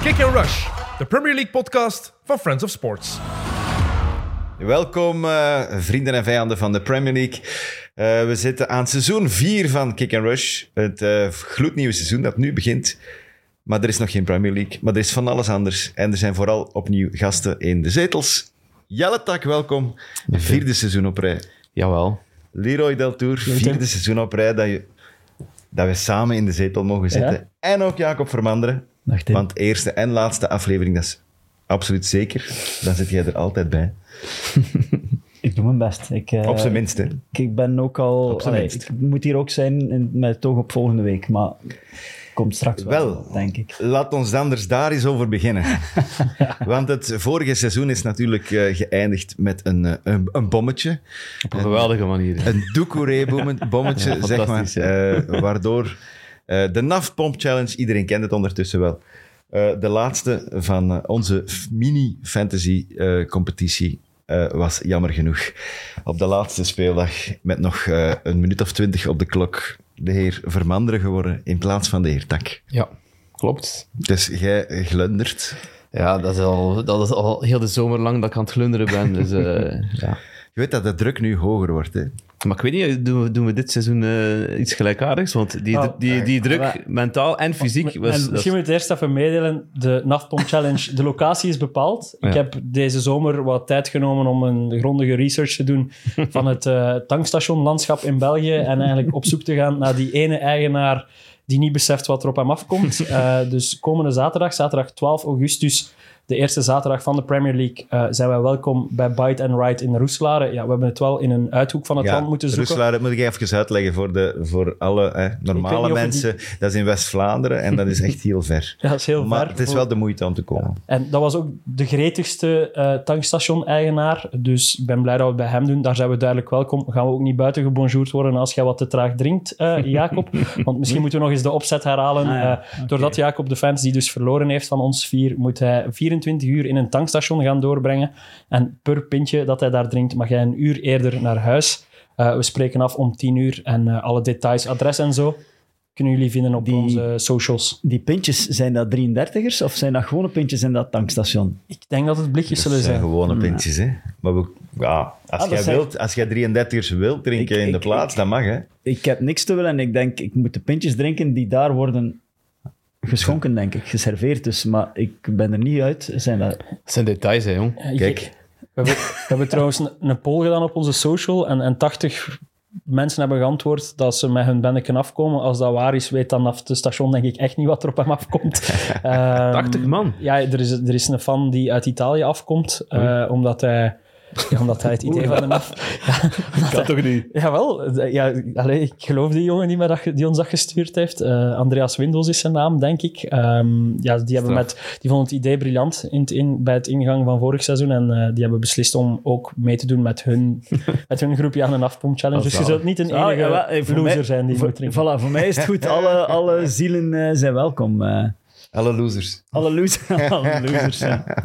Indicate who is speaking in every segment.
Speaker 1: Kick and Rush, de Premier League podcast van Friends of Sports.
Speaker 2: Welkom, eh, vrienden en vijanden van de Premier League. Eh, we zitten aan seizoen 4 van Kick and Rush. Het eh, gloednieuwe seizoen dat nu begint. Maar er is nog geen Premier League. Maar er is van alles anders. En er zijn vooral opnieuw gasten in de zetels. Jelle Tak, welkom. Vierde seizoen op rij.
Speaker 3: Jawel.
Speaker 2: Leroy Deltour, vierde seizoen op rij dat, je, dat we samen in de zetel mogen zitten. En ook Jacob Vermanderen.
Speaker 3: Dag, Tim.
Speaker 2: Want eerste en laatste aflevering, dat is absoluut zeker. Dan zit jij er altijd bij.
Speaker 4: Ik doe mijn best. Ik, eh,
Speaker 2: Op zijn minst, hè.
Speaker 4: Ik, ik ben ook al...
Speaker 2: Op zijn
Speaker 4: allee,
Speaker 2: minst.
Speaker 4: Ik moet hier ook zijn in- met toch op volgende week, maar komt straks wel,
Speaker 2: Wel.
Speaker 4: denk ik.
Speaker 2: Laat ons anders daar eens over beginnen. Want het vorige seizoen is natuurlijk eh, geëindigd met een, eh, een, een bommetje.
Speaker 3: Op een geweldige manier. hè.
Speaker 2: Een doekoeré-bommetje,
Speaker 3: Ja,
Speaker 2: zeg maar.
Speaker 3: fantastisch, ja.
Speaker 2: eh, waardoor eh, de NAF Pomp Challenge, iedereen kent het ondertussen wel. eh, de laatste van eh, onze f- mini-fantasy-competitie eh, was jammer genoeg op de laatste speeldag met nog eh, een minuut of twintig op de klok de heer Vermanderen geworden in plaats van de heer Tak.
Speaker 3: Ja, klopt.
Speaker 2: Dus jij glundert.
Speaker 3: Ja, dat is, al, dat is al heel de zomer lang dat ik aan het glunderen ben. Dus, eh, ja.
Speaker 2: Je weet dat de druk nu hoger wordt. Hè?
Speaker 3: Maar ik weet niet, doen we, doen we dit seizoen eh, iets gelijkaardigs? Want die,
Speaker 5: Oh,
Speaker 3: die, die, druk,
Speaker 5: maar-
Speaker 3: mentaal en fysiek,
Speaker 5: En
Speaker 3: was...
Speaker 5: misschien moet ik het eerst even meedelen. De Naftpomp Challenge, de locatie is bepaald.
Speaker 3: Ja.
Speaker 5: Ik heb deze zomer wat tijd genomen om een grondige research te doen van het eh tankstationlandschap in België. En eigenlijk op zoek te gaan naar die ene eigenaar die niet beseft wat er op hem afkomt. Eh, dus komende zaterdag, zaterdag 12 augustus, de eerste zaterdag van de Premier League, eh, zijn wij welkom bij Bite and Ride in Roeselare. Ja, we hebben het wel in een uithoek van het land moeten zoeken.
Speaker 2: Roeselaar, dat moet ik even uitleggen voor, de, voor alle hè,
Speaker 5: niet of
Speaker 2: normale
Speaker 5: het
Speaker 2: mensen. Dat is in West-Vlaanderen en dat is echt heel ver.
Speaker 5: Ja, dat is heel
Speaker 2: maar
Speaker 5: ver
Speaker 2: het is
Speaker 5: voor-
Speaker 2: wel de moeite om te komen.
Speaker 5: En dat was ook de gretigste eh, tankstation-eigenaar. Dus ik ben blij dat we het bij hem doen. Daar zijn we duidelijk welkom. Gaan we ook niet buiten gebonjourd worden als jij wat te traag drinkt, eh, Jacob. Want misschien moeten we nog eens de opzet herhalen.
Speaker 4: Ah ja,
Speaker 5: Eh, Doordat Jacob de fans die dus verloren heeft van ons vier, moet hij 24 uur in een tankstation gaan doorbrengen. En per pintje dat hij daar drinkt, mag hij een uur eerder naar huis. Eh, we spreken af om 10 uur. En eh, alle details, adres en zo, kunnen jullie vinden op
Speaker 4: Die-
Speaker 5: onze socials.
Speaker 4: Die pintjes, zijn dat 33ers of zijn dat gewone pintjes in dat tankstation?
Speaker 5: Ik denk dat het blikjes
Speaker 2: Dat
Speaker 5: zullen
Speaker 2: Dus zijn
Speaker 4: eh,
Speaker 5: zijn.
Speaker 2: gewone pintjes, hè. Maar we, ja, als,
Speaker 4: dat
Speaker 2: jij
Speaker 4: zijn-
Speaker 2: wilt, als jij 33ers wilt drinken
Speaker 4: Ik-
Speaker 2: in de
Speaker 4: ik-
Speaker 2: plaats,
Speaker 4: ik-
Speaker 2: dat mag, hè.
Speaker 4: Ik heb niks te willen en ik denk, ik moet de pintjes drinken die daar worden geschonken, denk ik. Geserveerd dus, maar ik ben er niet uit. Zijn dat...
Speaker 3: Dat zijn details, hè, jong.
Speaker 5: Ja, ik-
Speaker 2: Kijk.
Speaker 5: Eh, We hebben, we hebben trouwens een, een poll gedaan op onze social en, en 80 mensen hebben geantwoord dat ze met hun benneken afkomen. Als dat waar is, weet dan af het station denk ik echt niet wat er op hem afkomt. Ehm,
Speaker 3: 80 man.
Speaker 5: Ja, er is, er is een fan die uit Italië afkomt, eh, omdat hij... ja, omdat hij het idee van hem af...
Speaker 3: Dat kan toch niet?
Speaker 5: Jawel, d- ja, allee, ik geloof die jongen die, mij dat, ge- die ons dat gestuurd heeft. Eh, Andreas Windows is zijn naam, denk ik. Ehm, ja, die, hebben met, die vonden het idee briljant in het in, bij het ingang van vorig seizoen. En eh, die hebben beslist om ook mee te doen met hun, met hun groepje aan een afpomp challenge.
Speaker 3: Dat
Speaker 5: Dus
Speaker 3: is
Speaker 5: je
Speaker 3: zalig.
Speaker 5: zult niet een
Speaker 4: Ah,
Speaker 5: enige
Speaker 4: ja, wel, eh, voor
Speaker 5: loser
Speaker 4: mij-
Speaker 5: zijn die
Speaker 4: voor,
Speaker 5: moet drinken.
Speaker 4: Voilà, voor mij is het goed. Alle, alle zielen eh, zijn welkom. eh.
Speaker 2: Alle losers.
Speaker 4: Alle losers. Alle losers ja.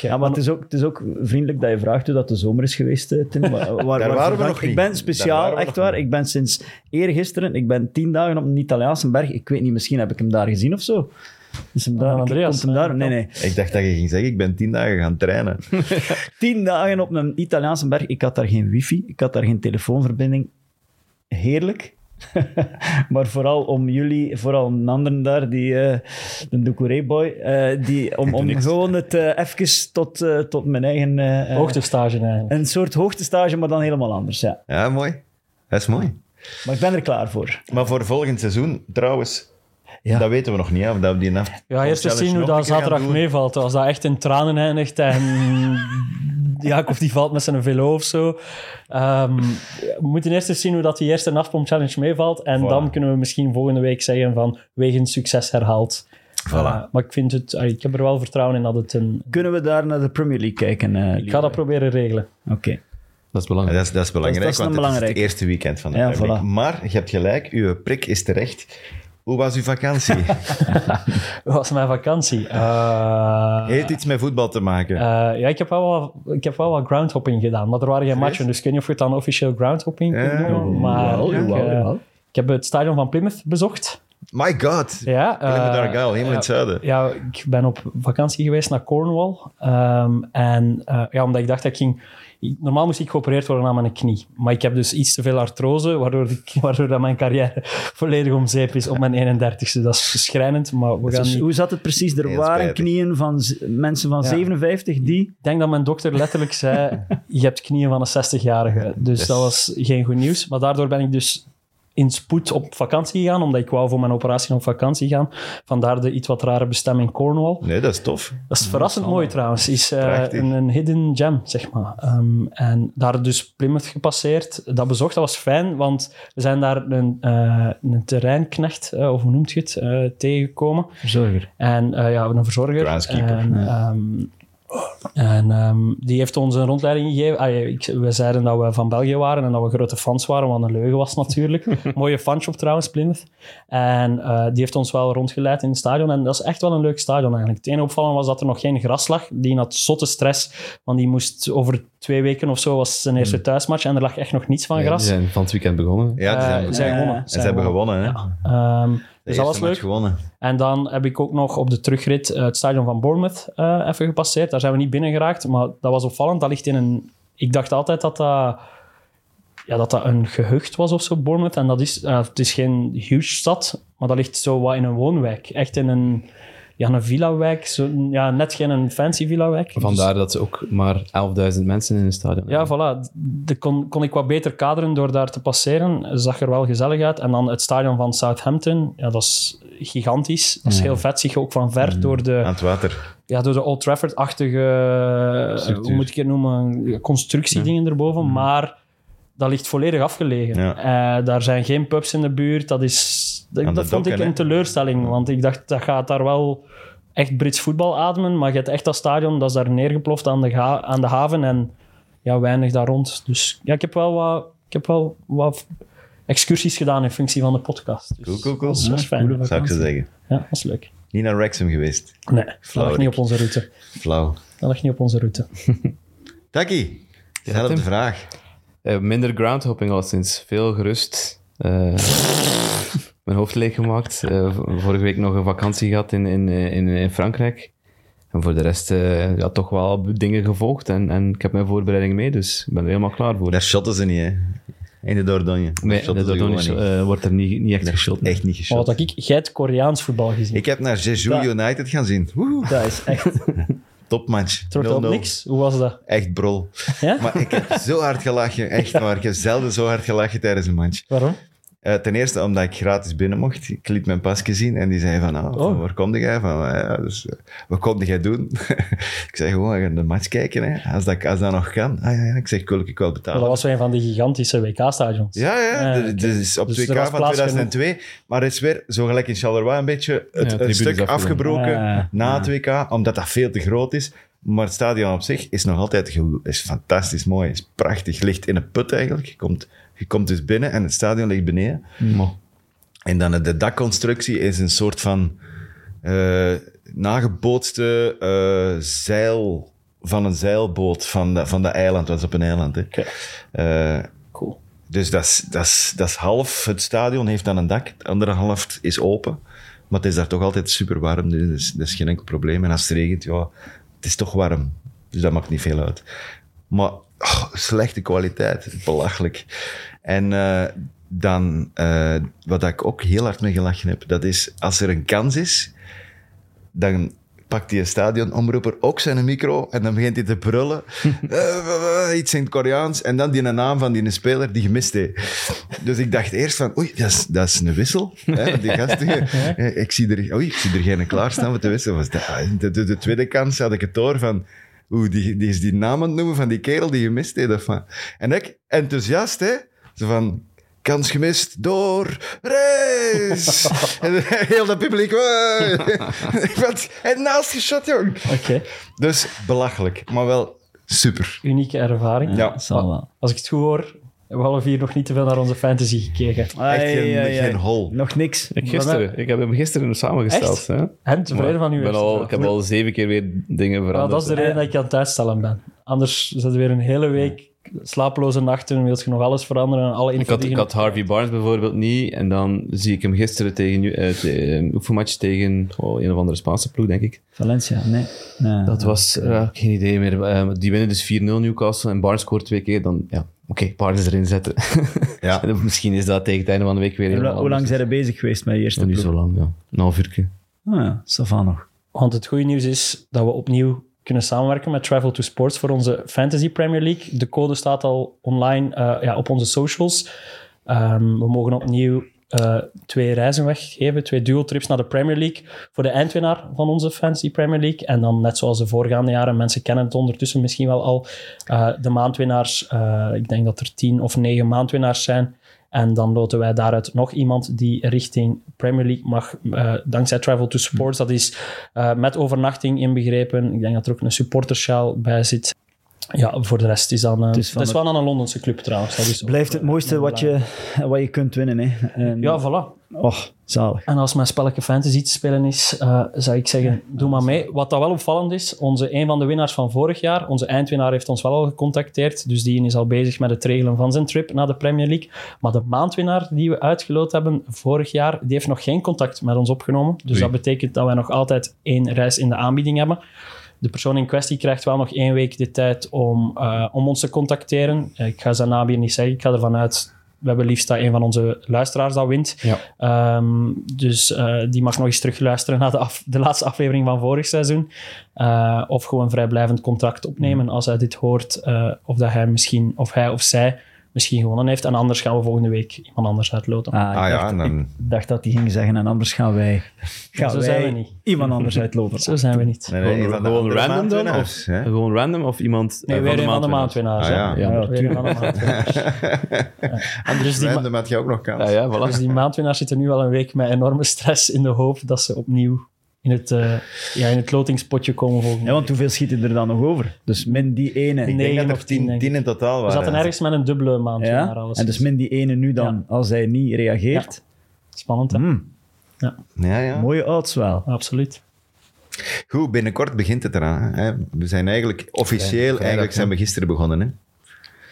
Speaker 4: ja, maar het is, ook, het is ook vriendelijk dat je vraagt hoe dat de zomer is geweest, eh, Tim. Waar, waar- waarvoor
Speaker 2: waren we
Speaker 4: dank.
Speaker 2: nog
Speaker 4: Ik
Speaker 2: niet.
Speaker 4: ben
Speaker 2: Daar
Speaker 4: speciaal,
Speaker 2: waren we
Speaker 4: echt
Speaker 2: nog
Speaker 4: waar.
Speaker 2: niet.
Speaker 4: Ik ben sinds eergisteren, ik ben tien dagen op een Italiaanse berg. Ik weet niet, misschien heb ik hem daar gezien of zo. Is hem daar,
Speaker 5: Ah, Andreas,
Speaker 4: komt hem daar? Nee, nee.
Speaker 2: Ik dacht dat je ging zeggen, ik ben tien dagen gaan trainen.
Speaker 4: Tien dagen op een Italiaanse berg. Ik had daar geen wifi, ik had daar geen telefoonverbinding. Heerlijk. maar vooral om jullie, vooral een ander daar, die, eh de Doucouré-boy, eh, die, om, om gewoon het eh, even tot, eh, tot mijn eigen... eh, eh,
Speaker 5: Hoogtestage eigenlijk.
Speaker 4: Een soort hoogtestage, maar dan helemaal anders, ja.
Speaker 2: Ja, mooi. Dat is mooi.
Speaker 4: Maar ik ben er klaar voor.
Speaker 2: Maar voor volgend seizoen, trouwens,
Speaker 4: Ja.
Speaker 2: dat weten we nog niet, hè, of dat we die NAF
Speaker 5: Ja, eerst eens zien hoe dat zaterdag meevalt. Als dat echt in tranen eindigt en Jacob die valt met zijn velo of zo. Ehm, we moeten eerst eens zien hoe dat die eerste nachtpomp challenge meevalt. En
Speaker 2: Voilà.
Speaker 5: dan kunnen we misschien volgende week zeggen van wegens succes herhaald.
Speaker 2: Voilà.
Speaker 5: Eh, maar ik, vind het, ah, ik heb er wel vertrouwen in dat het een...
Speaker 4: Kunnen we daar naar de Premier League kijken? eh,
Speaker 5: Ik ga
Speaker 4: Leroy?
Speaker 5: dat proberen regelen.
Speaker 4: Oké.
Speaker 3: Dat is
Speaker 2: Ja,
Speaker 3: belangrijk.
Speaker 2: dat, is, dat is belangrijk,
Speaker 4: Dat is- dat
Speaker 2: want het is
Speaker 4: is
Speaker 2: het
Speaker 4: belangrijk.
Speaker 2: eerste weekend van de
Speaker 4: Ja,
Speaker 2: Premier League.
Speaker 4: voilà.
Speaker 2: Maar je hebt gelijk, uw prik is terecht. Hoe was uw vakantie?
Speaker 5: Hoe was mijn vakantie? Eh,
Speaker 2: Heeft iets met voetbal te maken?
Speaker 5: Eh, ja, ik heb, wel wat, ik heb wel wat groundhopping gedaan, maar er waren geen matchen, dus ik weet niet of je het dan officieel groundhopping kunt
Speaker 2: Eh,
Speaker 5: noemen. Maar
Speaker 4: jawel,
Speaker 5: ik,
Speaker 4: jawel,
Speaker 5: eh,
Speaker 4: jawel.
Speaker 5: ik heb het stadion van Plymouth bezocht.
Speaker 2: My god.
Speaker 5: Ja,
Speaker 2: Willem
Speaker 5: eh,
Speaker 2: Dargaal, helemaal in het zuiden.
Speaker 5: Ja, ik ben op vakantie geweest naar Cornwall. Ehm, en eh, ja, omdat ik dacht dat ik ging... Normaal moest ik geopereerd worden aan mijn knie. Maar ik heb dus iets te veel artrose, waardoor, ik, waardoor dat mijn carrière volledig om zeep is op mijn 31ste. Dat is schrijnend, maar we gaan
Speaker 4: Dus
Speaker 5: niet-
Speaker 4: hoe zat het precies? Er
Speaker 2: Heel
Speaker 4: waren
Speaker 2: spijtig.
Speaker 4: knieën van z- mensen van
Speaker 5: Ja.
Speaker 4: 57 die...
Speaker 5: Ik denk dat mijn dokter letterlijk zei: Je hebt knieën van een 60-jarige. Dus
Speaker 2: Yes.
Speaker 5: dat was geen goed nieuws. Maar daardoor ben ik dus in spoed op vakantie gegaan, omdat ik wou voor mijn operatie op vakantie gaan. Vandaar de iets wat rare bestemming Cornwall.
Speaker 2: Nee, dat is tof.
Speaker 5: Dat is verrassend mooi trouwens. Is eh,
Speaker 2: Prachtig.
Speaker 5: een, een hidden gem, zeg maar. Ehm, en daar dus Plymouth gepasseerd. Dat bezocht, dat was fijn, want we zijn daar een, eh, een terreinknecht, eh, of hoe noemt je het, eh, tegengekomen.
Speaker 4: Verzorger.
Speaker 5: En eh, ja, een verzorger.
Speaker 2: Groundskeeper.
Speaker 5: En, ehm, en ehm, die heeft ons een rondleiding gegeven. Ah, ja, ik, we zeiden dat we van België waren en dat we grote fans waren, wat een leugen was natuurlijk. Mooie fanshop trouwens, Plymouth. En eh, die heeft ons wel rondgeleid in het stadion. En dat is echt wel een leuk stadion eigenlijk. Het ene opvallend was dat er nog geen gras lag. Die had zotte stress, want die moest over twee weken of zo was zijn
Speaker 2: Hmm.
Speaker 5: eerste thuismatch en er lag echt nog niets van
Speaker 3: Ja,
Speaker 5: gras.
Speaker 3: die zijn van het weekend begonnen.
Speaker 2: Ja, die
Speaker 5: Eh,
Speaker 2: zijn-
Speaker 5: zij
Speaker 4: ja,
Speaker 5: wonnen.
Speaker 4: ja.
Speaker 2: en ze
Speaker 5: Zij
Speaker 2: hebben gewonnen, hè.
Speaker 5: Ehm,
Speaker 2: De
Speaker 5: dus dat
Speaker 2: eerste match
Speaker 5: was leuk.
Speaker 2: gewonnen.
Speaker 5: En dan heb ik ook nog op de terugrit eh, het stadion van Bournemouth eh, even gepasseerd. Daar zijn we niet binnen geraakt, maar dat was opvallend. Dat ligt in een... Ik dacht altijd dat dat, ja, dat, dat een gehucht was of zo, Bournemouth. En dat is, eh, het is geen huge stad, maar dat ligt zo wat in een woonwijk. Echt in een, ja, een villa-wijk. Zo, ja, net geen een fancy villa-wijk.
Speaker 3: Vandaar dat ze ook maar 11.000 mensen in het stadion
Speaker 5: Ja, voilà. Dat kon, kon ik wat beter kaderen door daar te passeren. Zag er wel gezellig uit. En dan het stadion van Southampton. Ja, dat is gigantisch. Dat is heel vet. Zie je ook van ver door,
Speaker 2: Aan
Speaker 5: de,
Speaker 2: het water.
Speaker 5: ja, door de Old Trafford-achtige... eh, Hoe moet ik het noemen? Constructiedingen erboven.
Speaker 2: Mhm.
Speaker 5: Maar dat ligt volledig afgelegen. Eh, daar zijn geen pubs in de buurt. Dat, is,
Speaker 2: Aan
Speaker 5: dat,
Speaker 2: de
Speaker 5: dat vond
Speaker 2: dokken,
Speaker 5: ik een
Speaker 2: hè?
Speaker 5: teleurstelling. Want ik dacht, dat gaat daar wel... Echt Brits voetbal ademen, maar je hebt echt dat stadion, dat is daar neergeploft aan de, ga- aan de haven. En ja, weinig daar rond. Dus ja, ik heb wel wat, ik heb wel wat excursies gedaan in functie van de podcast. Dus
Speaker 2: Cool, cool, cool.
Speaker 5: Dat was, was fijn.
Speaker 2: Zou ik zo zeggen.
Speaker 5: Ja, dat was leuk.
Speaker 2: Niet naar Wrexham geweest.
Speaker 5: Nee, dat lag
Speaker 2: Flauwelijk.
Speaker 5: niet op onze route.
Speaker 2: Flauw.
Speaker 5: Dat lag niet op onze route.
Speaker 2: Taki,
Speaker 3: Tim.
Speaker 2: zelfde vraag. Oh,
Speaker 3: Eh, minder groundhopping al sinds. Veel gerust. Eh, mijn hoofd leeggemaakt. Eh, v- vorige week nog een vakantie gehad in, in, eh, in, in Frankrijk. En voor de rest eh, ja, toch wel b- dingen gevolgd. En, en ik heb mijn voorbereidingen mee, dus ik ben er helemaal klaar voor.
Speaker 2: Daar shotten ze niet, hè. In de Dordogne. Daar
Speaker 3: Nee,
Speaker 2: shotten
Speaker 3: de
Speaker 2: ze gewoon
Speaker 3: Dordogne
Speaker 2: niet.
Speaker 3: eh, wordt er niet, niet echt
Speaker 2: Daar
Speaker 3: geschild.
Speaker 2: shot echt niet
Speaker 5: Maar
Speaker 2: geshot.
Speaker 5: wat had ik? Jij hebt Koreaans voetbal gezien.
Speaker 2: Ik heb naar Jeju
Speaker 4: Ja.
Speaker 2: United gaan zien. Woehoe,
Speaker 4: Dat is echt...
Speaker 2: topmatch.
Speaker 5: het wordt op
Speaker 2: 0-0.
Speaker 5: niks. Hoe was dat?
Speaker 2: Echt brol.
Speaker 5: Ja?
Speaker 2: Maar ik heb zo hard gelachen. Echt waar. Ik heb zelden zo hard gelachen tijdens een match.
Speaker 5: Waarom?
Speaker 2: Eh, ten eerste omdat ik gratis binnen mocht. Ik liet mijn pasje zien en die zei van, ah, van
Speaker 5: Oh.
Speaker 2: waar kom jij van? eh, dus, eh, wat kom jij doen? ik zei gewoon, we gaan de match kijken, hè, als, dat, als dat nog kan. Ah ja, ja. Ik zeg, ik wil ik wel
Speaker 5: Maar
Speaker 2: betalen.
Speaker 5: dat was een van die gigantische WK-stadions.
Speaker 2: Ja, ja.
Speaker 5: Ja,
Speaker 2: d-
Speaker 5: oké.
Speaker 2: d- Dus op
Speaker 5: Dus
Speaker 2: 2K
Speaker 5: er was
Speaker 2: van
Speaker 5: plaats
Speaker 2: 2002. Maar het is weer, zo gelijk in Charleroi, een beetje het,
Speaker 3: Ja,
Speaker 2: het
Speaker 3: tribune
Speaker 2: stuk
Speaker 3: is afgenomen.
Speaker 2: afgebroken
Speaker 4: Ja,
Speaker 2: na het 2K, omdat dat veel te groot is. Maar het stadion op zich is nog altijd ge- is fantastisch mooi. is prachtig. Ligt in een put eigenlijk. Je komt, je komt dus binnen en het stadion ligt beneden. En dan de dakconstructie is een soort van eh, nagebootste eh, zeil van een zeilboot van dat van de eiland. Dat is op een eiland. Hè. Eh,
Speaker 5: Cool.
Speaker 2: dus dat is, dat, is, dat is half het stadion heeft dan een dak, het andere half is open. Maar het is daar toch altijd super warm, dus dat is, dat is geen enkel probleem. En als het regent, ja, het is toch warm. Dus dat maakt niet veel uit. Maar oh, slechte kwaliteit, belachelijk. En eh, dan, eh, wat ik ook heel hard mee gelachen heb, dat is als er een kans is, dan pakt die stadionomroeper ook zijn micro en dan begint hij te brullen. Eh, eh, iets in het Koreaans. En dan die naam van die speler die gemist heeft. Dus ik dacht eerst van, oei, dat is, dat is een wissel. Hè, die gasten, eh, ik, zie er, oei, ik zie er geen klaarstaan voor te wisselen. Was dat- eh, De, de, de tweede kans had ik het door van... Oeh, die, die is die naam aan het noemen van die kerel die gemist heeft. of wat. En ik, enthousiast, hè. Zo van, kans gemist door race. en heel dat publiek. "Wee." Ik vond- en naast geschot, jong.
Speaker 5: Oké.
Speaker 2: Dus belachelijk, maar wel super.
Speaker 5: Unieke ervaring.
Speaker 2: Ja.
Speaker 4: Dat zal wel.
Speaker 5: Als ik het goed hoor, we hadden hier nog niet te veel naar onze fantasy gekeken.
Speaker 2: Echt geen,
Speaker 4: Ai, ai, ai.
Speaker 2: geen hol.
Speaker 4: Nog niks.
Speaker 3: Ik, gisteren, ik heb hem gisteren samengesteld.
Speaker 5: Echt?
Speaker 3: Hè?
Speaker 5: En tevreden van u.
Speaker 3: Ik, ben
Speaker 5: eerste
Speaker 3: al,
Speaker 5: vraag.
Speaker 3: ik heb al zeven keer weer dingen
Speaker 5: Ja,
Speaker 3: veranderd.
Speaker 5: dat is de reden dat ik aan het uitstellen ben. Anders zit er weer een hele week slaaploze nachten, wil je nog alles veranderen en alle
Speaker 3: Ik had, ik
Speaker 5: ingedigen-
Speaker 3: had Harvey Barnes bijvoorbeeld niet. En dan zie ik hem gisteren tegen Nu- eh, te- een oefenmatch tegen oh, een of andere Spaanse ploeg, denk ik.
Speaker 4: Valencia, nee. nee.
Speaker 3: Dat was eh, geen idee meer. Eh, die winnen dus 4-0 Newcastle en Barnes scoort twee keer. Dan, ja, oké, Barnes erin zetten.
Speaker 2: Ja.
Speaker 3: En misschien is dat tegen het einde van de week weer
Speaker 4: Hoe la-
Speaker 3: helemaal
Speaker 4: Hoe lang
Speaker 3: anders.
Speaker 4: zijn er bezig geweest met je eerste
Speaker 3: Niet
Speaker 4: ploeg?
Speaker 3: zo lang, ja. Een half uurtje.
Speaker 4: Ah, ja, Savan nog.
Speaker 5: Want het goede nieuws is dat we opnieuw kunnen samenwerken met Travel to Sports voor onze Fantasy Premier League. De code staat al online eh, ja, op onze socials. Ehm, we mogen opnieuw eh, twee reizen weggeven, twee duo-trips naar de Premier League voor de eindwinnaar van onze Fantasy Premier League. En dan, net zoals de voorgaande jaren, mensen kennen het ondertussen misschien wel al, eh, de maandwinnaars. eh, ik denk dat er tien of negen maandwinnaars zijn. En dan loten wij daaruit nog iemand die richting Premier League mag, eh, dankzij Travel to Sports. Dat is eh, met overnachting inbegrepen. Ik denk dat er ook een supportersjaal bij zit. Ja, voor de rest is dan... eh,
Speaker 4: is
Speaker 5: het
Speaker 4: van
Speaker 5: is
Speaker 4: de-
Speaker 5: wel aan een Londense club trouwens. Dat is ook,
Speaker 4: Blijft het
Speaker 5: eh,
Speaker 4: mooiste wat je, wat je kunt winnen, hè. En,
Speaker 5: Ja, voilà.
Speaker 4: Och, zalig.
Speaker 5: En als mijn spelletje fantasy te spelen is, eh, zou ik zeggen, doe maar mee. Wat dat wel opvallend is, onze, een van de winnaars van vorig jaar, onze eindwinnaar heeft ons wel al gecontacteerd, dus die is al bezig met het regelen van zijn trip naar de Premier League. Maar de maandwinnaar die we uitgeloot hebben vorig jaar, die heeft nog geen contact met ons opgenomen. Dus dat betekent dat wij nog altijd één reis in de aanbieding hebben. De persoon in kwestie krijgt wel nog één week de tijd om, eh, om ons te contacteren. Eh, Ik ga zijn naam hier niet zeggen, ik ga ervan uit... We hebben liefst dat een van onze luisteraars dat wint. Ehm, dus eh, die mag nog eens terugluisteren naar de, af- de laatste aflevering van vorig seizoen. Eh, of gewoon vrijblijvend contract opnemen als hij dit hoort. eh, of dat hij misschien, of hij of zij misschien gewonnen heeft. En anders gaan we volgende week iemand anders uitloten.
Speaker 4: Ah, ik
Speaker 2: Ah ja,
Speaker 4: dacht,
Speaker 2: en dan-
Speaker 4: ik dacht dat die ging zeggen en anders gaan wij, gaan
Speaker 5: zo
Speaker 4: wij
Speaker 5: zijn we niet.
Speaker 4: iemand anders uitlopen.
Speaker 5: Zo zijn we niet.
Speaker 2: Nee, nee,
Speaker 3: Gewoon,
Speaker 2: een van de
Speaker 3: gewoon
Speaker 2: andere
Speaker 3: random dan? Of,
Speaker 2: maandwinnaars, hè?
Speaker 3: gewoon random of iemand
Speaker 5: Nee,
Speaker 3: eh,
Speaker 5: weer een van de
Speaker 3: maandwinnaars?
Speaker 5: maandwinnaars. hè?
Speaker 2: Ah, ja.
Speaker 3: Ja,
Speaker 5: weer een van de maandwinnaars. Ja. Dus die, ma-
Speaker 2: Random had je ook nog kans.
Speaker 3: Ja, Ah, ja,
Speaker 5: dus
Speaker 3: voilà.
Speaker 5: die maandwinnaars zitten nu al een week met enorme stress in de hoop dat ze opnieuw in het, eh, ja, in het lotingspotje komen volgende
Speaker 4: Ja, want hoeveel schieten er dan nog over? Dus min die ene.
Speaker 2: Ik denk
Speaker 5: negen
Speaker 2: dat
Speaker 5: of
Speaker 2: er
Speaker 5: tien,
Speaker 2: tien,
Speaker 5: denk
Speaker 2: tien in totaal
Speaker 5: We
Speaker 2: waren.
Speaker 5: zaten ergens met een dubbele maand.
Speaker 4: Ja? En dus min die ene nu dan,
Speaker 5: Ja.
Speaker 4: als hij niet reageert.
Speaker 5: Spannend, hè?
Speaker 4: Hmm,
Speaker 2: Ja, ja.
Speaker 4: mooie odds wel.
Speaker 5: Absoluut.
Speaker 2: Goed, binnenkort begint het eraan. Hè. We zijn eigenlijk officieel, eigenlijk zijn we gisteren begonnen. Hè.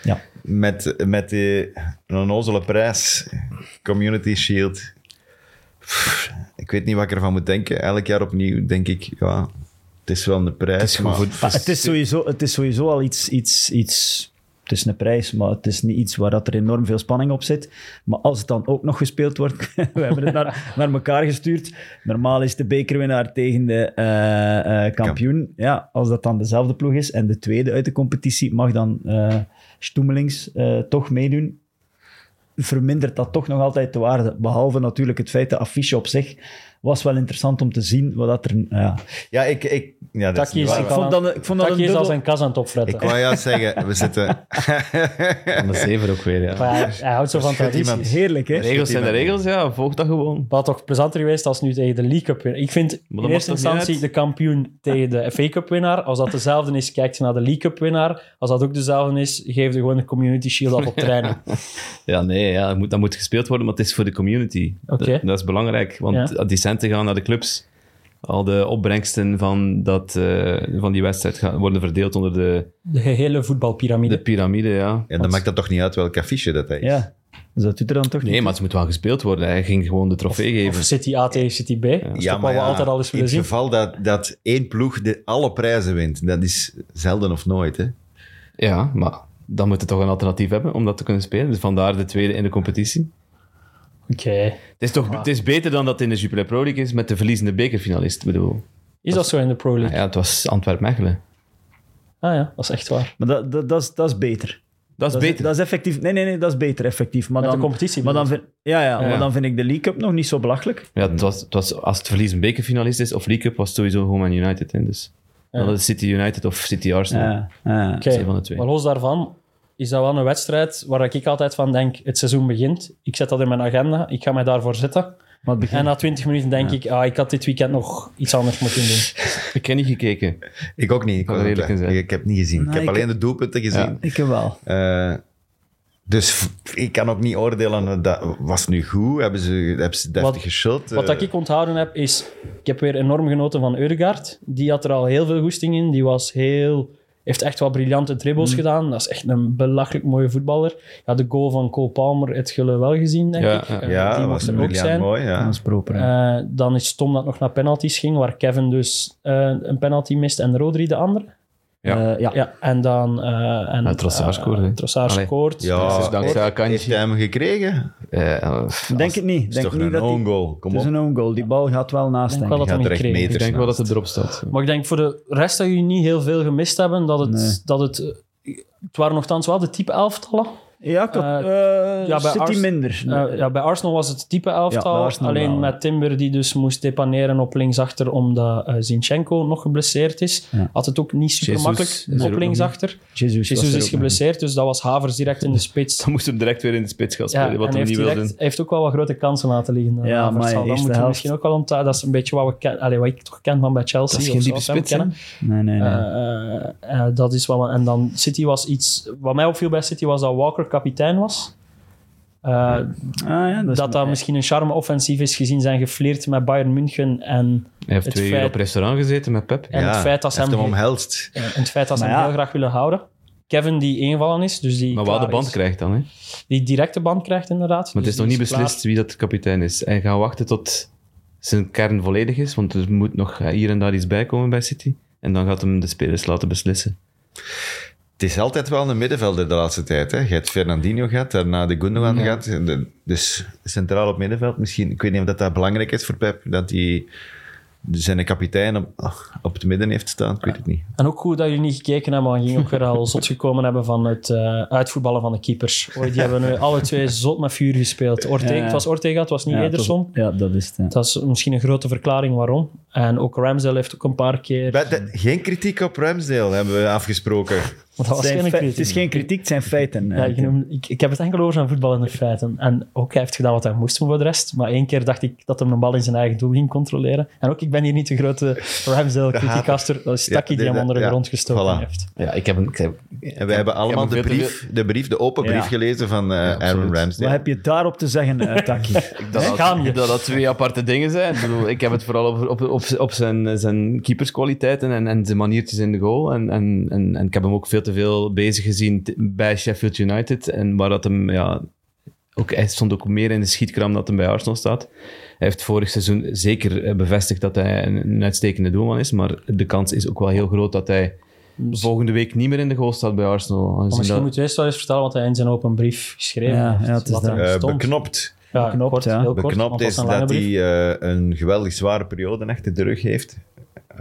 Speaker 4: Ja.
Speaker 2: Met, met die een onnozele prijs, Community Shield. Pff, Ik weet niet wat ik ervan moet denken. Elk jaar opnieuw denk ik, ja, het is wel een prijs. maar
Speaker 4: Maar het, is sowieso, het is sowieso al iets, iets, iets... Het is een prijs, maar het is niet iets waar dat er enorm veel spanning op zit. Maar als het dan ook nog gespeeld wordt... we hebben het naar, naar elkaar gestuurd. Normaal is de bekerwinnaar tegen de eh, eh, kampioen. Ja, als dat dan dezelfde ploeg is en de tweede uit de competitie mag dan eh stoemelings eh, toch meedoen. Vermindert dat toch nog altijd de waarde. Behalve natuurlijk het feit, de affiche op zich was wel interessant om te zien wat dat er... Ja.
Speaker 2: ja, ik, ik, ja, dat is
Speaker 5: Taki
Speaker 2: niet
Speaker 5: is,
Speaker 2: waar.
Speaker 5: ik vond
Speaker 4: dat een- ik vond dat een
Speaker 5: is al
Speaker 4: dubbel-
Speaker 5: zijn kas aan het
Speaker 2: Ik
Speaker 5: opfretten.
Speaker 2: wou juist zeggen, we zitten...
Speaker 3: Van de zeven ook weer, ja.
Speaker 5: Maar hij, hij houdt zo van
Speaker 2: Schudt iemand.
Speaker 5: tradities.
Speaker 4: Heerlijk, hè?
Speaker 3: Regels zijn de regels, ja. Volg dat gewoon.
Speaker 5: Wat toch plezanter geweest als nu tegen de League Cup winnaar. Ik vind in
Speaker 3: maakt
Speaker 5: eerste
Speaker 3: toch niet
Speaker 5: instantie
Speaker 3: uit?
Speaker 5: de kampioen tegen de FA Cup winnaar. Als dat dezelfde is, kijkt je naar de League Cup winnaar. Als dat ook dezelfde is, geef je gewoon de Community Shield af op training.
Speaker 3: Ja, nee, ja, dat, moet, dat moet gespeeld worden, maar het is voor de community.
Speaker 5: Oké.
Speaker 3: Dat, dat is belangrijk, want die centen gaan naar de clubs. Al de opbrengsten van, dat, eh, van die wedstrijd gaan, worden verdeeld onder de,
Speaker 5: De gehele voetbalpyramide.
Speaker 3: de piramide, ja.
Speaker 2: En dan maakt dat toch niet uit welk affiche dat hij is.
Speaker 4: Ja, dus dat doet er dan toch niet
Speaker 3: Nee, maar het moet wel gespeeld worden. Hij ging gewoon de trofee geven.
Speaker 5: Of City A tegen City B. Dat is toch wat we altijd al eens
Speaker 2: in
Speaker 5: willen
Speaker 2: het
Speaker 5: zien.
Speaker 2: geval dat, dat één ploeg de, alle prijzen wint, dat is zelden of nooit. Hè?
Speaker 3: Ja, maar dan moet je toch een alternatief hebben om dat te kunnen spelen. Dus vandaar de tweede in de competitie.
Speaker 5: Oké.
Speaker 3: Het is, toch, het is beter dan dat het in de Jupiler Pro League is met de verliezende bekerfinalist, bedoel.
Speaker 5: Is dat zo in de Pro
Speaker 3: Ja,
Speaker 5: League?
Speaker 3: het was Antwerp-Mechelen.
Speaker 5: Ah ja, dat is echt waar.
Speaker 4: Maar dat, dat, dat, is, dat is beter.
Speaker 3: Dat is
Speaker 4: Dat is,
Speaker 3: beter.
Speaker 4: dat is effectief. Nee, nee, nee, dat is beter effectief. Maar
Speaker 5: Met de
Speaker 4: dan,
Speaker 5: competitie
Speaker 4: Maar dan
Speaker 5: bedoel
Speaker 4: vind, ja, ja,
Speaker 3: Ja.
Speaker 4: maar dan vind ik de League Cup nog niet zo belachelijk.
Speaker 3: Ja, het was, het was, als het verlies een bekerfinalist is of League Cup, was het sowieso gewoon Man United. Hè, dus. Dan is City United of City Arsenal.
Speaker 4: Ja, ja.
Speaker 5: Oké,
Speaker 3: Twee van de twee.
Speaker 5: Maar los daarvan is dat wel een wedstrijd waar ik altijd van denk: het seizoen begint. Ik zet dat in mijn agenda, ik ga mij daarvoor zetten.
Speaker 4: Maar het begin-
Speaker 5: En na 20 minuten denk ik: ah, ik had dit weekend nog iets anders moeten doen.
Speaker 3: Ik heb niet gekeken.
Speaker 2: Ik ook niet. Ik,
Speaker 3: Kan
Speaker 2: was
Speaker 3: er eerlijk
Speaker 2: ook,
Speaker 3: in zijn.
Speaker 2: ik, ik heb het niet gezien.
Speaker 4: Nee,
Speaker 2: ik heb
Speaker 4: ik-
Speaker 2: alleen de doelpunten gezien.
Speaker 4: Ik wel.
Speaker 2: Eh, dus f- ik kan ook niet oordelen, eh, dat was nu goed? Hebben ze, hebben ze deftig
Speaker 5: Wat-
Speaker 2: geschot?
Speaker 5: Wat
Speaker 2: Eh,
Speaker 5: dat ik onthouden heb is: ik heb weer enorm genoten van Eudegaard. Die had er al heel veel goesting in. Die was heel Heeft echt wel briljante
Speaker 3: Mm.
Speaker 5: dribbles gedaan. Dat is echt een belachelijk mooie voetballer. Ja, de goal van Cole Palmer heb je wel gezien, denk
Speaker 3: Ja,
Speaker 5: ik.
Speaker 3: ja.
Speaker 5: Eh,
Speaker 2: Ja,
Speaker 5: die
Speaker 2: dat
Speaker 5: mocht
Speaker 2: was
Speaker 5: er ook
Speaker 2: briljant
Speaker 5: zijn.
Speaker 2: mooi. Ja.
Speaker 4: Dat is proper. hè.
Speaker 5: Eh, dan is het stom dat het nog naar penalties ging, waar Kevin dus eh, een penalty mist en Rodri de andere.
Speaker 3: Ja.
Speaker 4: Eh, ja.
Speaker 5: Ja, en dan... eh en,
Speaker 3: Ja, Trossard
Speaker 5: eh,
Speaker 3: scoorde, hè.
Speaker 5: Trossard
Speaker 3: Allee.
Speaker 5: scoort.
Speaker 2: Ja,
Speaker 3: Dat is dankzij
Speaker 2: heeft-
Speaker 3: Akanji.
Speaker 2: heeft hij hem gekregen?
Speaker 3: Eh,
Speaker 4: Denk het niet.
Speaker 2: is
Speaker 4: Denk
Speaker 2: toch
Speaker 4: niet
Speaker 2: een
Speaker 4: dat die-
Speaker 2: own goal? Kom
Speaker 4: Het
Speaker 2: op,
Speaker 4: is een own goal. Die bal gaat wel naast,
Speaker 5: Ik denk
Speaker 4: denk ik.
Speaker 5: wel dat
Speaker 2: die
Speaker 5: hem
Speaker 2: gaat er echt
Speaker 5: gekregen heeft.
Speaker 3: ik
Speaker 2: meters
Speaker 3: denk wel dat
Speaker 2: naast.
Speaker 3: het erop staat.
Speaker 5: Maar ik denk voor de rest dat jullie niet heel veel gemist hebben. Dat het,
Speaker 4: Nee.
Speaker 5: dat het, eh, het waren nogthans wel de type elftallen.
Speaker 4: Ja, ik had,
Speaker 5: Eh,
Speaker 4: eh,
Speaker 5: ja, bij
Speaker 4: City
Speaker 5: Ars-
Speaker 4: minder.
Speaker 5: Eh, ja, bij Arsenal was het type
Speaker 4: Ja, bij
Speaker 5: elftal.
Speaker 4: Arsenal
Speaker 5: alleen
Speaker 4: wel, ja.
Speaker 5: met Timber die dus moest depaneren op linksachter omdat eh, Zinchenko nog geblesseerd is.
Speaker 4: Ja.
Speaker 5: Had het ook niet super
Speaker 3: Jesus
Speaker 5: makkelijk
Speaker 3: is er ook nog
Speaker 5: op
Speaker 3: niet.
Speaker 5: linksachter.
Speaker 4: Jesus, was
Speaker 5: Jesus
Speaker 4: er
Speaker 5: is
Speaker 4: ook nog niet.
Speaker 5: geblesseerd, dus dat was Havers direct in de spits.
Speaker 3: Dan moest hem direct weer in de spits gaan
Speaker 5: Ja,
Speaker 3: spelen, wat
Speaker 5: en
Speaker 3: hij
Speaker 5: heeft,
Speaker 3: niet wil
Speaker 5: direct,
Speaker 3: doen.
Speaker 5: heeft ook wel wat grote kansen laten liggen.
Speaker 4: Ja,
Speaker 5: Havertz.
Speaker 4: maar
Speaker 5: Al,
Speaker 4: eerste
Speaker 5: dat moeten we
Speaker 4: helft-
Speaker 5: misschien ook wel onthouden. Dat is een beetje wat, we ken, allee, wat ik toch ken van bij Chelsea.
Speaker 3: Dat is
Speaker 5: of
Speaker 3: geen diepe
Speaker 5: Southampton
Speaker 3: spits, hè?
Speaker 5: kennen.
Speaker 4: Nee, nee, nee.
Speaker 5: Eh, eh, eh, dat is wel. En dan City was iets. Wat mij opviel bij City was dat Walker kapitein was. Eh,
Speaker 4: ah, ja, dat
Speaker 5: dat
Speaker 4: is
Speaker 5: dat misschien een charme offensief is gezien zijn gefleerd met Bayern München en,
Speaker 3: Hij heeft
Speaker 5: Het
Speaker 3: twee uur
Speaker 5: feit-
Speaker 3: op restaurant gezeten met Pep.
Speaker 5: en
Speaker 2: Ja,
Speaker 5: het feit dat ze
Speaker 2: heeft
Speaker 5: hem,
Speaker 2: hem
Speaker 5: heel-
Speaker 2: omhelst.
Speaker 5: en eh, het feit dat ze
Speaker 4: Maar
Speaker 5: hem
Speaker 4: ja.
Speaker 5: heel graag willen houden. Kevin die invallen is, dus die
Speaker 3: Maar wel de
Speaker 5: klaar
Speaker 3: band
Speaker 5: is.
Speaker 3: krijgt dan. Hè? Maar
Speaker 5: Die directe band krijgt inderdaad. Dus
Speaker 3: het is nog niet beslist wie dat kapitein is. Hij gaat wachten tot zijn kern volledig is, want er moet nog eh, hier en daar iets bij komen bij City. En dan gaat hem de spelers laten beslissen.
Speaker 2: Het is altijd wel een middenvelder de laatste tijd. Hè? Je hebt Fernandinho gehad, daarna de Gundogan gehad. En de- dus centraal op middenveld misschien. Ik weet niet of dat, dat belangrijk is voor Pep. Dat hij zijn kapitein op, op het midden heeft staan. Ik weet het niet.
Speaker 5: En ook goed dat jullie niet gekeken hebben, want ging ook weer al zot gekomen hebben van het eh, uitvoetballen van de keepers. Ooit, die hebben eh, alle twee zot met vuur gespeeld. Ortega,
Speaker 4: Ja.
Speaker 5: Het was Ortega, het was niet
Speaker 4: ja, dat is-
Speaker 5: Ederson.
Speaker 4: Ja, dat is het. ja.
Speaker 5: Dat is misschien een grote verklaring waarom. En ook Ramsdale heeft ook een paar keer...
Speaker 2: Bij de- geen kritiek op Ramsdale hebben we afgesproken.
Speaker 5: Want dat
Speaker 4: Het
Speaker 5: was
Speaker 4: zijn
Speaker 5: geen
Speaker 4: fe-
Speaker 5: kritiek.
Speaker 4: Het is geen kritiek, het zijn feiten.
Speaker 5: Ja,
Speaker 4: eh.
Speaker 5: ik, noem- ik, ik heb het enkel over zijn voetballende feiten. En ook, hij heeft gedaan wat hij moest doen voor de rest. Maar één keer dacht ik dat hij een bal in zijn eigen doel ging controleren. En ook, ik ben hier niet de grote Ramsdale-criticaster. Dat is
Speaker 2: Ja,
Speaker 5: Taki die
Speaker 2: de-
Speaker 5: hem
Speaker 2: de-
Speaker 5: onder de
Speaker 2: ja,
Speaker 5: grond gestoken
Speaker 2: voilà.
Speaker 4: Dus
Speaker 5: heeft.
Speaker 3: Ja, ik heb een. Ik heb,
Speaker 2: En wij hebben allemaal
Speaker 3: maar
Speaker 2: de,
Speaker 3: veel te
Speaker 2: brief, de brief, de open brief
Speaker 4: Ja.
Speaker 2: gelezen van eh, Aaron
Speaker 3: absoluut.
Speaker 4: Wat
Speaker 2: Ramsdale.
Speaker 4: heb je daarop te zeggen, eh, Taki?
Speaker 3: dat,
Speaker 5: Nee, schaam je.
Speaker 3: dat dat twee aparte dingen zijn. Ik, bedoel, ik heb het vooral over- op, op, op zijn, zijn keeperskwaliteiten en, en zijn maniertjes in de goal. En, en, en, en ik heb hem ook veel te veel bezig gezien t- bij Sheffield United. En waar dat hem, ja, ook, hij stond ook meer in de schietkram dat hem bij Arsenal staat. Hij heeft vorig seizoen zeker eh, bevestigd dat hij een, een uitstekende doelman is. Maar de kans is ook wel heel groot dat hij
Speaker 2: Dus-
Speaker 3: volgende week niet meer in de goal staat bij Arsenal. aangezien
Speaker 5: Maar misschien
Speaker 3: dat-
Speaker 5: moet je eerst wel eens vertellen wat hij in zijn open brief geschreven
Speaker 4: Ja,
Speaker 5: heeft.
Speaker 4: ja, het is
Speaker 5: Wat er
Speaker 4: dat.
Speaker 5: in
Speaker 2: Eh,
Speaker 5: stond.
Speaker 2: beknopt.
Speaker 5: ja,
Speaker 4: beknopt,
Speaker 5: kort,
Speaker 4: ja.
Speaker 5: heel kort, want
Speaker 2: Beknopt
Speaker 5: het
Speaker 2: is
Speaker 5: was een lange
Speaker 2: dat hij
Speaker 5: brief.
Speaker 2: eh, een geweldig zware periode achter de rug heeft.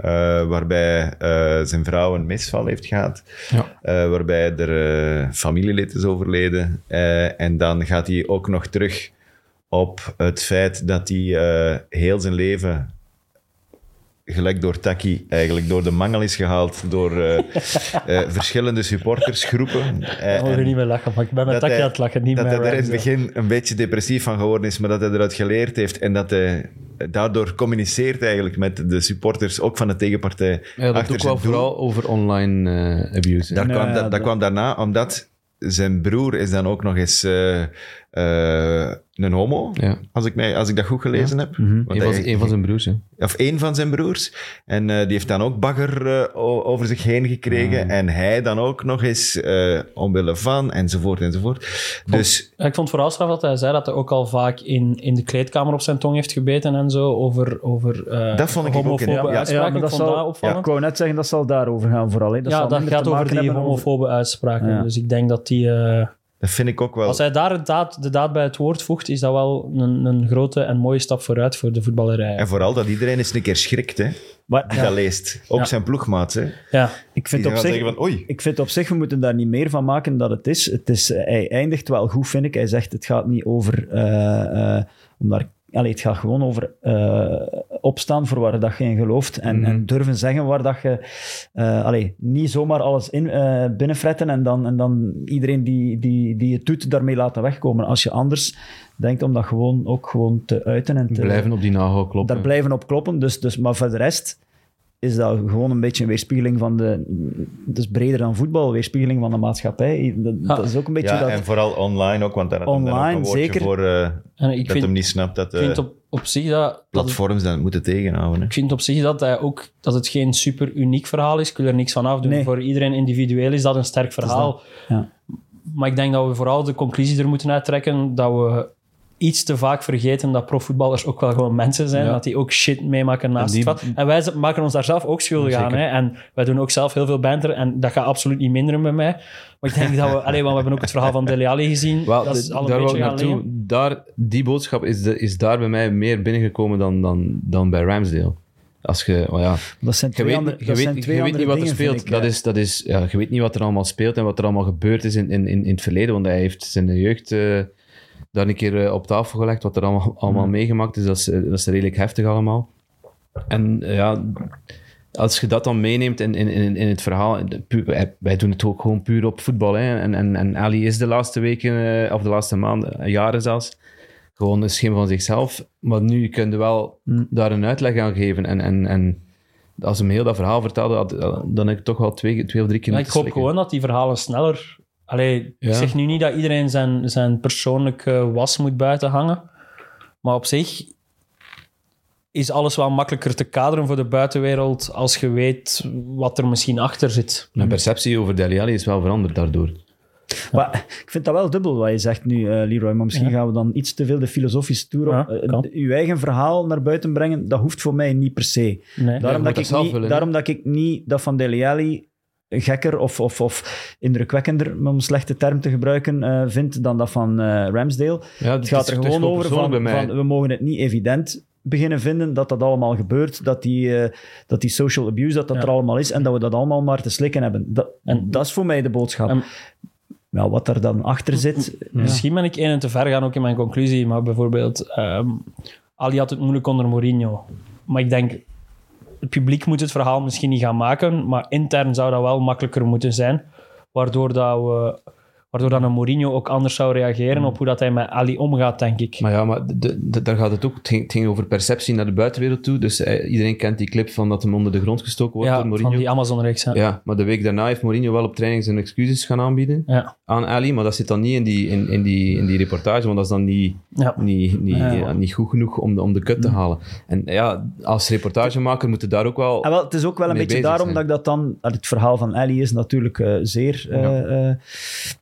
Speaker 2: eh, waarbij eh, zijn vrouw een misval heeft gehad.
Speaker 3: Ja.
Speaker 2: eh, waarbij er eh, familielid is overleden. eh, en dan gaat hij ook nog terug op het feit dat hij eh, heel zijn leven gelijk door Taki eigenlijk door de mangel is gehaald door eh, eh, verschillende supportersgroepen. Eh,
Speaker 5: Ik wil er
Speaker 2: en-
Speaker 5: niet meer lachen, maar ik ben met
Speaker 2: dat
Speaker 5: Taki
Speaker 2: hij-
Speaker 5: aan het lachen, niet
Speaker 2: dat
Speaker 5: met
Speaker 2: hij er in het
Speaker 5: Ramsdale.
Speaker 2: begin een beetje depressief van geworden is, maar dat hij eruit geleerd heeft en dat hij daardoor communiceert eigenlijk met de supporters, ook van de tegenpartij.
Speaker 3: Ja, dat
Speaker 2: achter
Speaker 3: ook
Speaker 2: zijn
Speaker 3: wel
Speaker 2: doel.
Speaker 3: vooral over online eh, abuse. hè.
Speaker 2: Daar
Speaker 4: Nou
Speaker 2: kwam,
Speaker 4: ja,
Speaker 2: dat, dat
Speaker 4: dat-
Speaker 2: kwam daarna, omdat zijn broer is dan ook nog eens eh, eh, een homo,
Speaker 3: Ja.
Speaker 2: als, ik mij, als ik dat goed gelezen heb. Want
Speaker 3: Een van,
Speaker 2: hij-
Speaker 3: een van zijn broers, hè.
Speaker 2: of één van zijn broers. En eh, die heeft dan ook bagger eh, o- over zich heen gekregen. En hij dan ook nog eens eh, omwille van, enzovoort, enzovoort. Dus
Speaker 5: Ja, Ik vond vooral straf dat hij zei dat hij ook al vaak in, in de kleedkamer op zijn tong heeft gebeten en zo over, over eh,
Speaker 2: Dat vond ik ook
Speaker 5: homofobe
Speaker 2: in- ja, ja.
Speaker 5: uitspraken.
Speaker 4: maar
Speaker 5: ik
Speaker 4: dat
Speaker 5: vond
Speaker 4: zal-
Speaker 5: dat
Speaker 4: Ik
Speaker 5: opvallend. Ja,
Speaker 4: wou net zeggen, dat zal daarover gaan vooral. Hè. Dat, zal
Speaker 5: dat
Speaker 4: minder
Speaker 5: gaat
Speaker 4: te maken
Speaker 5: over die
Speaker 4: hebben
Speaker 5: homofobe uitspraken.
Speaker 4: Ja.
Speaker 5: Dus ik denk dat die... eh,
Speaker 2: dat vind ik ook wel...
Speaker 5: als hij daar de daad, de daad bij het woord voegt, is dat wel een, een grote en mooie stap vooruit voor de voetballerij.
Speaker 2: En vooral dat iedereen eens een keer schrikt, hè,
Speaker 4: Maar
Speaker 2: die dat leest. Ook
Speaker 5: Ja.
Speaker 2: zijn ploegmaat, hè.
Speaker 5: Ja,
Speaker 4: ik
Speaker 2: Die
Speaker 4: vind op
Speaker 2: gaan
Speaker 4: zich...
Speaker 2: zeggen van, oei.
Speaker 4: Ik vind op zich, we moeten daar niet meer van maken dat het is. Het is eh, hij eindigt wel goed, vind ik. Hij zegt, het gaat niet over... eh, eh, om daar, allee, het gaat gewoon over eh, opstaan voor waar dat je in gelooft. En,
Speaker 5: Mhm.
Speaker 4: en durven zeggen waar dat je... eh, allee, niet zomaar alles in, eh, binnenfretten en dan, en dan iedereen die, die, die het doet, daarmee laten wegkomen. Als je anders denkt om dat gewoon ook gewoon te uiten en te...
Speaker 3: Blijven op die nagel kloppen.
Speaker 4: Daar blijven op kloppen. Dus, dus, maar voor de rest is dat gewoon een beetje een weerspiegeling van de... Het is breder dan voetbal, weerspiegeling van de maatschappij. Dat, dat is ook een beetje
Speaker 2: Ja,
Speaker 4: dat...
Speaker 2: en vooral online ook, want daar had hem dan ook
Speaker 4: Online,
Speaker 2: een woordje
Speaker 4: zeker.
Speaker 2: voor eh,
Speaker 5: En ik
Speaker 2: dat
Speaker 5: vind,
Speaker 2: hem niet snapt dat
Speaker 5: ik vind
Speaker 2: eh,
Speaker 5: op, op zich dat... dat het-
Speaker 2: platforms dat moeten tegenhouden. Hè.
Speaker 5: ik vind op zich dat, hij ook, dat het geen super uniek verhaal is. Ik wil er niks van afdoen.
Speaker 4: Nee.
Speaker 5: Voor iedereen individueel is dat een sterk verhaal.
Speaker 4: ja.
Speaker 5: Maar ik denk dat we vooral de conclusie er moeten uittrekken dat we iets te vaak vergeten dat profvoetballers ook wel gewoon mensen zijn.
Speaker 3: Ja.
Speaker 5: Dat die ook shit meemaken naast
Speaker 3: En die-
Speaker 5: het veld. En wij z- maken ons daar zelf ook schuldig aan. Hè? En wij doen ook zelf heel veel banter. En dat gaat absoluut niet minderen bij mij. Maar ik denk dat we... Allee, want we hebben ook het verhaal van Dele Alli gezien.
Speaker 3: Wel,
Speaker 5: dat is
Speaker 3: d-
Speaker 5: al een
Speaker 3: daar wou
Speaker 5: beetje
Speaker 3: ik
Speaker 5: gaan
Speaker 3: naartoe.
Speaker 5: liggen.
Speaker 3: Daar, die boodschap is, de, is daar bij mij meer binnengekomen dan, dan, dan bij Ramsdale. Als je, oh ja,
Speaker 4: Dat zijn
Speaker 3: je
Speaker 4: twee
Speaker 3: weet,
Speaker 4: andere
Speaker 3: je
Speaker 4: dat
Speaker 3: weet,
Speaker 4: zijn twee
Speaker 3: je weet
Speaker 4: andere
Speaker 3: niet wat er
Speaker 4: dingen,
Speaker 3: speelt.
Speaker 4: vind ik,
Speaker 3: dat
Speaker 4: hè.
Speaker 3: is, dat is, ja, je weet niet wat er allemaal speelt en wat er allemaal gebeurd is in, in, in, in het verleden. Want hij heeft zijn jeugd eh, daar een keer eh, op tafel gelegd, wat er allemaal, allemaal
Speaker 4: Mm.
Speaker 3: meegemaakt is. Dat is, eh, dat is redelijk heftig allemaal. En eh, ja, als je dat dan meeneemt in, in, in, in het verhaal, in de pu- wij- wij doen het ook gewoon puur op voetbal. Hè? En, en, en Ali is de laatste weken, eh, of de laatste maanden, eh, jaren zelfs, gewoon een schim van zichzelf. Maar nu kun je wel
Speaker 5: Mm.
Speaker 3: daar een uitleg aan geven. En, en, en als hem heel dat verhaal vertelde, had, eh, dan heb ik toch wel twee, twee of drie keer
Speaker 5: Ja, ik
Speaker 3: moeten
Speaker 5: hoop
Speaker 3: slikken.
Speaker 5: gewoon dat die verhalen sneller... Allee,
Speaker 3: Ja.
Speaker 5: ik zeg nu niet dat iedereen zijn, zijn persoonlijke was moet buiten hangen. Maar op zich is alles wel makkelijker te kaderen voor de buitenwereld als je weet wat er misschien achter zit.
Speaker 3: Mijn perceptie over Deli Alli is wel veranderd daardoor.
Speaker 4: Maar ik vind dat wel dubbel wat je zegt nu, eh, Leroy. Maar misschien gaan we dan iets te veel de filosofische toer op.
Speaker 5: Ja,
Speaker 4: Eh,
Speaker 5: kan.
Speaker 4: d- uw eigen verhaal naar buiten brengen, dat hoeft voor mij niet per se.
Speaker 5: Nee.
Speaker 4: Daarom,
Speaker 3: moet
Speaker 4: dat
Speaker 3: dat
Speaker 4: ik
Speaker 3: zelf
Speaker 4: niet,
Speaker 3: willen, hè?
Speaker 4: daarom dat ik niet dat van Dele Alli gekker of, of, of indrukwekkender, om een slechte term te gebruiken, eh, vind dan dat van eh, Ramsdale.
Speaker 3: Ja,
Speaker 4: Het gaat er gewoon over van, van we mogen het niet evident beginnen vinden dat dat allemaal gebeurt, dat die, eh, dat die social abuse dat dat
Speaker 5: Ja.
Speaker 4: er allemaal is en dat we dat allemaal maar te slikken hebben. Dat,
Speaker 5: En-
Speaker 4: dat is voor mij de boodschap.
Speaker 5: En-
Speaker 4: Wel, wat er dan achter zit,
Speaker 5: Misschien ben ik één en te ver gaan ook in mijn conclusie, maar bijvoorbeeld ehm, Ali had het moeilijk onder Mourinho. Maar ik denk, het publiek moet het verhaal misschien niet gaan maken, maar intern zou dat wel makkelijker moeten zijn, waardoor dat we waardoor dan een Mourinho ook anders zou reageren op hoe dat hij met Ali omgaat, denk ik.
Speaker 3: Hmm. Maar ja, maar de, de- daar gaat het ook. Het ging, het ging over perceptie naar de buitenwereld toe. Dus eh, iedereen kent die clip van dat hem onder de grond gestoken wordt
Speaker 5: ja,
Speaker 3: door
Speaker 5: van
Speaker 3: Mourinho.
Speaker 5: die Amazon-reeks. hè.
Speaker 3: Ja, maar de week daarna heeft Mourinho wel op training zijn excuses gaan aanbieden
Speaker 5: Ja.
Speaker 3: aan Ali. Maar dat zit dan niet in die, in, in die, in die reportage, want dat is dan niet,
Speaker 5: Ja.
Speaker 3: niet, niet,
Speaker 5: Ja. Mm.
Speaker 3: ja, niet goed genoeg om de, om de cut te halen. En ja, als reportagemaker moet je daar ook wel...
Speaker 4: Ah, wel, het is ook wel een
Speaker 3: mee
Speaker 4: beetje
Speaker 3: bezig
Speaker 4: daarom
Speaker 3: zijn.
Speaker 4: dat ik dat dan... ah, Het verhaal van Ellie is natuurlijk eh, zeer... eh eh,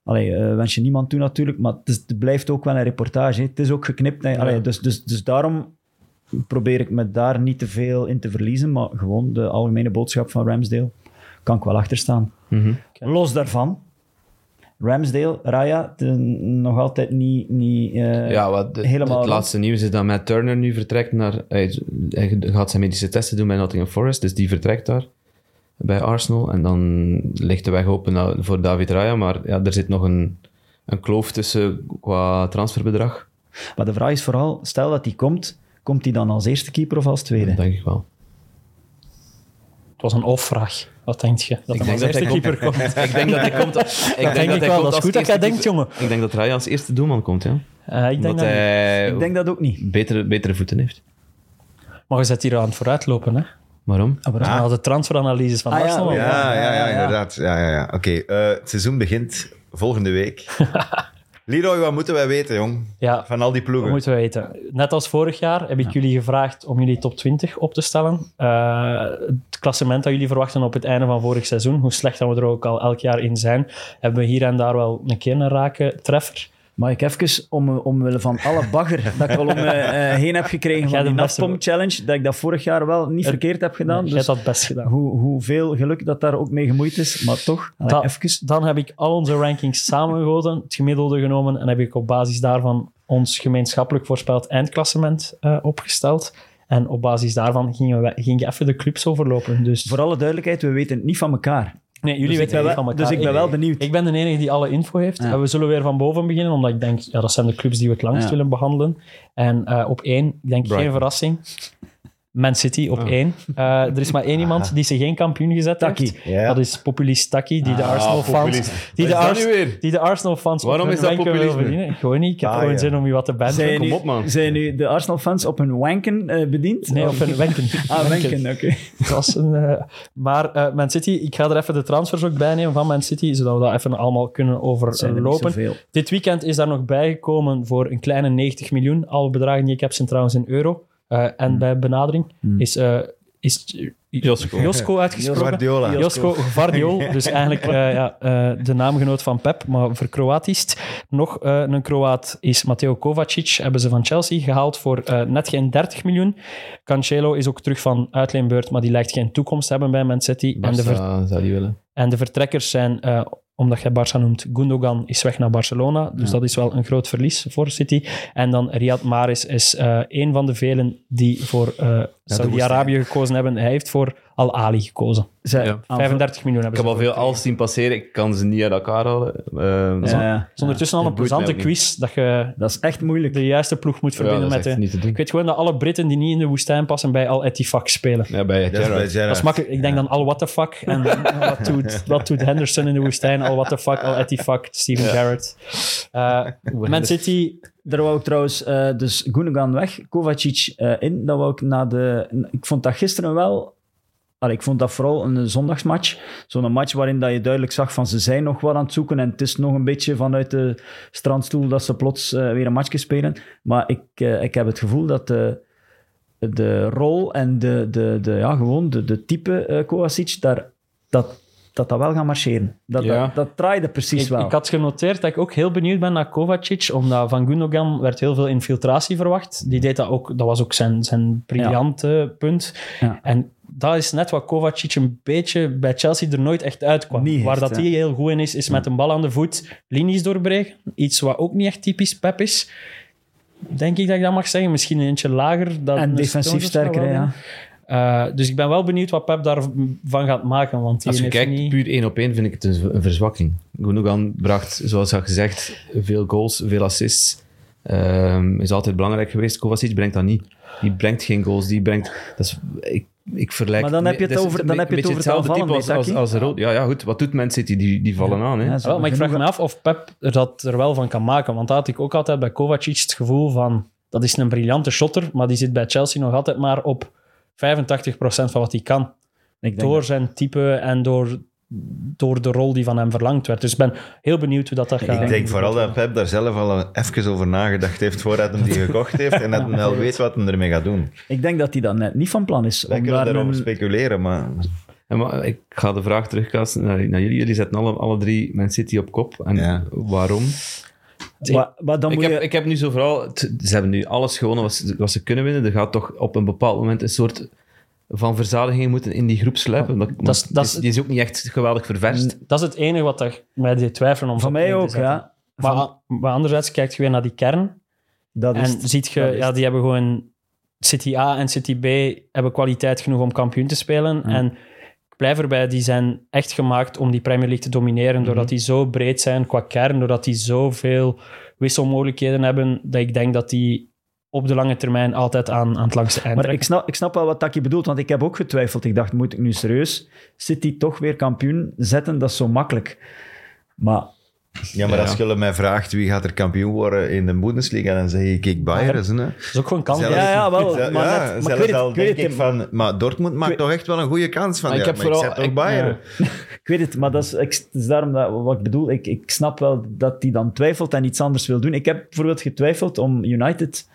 Speaker 4: allee, eh, wens je niemand toe natuurlijk, maar het, is- het blijft ook wel een reportage. hè. Het is ook geknipt. hè. Allee, dus, dus, dus daarom probeer ik me daar niet te veel in te verliezen, maar gewoon de algemene boodschap van Ramsdale kan ik wel achterstaan.
Speaker 3: Mhm.
Speaker 4: Los daarvan... Ramsdale, Raya, het is nog altijd niet... niet eh,
Speaker 3: ja, wat de-
Speaker 4: helemaal
Speaker 3: het
Speaker 4: rond.
Speaker 3: laatste nieuws is dat Matt Turner nu vertrekt naar... Hij, hij gaat zijn medische testen doen bij Nottingham Forest, dus die vertrekt daar bij Arsenal. En dan ligt de weg open nou- voor David Raya, maar ja, er zit nog een, een kloof tussen qua transferbedrag.
Speaker 4: Maar de vraag is vooral, stel dat die komt, komt die dan als eerste keeper of als tweede?
Speaker 3: Dat denk ik wel.
Speaker 5: Het was een of-vraag. Wat denk je? Dat hij
Speaker 3: denk
Speaker 5: als
Speaker 3: dat
Speaker 5: eerste
Speaker 3: hij
Speaker 5: keeper komt.
Speaker 3: Ik denk dat hij komt. Ik denk,
Speaker 5: denk ik
Speaker 3: hij
Speaker 5: wel.
Speaker 3: komt
Speaker 5: Dat is
Speaker 3: als
Speaker 5: goed dat jij
Speaker 3: eerste
Speaker 5: denkt,
Speaker 3: keeper-
Speaker 5: jongen.
Speaker 3: Ik denk dat Raya als eerste doelman komt, ja.
Speaker 5: Eh, ik denk
Speaker 3: Omdat
Speaker 5: dat niet.
Speaker 3: hij
Speaker 4: Ik denk dat ook niet.
Speaker 3: betere, betere voeten heeft.
Speaker 5: Maar je zit hier aan het vooruitlopen, hè?
Speaker 3: Waarom?
Speaker 5: Maar dat is nou de transferanalyses van
Speaker 4: Ah, ja,
Speaker 5: Arsenal.
Speaker 2: Ja,
Speaker 4: ja.
Speaker 2: ja,
Speaker 4: ja,
Speaker 2: ja,
Speaker 4: ja.
Speaker 2: inderdaad. Ja, ja, ja. Oké, eh, het seizoen begint volgende week. Leroy, wat moeten wij weten, jong?
Speaker 5: Ja.
Speaker 2: Van al die
Speaker 5: Dat
Speaker 2: ploegen.
Speaker 5: moeten we weten. Net als vorig jaar heb ik jullie gevraagd om jullie top 20 op te stellen. Eh, het klassement dat jullie verwachten op het einde van vorig seizoen, hoe slecht dat we er ook al elk jaar in zijn, hebben we hier en daar wel een keer een rake treffer.
Speaker 4: Mag ik even, om, omwille van alle bagger dat ik al om me eh, heen heb gekregen
Speaker 5: Jij
Speaker 4: van
Speaker 5: de
Speaker 4: die
Speaker 5: beste-
Speaker 4: naspomp challenge, dat ik dat vorig jaar wel niet verkeerd heb gedaan.
Speaker 5: Jij hebt
Speaker 4: dus
Speaker 5: dat best gedaan.
Speaker 4: hoe, hoeveel geluk dat daar ook mee gemoeid is, maar toch, allee,
Speaker 5: Da-
Speaker 4: Ah, even.
Speaker 5: Dan heb ik al onze rankings samengegoten, het gemiddelde genomen en heb ik op basis daarvan ons gemeenschappelijk voorspeld eindklassement eh, opgesteld. En op basis daarvan gingen we ging ik even de clubs overlopen. Dus
Speaker 4: Voor alle duidelijkheid, we weten het niet van elkaar.
Speaker 5: nee, jullie
Speaker 4: dus ik
Speaker 5: weten
Speaker 4: ben
Speaker 5: het
Speaker 4: wel-
Speaker 5: niet van elkaar.
Speaker 4: dus ik ben wel benieuwd.
Speaker 5: Ik ben de enige die alle info heeft. En we zullen weer van boven beginnen, omdat ik denk, ja, dat zijn de clubs die we het langst
Speaker 4: Ja.
Speaker 5: willen behandelen. En eh, op één, ik denk
Speaker 3: Brighton.
Speaker 5: geen verrassing, Man City op één. Eh, er is maar één iemand die ze geen kampioen gezet
Speaker 4: Taki.
Speaker 5: heeft.
Speaker 2: Ja.
Speaker 5: Dat is populist Taki, die de Arsenal-fans...
Speaker 3: populist.
Speaker 5: Die, de
Speaker 3: Wat is dat
Speaker 5: Ars-
Speaker 3: nu weer?
Speaker 5: die de Arsenal-fans op
Speaker 3: Waarom
Speaker 5: hun
Speaker 3: is dat
Speaker 5: wenken willen
Speaker 3: populisme?
Speaker 5: verdienen. Gewoon niet. Ik heb
Speaker 2: Ah,
Speaker 5: gewoon
Speaker 2: ja.
Speaker 5: zin om je wat te banden.
Speaker 4: Zijn,
Speaker 3: kom
Speaker 4: nu,
Speaker 3: op, man.
Speaker 4: zijn nu de Arsenal-fans op hun wanken eh, bediend?
Speaker 5: Nee, op
Speaker 4: Of-
Speaker 5: hun wenken.
Speaker 4: Ah, wanken, oké.
Speaker 5: Het was een, eh, maar eh, Man City, ik ga er even de transfers ook bij nemen van Man City, zodat we dat even allemaal kunnen
Speaker 4: Zijn er niet
Speaker 5: overlopen.
Speaker 4: zoveel.
Speaker 5: Dit weekend is daar nog bijgekomen voor een kleine 90 miljoen. Alle bedragen die ik heb zijn trouwens in euro. Eh, en
Speaker 4: Hmm.
Speaker 5: bij benadering is, eh, is Josko. uitgesproken.
Speaker 2: Guardiola.
Speaker 5: Josko Gvardiol. Dus eigenlijk eh, ja, eh, de naamgenoot van Pep, maar voor Kroatisch. Nog eh, een Kroaat is Matteo Kovacic. Hebben ze van Chelsea gehaald voor eh, net geen 30 miljoen. Cancelo is ook terug van uitleenbeurt, maar die lijkt geen toekomst te hebben bij Man City. En de, ver-
Speaker 3: Barca zou die willen.
Speaker 5: en de vertrekkers zijn, eh, omdat jij Barça noemt, Gundogan is weg naar Barcelona. Dus dat is wel een groot verlies voor City. En dan Riyad Mahrez is eh een van de velen die voor eh, Saudi-Arabië gekozen hebben. Hij heeft voor Al Ali gekozen.
Speaker 4: Zij-
Speaker 3: Ja.
Speaker 4: aanval-
Speaker 5: 35 miljoen
Speaker 3: Ik
Speaker 5: hebben
Speaker 3: heb
Speaker 5: ze
Speaker 3: al veel als zien passeren. Ik kan ze niet uit elkaar halen. Eh,
Speaker 4: Ja, ja.
Speaker 5: Het is ondertussen al een
Speaker 3: Dat boeit mij
Speaker 5: plezante
Speaker 3: ook
Speaker 5: quiz dat je
Speaker 4: Dat is echt moeilijk.
Speaker 5: de juiste ploeg moet
Speaker 3: ja,
Speaker 5: verbinden
Speaker 3: dat is
Speaker 5: met
Speaker 3: echt
Speaker 5: de...
Speaker 3: niet te doen.
Speaker 5: Ik weet gewoon dat alle Britten die niet in de woestijn passen bij Al Etifak spelen.
Speaker 3: Ja, bij
Speaker 2: Dat is bij
Speaker 3: Gerrard.
Speaker 2: Gerrard.
Speaker 5: Dat is makkelijk. Ik denk dan Al What the fuck. En wat doet, wat doet Henderson in de woestijn? Al What the fuck, Al Etifak, Steven Gerrard. Eh Man City,
Speaker 4: Daar wou ik trouwens, eh, dus Gundogan weg, Kovacic eh, in. Dat wou ik na de. Ik vond dat gisteren wel. Allee, ik vond dat vooral een zondagsmatch. Zo'n match waarin dat je duidelijk zag van ze zijn nog wat aan het zoeken. En het is nog een beetje vanuit de strandstoel dat ze plots eh, weer een matchje spelen. Maar ik, eh, ik heb het gevoel dat de, de rol en de, de, de, ja, gewoon de, de type eh, Kovacic, daar, dat, dat dat wel gaat marcheren. Dat,
Speaker 3: Ja.
Speaker 4: dat, dat draaide precies
Speaker 5: ik,
Speaker 4: wel.
Speaker 5: ik had genoteerd dat ik ook heel benieuwd ben naar Kovacic, omdat van Gundogan werd heel veel infiltratie verwacht. Die deed dat ook, dat was ook zijn, zijn briljante punt.
Speaker 4: Ja.
Speaker 5: En dat is net wat Kovacic een beetje bij Chelsea er nooit echt uitkwam.
Speaker 4: Niet
Speaker 5: Waar
Speaker 4: echt,
Speaker 5: dat
Speaker 4: hè.
Speaker 5: hij heel goed in is, is met een bal aan de voet linies doorbreken. Iets wat ook niet echt typisch Pep is. Denk ik dat ik dat mag zeggen. Misschien een eentje lager. Dan
Speaker 4: en
Speaker 5: de
Speaker 4: defensief
Speaker 5: Stones of zo wel
Speaker 4: sterker, hè, ja.
Speaker 5: doen. Eh, dus ik ben wel benieuwd wat Pep daarvan gaat maken. Want die
Speaker 3: Als je
Speaker 5: heeft
Speaker 3: kijkt,
Speaker 5: niet...
Speaker 3: puur één op één, vind ik het een, z- een verzwakking. Gundogan bracht, zoals al gezegd, veel goals, veel assists. Ehm, is altijd belangrijk geweest. Kovacic brengt dat niet. Die brengt geen goals. Die brengt... Dat is, ik, ik vergelijk...
Speaker 4: Maar dan heb je het
Speaker 3: dat is
Speaker 4: over-
Speaker 3: een
Speaker 4: dan
Speaker 3: be-
Speaker 4: heb je het
Speaker 3: beetje
Speaker 4: over het
Speaker 3: hetzelfde type
Speaker 4: aanvallende,
Speaker 3: als, als,
Speaker 4: Taki.
Speaker 3: als Rood. Ja, ja, goed. Wat doet Man City? Die, die vallen aan, hè.
Speaker 4: Ja,
Speaker 5: Ah, wel, maar ik vraag
Speaker 4: genoeg-
Speaker 5: me af of Pep er dat er wel van kan maken. Want daar had ik ook altijd bij Kovacic het gevoel van... Dat is een briljante shotter, maar die zit bij Chelsea nog altijd maar op 85% van wat hij kan.
Speaker 4: Ik denk
Speaker 5: Door zijn type en door, door de rol die van hem verlangd werd. Dus ik ben heel benieuwd hoe dat, dat gaat.
Speaker 2: Ik denk vooral dat Pep daar zelf al even over nagedacht heeft voordat hij die gekocht heeft en dat hij al weet wat hij ermee gaat doen.
Speaker 4: Ik denk dat hij dat net niet van plan is.
Speaker 2: Wij
Speaker 4: om
Speaker 2: kunnen
Speaker 4: daar
Speaker 2: daarover
Speaker 4: een-
Speaker 2: speculeren, maar
Speaker 3: Ja, maar ik ga de vraag terugkasten naar, naar jullie. Jullie zetten alle, alle drie Man City op kop. En
Speaker 2: Ja.
Speaker 3: waarom?
Speaker 4: Maar, maar dan
Speaker 3: Ik
Speaker 4: moet
Speaker 3: heb,
Speaker 4: je...
Speaker 3: ik heb nu zo vooral... t- Ze hebben nu alles gewonnen wat ze, wat ze kunnen winnen. Er gaat toch op een bepaald moment een soort van verzadiging moeten in die groep sluipen. Dat,
Speaker 5: Dat is-
Speaker 3: want
Speaker 5: dat
Speaker 3: die
Speaker 5: is-
Speaker 3: is- die is ook niet echt geweldig ververst.
Speaker 5: Dus Dat is het enige wat er mij deed twijfelen om
Speaker 4: van
Speaker 5: ze
Speaker 4: mij
Speaker 5: op één te
Speaker 4: ook,
Speaker 5: zetten.
Speaker 4: ja.
Speaker 5: Maar,
Speaker 4: Van-
Speaker 5: a- maar anderzijds kijkt je weer naar die kern.
Speaker 4: Dat is
Speaker 5: En
Speaker 4: het.
Speaker 5: ziet je,
Speaker 4: Dat is
Speaker 5: ja,
Speaker 4: het.
Speaker 5: die hebben gewoon City A en City B hebben kwaliteit genoeg om kampioen te spelen. En ik blijf erbij, die zijn echt gemaakt om die Premier League te domineren. Doordat
Speaker 4: Mhm.
Speaker 5: die zo breed zijn qua kern, doordat die zoveel wisselmogelijkheden hebben, dat ik denk dat die op de lange termijn altijd aan, aan het langste eind
Speaker 4: Maar ik
Speaker 5: trekken.
Speaker 4: snap, ik snap wel wat Taki bedoelt, want ik heb ook getwijfeld. Ik dacht, moet ik nu serieus City toch weer kampioen zetten? Dat is zo makkelijk. Maar eh,
Speaker 2: Ja, maar
Speaker 3: Ja.
Speaker 2: als jullie mij vraagt wie gaat er kampioen worden in de Bundesliga, dan zeg ik ik Bayern. hè.
Speaker 3: Oh,
Speaker 5: Dat is ook gewoon kans.
Speaker 2: Zelfs-
Speaker 4: Ja, ja, wel,
Speaker 2: Zelfs-
Speaker 4: maar
Speaker 2: ja,
Speaker 4: net- maar ik
Speaker 2: zelfs
Speaker 4: weet het,
Speaker 2: al
Speaker 4: ik weet
Speaker 2: denk
Speaker 4: het,
Speaker 2: ik van, maar Dortmund maakt toch echt wel een goede kans van.
Speaker 3: Maar
Speaker 2: ja,
Speaker 3: ik
Speaker 2: ik
Speaker 3: heb
Speaker 2: heb maar
Speaker 3: vooral-
Speaker 2: ik zet ook
Speaker 3: ik-
Speaker 2: Bayern.
Speaker 4: ik weet het, maar dat is, ik, dat is daarom dat, wat ik bedoel. Ik, ik snap wel dat hij dan twijfelt en iets anders wil doen. Ik heb bijvoorbeeld getwijfeld om United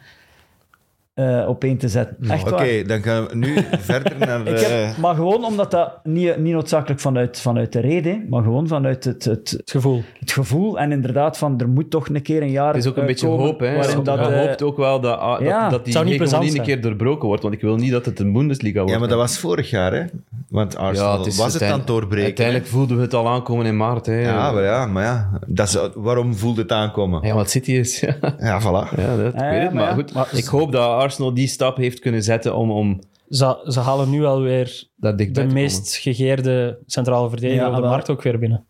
Speaker 4: eh, op één te zetten. Echt
Speaker 2: Oké, eh,
Speaker 4: waar.
Speaker 2: dan gaan we nu verder naar de...
Speaker 4: Ik heb, maar gewoon omdat dat niet, niet noodzakelijk vanuit, vanuit de reden, maar gewoon vanuit het, het,
Speaker 5: Het gevoel.
Speaker 4: het gevoel en inderdaad van er moet toch een keer een jaar
Speaker 3: Het is ook een
Speaker 4: eh,
Speaker 3: beetje
Speaker 4: komen
Speaker 3: hoop. Hè.
Speaker 4: waarin
Speaker 3: Je
Speaker 4: dat, eh,
Speaker 3: hoopt ook wel dat, ah, dat,
Speaker 4: ja.
Speaker 3: dat die
Speaker 5: Het zou niet
Speaker 3: hegemonie
Speaker 5: plezant
Speaker 3: een keer doorbroken wordt. Want ik wil niet dat het een Bundesliga wordt.
Speaker 2: Ja, maar dat was vorig jaar, hè? Want Arsenal was het aan het
Speaker 3: uiteindelijk-
Speaker 2: doorbreken.
Speaker 3: Uiteindelijk voelden we het al aankomen in maart. Hè.
Speaker 2: hè? Ja, maar ja, maar ja. Dat is, waarom voelde het aankomen?
Speaker 3: Ja, wat City is. Ja,
Speaker 2: Ja, voilà.
Speaker 3: ja dat, ik
Speaker 4: Ja,
Speaker 3: weet het.
Speaker 4: maar
Speaker 3: Maar,
Speaker 4: ja.
Speaker 3: goed, ik hoop dat Arsenal die stap heeft kunnen zetten om, om
Speaker 5: Ze, ze halen nu alweer
Speaker 3: daar dichtbij
Speaker 5: de
Speaker 3: te komen.
Speaker 5: meest gegeerde centrale verdediger
Speaker 4: Ja,
Speaker 5: op de
Speaker 4: wel.
Speaker 5: markt ook weer binnen.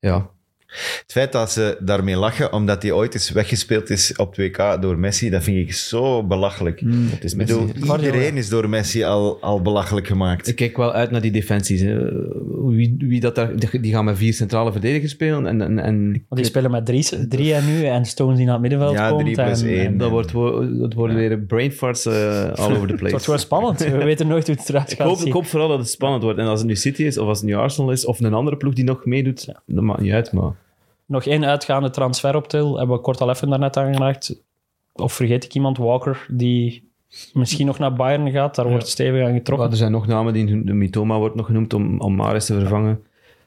Speaker 3: Ja.
Speaker 2: Het feit dat ze daarmee lachen, omdat die ooit eens weggespeeld is op 2K door Messi, dat vind ik zo belachelijk.
Speaker 3: Het is
Speaker 2: Ik bedoel,
Speaker 3: Messi.
Speaker 2: iedereen is door Messi al, al belachelijk gemaakt.
Speaker 3: Ik kijk wel uit naar die defensies. hè. Wie, wie dat daar, die- die gaan met vier centrale verdedigers spelen. En, en, en
Speaker 5: Want die spelen met drie, drie en nu en Stones die naar het middenveld
Speaker 2: Ja,
Speaker 5: komt.
Speaker 2: drie plus
Speaker 5: en,
Speaker 2: één.
Speaker 5: en-
Speaker 3: dat wordt, wo- dat worden weer brain farts eh, all over the
Speaker 5: Het wordt wel
Speaker 3: place.
Speaker 5: spannend. We weten nooit hoe het eruit
Speaker 3: Ik
Speaker 5: gaat
Speaker 3: hoop,
Speaker 5: zien.
Speaker 3: ik hoop vooral dat het spannend wordt. En als het nu City is, of als het nu Arsenal is, of een andere ploeg die nog meedoet, dat maakt niet uit. Maar
Speaker 5: Nog één uitgaande transfer op til. Hebben we kort al even daarnet aangeraakt. Of vergeet ik iemand? Walker, die misschien nog naar Bayern gaat. Daar wordt stevig aan
Speaker 3: Ja, dus-
Speaker 5: getrokken.
Speaker 3: er zijn nog namen die de Mitoma wordt nog genoemd om, om Maris te vervangen.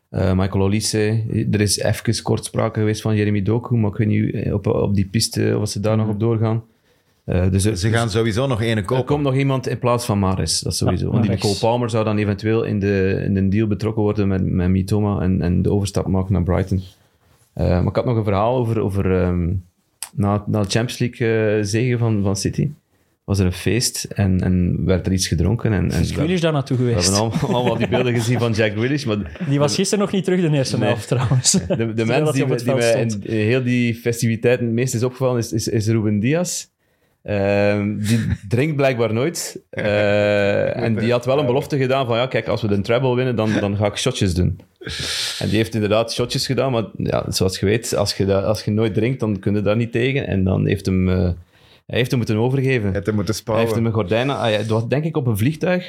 Speaker 3: Eh, Michael Olise. Er is even kort sprake geweest van Jeremy Doku, maar ik weet niet eh, op, op die piste of ze daar nog op doorgaan. Eh, dus er-
Speaker 2: Ze gaan sowieso nog ene
Speaker 3: er
Speaker 2: kopen.
Speaker 3: komt nog iemand in plaats van Maris, dat sowieso.
Speaker 5: Ja,
Speaker 3: Want die
Speaker 5: rechts.
Speaker 3: Cole Palmer zou dan eventueel in de, in de deal betrokken worden met, met Mitoma en, en de overstap maken naar Brighton. Eh, maar ik had nog een verhaal over, over ehm, na, na de Champions League eh, zege van, van City. Was er een feest en, en werd er iets gedronken. En, en
Speaker 5: Is Grealish daar naartoe
Speaker 3: we
Speaker 5: geweest?
Speaker 3: hebben allemaal, allemaal die beelden gezien van Jack Grealish, maar
Speaker 5: Die was gisteren nog niet terug de eerste
Speaker 3: Nee.
Speaker 5: helft trouwens.
Speaker 3: de, de
Speaker 5: Terwijl
Speaker 3: mens
Speaker 5: hij
Speaker 3: die,
Speaker 5: op
Speaker 3: we-
Speaker 5: het
Speaker 3: die
Speaker 5: veld
Speaker 3: mij in,
Speaker 5: stond.
Speaker 3: in heel die festiviteiten het meest is opgevallen is, is, is Ruben Diaz. Ehm, die drinkt blijkbaar nooit. Eh, en die had wel een belofte gedaan van ja, kijk, als we de treble winnen, dan, dan ga ik shotjes doen. En die heeft inderdaad shotjes gedaan, maar ja, zoals je weet, als je, da- als je nooit drinkt, dan kun je daar niet tegen. En dan heeft hem, eh, hij heeft hem moeten
Speaker 2: Het
Speaker 3: overgeven.
Speaker 2: moeten
Speaker 3: Hij heeft
Speaker 2: spouwen.
Speaker 3: hem een gordijn... ah ja, Het was denk ik op een vliegtuig.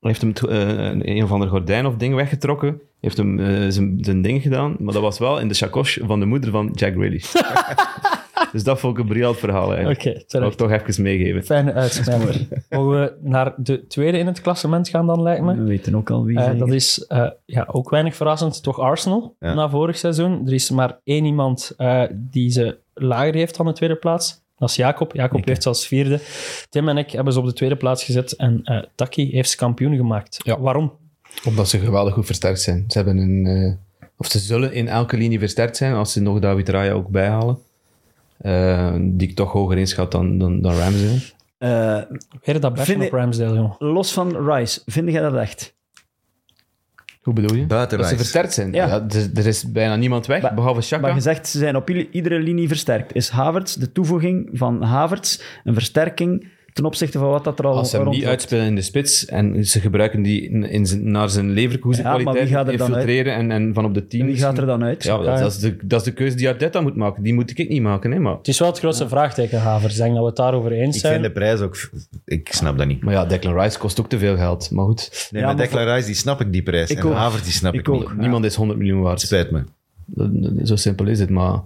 Speaker 3: Hij heeft hem het, eh, een- een of ander gordijn of ding weggetrokken. Heeft hem eh, zijn, zijn ding gedaan. Maar dat was wel in de chakos van de moeder van Jack Grealish. dus dat vond ik een briljant verhaal eigenlijk.
Speaker 5: Oké,
Speaker 3: Wil
Speaker 5: terecht.
Speaker 3: ik toch even meegeven.
Speaker 5: Fijne uitsmijter. Mogen we naar de tweede in het klassement gaan dan, lijkt me?
Speaker 4: We weten ook al wie.
Speaker 5: Eh,
Speaker 4: zeker.
Speaker 5: dat is eh, ja, ook weinig verrassend. Toch Arsenal
Speaker 2: Ja.
Speaker 5: na vorig seizoen. Er is maar één iemand eh, die ze lager heeft dan de tweede plaats. Dat is Jacob. Jacob heeft ze als vierde. Tim en ik hebben ze op de tweede plaats gezet. En eh Taki heeft ze kampioen gemaakt.
Speaker 3: Ja.
Speaker 5: Waarom?
Speaker 3: Omdat ze geweldig goed versterkt zijn. Ze hebben een... eh, of ze zullen in elke linie versterkt zijn als ze nog David Raya ook bijhalen. Eh, die ik toch hoger inschat dan, dan, dan Ramsey.
Speaker 4: Eh,
Speaker 5: Weer dat blijft
Speaker 4: Vind
Speaker 5: op
Speaker 4: ik-
Speaker 5: Ramsdale, jongen.
Speaker 4: los van Rice, vind jij dat echt?
Speaker 3: Hoe bedoel je?
Speaker 2: Buiten
Speaker 3: Dat ze
Speaker 2: Rice.
Speaker 3: versterkt zijn.
Speaker 4: Ja.
Speaker 3: Ja. er, er is bijna niemand weg,
Speaker 4: Maar-
Speaker 3: behalve Shaka.
Speaker 4: Maar je zegt, ze zijn op i- iedere linie versterkt. Is Havertz, de toevoeging van Havertz, een versterking ten opzichte van wat dat er al
Speaker 3: Als ze hem
Speaker 4: rond
Speaker 3: niet uitspelen in de spits en ze gebruiken die in, in zijn- naar zijn Leverkusen
Speaker 4: Ja, maar wie
Speaker 3: kwaliteit
Speaker 4: gaat er dan
Speaker 3: infiltreren en, en van op de team.
Speaker 4: Wie gaat er dan uit?
Speaker 3: Ja, dat, dat is de, dat is de keuze die Arteta moet maken. Die moet ik niet maken, hè, maar...
Speaker 5: Het is wel het grootste vraagteken, Haver. Ik denk dat we het daarover eens
Speaker 2: Ik
Speaker 5: zijn.
Speaker 2: vind de prijs ook... Ik snap dat niet.
Speaker 3: Maar ja, Declan Rice kost ook te veel geld. Maar goed,
Speaker 2: Nee,
Speaker 4: Ja,
Speaker 2: maar
Speaker 4: maar
Speaker 2: Declan Rice, die snap ik die prijs.
Speaker 4: Ik
Speaker 2: en
Speaker 4: ook.
Speaker 2: Havertz, die snap ik,
Speaker 4: Ik ook.
Speaker 2: niet.
Speaker 3: niemand is 100 miljoen waard.
Speaker 2: Spijt me.
Speaker 3: Dat- Zo simpel is het, maar...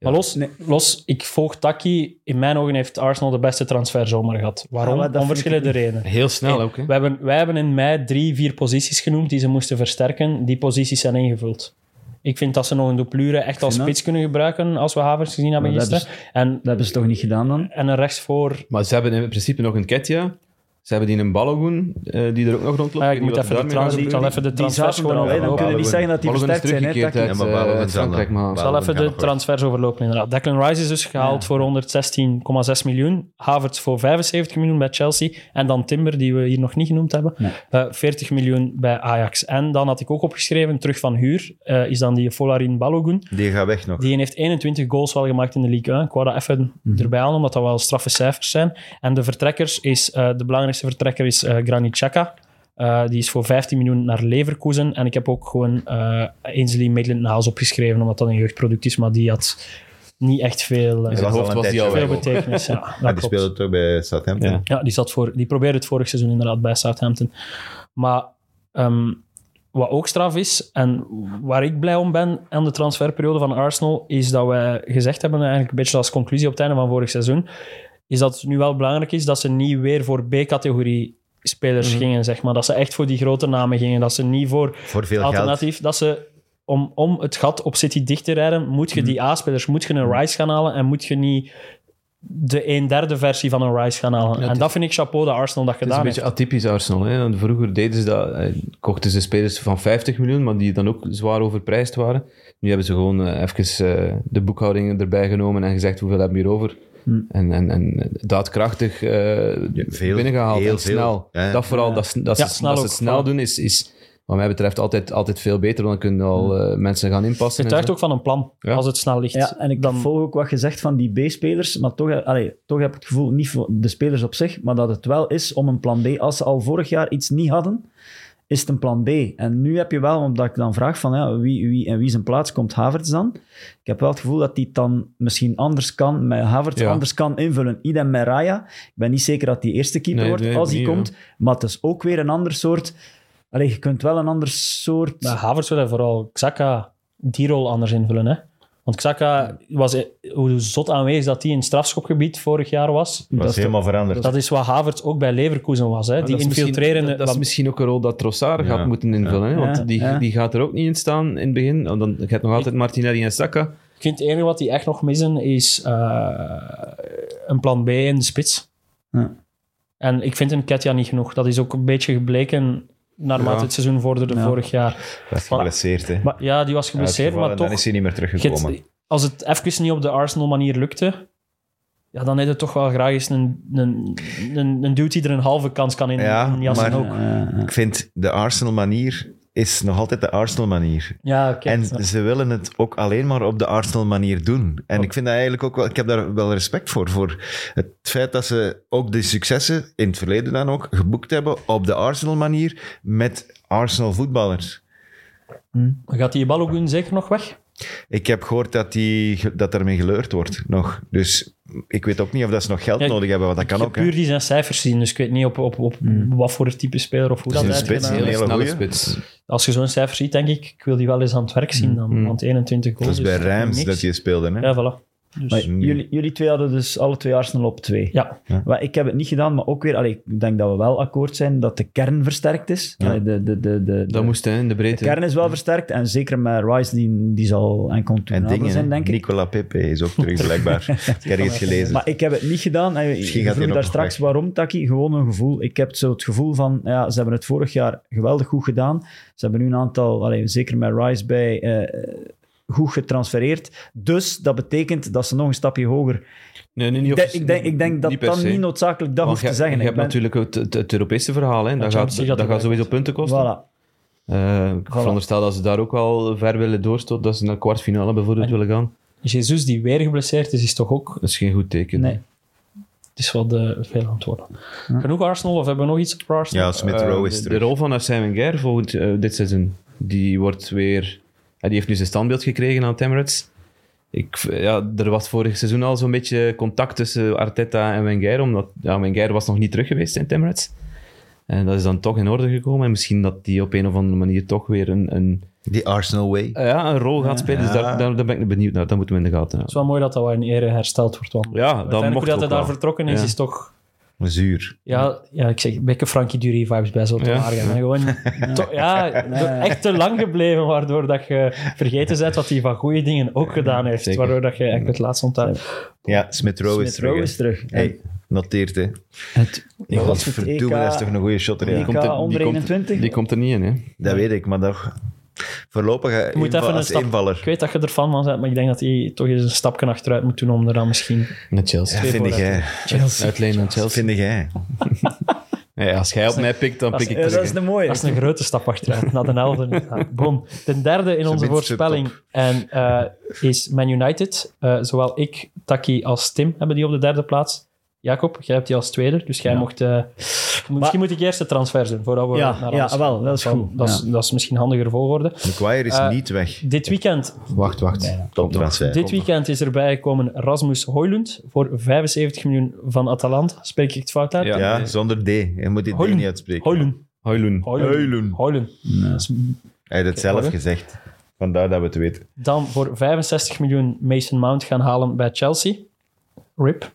Speaker 5: Maar los, los, ik volg Taki. In mijn ogen heeft Arsenal de beste transferzomer gehad. Waarom?
Speaker 4: Ja, maar dat
Speaker 5: Om
Speaker 4: vind ik
Speaker 5: verschillende redenen.
Speaker 3: Heel
Speaker 4: Ah,
Speaker 3: snel ook, hè.
Speaker 5: We hebben, wij hebben in mei drie, vier posities genoemd die ze moesten versterken. Die posities zijn ingevuld. Ik vind dat ze nog een duplure echt als
Speaker 4: vind
Speaker 5: spits kunnen gebruiken, als we Havers gezien hebben
Speaker 4: Maar dat
Speaker 5: gisteren. En,
Speaker 4: Dat hebben ze toch niet gedaan dan?
Speaker 5: en een rechtsvoor...
Speaker 3: Maar ze hebben in principe nog een Ketja. Ze hebben die een Balogun, eh, die er ook nog rondloopt.
Speaker 5: Ah,
Speaker 3: weet
Speaker 5: ik moet
Speaker 3: niet
Speaker 5: even
Speaker 3: wat
Speaker 5: de,
Speaker 3: er daarmee gaat
Speaker 5: trans, ik zal
Speaker 3: gebeuren.
Speaker 5: even de
Speaker 4: Die
Speaker 5: transfers
Speaker 4: zaten er
Speaker 5: gewoon
Speaker 4: al, hè? Dan
Speaker 5: overlopen.
Speaker 4: kunnen we niet zeggen dat die
Speaker 3: Balogun is
Speaker 4: versterkt zijn. Hè,
Speaker 3: teruggekeerd
Speaker 4: Taki?
Speaker 3: uit,
Speaker 2: Ja, maar Balogun
Speaker 3: eh,
Speaker 2: zal
Speaker 3: uit Frankrijk,
Speaker 2: dan-
Speaker 3: maar...
Speaker 5: Ik zal even
Speaker 2: Balogun
Speaker 5: de
Speaker 2: gaat nog
Speaker 5: transfers overlopen, inderdaad. Declan Rice is dus gehaald voor 116,6 miljoen. Havertz voor 75 miljoen bij Chelsea. En dan Timber, die we hier nog niet genoemd hebben, eh, 40 miljoen bij Ajax. En dan had ik ook opgeschreven, terug van huur, eh, is dan die Folarin Balogun.
Speaker 2: Die gaat weg nog.
Speaker 5: Die heeft 21 goals wel gemaakt in de League 1. Ik wou dat even
Speaker 2: Mhm.
Speaker 5: erbij halen, omdat dat wel straffe cijfers zijn. En de vertrekkers is, eh, de belangrijkste vertrekker is eh Granit Xhaka. Eh, die is voor 15 miljoen naar Leverkusen. En ik heb ook gewoon eh Ainsley Maitland-Niles opgeschreven, omdat dat een jeugdproduct is. maar die had niet echt veel, eh,
Speaker 3: In zijn
Speaker 2: was al
Speaker 3: hoofd
Speaker 2: een
Speaker 3: was die
Speaker 2: tijdje
Speaker 3: al
Speaker 2: weg.
Speaker 3: weg.
Speaker 5: veel betekenis. Ja, dat
Speaker 2: Maar Ah, die
Speaker 5: klopt.
Speaker 2: speelde toch bij Southampton.
Speaker 3: Ja.
Speaker 5: Ja, die, zat voor, die probeerde het vorig seizoen inderdaad bij Southampton. Maar ehm, wat ook straf is, en waar ik blij om ben aan de transferperiode van Arsenal, is dat wij gezegd hebben, eigenlijk een beetje als conclusie op het einde van vorig seizoen, is dat het nu wel belangrijk is dat ze niet weer voor B-categorie spelers gingen, zeg maar. Dat ze echt voor die grote namen gingen. Dat ze niet voor
Speaker 2: Voor veel geld.
Speaker 5: alternatief dat ze om, om het gat op City dicht te rijden, moet
Speaker 2: Mhm.
Speaker 5: je die A-spelers, moet je een Rice gaan halen en moet je niet de een derde versie van een Rice gaan halen. en
Speaker 3: het
Speaker 5: dat vind ik chapeau dat Arsenal dat
Speaker 3: Het is
Speaker 5: gedaan
Speaker 3: een
Speaker 5: heeft.
Speaker 3: beetje atypisch Arsenal. Hè? Want Vroeger deden ze dat, eh, kochten ze spelers van 50 miljoen, maar die dan ook zwaar overprijsd waren. Nu hebben ze gewoon eh, even eh, de boekhoudingen erbij genomen en gezegd hoeveel hebben we hierover.
Speaker 5: Hm.
Speaker 3: En, en, en daadkrachtig eh
Speaker 2: veel,
Speaker 3: binnengehaald
Speaker 2: heel
Speaker 3: en snel.
Speaker 2: veel. Ja, ja.
Speaker 3: Dat vooral, dat, dat,
Speaker 5: Ja,
Speaker 3: ze,
Speaker 5: snel
Speaker 3: dat ze
Speaker 5: ook.
Speaker 3: het snel doen, is, is, wat mij betreft altijd, altijd veel beter, want dan kunnen al eh, mensen gaan inpassen.
Speaker 5: Hm. Het
Speaker 3: en
Speaker 5: tuigt
Speaker 3: zo.
Speaker 5: ook van een plan,
Speaker 3: Ja.
Speaker 5: als het snel ligt.
Speaker 4: Ja, en ik
Speaker 5: dan,
Speaker 4: volg ook wat je zegt van die B-spelers, maar toch, eh, allee, toch heb ik het gevoel, niet voor de spelers op zich, maar dat het wel is om een plan B. Als ze al vorig jaar iets niet hadden, is het een plan B. En nu heb je wel, omdat ik dan vraag van ja, wie, wie en wie zijn plaats komt Havertz dan? Ik heb wel het gevoel dat die het dan misschien anders kan, met Havertz
Speaker 3: Ja.
Speaker 4: anders kan invullen. Idem met Raya. Ik ben niet zeker dat die eerste keeper
Speaker 3: Nee,
Speaker 4: wordt
Speaker 3: nee,
Speaker 4: als die
Speaker 3: niet,
Speaker 4: komt, maar het is ook weer een ander soort... Allee, je kunt wel een ander soort...
Speaker 5: Maar Havertz wil hij vooral Xhaka die rol anders invullen. Hè? Want Xhaka was, e- hoe zot aanwezig dat hij in het strafschopgebied vorig jaar was.
Speaker 2: Dat is helemaal veranderd.
Speaker 5: Dat is wat Havertz ook bij Leverkusen was. Hè?
Speaker 3: Maar
Speaker 5: Die
Speaker 3: dat is misschien-
Speaker 5: infiltrerende...
Speaker 3: Dat, dat is
Speaker 5: want-
Speaker 3: misschien ook een rol dat Trossard
Speaker 2: Ja.
Speaker 3: gaat moeten invullen, hè, want
Speaker 4: Ja,
Speaker 3: die,
Speaker 4: ja.
Speaker 3: die gaat er ook niet in staan in het begin. Want dan, je hebt nog altijd Martinelli en Saka.
Speaker 5: Ik vind het enige wat die echt nog missen is eh, een plan B in de spits.
Speaker 4: Ja.
Speaker 5: En ik vind een Ketja niet genoeg. Dat is ook een beetje gebleken naarmate
Speaker 3: Ja.
Speaker 5: het seizoen vorderde
Speaker 4: Ja.
Speaker 5: vorig jaar.
Speaker 2: Dat is geblesseerd, hè.
Speaker 4: Maar-
Speaker 5: Ja, die was geblesseerd,
Speaker 2: Uitgevallen,
Speaker 5: maar toch...
Speaker 2: Dan is hij niet meer
Speaker 5: je hebt-
Speaker 2: teruggekomen.
Speaker 5: als het even niet op de Arsenal-manier lukte, ja, dan heb je toch wel graag eens een, een, een, een dude die er een halve kans kan in,
Speaker 2: Ja,
Speaker 5: in jassen
Speaker 2: maar-
Speaker 5: ook.
Speaker 4: Eh,
Speaker 2: Ik vind de Arsenal-manier is nog altijd de Arsenal-manier.
Speaker 5: Ja, oké.
Speaker 2: En
Speaker 5: Ja.
Speaker 2: ze willen het ook alleen maar op de Arsenal-manier doen. En ik vind dat eigenlijk ook wel... Ik heb daar wel respect voor. Voor het feit dat ze ook de successen, in het verleden dan ook, geboekt hebben op de Arsenal-manier met Arsenal-voetballers.
Speaker 5: Gaat die Balogun zeker nog weg?
Speaker 2: Ik heb gehoord dat, die, dat daarmee geleurd wordt nog. Dus ik weet ook niet of dat ze nog geld
Speaker 5: Ja, ik-
Speaker 2: nodig hebben, want dat
Speaker 5: Ik
Speaker 2: kan ook.
Speaker 5: heb
Speaker 2: hè.
Speaker 5: puur die zijn cijfers zien, dus ik weet niet op, op, op
Speaker 4: Hmm.
Speaker 5: wat voor type speler of hoe
Speaker 2: Dat
Speaker 5: dat
Speaker 2: is een
Speaker 5: uitgedaan
Speaker 2: spits,
Speaker 5: is.
Speaker 2: hele
Speaker 3: snelle
Speaker 2: goeie.
Speaker 3: spits.
Speaker 5: Als je zo'n cijfer ziet, denk ik, ik wil die wel eens aan het werk zien dan. Want 21
Speaker 2: Dat
Speaker 5: goals
Speaker 2: is bij
Speaker 5: toch
Speaker 2: Reims
Speaker 5: niks.
Speaker 2: dat je speelde. Hè?
Speaker 5: Ja, voilà. Dus
Speaker 4: Maar
Speaker 2: Hmm.
Speaker 4: jullie, jullie twee hadden dus alle twee Arsenal op twee.
Speaker 5: Ja.
Speaker 4: Maar ik heb het niet gedaan, maar ook weer... allee, ik denk dat we wel akkoord zijn dat de kern versterkt is. Allee, de, de, de, de,
Speaker 3: Dat moest hij in de
Speaker 4: de
Speaker 3: breedte.
Speaker 4: kern is wel versterkt. En zeker met Rice, die, die zal en
Speaker 5: nou,
Speaker 2: En
Speaker 4: contournabel
Speaker 2: dingen,
Speaker 4: zijn,
Speaker 2: hè.
Speaker 4: denk ik.
Speaker 2: Nicola Pepe is ook terug, blijkbaar. ik heb ergens gelezen.
Speaker 4: Maar ik heb het niet gedaan. En je
Speaker 2: Misschien gaat
Speaker 4: vroeg
Speaker 2: hij
Speaker 4: daar
Speaker 2: nog weg.
Speaker 4: straks waarom, Taki. Gewoon een gevoel. Ik heb zo het gevoel van, ja, ze hebben het vorig jaar geweldig goed gedaan. Ze hebben nu een aantal, allee, zeker met Rice bij, eh, goed getransfereerd. Dus dat betekent dat ze nog een stapje hoger
Speaker 3: Nee, nee, niet
Speaker 4: Ik
Speaker 3: op-
Speaker 4: denk, ik denk, ik denk dat
Speaker 3: niet per
Speaker 4: dat
Speaker 3: se.
Speaker 4: niet noodzakelijk dat
Speaker 3: Want
Speaker 4: hoeft
Speaker 3: je-
Speaker 4: te
Speaker 3: Je
Speaker 4: zeggen. Ik
Speaker 3: hebt
Speaker 4: ben-
Speaker 3: natuurlijk het, het, het Europese verhaal. Hè. Dat,
Speaker 5: Champions
Speaker 3: gaat,
Speaker 5: League
Speaker 3: dat
Speaker 5: erbij
Speaker 3: gaat sowieso punten kosten.
Speaker 4: Voilà.
Speaker 3: Eh, ik veronderstel dat ze daar ook wel ver willen doorstoten. Dat ze naar kwartfinale bijvoorbeeld willen gaan.
Speaker 5: Jezus, die weer geblesseerd is, is toch ook...
Speaker 3: Dat is geen goed teken.
Speaker 4: Nee.
Speaker 5: Het is wat eh, veel aan het worden. Genoeg Arsenal, of hebben we nog iets op Arsenal?
Speaker 2: Ja, Smith Rowe
Speaker 3: Eh,
Speaker 2: is
Speaker 3: de-
Speaker 2: terug.
Speaker 3: De rol van Simon Guerre volgend eh, dit seizoen, die wordt weer... hij die heeft nu zijn standbeeld gekregen aan het Emirates. Ik, v- ja, er was vorig seizoen al zo'n beetje contact tussen Arteta en Wenger, omdat ja, Wenger was nog niet terug geweest in het Emirates. En dat is dan toch in orde gekomen. En misschien dat die op een of andere manier toch weer een, een,
Speaker 2: Die Arsenal way.
Speaker 3: eh, ja, een rol gaat spelen. Dus
Speaker 2: Ja.
Speaker 3: daar, daar, daar ben ik benieuwd naar. Dat moeten we in de gaten
Speaker 5: Het
Speaker 3: houden.
Speaker 5: is wel mooi dat dat wel in ere hersteld wordt. Want
Speaker 3: Ja, dan mocht
Speaker 5: uiteindelijk hoe dat
Speaker 3: ook
Speaker 5: hij daar
Speaker 3: wel.
Speaker 5: vertrokken is,
Speaker 3: Ja.
Speaker 5: is toch...
Speaker 2: Zuur.
Speaker 5: Ja, ja, ik zeg, een beetje Frankie Dury vibes bij zo'n
Speaker 3: Ja.
Speaker 5: ja. Gewoon, to- ja, echt te lang gebleven, waardoor dat je vergeten bent wat hij van goede dingen ook gedaan heeft.
Speaker 3: Zeker.
Speaker 5: Waardoor dat je eigenlijk het laatst onthoudt.
Speaker 2: Ja, Smith Rowe is
Speaker 4: Smith Rowe
Speaker 2: terug.
Speaker 4: is
Speaker 2: hè.
Speaker 4: terug.
Speaker 2: Hey, noteert hè.
Speaker 4: Het,
Speaker 2: Ik
Speaker 4: was het EK?
Speaker 2: dat is toch een goede shotter.
Speaker 4: Die
Speaker 2: Ja.
Speaker 4: EK onder 21?
Speaker 3: die komt er niet in, hè.
Speaker 2: Dat weet ik, maar dat... voorlopig eh,
Speaker 5: Je moet
Speaker 2: inval-
Speaker 5: even een
Speaker 2: als
Speaker 5: stap,
Speaker 2: invaller.
Speaker 5: Ik weet dat je er fan van bent, maar ik denk dat hij toch eens een stapje achteruit moet doen om er dan misschien...
Speaker 3: Met Chelsea.
Speaker 2: Ja, vind
Speaker 5: vooruit.
Speaker 2: jij.
Speaker 3: Uitleen aan Chelsea.
Speaker 2: Vind jij.
Speaker 3: Nee, als jij op mij pikt, dan
Speaker 5: dat is-
Speaker 3: pik ik
Speaker 4: ja,
Speaker 3: terug.
Speaker 4: Eh, dat
Speaker 3: hè.
Speaker 4: is de mooie.
Speaker 5: Dat is een grote stap achteruit, naar de helft. Ja, bon, de derde in onze
Speaker 2: minst
Speaker 5: voorspelling en, eh, is Man United. Eh, zowel ik, Taki als Tim hebben die op de derde plaats. Jacob, jij hebt die als tweede, dus jij mocht... eh, misschien moet ik eerst de transfers doen, voordat we
Speaker 4: Ja,
Speaker 5: naar
Speaker 4: ja,
Speaker 5: alles
Speaker 4: wel, dat is
Speaker 5: gaan.
Speaker 4: goed.
Speaker 5: Dat is,
Speaker 4: Ja.
Speaker 5: dat is misschien handiger volgorde.
Speaker 2: McGuire is
Speaker 5: Eh,
Speaker 2: niet weg.
Speaker 5: Dit weekend
Speaker 3: Wacht, wacht.
Speaker 2: Toptransfer.
Speaker 5: Dit weekend is erbij gekomen Rasmus Hoylund voor 75 miljoen van Atalanta. Spreek ik het fout uit?
Speaker 3: Ja.
Speaker 2: Ja, zonder D. Je moet die D
Speaker 5: Hoylund.
Speaker 2: niet uitspreken.
Speaker 5: Hoylund.
Speaker 3: Hoiloen.
Speaker 5: Hoylund.
Speaker 2: Hoylund.
Speaker 5: Hoylund. Dat is-
Speaker 2: Hij heeft het zelf
Speaker 5: Hoylund.
Speaker 2: gezegd. Vandaar dat we het weten.
Speaker 5: Dan voor 65 miljoen Mason Mount gaan halen bij Chelsea. RIP.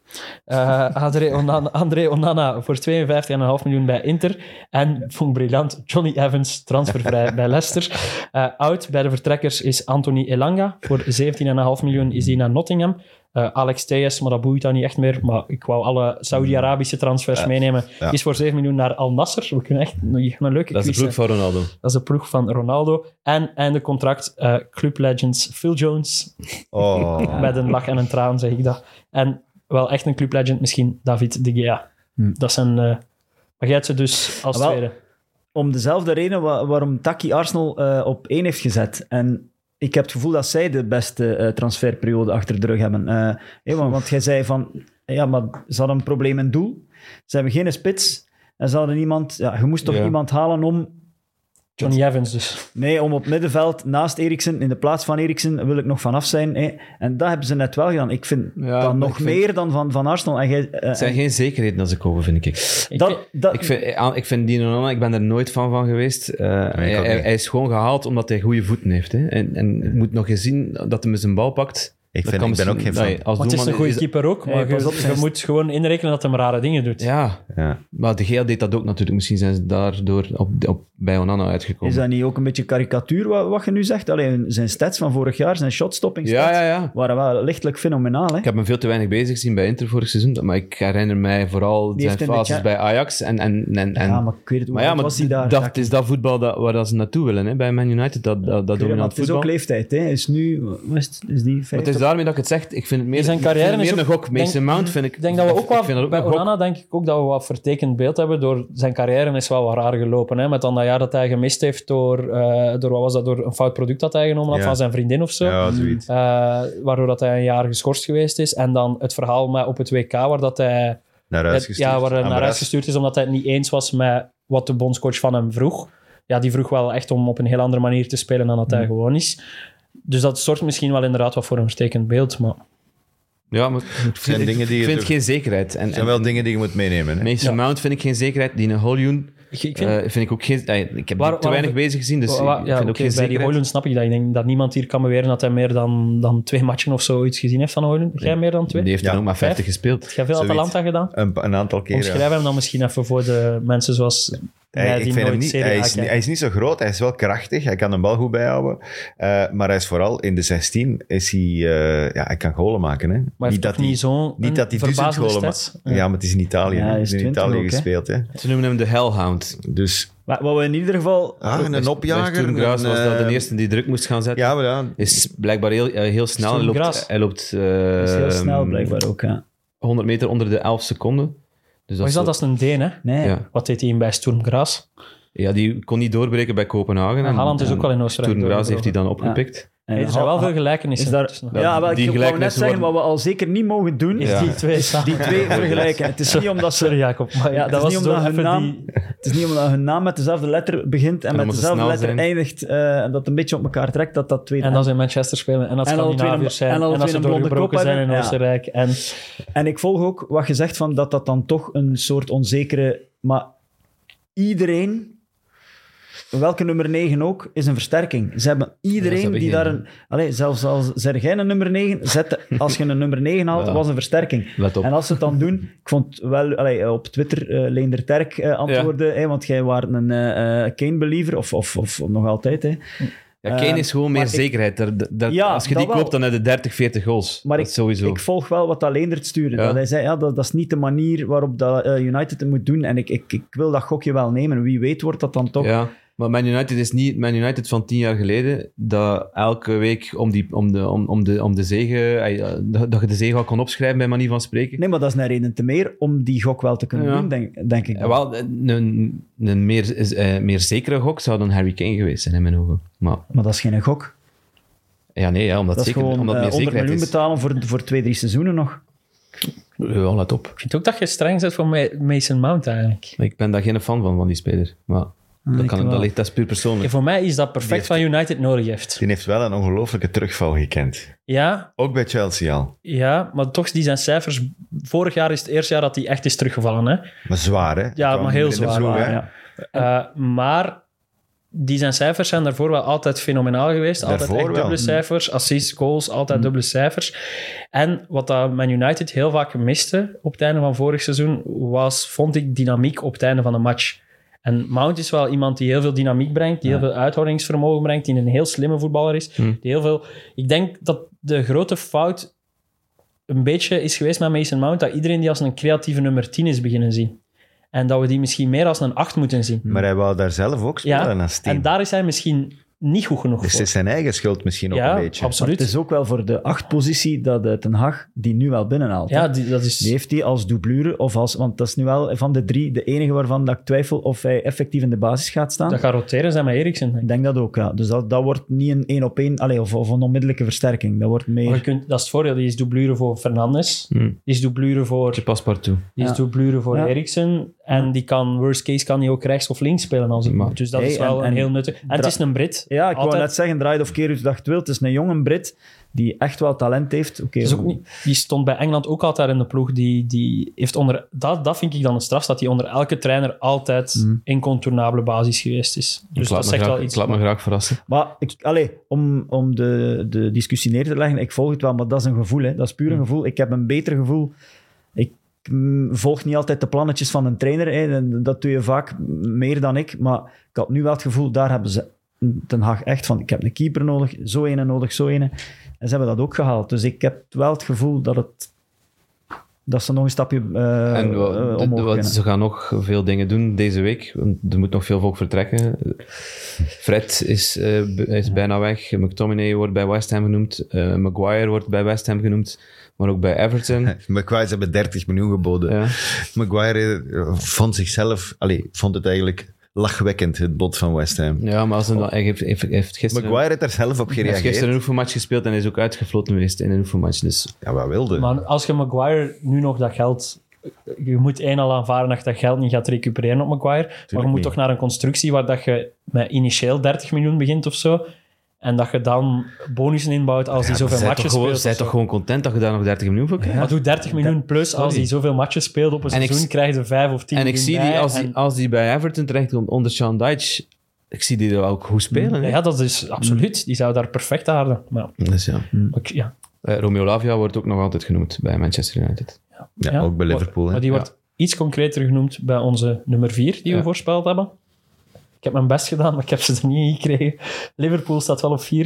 Speaker 5: Eh, André, Onana, André Onana voor 52,5 miljoen bij Inter. En, vond ik briljant, Johnny Evans transfervrij bij Leicester. Eh oud bij de vertrekkers is Anthony Elanga. Voor 17,5 miljoen is hij naar Nottingham. Eh, Alex Tejes, maar dat boeit dan niet echt meer. Maar ik wou alle Saudi-Arabische transfers meenemen.
Speaker 2: ja.
Speaker 5: Is voor 7 miljoen naar Al Nasser. We kunnen echt we gaan een leuke
Speaker 3: Dat is de
Speaker 5: quiz
Speaker 3: ploeg van Ronaldo.
Speaker 5: dat is de ploeg van Ronaldo. En einde contract eh, Club Legends Phil Jones.
Speaker 2: Oh.
Speaker 5: Met een lach en een traan zeg ik dat. En wel echt een
Speaker 2: Hmm.
Speaker 5: Club Legend misschien David De Gea. Dat zijn... eh maar jij hebt ze dus als
Speaker 4: Ah, wel.
Speaker 5: tweede.
Speaker 4: om dezelfde reden wa- waarom Taki Arsenal eh, op één heeft gezet. En ik heb het gevoel dat zij de beste eh, transferperiode achter de rug hebben. Eh, hè, want, want jij zei van, ja, maar ze hadden een probleem in doel. Ze hebben geen spits. En ze hadden iemand, ja, je moest toch
Speaker 3: Ja.
Speaker 4: iemand halen om
Speaker 5: Johnny Evans dus.
Speaker 4: Nee, om op middenveld naast Eriksen, in de plaats van Eriksen, wil ik nog vanaf zijn. Hè. En dat hebben ze net wel gedaan. Ik vind
Speaker 3: Ja,
Speaker 4: dat
Speaker 3: ik
Speaker 4: nog
Speaker 3: vind-
Speaker 4: meer dan van, van Arsenal. En jij, eh,
Speaker 3: Het zijn geen zekerheden dat ze kopen, vind ik.
Speaker 4: dat, dat,
Speaker 3: Ik vind, aan- ik vind Dino Nana, ik ben er nooit fan van geweest. Eh, hij,
Speaker 2: ook
Speaker 3: hij-
Speaker 2: niet.
Speaker 3: hij is gewoon gehaald omdat hij goede voeten heeft. Hè. En, en ik moet nog eens zien dat hij met zijn bal pakt.
Speaker 2: Ik,
Speaker 3: Dat
Speaker 2: vind,
Speaker 3: kan
Speaker 2: ik ben ook geen
Speaker 3: misschien-
Speaker 2: fan.
Speaker 3: nee, als
Speaker 5: Want het is een
Speaker 3: doelman
Speaker 5: goede keeper ook,
Speaker 4: Hey,
Speaker 5: maar
Speaker 4: pas
Speaker 5: je,
Speaker 4: op,
Speaker 5: je
Speaker 4: zijn-
Speaker 5: moet gewoon inrekenen dat hij rare dingen doet.
Speaker 3: Ja,
Speaker 2: Ja.
Speaker 3: maar de Geel deed dat ook natuurlijk. Misschien zijn ze daardoor op, op, bij Onana uitgekomen.
Speaker 4: is dat niet ook een beetje karikatuur wat, wat je nu zegt? Alleen zijn stats van vorig jaar, zijn shotstopping
Speaker 3: ja, ja, ja.
Speaker 4: waren wel lichtelijk fenomenaal. Hè?
Speaker 3: Ik heb hem veel te weinig bezig gezien bij Inter vorig seizoen. Maar ik herinner mij vooral
Speaker 4: Die
Speaker 3: zijn
Speaker 4: heeft in de
Speaker 3: fases
Speaker 4: cha-
Speaker 3: bij Ajax. En, en, en, en,
Speaker 4: ja, maar ik weet het, hoe
Speaker 3: maar ja,
Speaker 4: oud
Speaker 3: maar
Speaker 4: was hij daar?
Speaker 3: dat
Speaker 4: Jacques?
Speaker 3: is dat voetbal dat, waar dat ze naartoe willen. Hè. Bij Man United, dat, dat, dat
Speaker 4: Ik weet het, maar
Speaker 3: dominant
Speaker 4: het is
Speaker 3: voetbal.
Speaker 4: ook leeftijd. Hè? Is nu, wat is het? Is die
Speaker 3: Maar het is
Speaker 4: 50?
Speaker 3: daarmee dat ik het zeg. Ik vind het meer,
Speaker 5: In zijn
Speaker 3: ik vind het
Speaker 5: carrière
Speaker 3: meer
Speaker 5: is
Speaker 3: een
Speaker 5: ook-
Speaker 3: gok. Mason
Speaker 5: denk-
Speaker 3: Mount vind ik...
Speaker 5: Ik denk dat we ook
Speaker 3: wel
Speaker 5: wel, bij
Speaker 3: een gok.
Speaker 5: Onana denk ik ook dat we wat vertekend beeld hebben door zijn carrière is wel wat raar gelopen. Hè? Met dan dat jaar dat hij gemist heeft door, eh, door wat was dat, door een fout product dat hij genomen had
Speaker 2: Ja.
Speaker 5: van zijn vriendin of zo.
Speaker 2: Ja, zoiets.
Speaker 5: Eh, waardoor dat hij een jaar geschorst geweest is. En dan het verhaal met op het WK waar dat hij
Speaker 2: Naar huis gestuurd.
Speaker 5: ja, waar hij
Speaker 2: Aan
Speaker 5: naar huis
Speaker 2: Brest.
Speaker 5: gestuurd is omdat hij het niet eens was met wat de bondscoach van hem vroeg. Ja, die vroeg wel echt om op een heel andere manier te spelen dan dat
Speaker 2: Hmm.
Speaker 5: hij gewoon is. Dus dat zorgt misschien wel inderdaad wat voor een vertekend beeld. Maar
Speaker 3: Ja, maar het
Speaker 2: zijn dingen die je
Speaker 3: ik vind
Speaker 2: doet.
Speaker 3: geen zekerheid. En,
Speaker 2: Dat zijn
Speaker 3: en
Speaker 2: wel dingen die je moet meenemen. Hè?
Speaker 3: Mason Mount vind ik geen zekerheid. Die Holjoen
Speaker 5: ik, ik vind,
Speaker 3: eh vind ik ook geen... eh, ik heb
Speaker 5: Waar-
Speaker 3: die te weinig
Speaker 5: waarom-
Speaker 3: bezig gezien, dus
Speaker 5: Wa- wa-
Speaker 3: ik
Speaker 5: ja,
Speaker 3: vind ook
Speaker 5: oké,
Speaker 3: geen
Speaker 5: bij die
Speaker 3: zekerheid.
Speaker 5: Hoylund snap ik dat. Ik denk dat niemand hier kan beweren dat hij meer dan, dan twee matchen of zoiets gezien heeft van Hoylund. Jij meer dan twee?
Speaker 3: Die
Speaker 5: Heb
Speaker 3: heeft dan
Speaker 2: Ja.
Speaker 3: ook maar 50
Speaker 5: Vijf?
Speaker 3: gespeeld.
Speaker 5: jij veel
Speaker 2: Zoiets.
Speaker 5: Atalanta gedaan?
Speaker 2: Een, pa- een aantal keren. ja.
Speaker 5: Omschrijf hem dan misschien even voor de mensen zoals
Speaker 2: Hij,
Speaker 5: mij
Speaker 2: ik
Speaker 5: die
Speaker 2: vind hem
Speaker 5: nooit Ah,
Speaker 2: niet,
Speaker 5: Serie A
Speaker 2: hij, is,
Speaker 5: kijken.
Speaker 2: niet- hij is niet zo groot, hij is wel krachtig, hij kan een bal goed bijhouden. Eh, maar hij is vooral in de 16, is hij, eh, ja, hij kan golen maken. Hè?
Speaker 5: Maar
Speaker 2: niet,
Speaker 5: heeft
Speaker 2: dat
Speaker 5: ook niet
Speaker 2: hij,
Speaker 5: zo'n
Speaker 2: niet dat hij duizend
Speaker 5: verbazende
Speaker 2: golen
Speaker 5: stats.
Speaker 2: maakt. Ja, maar het is in Italië.
Speaker 4: Ja,
Speaker 2: hè.
Speaker 4: hij
Speaker 2: Het
Speaker 4: is
Speaker 2: is in
Speaker 4: 20
Speaker 2: Italië
Speaker 4: ook, hè.
Speaker 2: gespeeld. Hè?
Speaker 3: Ze noemen hem de Hellhound.
Speaker 2: Dus
Speaker 4: Maar Wat we in ieder geval...
Speaker 3: Ehm,
Speaker 2: ah, een opjager.
Speaker 3: Toen Graas
Speaker 2: een,
Speaker 3: was dat de
Speaker 2: eh,
Speaker 3: eerste die druk moest gaan zetten.
Speaker 2: Ja, maar ja,
Speaker 3: Is blijkbaar heel, eh, heel snel. Hij
Speaker 5: Sturm
Speaker 3: loopt,
Speaker 5: Graz.
Speaker 3: hij loopt
Speaker 4: Dat is heel
Speaker 3: eh,
Speaker 4: snel blijkbaar ook. Ja.
Speaker 3: 100 meter onder de 11 seconden. Dus
Speaker 5: Maar is dat
Speaker 3: wel-
Speaker 5: als een Deen, hè?
Speaker 4: Nee.
Speaker 3: Ja.
Speaker 5: Wat deed hij in bij Sturm Graz?
Speaker 3: Ja, die kon niet doorbreken bij Kopenhagen.
Speaker 5: En Haaland is ook al in Oostenrijk
Speaker 3: Toen Braas heeft hij
Speaker 5: doorgebroken.
Speaker 3: dan opgepikt.
Speaker 4: En
Speaker 5: Nee, er zijn wel veel gelijkenissen.
Speaker 4: Is daar-
Speaker 5: tussen.
Speaker 3: Ja,
Speaker 4: ja, wel, ik
Speaker 3: die
Speaker 4: wou net
Speaker 3: gelijkenissen
Speaker 4: zeggen wat
Speaker 3: worden-
Speaker 4: we al zeker niet mogen doen.
Speaker 5: Is
Speaker 4: is
Speaker 5: die twee samen?
Speaker 4: Die twee vergelijken. Het is niet omdat ze...
Speaker 5: Sorry, Jacob. Maar
Speaker 4: Ja,
Speaker 5: dat
Speaker 4: het, is
Speaker 5: was
Speaker 4: niet
Speaker 5: zo
Speaker 4: omdat hun
Speaker 5: even
Speaker 4: naam,
Speaker 5: die...
Speaker 4: het is niet omdat hun naam met dezelfde letter begint en,
Speaker 3: dan
Speaker 4: met
Speaker 3: moet ze
Speaker 4: dezelfde
Speaker 3: snel
Speaker 4: letter
Speaker 3: zijn.
Speaker 4: eindigt. eh, en dat een beetje op elkaar trekt, dat dat tweede...
Speaker 5: En dat ze in Manchester spelen. En dat
Speaker 4: En alle twee
Speaker 5: Scandinaviërs
Speaker 4: een-
Speaker 5: zijn.
Speaker 4: en
Speaker 5: En,
Speaker 4: alle
Speaker 5: dat
Speaker 4: twee
Speaker 5: ze
Speaker 4: een blonde
Speaker 5: doorgebroken
Speaker 4: kop
Speaker 5: zijn in
Speaker 4: hebben. Ja.
Speaker 5: Oostenrijk. En
Speaker 4: En ik volg ook wat je zegt van dat dat dan toch een soort onzekere. Maar iedereen, welke nummer 9 ook, is een versterking. Ze hebben iedereen
Speaker 3: Ja, ze hebben
Speaker 4: die
Speaker 3: geen-
Speaker 4: daar een. Allee, zelfs als zeg jij een nummer 9, zet, als je een nummer 9 haalt,
Speaker 3: Ja.
Speaker 4: was een versterking.
Speaker 3: Let op.
Speaker 4: En als ze het dan doen, ik vond wel allee, op Twitter eh, Leender Terk eh, antwoorden, hè, want jij was een eh, eh, Kane-believer, of, of, of nog altijd. Hè.
Speaker 3: Ja, Kane
Speaker 4: Eh,
Speaker 3: is gewoon meer
Speaker 4: maar ik-
Speaker 3: zekerheid. Daar- daar- daar-
Speaker 4: Ja,
Speaker 3: als je die
Speaker 4: dat wel.
Speaker 3: koopt, dan heb je 30, 40 goals.
Speaker 4: Maar
Speaker 3: dat
Speaker 4: ik,
Speaker 3: is sowieso.
Speaker 4: ik volg wel wat dat Leendert stuurde.
Speaker 3: Ja.
Speaker 4: Dat hij zei, ja, dat, dat is niet de manier waarop dat, eh, United het moet doen. En ik, ik, ik wil dat gokje wel nemen. Wie weet wordt dat dan toch...
Speaker 3: ja. Maar Man United is niet het Man United van tien jaar geleden, dat elke week om, die, om, de, om, om, de, om de zegen, eh, ja, dat dat je de zegen al kon opschrijven, bij manier van spreken.
Speaker 4: Nee, maar dat is een reden te meer om die gok wel te kunnen
Speaker 3: Ja.
Speaker 4: doen, denk, denk ik.
Speaker 3: Eh, Wel, een, een meer, eh, meer zekere gok zou dan Harry Kane geweest zijn, in mijn ogen. Maar
Speaker 4: Maar dat is geen gok.
Speaker 3: ja, nee, ja, omdat,
Speaker 4: Dat is
Speaker 3: zeker,
Speaker 4: gewoon
Speaker 3: omdat
Speaker 4: eh,
Speaker 3: meer
Speaker 4: 100
Speaker 3: zekerheid
Speaker 4: miljoen
Speaker 3: is.
Speaker 4: betalen voor, voor twee, drie seizoenen nog.
Speaker 3: Ja, let op.
Speaker 5: Ik vind ook dat je streng bent voor Ma- Mason Mount eigenlijk.
Speaker 3: Ik ben daar geen fan van, van die speler. Maar dat,
Speaker 4: ik
Speaker 3: kan,
Speaker 4: wel.
Speaker 3: dat, ligt, dat is puur
Speaker 5: Ja,
Speaker 3: persoonlijk.
Speaker 5: voor mij is dat perfect wat United nodig heeft.
Speaker 2: die heeft wel een ongelooflijke terugval gekend.
Speaker 5: Ja,
Speaker 2: Ook bij Chelsea al.
Speaker 5: ja, maar toch die zijn cijfers... Vorig jaar is het eerste jaar dat hij echt is teruggevallen. Hè?
Speaker 2: Maar zwaar, hè?
Speaker 5: Ja,
Speaker 2: Kwam
Speaker 5: maar heel
Speaker 2: in de
Speaker 5: zwaar.
Speaker 2: ploeg,
Speaker 5: waar,
Speaker 2: hè.
Speaker 4: ja.
Speaker 5: Eh, maar die zijn cijfers zijn daarvoor wel altijd fenomenaal geweest. altijd
Speaker 2: Daarvoor
Speaker 5: echt
Speaker 2: wel. Mm.
Speaker 5: dubbele cijfers. Assists, goals, altijd dubbele cijfers. En wat dat Man United heel vaak miste op het einde van vorig seizoen, was, vond ik, dynamiek op het einde van de match. En Mount is wel iemand die heel veel dynamiek brengt, die heel veel uithoudingsvermogen brengt, die een heel slimme voetballer is.
Speaker 2: Mm.
Speaker 5: Die heel veel... Ik denk dat de grote fout een beetje is geweest met Mason Mount, dat iedereen die als een creatieve nummer 10 is beginnen zien. En dat we die misschien meer als een 8 moeten zien.
Speaker 2: Maar hij wou daar zelf ook spelen als team.
Speaker 5: En daar is hij misschien niet goed genoeg
Speaker 2: Dus het
Speaker 5: voor.
Speaker 2: is zijn eigen schuld misschien
Speaker 5: ja,
Speaker 2: ook een beetje.
Speaker 4: Maar het
Speaker 5: absoluut.
Speaker 4: is ook wel voor de achtpositie dat eh, Ten Hag die nu wel binnenhaalt. hè.
Speaker 5: Ja, die, dat is...
Speaker 4: Die heeft hij als doublure, of als, want dat is nu wel van de drie de enige waarvan dat ik twijfel of hij effectief in de basis gaat staan.
Speaker 5: Dat gaat roteren zijn met Eriksen. denk ik.
Speaker 4: Ik denk dat ook, ja. Dus dat, dat wordt niet een één op één, allee, of, of een onmiddellijke versterking. Dat wordt
Speaker 5: Maar je
Speaker 4: meer...
Speaker 5: kunt, dat is het voordeel. Die is dublure voor Fernandes.
Speaker 4: Hmm.
Speaker 5: Die is dublure voor,
Speaker 3: Je paspartout.
Speaker 5: die is
Speaker 4: Ja.
Speaker 5: dublure voor
Speaker 4: Ja.
Speaker 5: Eriksen. En die kan, worst case, kan hij ook rechts of links spelen als het
Speaker 3: Maar-
Speaker 5: moet. Dus dat
Speaker 4: Hey,
Speaker 5: is wel
Speaker 4: en-
Speaker 5: een
Speaker 4: en
Speaker 5: heel nuttig. En het
Speaker 4: dra-
Speaker 5: is een Brit.
Speaker 4: Ja, ik wou
Speaker 5: Altijd.
Speaker 4: net zeggen, draait of keer u dacht wil. Het is een jonge Brit die echt wel talent heeft. Oké,
Speaker 5: Het is ook niet, die stond bij Engeland ook altijd in de ploeg. Die, die heeft onder, dat, dat vind ik dan een straf, dat hij onder elke trainer altijd incontournabele basis geweest is. Dus
Speaker 3: Mhm. ik laat,
Speaker 5: dat
Speaker 3: me
Speaker 5: zegt
Speaker 3: graag,
Speaker 5: wel iets.
Speaker 3: ik laat me graag verrassen.
Speaker 4: Maar ik, allee, om, om de, de discussie neer te leggen, ik volg het wel, maar dat is een gevoel. Hè. Dat is puur een gevoel. Ik heb een beter gevoel. Ik mm, volg niet altijd de plannetjes van een trainer. Hè. En Dat doe je vaak meer dan ik. Maar ik had nu wel het gevoel, daar hebben ze Den Haag echt van, ik heb een keeper nodig, zo ene nodig, zo ene. En ze hebben dat ook gehaald. Dus ik heb wel het gevoel dat het... Dat ze nog een stapje eh
Speaker 3: en wel-
Speaker 4: eh,
Speaker 3: de- de-
Speaker 4: omhoog
Speaker 3: wat-
Speaker 4: kunnen.
Speaker 3: ze gaan nog veel dingen doen deze week. want Er moet nog veel volk vertrekken. Fred is, eh, b- is bijna weg. McTominay wordt bij West Ham genoemd. Eh, Maguire wordt bij West Ham genoemd. Maar ook bij Everton.
Speaker 2: Maguire, ze hebben 30 miljoen geboden.
Speaker 3: Ja.
Speaker 2: Maguire eh, vond zichzelf... Allee, vond het eigenlijk lachwekkend, het bod van West Ham.
Speaker 3: Ja, maar als hij, dan, hij heeft, heeft, heeft gisteren,
Speaker 2: Maguire heeft daar zelf op
Speaker 3: hij heeft gisteren een
Speaker 2: gereageerd.
Speaker 3: oefenmatch gespeeld en hij is ook uitgefloten geweest in een oefenmatch. Dus
Speaker 2: Ja, wat wilde?
Speaker 5: Maar als je Maguire nu nog dat geld... Je moet één al aanvaren dat je dat geld niet gaat recupereren op Maguire. maar je moet
Speaker 2: niet.
Speaker 5: toch naar een constructie waar dat je met initieel 30 miljoen begint of zo. En dat je dan bonussen inbouwt als hij zoveel
Speaker 3: zij
Speaker 5: matches
Speaker 3: toch,
Speaker 5: speelt.
Speaker 3: gewoon,
Speaker 5: of
Speaker 3: zij
Speaker 5: zo.
Speaker 3: toch gewoon content dat je daar nog 30 miljoen voor krijgt?
Speaker 5: Maar doe 30 miljoen plus als
Speaker 3: Sorry.
Speaker 5: hij zoveel matches speelt op een
Speaker 3: En ik
Speaker 5: seizoen,
Speaker 3: s-
Speaker 5: krijg je 5 of 10
Speaker 3: En ik zie die als,
Speaker 5: en-
Speaker 3: die als die bij Everton terechtkomt onder Sean Dyche, ik zie die er wel ook goed spelen. hè.
Speaker 5: Ja, dat is absoluut. Die zou daar perfect aarden. Maar,
Speaker 3: Dus ja.
Speaker 5: ook- ja.
Speaker 3: Eh, Romeo Lavia wordt ook nog altijd genoemd bij Manchester United.
Speaker 2: Ja,
Speaker 5: ja.
Speaker 2: ook bij
Speaker 5: Maar-
Speaker 2: Liverpool. hè.
Speaker 5: Maar die wordt iets concreter genoemd bij onze nummer 4 die we
Speaker 3: Ja.
Speaker 5: voorspeld hebben. Ik heb mijn best gedaan, maar ik heb ze er niet in gekregen. Liverpool staat wel op 4.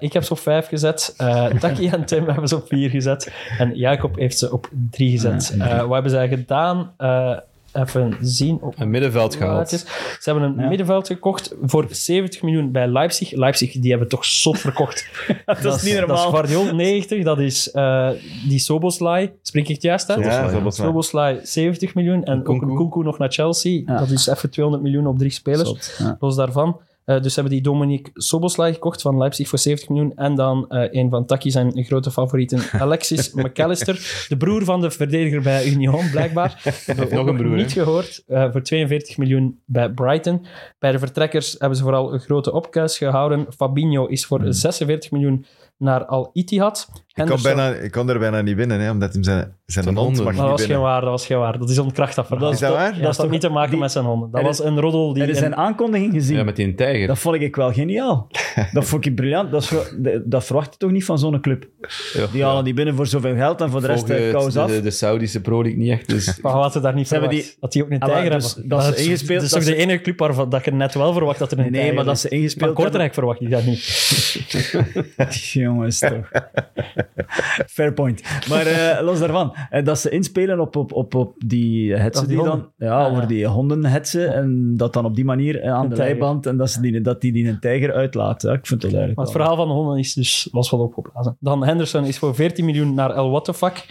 Speaker 5: ik heb ze op 5 gezet. Eh Taki en Tim hebben ze op 4 gezet. En Jacob heeft ze op 3 gezet. Eh, wat hebben zij gedaan? Eh, even zien. Op
Speaker 3: Een middenveld
Speaker 5: Laat
Speaker 3: gehaald.
Speaker 5: eens. Ze hebben een middenveld gekocht voor 70 miljoen bij Leipzig. Leipzig, die hebben toch zot verkocht. dat,
Speaker 4: is niet normaal.
Speaker 5: Dat is Guardiol 90, dat is eh, die Soboslai, spreek ik het juist uit?
Speaker 2: Ja, dat was waar.
Speaker 5: Soboslai 70 miljoen en ook een
Speaker 3: Nkunku.
Speaker 5: Kunku nog naar Chelsea.
Speaker 4: Ja.
Speaker 5: Dat is even 200 miljoen op drie spelers,
Speaker 4: Zot, ja.
Speaker 5: los daarvan. Eh, dus ze hebben die Dominique Soboslai gekocht van Leipzig voor 70 miljoen. En dan eh, een van Taki zijn grote favorieten, Alexis McAllister. De broer van de verdediger bij Union, blijkbaar.
Speaker 3: Nog een broer, hè?
Speaker 5: Niet gehoord. eh, voor 42 miljoen bij Brighton. Bij de vertrekkers hebben ze vooral een grote opkuis gehouden. Fabinho is voor 46 miljoen naar Al-Ittihad.
Speaker 2: ik, kon bijna, ik kon er bijna niet binnen, hè, omdat hem zijn, zijn
Speaker 3: Zijn
Speaker 2: mond
Speaker 3: honden.
Speaker 2: mag
Speaker 5: Maar dat
Speaker 2: niet
Speaker 5: was geen
Speaker 2: binnen.
Speaker 5: waar, dat was geen waar. Dat is ontkracht, dat verhaal.
Speaker 2: Is dat waar?
Speaker 5: Ja, dat had niet te maken met zijn honden. Dat
Speaker 4: er
Speaker 5: was een roddel die...
Speaker 4: Er is
Speaker 5: in-
Speaker 4: een aankondiging gezien.
Speaker 3: Ja, met die tijger.
Speaker 4: Dat vond ik wel geniaal. Dat vond ik briljant. Dat, is wel- de- dat verwacht je toch niet van zo'n club?
Speaker 3: Ja.
Speaker 4: Die eh, halen die binnen voor zoveel geld en voor de rest
Speaker 3: Volgen
Speaker 4: de
Speaker 3: het-
Speaker 4: kous
Speaker 3: de,
Speaker 4: af.
Speaker 3: de, de Saudische Pro League niet echt. Dus
Speaker 5: Maar we hadden daar niet
Speaker 4: Ze hebben
Speaker 5: verwacht.
Speaker 4: die-
Speaker 5: Dat die ook een
Speaker 4: Ah, maar
Speaker 5: tijger
Speaker 4: dus
Speaker 5: hebben.
Speaker 4: dat is
Speaker 5: is-
Speaker 4: ingespeeld-
Speaker 5: Dat is
Speaker 4: dat
Speaker 5: toch de
Speaker 4: ze-
Speaker 5: ene club waarvan dat je net wel verwacht dat er een
Speaker 4: Nee, nee,
Speaker 5: tijger
Speaker 4: maar dat
Speaker 5: is.
Speaker 4: ze ingespeeld
Speaker 5: Van Kortrijk verwacht ik dat niet.
Speaker 4: Jongens, toch. Fair point. Maar eh, los daarvan. En dat ze inspelen op, op, op, op die hetsen
Speaker 5: Op die
Speaker 4: die dan...
Speaker 5: honden.
Speaker 4: Ja,
Speaker 5: Ah,
Speaker 4: over
Speaker 5: ja.
Speaker 4: die honden hetsen. En dat dan op die manier eh, aan
Speaker 5: Een
Speaker 4: de
Speaker 5: tijger.
Speaker 4: leiband. En dat, ze die, dat die die een tijger uitlaat. Ja, ik vind het duidelijk.
Speaker 5: Maar het verhaal van de honden is dus, was wel opgeblazen. Dan Henderson is voor 14 miljoen naar El Wattefak.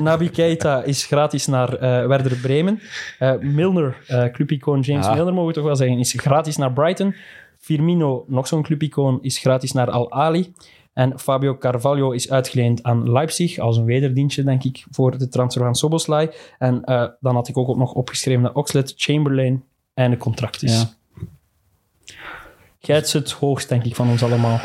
Speaker 5: Nabi Keita is gratis naar eh, Werder Bremen. Eh, Milner, eh clubicoon James
Speaker 3: Ah.
Speaker 5: Milner, mogen we toch wel zeggen, is gratis naar Brighton. Firmino, nog zo'n clubicoon, is gratis naar Al Ali. En Fabio Carvalho is uitgeleend aan Leipzig als een wederdienstje, denk ik, voor de transfer van Soboslai. En eh, dan had ik ook nog opgeschreven dat Oxlade Chamberlain en een contract is.
Speaker 4: Ja.
Speaker 5: Jij het het hoogst, denk ik, van ons allemaal.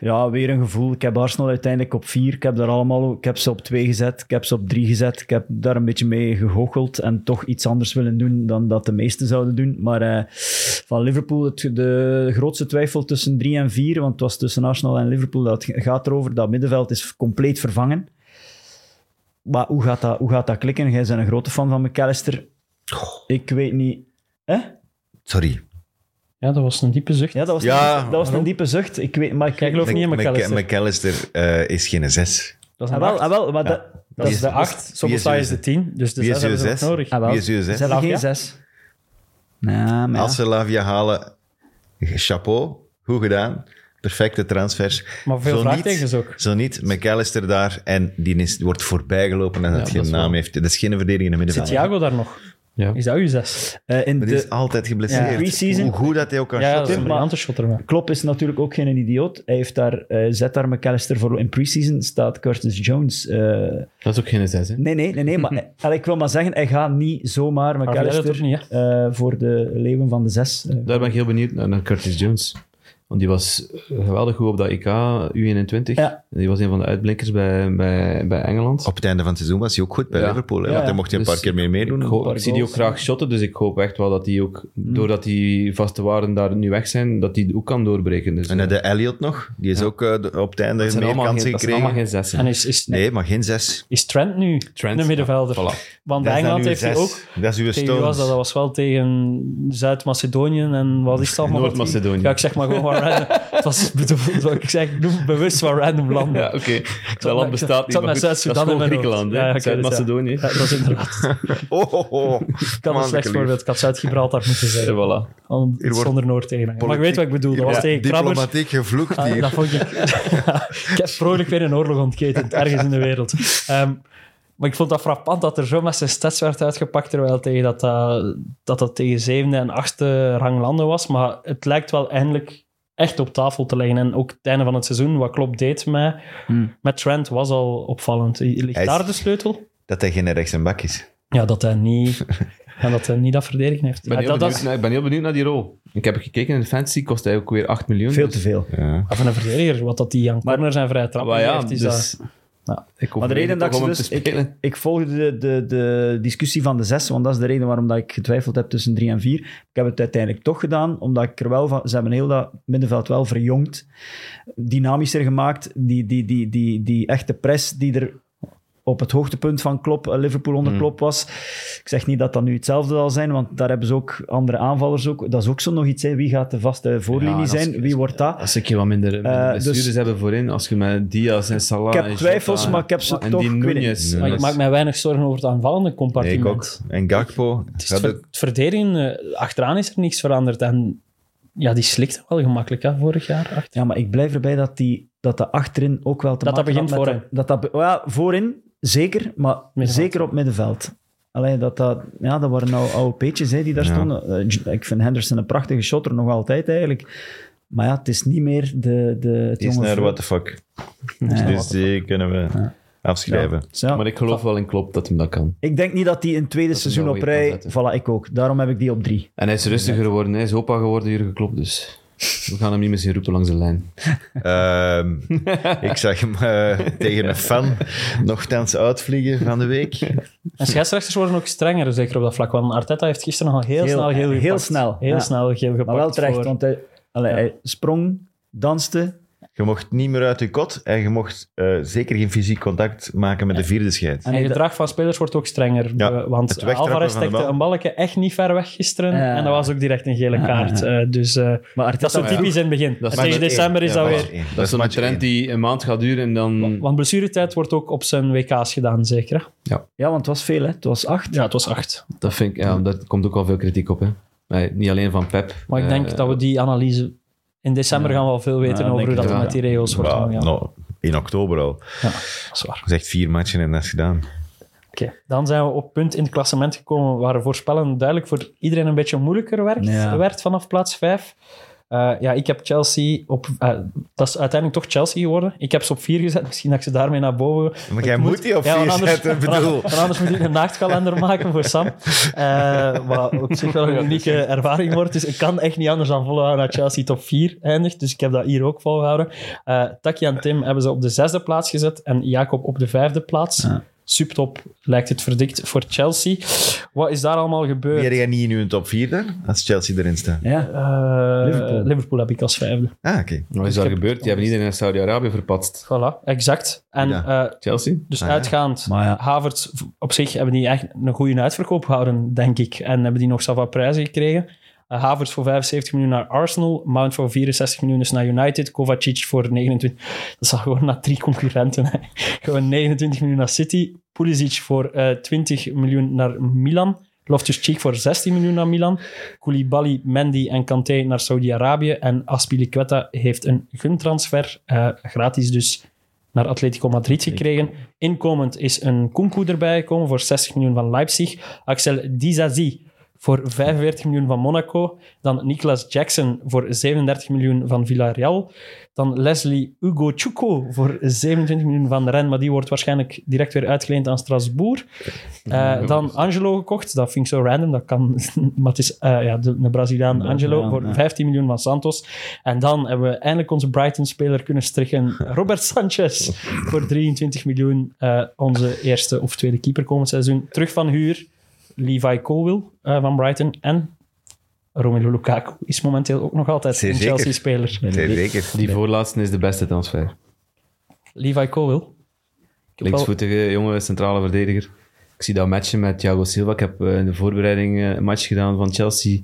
Speaker 4: Ja, weer een gevoel. Ik heb Arsenal uiteindelijk op vier. Ik heb, daar allemaal, ik heb ze op twee gezet. Ik heb ze op drie gezet. Ik heb daar een beetje mee gegocheld en toch iets anders willen doen dan dat de meesten zouden doen. Maar eh, van Liverpool, het, de grootste twijfel tussen drie en vier, want het was tussen Arsenal en Liverpool, dat gaat erover. Dat middenveld is compleet vervangen. Maar hoe gaat dat, hoe gaat dat klikken? Jij bent een grote fan van McAllister. Ik weet niet. Hè?
Speaker 2: Sorry.
Speaker 5: Ja, dat was een diepe zucht.
Speaker 4: Ja, dat was,
Speaker 2: Ja.
Speaker 4: een, dat was een diepe zucht. Ik weet, maar ik,
Speaker 5: Jij gelooft
Speaker 4: weet-
Speaker 5: niet in McAllister.
Speaker 2: Mc- McAllister eh, is geen 6.
Speaker 5: dat is
Speaker 4: Ah,
Speaker 5: een
Speaker 4: wel,
Speaker 5: acht.
Speaker 4: ah, wel, maar dat,
Speaker 5: Dat is de
Speaker 2: Wie is-
Speaker 5: 8.
Speaker 2: wie
Speaker 5: Soms
Speaker 2: is
Speaker 5: sta is
Speaker 2: uw
Speaker 5: de 10. Dus de
Speaker 2: Wie
Speaker 5: 6
Speaker 2: is uw
Speaker 5: hebben ze nog
Speaker 2: 6?
Speaker 5: nodig.
Speaker 4: Ah, wel.
Speaker 2: Wie is uw
Speaker 4: Ze
Speaker 2: 6?
Speaker 4: hebben
Speaker 5: Lavia?
Speaker 4: geen zes. Nee, maar ja.
Speaker 2: Als ze Lavia halen, chapeau. Goed gedaan. Perfecte transfers.
Speaker 5: Maar veel
Speaker 2: Zo
Speaker 5: vraagtekens
Speaker 2: niet-
Speaker 5: ook.
Speaker 2: Zo niet. McAllister daar en die is, wordt voorbijgelopen en dat geen
Speaker 3: dat is
Speaker 2: naam
Speaker 3: wel-
Speaker 2: heeft. Dat is geen verdedigende
Speaker 5: Zit
Speaker 2: middenvelder.
Speaker 5: Thiago daar nog?
Speaker 3: Ja.
Speaker 5: Is dat uw zes?
Speaker 4: Eh, in
Speaker 2: Maar die is
Speaker 4: de,
Speaker 2: altijd
Speaker 4: Ja.
Speaker 2: geblesseerd.
Speaker 4: Pre-season-
Speaker 2: Hoe goed dat hij ook kan
Speaker 5: Ja, dat is
Speaker 2: shotten.
Speaker 5: een briljante shotter.
Speaker 2: Ah,
Speaker 5: maar-
Speaker 4: Klopp is natuurlijk ook geen idioot. Hij heeft daar, eh, zet daar McAllister voor in preseason, staat Curtis Jones. eh,
Speaker 3: Dat is ook geen zes, hè?
Speaker 4: nee, nee, nee, nee maar eh, allee, ik wil maar zeggen, hij gaat niet zomaar
Speaker 5: Maar jij dat
Speaker 4: McAllister
Speaker 5: toch niet,
Speaker 4: eh, voor de leeuwen van de zes. eh,
Speaker 3: Daar ben ik heel benieuwd naar, naar Curtis Jones. Want die was eh, geweldig goed op dat IK U21.
Speaker 4: Ja.
Speaker 3: Die was een van de uitblinkers bij, bij, bij Engeland.
Speaker 2: Op het einde van het seizoen was hij ook goed bij
Speaker 3: Ja.
Speaker 2: Liverpool. Hè?
Speaker 4: Ja,
Speaker 2: Want
Speaker 4: ja.
Speaker 2: hij mocht hij een
Speaker 3: Dus
Speaker 2: paar keer meer meedoen.
Speaker 3: Ik, hoop-
Speaker 4: Een paar
Speaker 3: ik zie die ook
Speaker 4: goals.
Speaker 3: graag shotten, dus ik hoop echt wel dat die ook, doordat die vaste waarden daar nu weg zijn, dat die ook kan doorbreken. Dus,
Speaker 2: En dan
Speaker 3: eh,
Speaker 2: de Elliot nog. Die is ook eh, de- op het einde
Speaker 3: dat zijn
Speaker 2: meer
Speaker 3: allemaal
Speaker 2: kansen
Speaker 3: geen, dat zijn allemaal
Speaker 2: gekregen.
Speaker 3: geen zessen.
Speaker 5: En is, is,
Speaker 2: Nee, maar geen zes.
Speaker 5: is Trent nu
Speaker 3: Trent,
Speaker 5: een middenvelder?
Speaker 3: ja, voilà.
Speaker 2: Dat is
Speaker 5: Want bij
Speaker 2: dan
Speaker 5: Engeland
Speaker 2: uw
Speaker 5: heeft hij
Speaker 2: zes.
Speaker 5: ook...
Speaker 2: Dat is uw
Speaker 5: Tegen wie was dat? Dat
Speaker 2: stones.
Speaker 5: was wel tegen Zuid-Macedonië en wat is het allemaal?
Speaker 3: Noord-Macedonië.
Speaker 5: Ja, ik zeg maar gewoon wat random. het was bedoeld, ik zeg, ik noem bewust wat random landen.
Speaker 3: Ja, oké. Dat land
Speaker 5: met-
Speaker 3: bestaat
Speaker 5: ik
Speaker 3: niet,
Speaker 5: zat
Speaker 3: maar
Speaker 5: met
Speaker 3: goed, dat is
Speaker 5: Zuid-Soedan in
Speaker 3: gewoon
Speaker 5: mijn
Speaker 3: Griekenland,
Speaker 5: hoofd. Ja,
Speaker 3: hè?
Speaker 5: oké, dus ja.
Speaker 3: Zuid-Macedonië.
Speaker 5: Ja, dat is inderdaad.
Speaker 2: Oh, oh, oh.
Speaker 5: Ik had een
Speaker 2: Man,
Speaker 5: slecht
Speaker 2: lief.
Speaker 5: voorbeeld. Ik had Zuid-Gibraltar moeten
Speaker 3: Ja,
Speaker 5: zeggen.
Speaker 3: voilà.
Speaker 5: Want
Speaker 2: Hier wordt
Speaker 5: Zonder Noord tegen. Maar ik weet
Speaker 2: Politiek-
Speaker 5: wat ik bedoel. Dat
Speaker 2: hier
Speaker 5: was tegen
Speaker 2: wordt
Speaker 5: Krabbers.
Speaker 2: Diplomatiek gevloekt
Speaker 5: Ah,
Speaker 2: hier.
Speaker 5: dat vond ik. ik heb vrolijk weer een oorlog ontketend, ergens in de wereld. Ehm, maar ik vond dat frappant dat er zo met zijn stats werd uitgepakt, terwijl tegen dat, dat, dat dat tegen zevende en achtste rang landen was. Maar het lijkt wel eindelijk echt op tafel te liggen. En ook het einde van het seizoen, wat Klopp deed met,
Speaker 3: Hmm.
Speaker 5: met Trent, was al opvallend. Ligt
Speaker 2: Hij is-
Speaker 5: daar de sleutel?
Speaker 2: Dat hij geen rechts en bak is.
Speaker 5: Ja, dat hij niet, en dat, hij niet dat verdedigen heeft.
Speaker 3: Ik ben,
Speaker 5: Ja,
Speaker 3: heel
Speaker 5: dat, dat
Speaker 3: benieuwd, naar- ik ben heel benieuwd naar die rol. Ik heb gekeken in de fantasy, kost hij ook weer 8 miljoen.
Speaker 4: Veel
Speaker 3: dus-
Speaker 4: te veel.
Speaker 2: Ja.
Speaker 5: van een verdediger, wat dat die aan
Speaker 4: Maar-
Speaker 5: corners en vrije trappen
Speaker 3: Maar ja,
Speaker 5: heeft, is dat...
Speaker 3: dus...
Speaker 5: Ja.
Speaker 3: Ik hoop
Speaker 4: Maar de reden dat ik
Speaker 3: om
Speaker 4: ze
Speaker 3: hem
Speaker 4: dus...
Speaker 3: te
Speaker 4: Ik,
Speaker 3: spelen.
Speaker 4: ik volgde de, de, de discussie van de zes, want dat is de reden waarom dat ik getwijfeld heb tussen drie en vier. Ik heb het uiteindelijk toch gedaan, omdat ik er wel van... Ze hebben heel dat middenveld wel verjongd, dynamischer gemaakt. Die, die, die, die, die echte press die er op het hoogtepunt van Klopp, eh, Liverpool
Speaker 3: Hmm.
Speaker 4: onder Klopp was. Ik zeg niet dat dat nu hetzelfde zal zijn, want daar hebben ze ook andere aanvallers ook. Dat is ook zo nog iets, hè. Wie gaat de vaste voorlinie
Speaker 3: Ja, en als-
Speaker 4: zijn? Wie wordt dat?
Speaker 3: Als ik je wat minder, minder
Speaker 4: Eh,
Speaker 3: blessures
Speaker 4: dus-
Speaker 3: hebben voorin, als je met Diaz en Salah...
Speaker 4: Ik heb
Speaker 3: en Jota
Speaker 4: twijfels,
Speaker 3: en-
Speaker 4: maar ik heb ze
Speaker 3: en
Speaker 4: toch-
Speaker 3: die
Speaker 4: ik weet
Speaker 3: Nunez.
Speaker 2: niet.
Speaker 5: Maar ik
Speaker 2: Dat
Speaker 5: maak
Speaker 2: is-
Speaker 5: mij weinig zorgen over het aanvallende
Speaker 2: Nee, ik
Speaker 5: compartiment.
Speaker 2: ook. En Gakpo.
Speaker 5: Het, is
Speaker 2: dat
Speaker 5: het ver-
Speaker 2: ook.
Speaker 5: het verdedigen, eh, achteraan is er niks veranderd. En ja, die slikt wel gemakkelijk hè, vorig jaar. Achter.
Speaker 4: Ja, maar ik blijf erbij dat die, dat, dat achterin ook wel te
Speaker 5: Dat dat
Speaker 4: maken had
Speaker 5: begint
Speaker 4: met
Speaker 5: voorin.
Speaker 4: de- dat dat be- ja, voorin, zeker, maar
Speaker 5: Middenveld.
Speaker 4: zeker op middenveld. Alleen dat, dat, ja, dat waren nou oude peetjes hè, die daar
Speaker 2: Ja.
Speaker 4: stonden. Eh, J- ik vind Henderson een prachtige shotter, nog altijd eigenlijk. Maar ja, het is niet meer de, de, het
Speaker 2: Die is
Speaker 4: jonge
Speaker 2: naar
Speaker 4: vrouw.
Speaker 2: what the fuck.
Speaker 4: Ja.
Speaker 2: Dus die kunnen we afschrijven.
Speaker 4: Zo, Dus ja.
Speaker 3: Maar ik geloof wel in Klopp dat hem dat kan.
Speaker 4: ik denk niet dat die een tweede
Speaker 3: Dat hij
Speaker 4: seizoen
Speaker 3: wel
Speaker 4: op
Speaker 3: weer kan
Speaker 4: rij...
Speaker 3: zetten.
Speaker 4: Voilà, ik ook. Daarom heb ik die op drie.
Speaker 3: En hij is rustiger geworden, hij is opa geworden, Jurgen Klopp, dus... We gaan hem niet meer zien roepen langs de lijn.
Speaker 2: Ehm, ik zag hem eh, tegen een fan nogthans uitvliegen van de week.
Speaker 5: En scheidsrechters worden ook strenger, zeker op dat vlak. Want Arteta heeft gisteren al heel,
Speaker 4: Heel-
Speaker 5: snel geel
Speaker 4: heel
Speaker 5: gepakt.
Speaker 4: snel,
Speaker 5: Heel
Speaker 4: ja.
Speaker 5: snel geel gepakt.
Speaker 4: Maar wel terecht,
Speaker 5: voor-
Speaker 4: want hij, allee,
Speaker 5: Ja.
Speaker 4: hij sprong, danste.
Speaker 2: Je mocht niet meer uit je kot en je mocht eh, zeker geen fysiek contact maken met de vierde scheid.
Speaker 4: En
Speaker 5: En
Speaker 4: hij
Speaker 5: het gedrag van spelers wordt ook strenger.
Speaker 2: Ja,
Speaker 5: Eh, want
Speaker 2: het wegtrappen
Speaker 5: Alvarez
Speaker 2: van de
Speaker 5: stekte
Speaker 2: bal.
Speaker 5: een balkje echt niet ver weg gisteren.
Speaker 4: Ja.
Speaker 5: En dat was ook direct een gele kaart. Eh, dus eh,
Speaker 4: Maar Arteta
Speaker 5: dat is zo
Speaker 4: was-
Speaker 5: typisch in het begin.
Speaker 3: Dat is
Speaker 5: En tegen
Speaker 3: maar-
Speaker 5: december is
Speaker 2: Ja,
Speaker 5: dat
Speaker 2: match
Speaker 5: weer...
Speaker 2: één.
Speaker 3: Dat is een
Speaker 2: match één.
Speaker 3: trend die een maand gaat duren en dan...
Speaker 5: Want blessuretijd wordt ook op zijn WK's gedaan, zeker? hè?
Speaker 4: Ja, want het was veel, hè. Het was acht.
Speaker 5: Ja, het was acht.
Speaker 3: Dat vind ik, ja, daar komt ook wel veel kritiek op. Hè. Nee, niet alleen van Pep.
Speaker 5: Maar ik denk
Speaker 3: Eh,
Speaker 5: dat we die analyse... In december gaan we al veel weten
Speaker 4: Ja,
Speaker 5: over
Speaker 4: denk
Speaker 5: hoe
Speaker 4: ik
Speaker 5: dat er
Speaker 3: wel,
Speaker 5: met die regels wordt
Speaker 2: Ja,
Speaker 5: omgegaan.
Speaker 2: nou, in oktober al.
Speaker 5: Ja, dat is waar.
Speaker 2: Dat is echt vier matchen en dat is gedaan.
Speaker 5: Oké, dan zijn we op het punt in het klassement gekomen waar voorspellen duidelijk voor iedereen een beetje moeilijker werkt,
Speaker 4: Ja.
Speaker 5: werd vanaf plaats 5. ja, ik heb Chelsea op... eh, dat is uiteindelijk toch Chelsea geworden. Ik heb ze op 4 gezet. Misschien dat ik ze daarmee naar boven...
Speaker 2: Maar jij
Speaker 5: Ik
Speaker 2: moet die op
Speaker 5: want
Speaker 2: vier zetten,
Speaker 5: want-
Speaker 2: bedoel.
Speaker 5: want anders moet ik een naaktkalender maken voor Sam. Eh wat op zich wel een unieke ervaring wordt. Dus ik kan echt niet anders dan volhouden dat Chelsea top 4 eindigt. Dus ik heb dat hier ook volgehouden. Eh Taki en Tim hebben ze op de zesde plaats gezet en Jacob op de vijfde plaats. Subtop lijkt het verdikt voor Chelsea. Wat is daar allemaal
Speaker 2: Wie
Speaker 5: gebeurd?
Speaker 2: had jij niet in hun top vier dan? Als Chelsea erin staat.
Speaker 4: Ja.
Speaker 5: Eh,
Speaker 4: Liverpool.
Speaker 5: Liverpool heb ik als vijfde.
Speaker 2: Ah, oké.
Speaker 3: Wat is
Speaker 5: Ik
Speaker 3: daar
Speaker 5: heb-
Speaker 3: gebeurd? Die hebben iedereen naar Saudi-Arabië verpatst.
Speaker 5: Voilà, exact. En
Speaker 2: Ja.
Speaker 5: eh,
Speaker 3: Chelsea?
Speaker 5: Dus
Speaker 2: Ah, ja.
Speaker 5: uitgaand,
Speaker 4: Maar ja.
Speaker 5: eh, Havertz, v- op zich hebben die echt een goede uitverkoop gehouden, denk ik. En hebben die nog zoveel prijzen gekregen. Uh, Havertz voor 75 miljoen naar Arsenal, Mount voor 64 miljoen dus naar United, Kovacic voor 29... Dat is al gewoon naar drie concurrenten. hè. Gewoon 29 miljoen naar City, Pulisic voor eh, 20 miljoen naar Milan, Loftus-Cheek voor 16 miljoen naar Milan. Koulibaly, Mendy en Kanté naar Saudi-Arabië. En Aspilicueta heeft een guntransfer, eh, gratis dus, naar Atletico Madrid gekregen. Inkomend is een Kunku erbij gekomen voor 60 miljoen van Leipzig. Axel Dizazi voor 45 miljoen van Monaco. Dan Nicolas Jackson voor 37 miljoen van Villarreal. Dan Leslie Hugo Chuko voor 27 miljoen van Rennes, maar die wordt waarschijnlijk direct weer uitgeleend aan Strasbourg. Eh, dan
Speaker 2: dus-
Speaker 5: Angelo gekocht, dat vind ik zo random, dat kan, maar het is eh, ja, de, de Braziliaan Angelo
Speaker 4: Braziliaan,
Speaker 5: voor
Speaker 4: ja.
Speaker 5: 15 miljoen van Santos. En dan hebben we eindelijk onze Brighton-speler kunnen strikken, Robert Sanchez, voor 23 miljoen. eh, onze eerste of tweede keeper komend seizoen. Terug van huur, Levi Colwill eh, van Brighton en Romelu Lukaku is momenteel ook nog altijd
Speaker 2: Zeer
Speaker 5: een
Speaker 2: zeker.
Speaker 5: Chelsea-speler.
Speaker 2: Nee, zeker.
Speaker 3: Die voorlaatste is de beste transfer.
Speaker 5: Levi Colwill. Ik heb wel-
Speaker 3: Linksvoetige jonge centrale verdediger. Ik zie dat matchen met Thiago Silva. Ik heb eh, in de voorbereiding eh, een match gedaan van Chelsea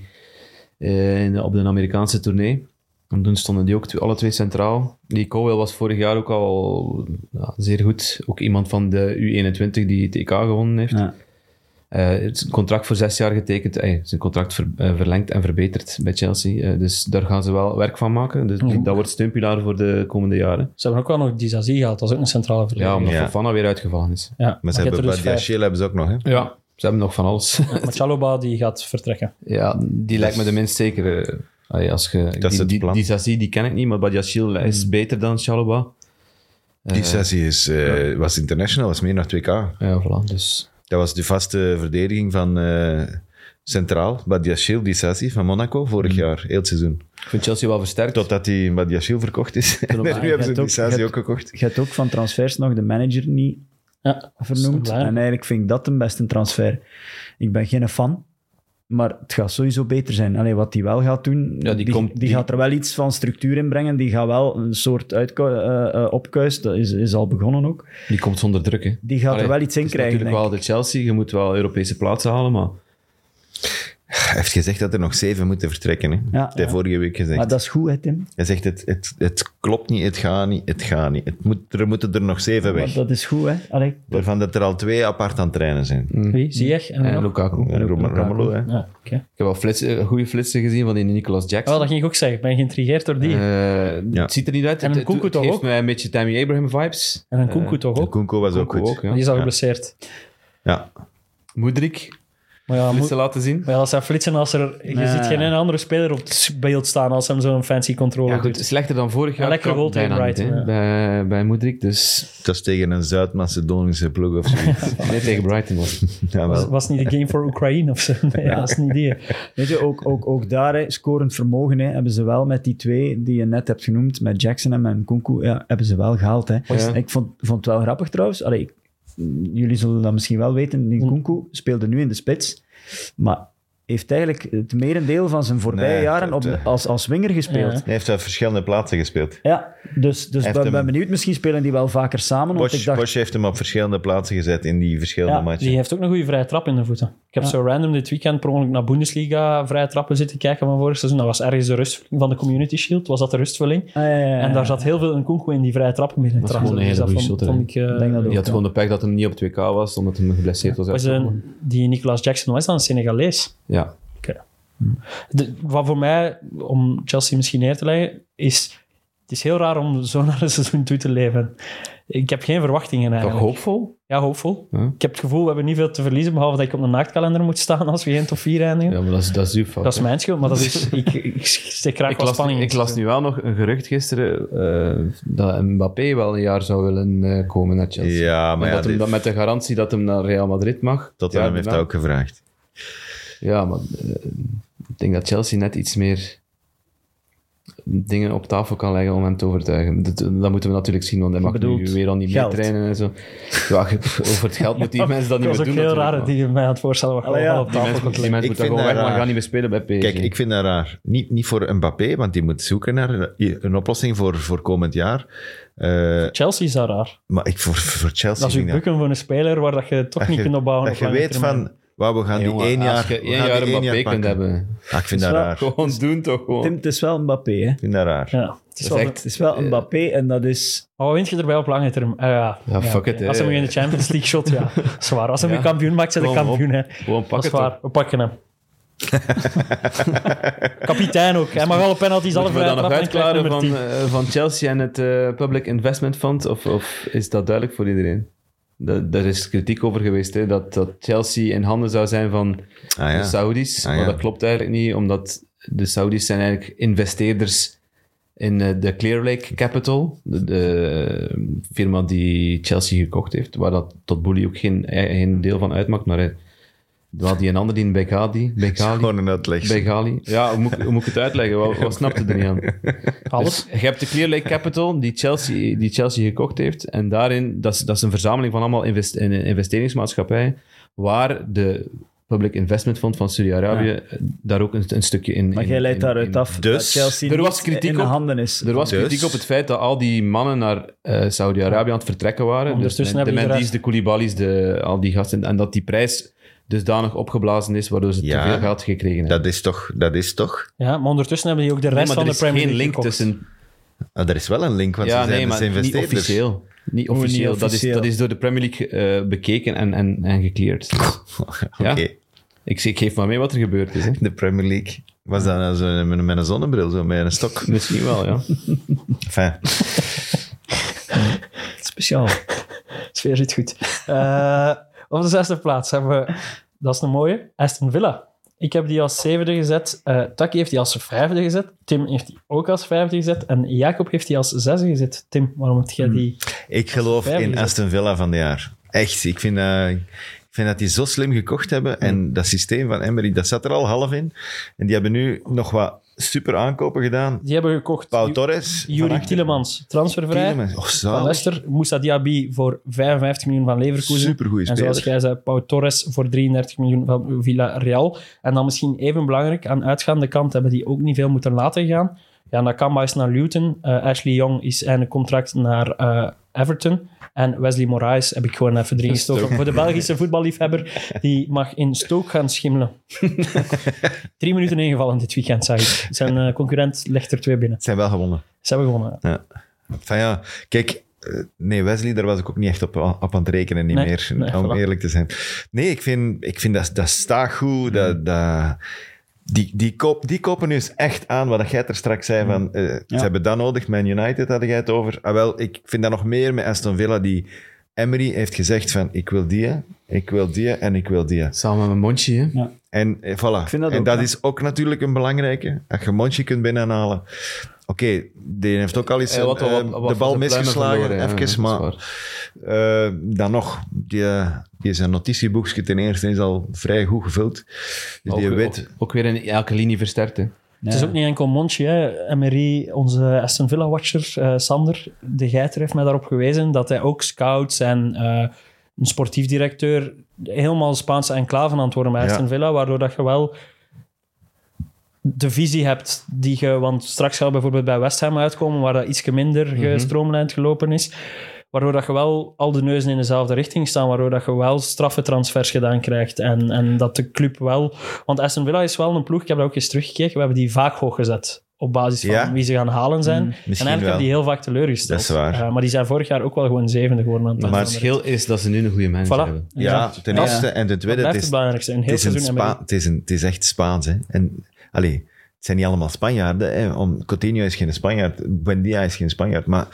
Speaker 3: eh, in- op de Amerikaanse tournee. En toen stonden die ook tw- alle twee centraal. Die Cowell was vorig jaar ook al ja, zeer goed. Ook iemand van de U21 die het EK gewonnen heeft.
Speaker 4: Ja.
Speaker 3: Eh, het is een contract voor zes jaar getekend. Eh, het is een contract ver- eh, verlengd en verbeterd bij Chelsea. Eh, dus daar gaan ze wel werk van maken. Dus die- dat wordt steunpilaar voor de komende jaren.
Speaker 5: Ze hebben ook wel nog Dizazi gehad, dat is ook een centrale
Speaker 3: Ja,
Speaker 5: verdediger.
Speaker 3: omdat
Speaker 2: Ja.
Speaker 3: Fofana weer uitgevallen is.
Speaker 5: Ja,
Speaker 2: Maar ze
Speaker 5: je hebt
Speaker 2: hebben
Speaker 5: er dus
Speaker 2: Badia
Speaker 5: vijf.
Speaker 2: Shiel hebben ze ook nog, hè?
Speaker 3: Ja, ze hebben nog van alles.
Speaker 5: Maar Chalobah, die gaat vertrekken.
Speaker 3: ja, die lijkt me de minst zekere. Allee, als ge,
Speaker 2: Dus is
Speaker 3: die,
Speaker 2: het
Speaker 3: die,
Speaker 2: plan.
Speaker 3: die Zazie, die ken ik niet, maar Badiachil is beter dan Chalobah.
Speaker 2: Die sessie is, eh, was international, was meer naar 2K.
Speaker 3: Ja, voilà. Dus
Speaker 2: Dat was de vaste verdediging van eh, Centraal, Badiachil, die sessie van Monaco, vorig
Speaker 4: Mhm.
Speaker 2: jaar, heel het seizoen.
Speaker 3: ik vind Chelsea wel versterkt.
Speaker 2: Totdat die Badiachil verkocht is. En
Speaker 4: maar
Speaker 2: nu
Speaker 4: Ah, je
Speaker 2: hebben ze
Speaker 4: hebt
Speaker 2: die
Speaker 4: ook- je
Speaker 2: sessie ook
Speaker 4: hebt-
Speaker 2: gekocht.
Speaker 4: Je hebt ook van transfers nog de manager niet
Speaker 5: Ja,
Speaker 4: vernoemd.
Speaker 5: Dat is waar.
Speaker 4: En eigenlijk vind ik dat de beste transfer. Ik ben geen fan, maar het gaat sowieso beter zijn. Allee, wat hij wel gaat doen,
Speaker 3: Ja, die komt- die-
Speaker 4: gaat er wel iets van structuur in brengen. Die gaat wel een soort uitku- eh, eh, opkuis, dat is, is al begonnen ook.
Speaker 3: Die komt zonder druk, hè.
Speaker 4: Die gaat
Speaker 3: Allee,
Speaker 4: er wel iets in
Speaker 3: het is
Speaker 4: krijgen, denk
Speaker 3: natuurlijk
Speaker 4: ik.
Speaker 3: wel de Chelsea. Je moet wel Europese plaatsen halen, maar...
Speaker 2: Hij heeft gezegd dat er nog zeven moeten vertrekken. Hè?
Speaker 4: Ja,
Speaker 2: dat hij
Speaker 4: ja.
Speaker 2: vorige week gezegd.
Speaker 4: Maar dat is goed, hè, Tim.
Speaker 2: Hij zegt, het, het, het klopt niet, het gaat niet, het gaat niet. Het moet, er moeten er nog zeven weg.
Speaker 4: Maar dat is goed, hè. Allee,
Speaker 2: Waarvan dat er al twee apart aan het trainen zijn.
Speaker 3: Hm.
Speaker 5: wie? Ziyech en,
Speaker 3: En
Speaker 5: nog?
Speaker 3: Lukaku.
Speaker 2: Ja, Rom-
Speaker 4: Lukaku.
Speaker 2: Romelu, hè.
Speaker 5: Ja, oké.
Speaker 3: Ik heb wel flitsen, eh, goede flitsen gezien van die Nicolas
Speaker 5: Oh,
Speaker 3: Jackson.
Speaker 5: dat ging ik ook zeggen. Ik ben geïntrigeerd door die.
Speaker 3: Eh,
Speaker 2: Ja.
Speaker 3: Het ziet er niet uit.
Speaker 5: En
Speaker 3: Het,
Speaker 5: een
Speaker 3: het,
Speaker 5: Kunku
Speaker 3: het
Speaker 5: toch
Speaker 3: geeft
Speaker 5: ook?
Speaker 3: mij een beetje Tammy Abraham-vibes.
Speaker 5: en een Kunku toch ook?
Speaker 2: Kunko was ook
Speaker 3: eh, Kunku
Speaker 2: goed.
Speaker 3: ook, ja.
Speaker 5: Die is al geblesseerd.
Speaker 2: Ja.
Speaker 3: Moedrik,
Speaker 5: Maar ja, moet,
Speaker 3: flitsen laten zien.
Speaker 5: maar ja, als hij flitsen, als er, je
Speaker 4: Nee.
Speaker 5: ziet geen ene andere speler op het beeld staan als hem zo'n fancy controle
Speaker 3: Ja,
Speaker 5: doet.
Speaker 3: goed, dus- slechter dan vorig jaar.
Speaker 5: lekker
Speaker 3: kan
Speaker 5: goal tegen
Speaker 3: bijna niet,
Speaker 5: Brighton,
Speaker 3: hè, Bij, bij Moedrik, dus...
Speaker 2: Dat is tegen een Zuid-Macedonische ploeg of zoiets.
Speaker 3: Nee, tegen Brighton was het.
Speaker 5: Was,
Speaker 2: Jawel.
Speaker 5: was niet de game voor Oekraïne of zo? Nee, dat is niet die.
Speaker 4: Weet je, ook, ook, ook daar, hè, scorend vermogen, hè, hebben ze wel met die twee die je net hebt genoemd, met Jackson en met Nkunku, ja, hebben ze wel gehaald. Hè.
Speaker 2: Oh,
Speaker 3: Ja.
Speaker 4: Ik vond, vond het wel grappig trouwens. Allee, ik- jullie zullen dat misschien wel weten, die
Speaker 2: Hm.
Speaker 4: Nkunku speelde nu in de spits, maar heeft eigenlijk het merendeel van zijn voorbije
Speaker 2: Nee,
Speaker 4: jaren
Speaker 2: dat,
Speaker 4: op,
Speaker 2: eh.
Speaker 4: als, als winger gespeeld.
Speaker 5: Ja.
Speaker 4: Ja.
Speaker 2: Hij heeft op verschillende plaatsen gespeeld.
Speaker 4: dus, dus
Speaker 2: Heeft
Speaker 4: ben, ben
Speaker 2: hem-
Speaker 4: benieuwd. Misschien spelen die wel vaker samen. Want ik
Speaker 2: Bosch,
Speaker 4: dacht,
Speaker 2: Bosch heeft hem op verschillende plaatsen gezet in die verschillende
Speaker 4: Ja,
Speaker 2: matchen.
Speaker 5: Die heeft ook een goede vrije trap in de voeten. Ik heb zo random dit weekend per ongeluk naar Bundesliga vrije trappen zitten kijken van vorig seizoen. Dat was ergens de rustverling van de Community Shield. Was dat de rustvulling?
Speaker 4: Ah, ja, ja, ja.
Speaker 5: En daar zat heel veel een Kunku in die vrije trappen binnen.
Speaker 3: Dat is
Speaker 5: trouwens.
Speaker 3: gewoon een hele
Speaker 5: Dus
Speaker 3: goede
Speaker 5: dat vond, vond ik, eh,
Speaker 4: Ik denk dat ook,
Speaker 3: Die had
Speaker 4: ja.
Speaker 3: gewoon de pech dat hem niet op het WK was, omdat hij geblesseerd was.
Speaker 5: was een, die Nicolas Jackson was dan een Senegalees.
Speaker 3: Ja.
Speaker 5: De- wat voor mij, om Chelsea misschien neer te leggen, is... Het is heel raar om zo naar een seizoen toe te leven. Ik heb geen verwachtingen
Speaker 3: Toch
Speaker 5: eigenlijk.
Speaker 3: hoopvol?
Speaker 5: Ja, hoopvol.
Speaker 3: Ja.
Speaker 5: Ik heb het gevoel, we hebben niet veel te verliezen, behalve dat ik op een naaktkalender moet staan als we geen top 4 eindigen.
Speaker 3: Ja, maar dat is, dat is uw fout,
Speaker 5: Dat is
Speaker 3: hè.
Speaker 5: mijn schuld, maar dat is, ik, ik steek graag
Speaker 3: ik
Speaker 5: wat
Speaker 3: las,
Speaker 5: spanning in.
Speaker 3: ik las nu wel nog een gerucht gisteren eh, dat Mbappé wel een jaar zou willen eh, komen naar Chelsea.
Speaker 2: Ja, maar
Speaker 3: En
Speaker 2: ja,
Speaker 3: dat hem,
Speaker 2: dit-
Speaker 3: dan met de garantie dat hem naar Real Madrid mag.
Speaker 2: Tottenham
Speaker 3: Ja,
Speaker 2: heeft
Speaker 3: daarna.
Speaker 2: dat ook gevraagd.
Speaker 3: Ja, maar eh, ik denk dat Chelsea net iets meer dingen op tafel kan leggen om hem te overtuigen. Dat, dat moeten we natuurlijk zien, want hij mag
Speaker 4: bedoelt
Speaker 3: nu weer al niet meer
Speaker 4: geld.
Speaker 3: trainen en zo. Ja, ge- over het geld moeten die mensen dat niet meer
Speaker 5: dat was
Speaker 3: doen.
Speaker 5: ook heel
Speaker 3: natuurlijk,
Speaker 5: raar
Speaker 3: maar-
Speaker 5: die je mij aan het voorstellen wat je
Speaker 4: Allee, ja.
Speaker 5: allemaal op
Speaker 3: Die
Speaker 5: tafel
Speaker 3: mensen
Speaker 5: kunt
Speaker 3: moeten, die mensen
Speaker 5: leggen.
Speaker 2: Ik
Speaker 3: moeten
Speaker 2: vind
Speaker 3: gewoon
Speaker 2: dat
Speaker 3: weg, maar
Speaker 2: raar.
Speaker 3: gaan niet meer spelen bij PSG.
Speaker 2: Kijk, ik vind dat raar. Niet, niet voor Mbappé, want die moet zoeken naar een- een oplossing voor, voor komend jaar. Eh,
Speaker 5: Chelsea is dat raar.
Speaker 2: maar ik, voor, voor Chelsea...
Speaker 5: Dat
Speaker 2: vind
Speaker 5: is uw
Speaker 2: ik dat-
Speaker 5: bukken voor een speler waar dat je toch
Speaker 2: dat
Speaker 5: niet
Speaker 2: je-
Speaker 5: kunt opbouwen.
Speaker 2: Dat
Speaker 5: op
Speaker 2: je
Speaker 5: lange
Speaker 2: weet
Speaker 5: termijn.
Speaker 2: van, Wauw, we gaan die
Speaker 3: Jongen,
Speaker 2: één
Speaker 3: Als
Speaker 2: jaar,
Speaker 3: je
Speaker 2: we
Speaker 3: één
Speaker 2: gaan
Speaker 3: jaar
Speaker 2: die één
Speaker 3: Mbappé kunt
Speaker 2: pakken.
Speaker 3: hebben.
Speaker 2: Ah, ik vind
Speaker 4: Is
Speaker 2: dat
Speaker 4: wel-
Speaker 2: raar. Ik
Speaker 3: Gewoon doen toch gewoon.
Speaker 4: Tim, het is wel Mbappé, hè.
Speaker 2: vind dat eh, raar.
Speaker 5: Ja, het is
Speaker 3: Dat
Speaker 5: wel...
Speaker 3: is
Speaker 4: Het
Speaker 3: echt...
Speaker 4: is wel Mbappé en dat is...
Speaker 5: Maar wat Oh, wint je erbij op lange termijn? Ah, ja.
Speaker 3: Ja, fuck it,
Speaker 5: oké. Als hij
Speaker 3: hè.
Speaker 5: hem in de Champions League shot, ja. Zwaar. Als hij hem
Speaker 3: Ja.
Speaker 5: kampioen maakt, zijn de
Speaker 3: Kom op.
Speaker 5: kampioen. Hè.
Speaker 3: Gewoon
Speaker 5: Dat is
Speaker 3: pakken
Speaker 5: waar.
Speaker 3: toch.
Speaker 5: We pakken hem. Kapitein ook. Hij mag wel op penalties alle
Speaker 3: Moeten we
Speaker 5: vrije
Speaker 3: dan nog
Speaker 5: trappen en krijgt
Speaker 3: uitklaren
Speaker 5: nummer
Speaker 3: van,
Speaker 5: 10.
Speaker 3: eh, van Chelsea en het eh, Public Investment Fund? Of, of is dat duidelijk voor iedereen? Da- Daar is kritiek over geweest, hè? Dat, dat Chelsea in handen zou zijn van
Speaker 2: Ah, ja.
Speaker 3: de Saudis.
Speaker 2: Ah,
Speaker 3: Maar
Speaker 2: ja.
Speaker 3: Dus dat klopt eigenlijk niet, omdat de Saudis zijn eigenlijk investeerders in eh, de Clear Lake Capital, de, de eh, firma die Chelsea gekocht heeft, waar dat tot Boelie ook geen, eh, geen deel van uitmaakt, maar eh, wel die een ander, die in Begali, Begali,
Speaker 2: Gewoon een uitleg.
Speaker 3: Begali. Ja, hoe moet, ik- hoe moet ik het uitleggen? Wat, wat snapte er niet aan?
Speaker 5: Alles.
Speaker 3: Dus je hebt de Clear Lake Capital, die Chelsea, die Chelsea gekocht heeft. En daarin, dat is, dat is een verzameling van allemaal invest, in- in investeringsmaatschappijen, waar de Public Investment Fund van Saudi-Arabië eh, daar ook een, een stukje in...
Speaker 4: Maar
Speaker 3: in-
Speaker 4: jij leidt
Speaker 3: in-
Speaker 4: daaruit
Speaker 3: in-
Speaker 4: af dat
Speaker 2: Dus?
Speaker 4: Chelsea
Speaker 3: Er
Speaker 4: niet
Speaker 3: was kritiek
Speaker 4: in de
Speaker 3: op.
Speaker 4: handen is.
Speaker 3: Er was
Speaker 2: Dus?
Speaker 3: kritiek op het feit dat al die mannen naar eh, Saudi-Arabië aan het vertrekken waren.
Speaker 5: Ondertussen
Speaker 3: dus de, de
Speaker 5: hebben die
Speaker 3: Mendy's, de Koulibaly's, de, al die gasten. En dat die prijs dusdanig opgeblazen is, waardoor ze
Speaker 2: Ja.
Speaker 3: te veel geld gekregen hebben.
Speaker 2: Dat is toch... Dat is toch
Speaker 5: Ja, maar ondertussen hebben die ook de rest
Speaker 3: Nee, maar
Speaker 5: van
Speaker 3: er
Speaker 5: de
Speaker 3: is
Speaker 5: Premier
Speaker 3: geen
Speaker 5: League
Speaker 3: link
Speaker 5: gekocht.
Speaker 3: tussen...
Speaker 2: ah, er is wel een link, want
Speaker 3: ja,
Speaker 2: ze zijn
Speaker 3: nee,
Speaker 2: dus
Speaker 3: maar niet
Speaker 2: investeerders.
Speaker 3: officieel. Niet
Speaker 4: Hoe niet
Speaker 3: officieel. Dat, is,
Speaker 4: officieel?
Speaker 3: dat is door de Premier League eh, bekeken en, en, en gecleared.
Speaker 2: Oké,
Speaker 3: Ja? Ik, ik geef maar mee wat er gebeurd is. Hè.
Speaker 2: de Premier League. Was dat nou zo met, met een zonnebril, zo met een stok?
Speaker 3: Misschien wel, ja.
Speaker 2: Enfin,
Speaker 4: Speciaal.
Speaker 5: sfeer zit goed. Eh, op de zesde plaats hebben we, dat is een mooie, Aston Villa. Ik heb die als zevende gezet. eh Taki heeft die als vijfde gezet. Tim heeft die ook als vijfde gezet. En Jacob heeft die als zesde gezet. Tim, waarom hebt
Speaker 3: Hm.
Speaker 5: jij die...
Speaker 2: ik geloof
Speaker 5: Vijf is
Speaker 2: in
Speaker 5: het.
Speaker 2: Aston Villa van dit jaar. Echt, ik vind, eh, ik vind dat die zo slim gekocht hebben. En dat systeem van Emery, dat zat er al half in. En die hebben nu nog wat super aankopen gedaan.
Speaker 5: Die hebben gekocht.
Speaker 2: Pau
Speaker 5: Ju-
Speaker 2: Torres. van
Speaker 5: Yuri
Speaker 2: achter.
Speaker 5: Tielemans, transfervrij.
Speaker 2: Tielemans. Oh,
Speaker 5: Van
Speaker 2: zalig.
Speaker 5: Leicester, Moussa Diaby voor 55 miljoen van Leverkusen.
Speaker 2: Supergoeie
Speaker 5: En zoals
Speaker 2: speler.
Speaker 5: jij zei, Pau Torres voor 33 miljoen van Villarreal. En dan misschien even belangrijk, aan uitgaande kant hebben die ook niet veel moeten laten gaan. Ja, Nakamba is naar Luton. eh, Ashley Young is einde contract naar eh, Everton. En Wesley Moraes heb ik gewoon even erin gestoken. Voor de Belgische voetballiefhebber, die mag in Stoke gaan schimmelen. Drie minuten ingevallen dit weekend, zag ik. Zijn eh, concurrent legt er twee binnen.
Speaker 2: Het zijn wel gewonnen.
Speaker 5: Ze hebben gewonnen.
Speaker 2: Enfin, ja, kijk, eh, nee, Wesley, daar was ik ook niet echt op, op aan het rekenen, niet
Speaker 5: Nee,
Speaker 2: meer,
Speaker 5: nee,
Speaker 2: om
Speaker 5: voilà.
Speaker 2: eerlijk te zijn. Nee, ik vind, ik vind dat, dat staat
Speaker 5: Mm.
Speaker 2: goed. Dat, dat, die, die, koop, die kopen nu eens echt aan wat jij er straks zei.
Speaker 5: Mm.
Speaker 2: Van, eh, Ze hebben dat nodig, Man United had jij het over. Ah, wel, ik vind dat nog meer met Aston Villa, die Emery heeft gezegd van, ik wil die, ik wil die en ik wil die.
Speaker 3: Samen met mijn mondje, hè.
Speaker 2: En eh, voilà.
Speaker 4: vind dat
Speaker 2: en
Speaker 4: ook,
Speaker 2: dat
Speaker 4: ja.
Speaker 2: is ook natuurlijk een belangrijke. Dat je Monchi kunt binnenhalen. Oké, die heeft ook al eens
Speaker 3: Hij had
Speaker 2: eh,
Speaker 3: wel wat- wat
Speaker 2: de bal
Speaker 3: van zijn pluimen
Speaker 2: misgeslagen.
Speaker 3: verloren, ja, dat is
Speaker 2: even, maar
Speaker 3: waar.
Speaker 2: eh, dan nog. Die, eh, die zijn notitieboekje ten eerste is al vrij goed gevuld. Dus
Speaker 3: Ook,
Speaker 2: die
Speaker 3: ook,
Speaker 2: weet...
Speaker 3: ook weer in elke linie versterkt, hè.
Speaker 4: Ja.
Speaker 5: Het is ook niet enkel Monchi, hè. Emery, onze Aston Villa-watcher, eh, Sander de Geiter, heeft mij daarop gewezen dat hij ook scouts en eh, een sportief directeur helemaal Spaanse enclaven aan het worden bij
Speaker 2: Ja.
Speaker 5: Aston Villa, waardoor dat je wel de visie hebt die je... Want straks gaat bijvoorbeeld bij West Ham uitkomen, waar dat iets minder gestroomlijnd gelopen is. Waardoor dat je wel al de neuzen in dezelfde richting staan. Waardoor dat je wel straffe transfers gedaan krijgt. En, en dat de club wel... Want Aston Villa is wel een ploeg, ik heb daar ook eens teruggekeken, we hebben die vaak hoog gezet. Op basis van
Speaker 2: Ja?
Speaker 5: wie ze gaan halen zijn.
Speaker 3: Mm,
Speaker 5: en eigenlijk
Speaker 2: wel.
Speaker 5: hebben die heel vaak teleurgesteld.
Speaker 2: Dat is waar.
Speaker 5: Eh, maar die zijn vorig jaar ook wel gewoon zevende geworden. aan
Speaker 3: Maar
Speaker 5: aan
Speaker 3: het verschil is dat ze nu een goede manager
Speaker 5: Voilà.
Speaker 3: hebben.
Speaker 2: Ja, ten
Speaker 5: Ja.
Speaker 2: eerste. En ten
Speaker 5: Dat
Speaker 2: tweede,
Speaker 5: blijft
Speaker 2: het
Speaker 5: het
Speaker 2: is,
Speaker 5: belangrijkste. Een heel
Speaker 2: het is, een
Speaker 5: seizoen
Speaker 2: Spa-
Speaker 5: hebben
Speaker 2: het is, een, het is echt Spaans. Hè. En, allee, het zijn niet allemaal Spanjaarden. Hè. Om, Coutinho is geen Spanjaard. Buendia is geen Spanjaard. Maar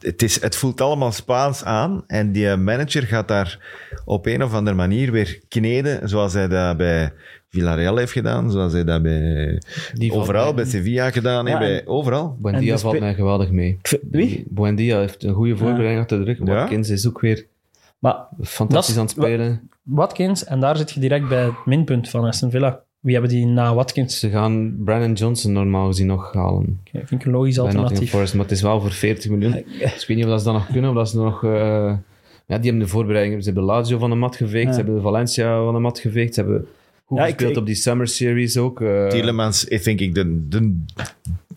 Speaker 2: het, is, het voelt allemaal Spaans aan. En die manager gaat daar op een of andere manier weer kneden. Zoals hij dat bij Villarreal heeft gedaan. Zoals hij dat bij
Speaker 3: Die valt
Speaker 2: overal,
Speaker 3: mij-
Speaker 2: bij Sevilla gedaan. heeft,
Speaker 4: Ja,
Speaker 2: bij, overal.
Speaker 4: En
Speaker 3: Buendia
Speaker 4: de
Speaker 3: valt
Speaker 4: spe-
Speaker 3: mij geweldig mee.
Speaker 4: Ik vind- Wie?
Speaker 3: Buendia heeft een goede voorbereiding achter de rug.
Speaker 2: Ja.
Speaker 3: Watkins is ook weer
Speaker 4: Maar
Speaker 3: fantastisch
Speaker 5: Dat-
Speaker 3: aan het spelen.
Speaker 5: Watkins, en daar zit je direct bij het minpunt van Aston Villa. Wie hebben die na Watkins?
Speaker 3: Ze gaan Brandon Johnson normaal gezien nog halen.
Speaker 5: Ik vind ik een logisch
Speaker 3: Bij Nottingham
Speaker 5: alternatief.
Speaker 3: Forest, maar het is wel voor 40 miljoen. Dus ik weet niet of dat ze dat nog kunnen, of dat ze nog... eh, ja, die hebben de voorbereiding. Ze hebben Lazio van de mat geveegd,
Speaker 4: Ja.
Speaker 3: ze hebben Valencia van de mat geveegd, ze hebben goed
Speaker 4: Ja, ik-
Speaker 3: gespeeld
Speaker 4: ik-
Speaker 3: op die Summer Series ook. eh.
Speaker 2: Tielemans, ik denk ik, de, de,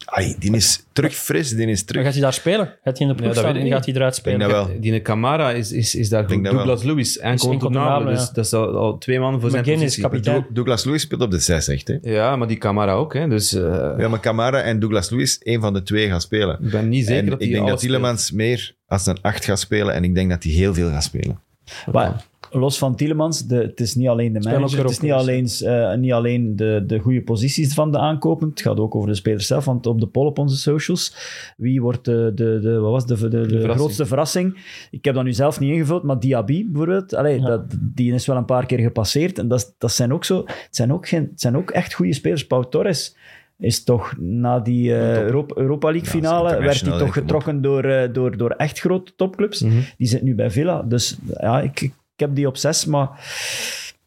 Speaker 2: ai, die is terug fris, die is
Speaker 5: Maar
Speaker 2: terug.
Speaker 5: gaat hij daar spelen? Gaat hij in de ploeg
Speaker 3: dat
Speaker 5: staan
Speaker 3: weet ik
Speaker 5: en gaat hij eruit
Speaker 2: denk
Speaker 5: spelen?
Speaker 2: dat wel.
Speaker 3: Die Camara eh, is, is, is daar goed.
Speaker 2: dat wel.
Speaker 3: Douglas Lewis en
Speaker 5: Is incontournabele,
Speaker 3: Contournable. Dus
Speaker 5: ja.
Speaker 3: dat is al, al twee mannen voor zijn
Speaker 5: McGinn is
Speaker 3: positie.
Speaker 5: kapitein.
Speaker 2: Doug- Douglas Lewis speelt op de 6, echt. Hè?
Speaker 3: Ja, maar die Camara ook. Hè. Dus eh,
Speaker 2: Ja, maar Camara en Douglas Lewis, één van de twee gaat spelen.
Speaker 3: ik ben niet zeker
Speaker 2: en
Speaker 3: dat die
Speaker 2: ik denk dat
Speaker 3: alles
Speaker 2: Tielemans meer als een 8 gaat spelen. En ik denk dat hij heel veel gaat spelen.
Speaker 4: Maar los van Tielemans, de, het is niet alleen de
Speaker 5: kan ook
Speaker 4: manager, het is niet
Speaker 5: erop
Speaker 4: alleen, eh, niet alleen de, de goede posities van de aankopen, het gaat ook over de speler zelf, want op de poll op onze socials, wie wordt de, de, de, wat was de, de, de, grootste verrassing? Ik heb dat nu zelf niet ingevuld, maar Diaby bijvoorbeeld, allee, dat, die is wel een paar keer gepasseerd. En dat, is- dat zijn ook zo, het zijn ook, geen, het zijn ook echt goede spelers. Pau Torres is toch na die eh, Europa, Europa League
Speaker 2: Ja, dat is
Speaker 4: finale, werd hij
Speaker 2: international,
Speaker 4: toch
Speaker 2: hè, kom op.
Speaker 4: getrokken getrokken door, eh, door, door echt grote topclubs. Die zit nu bij Villa. Dus ja, ik, ik heb die op zes, maar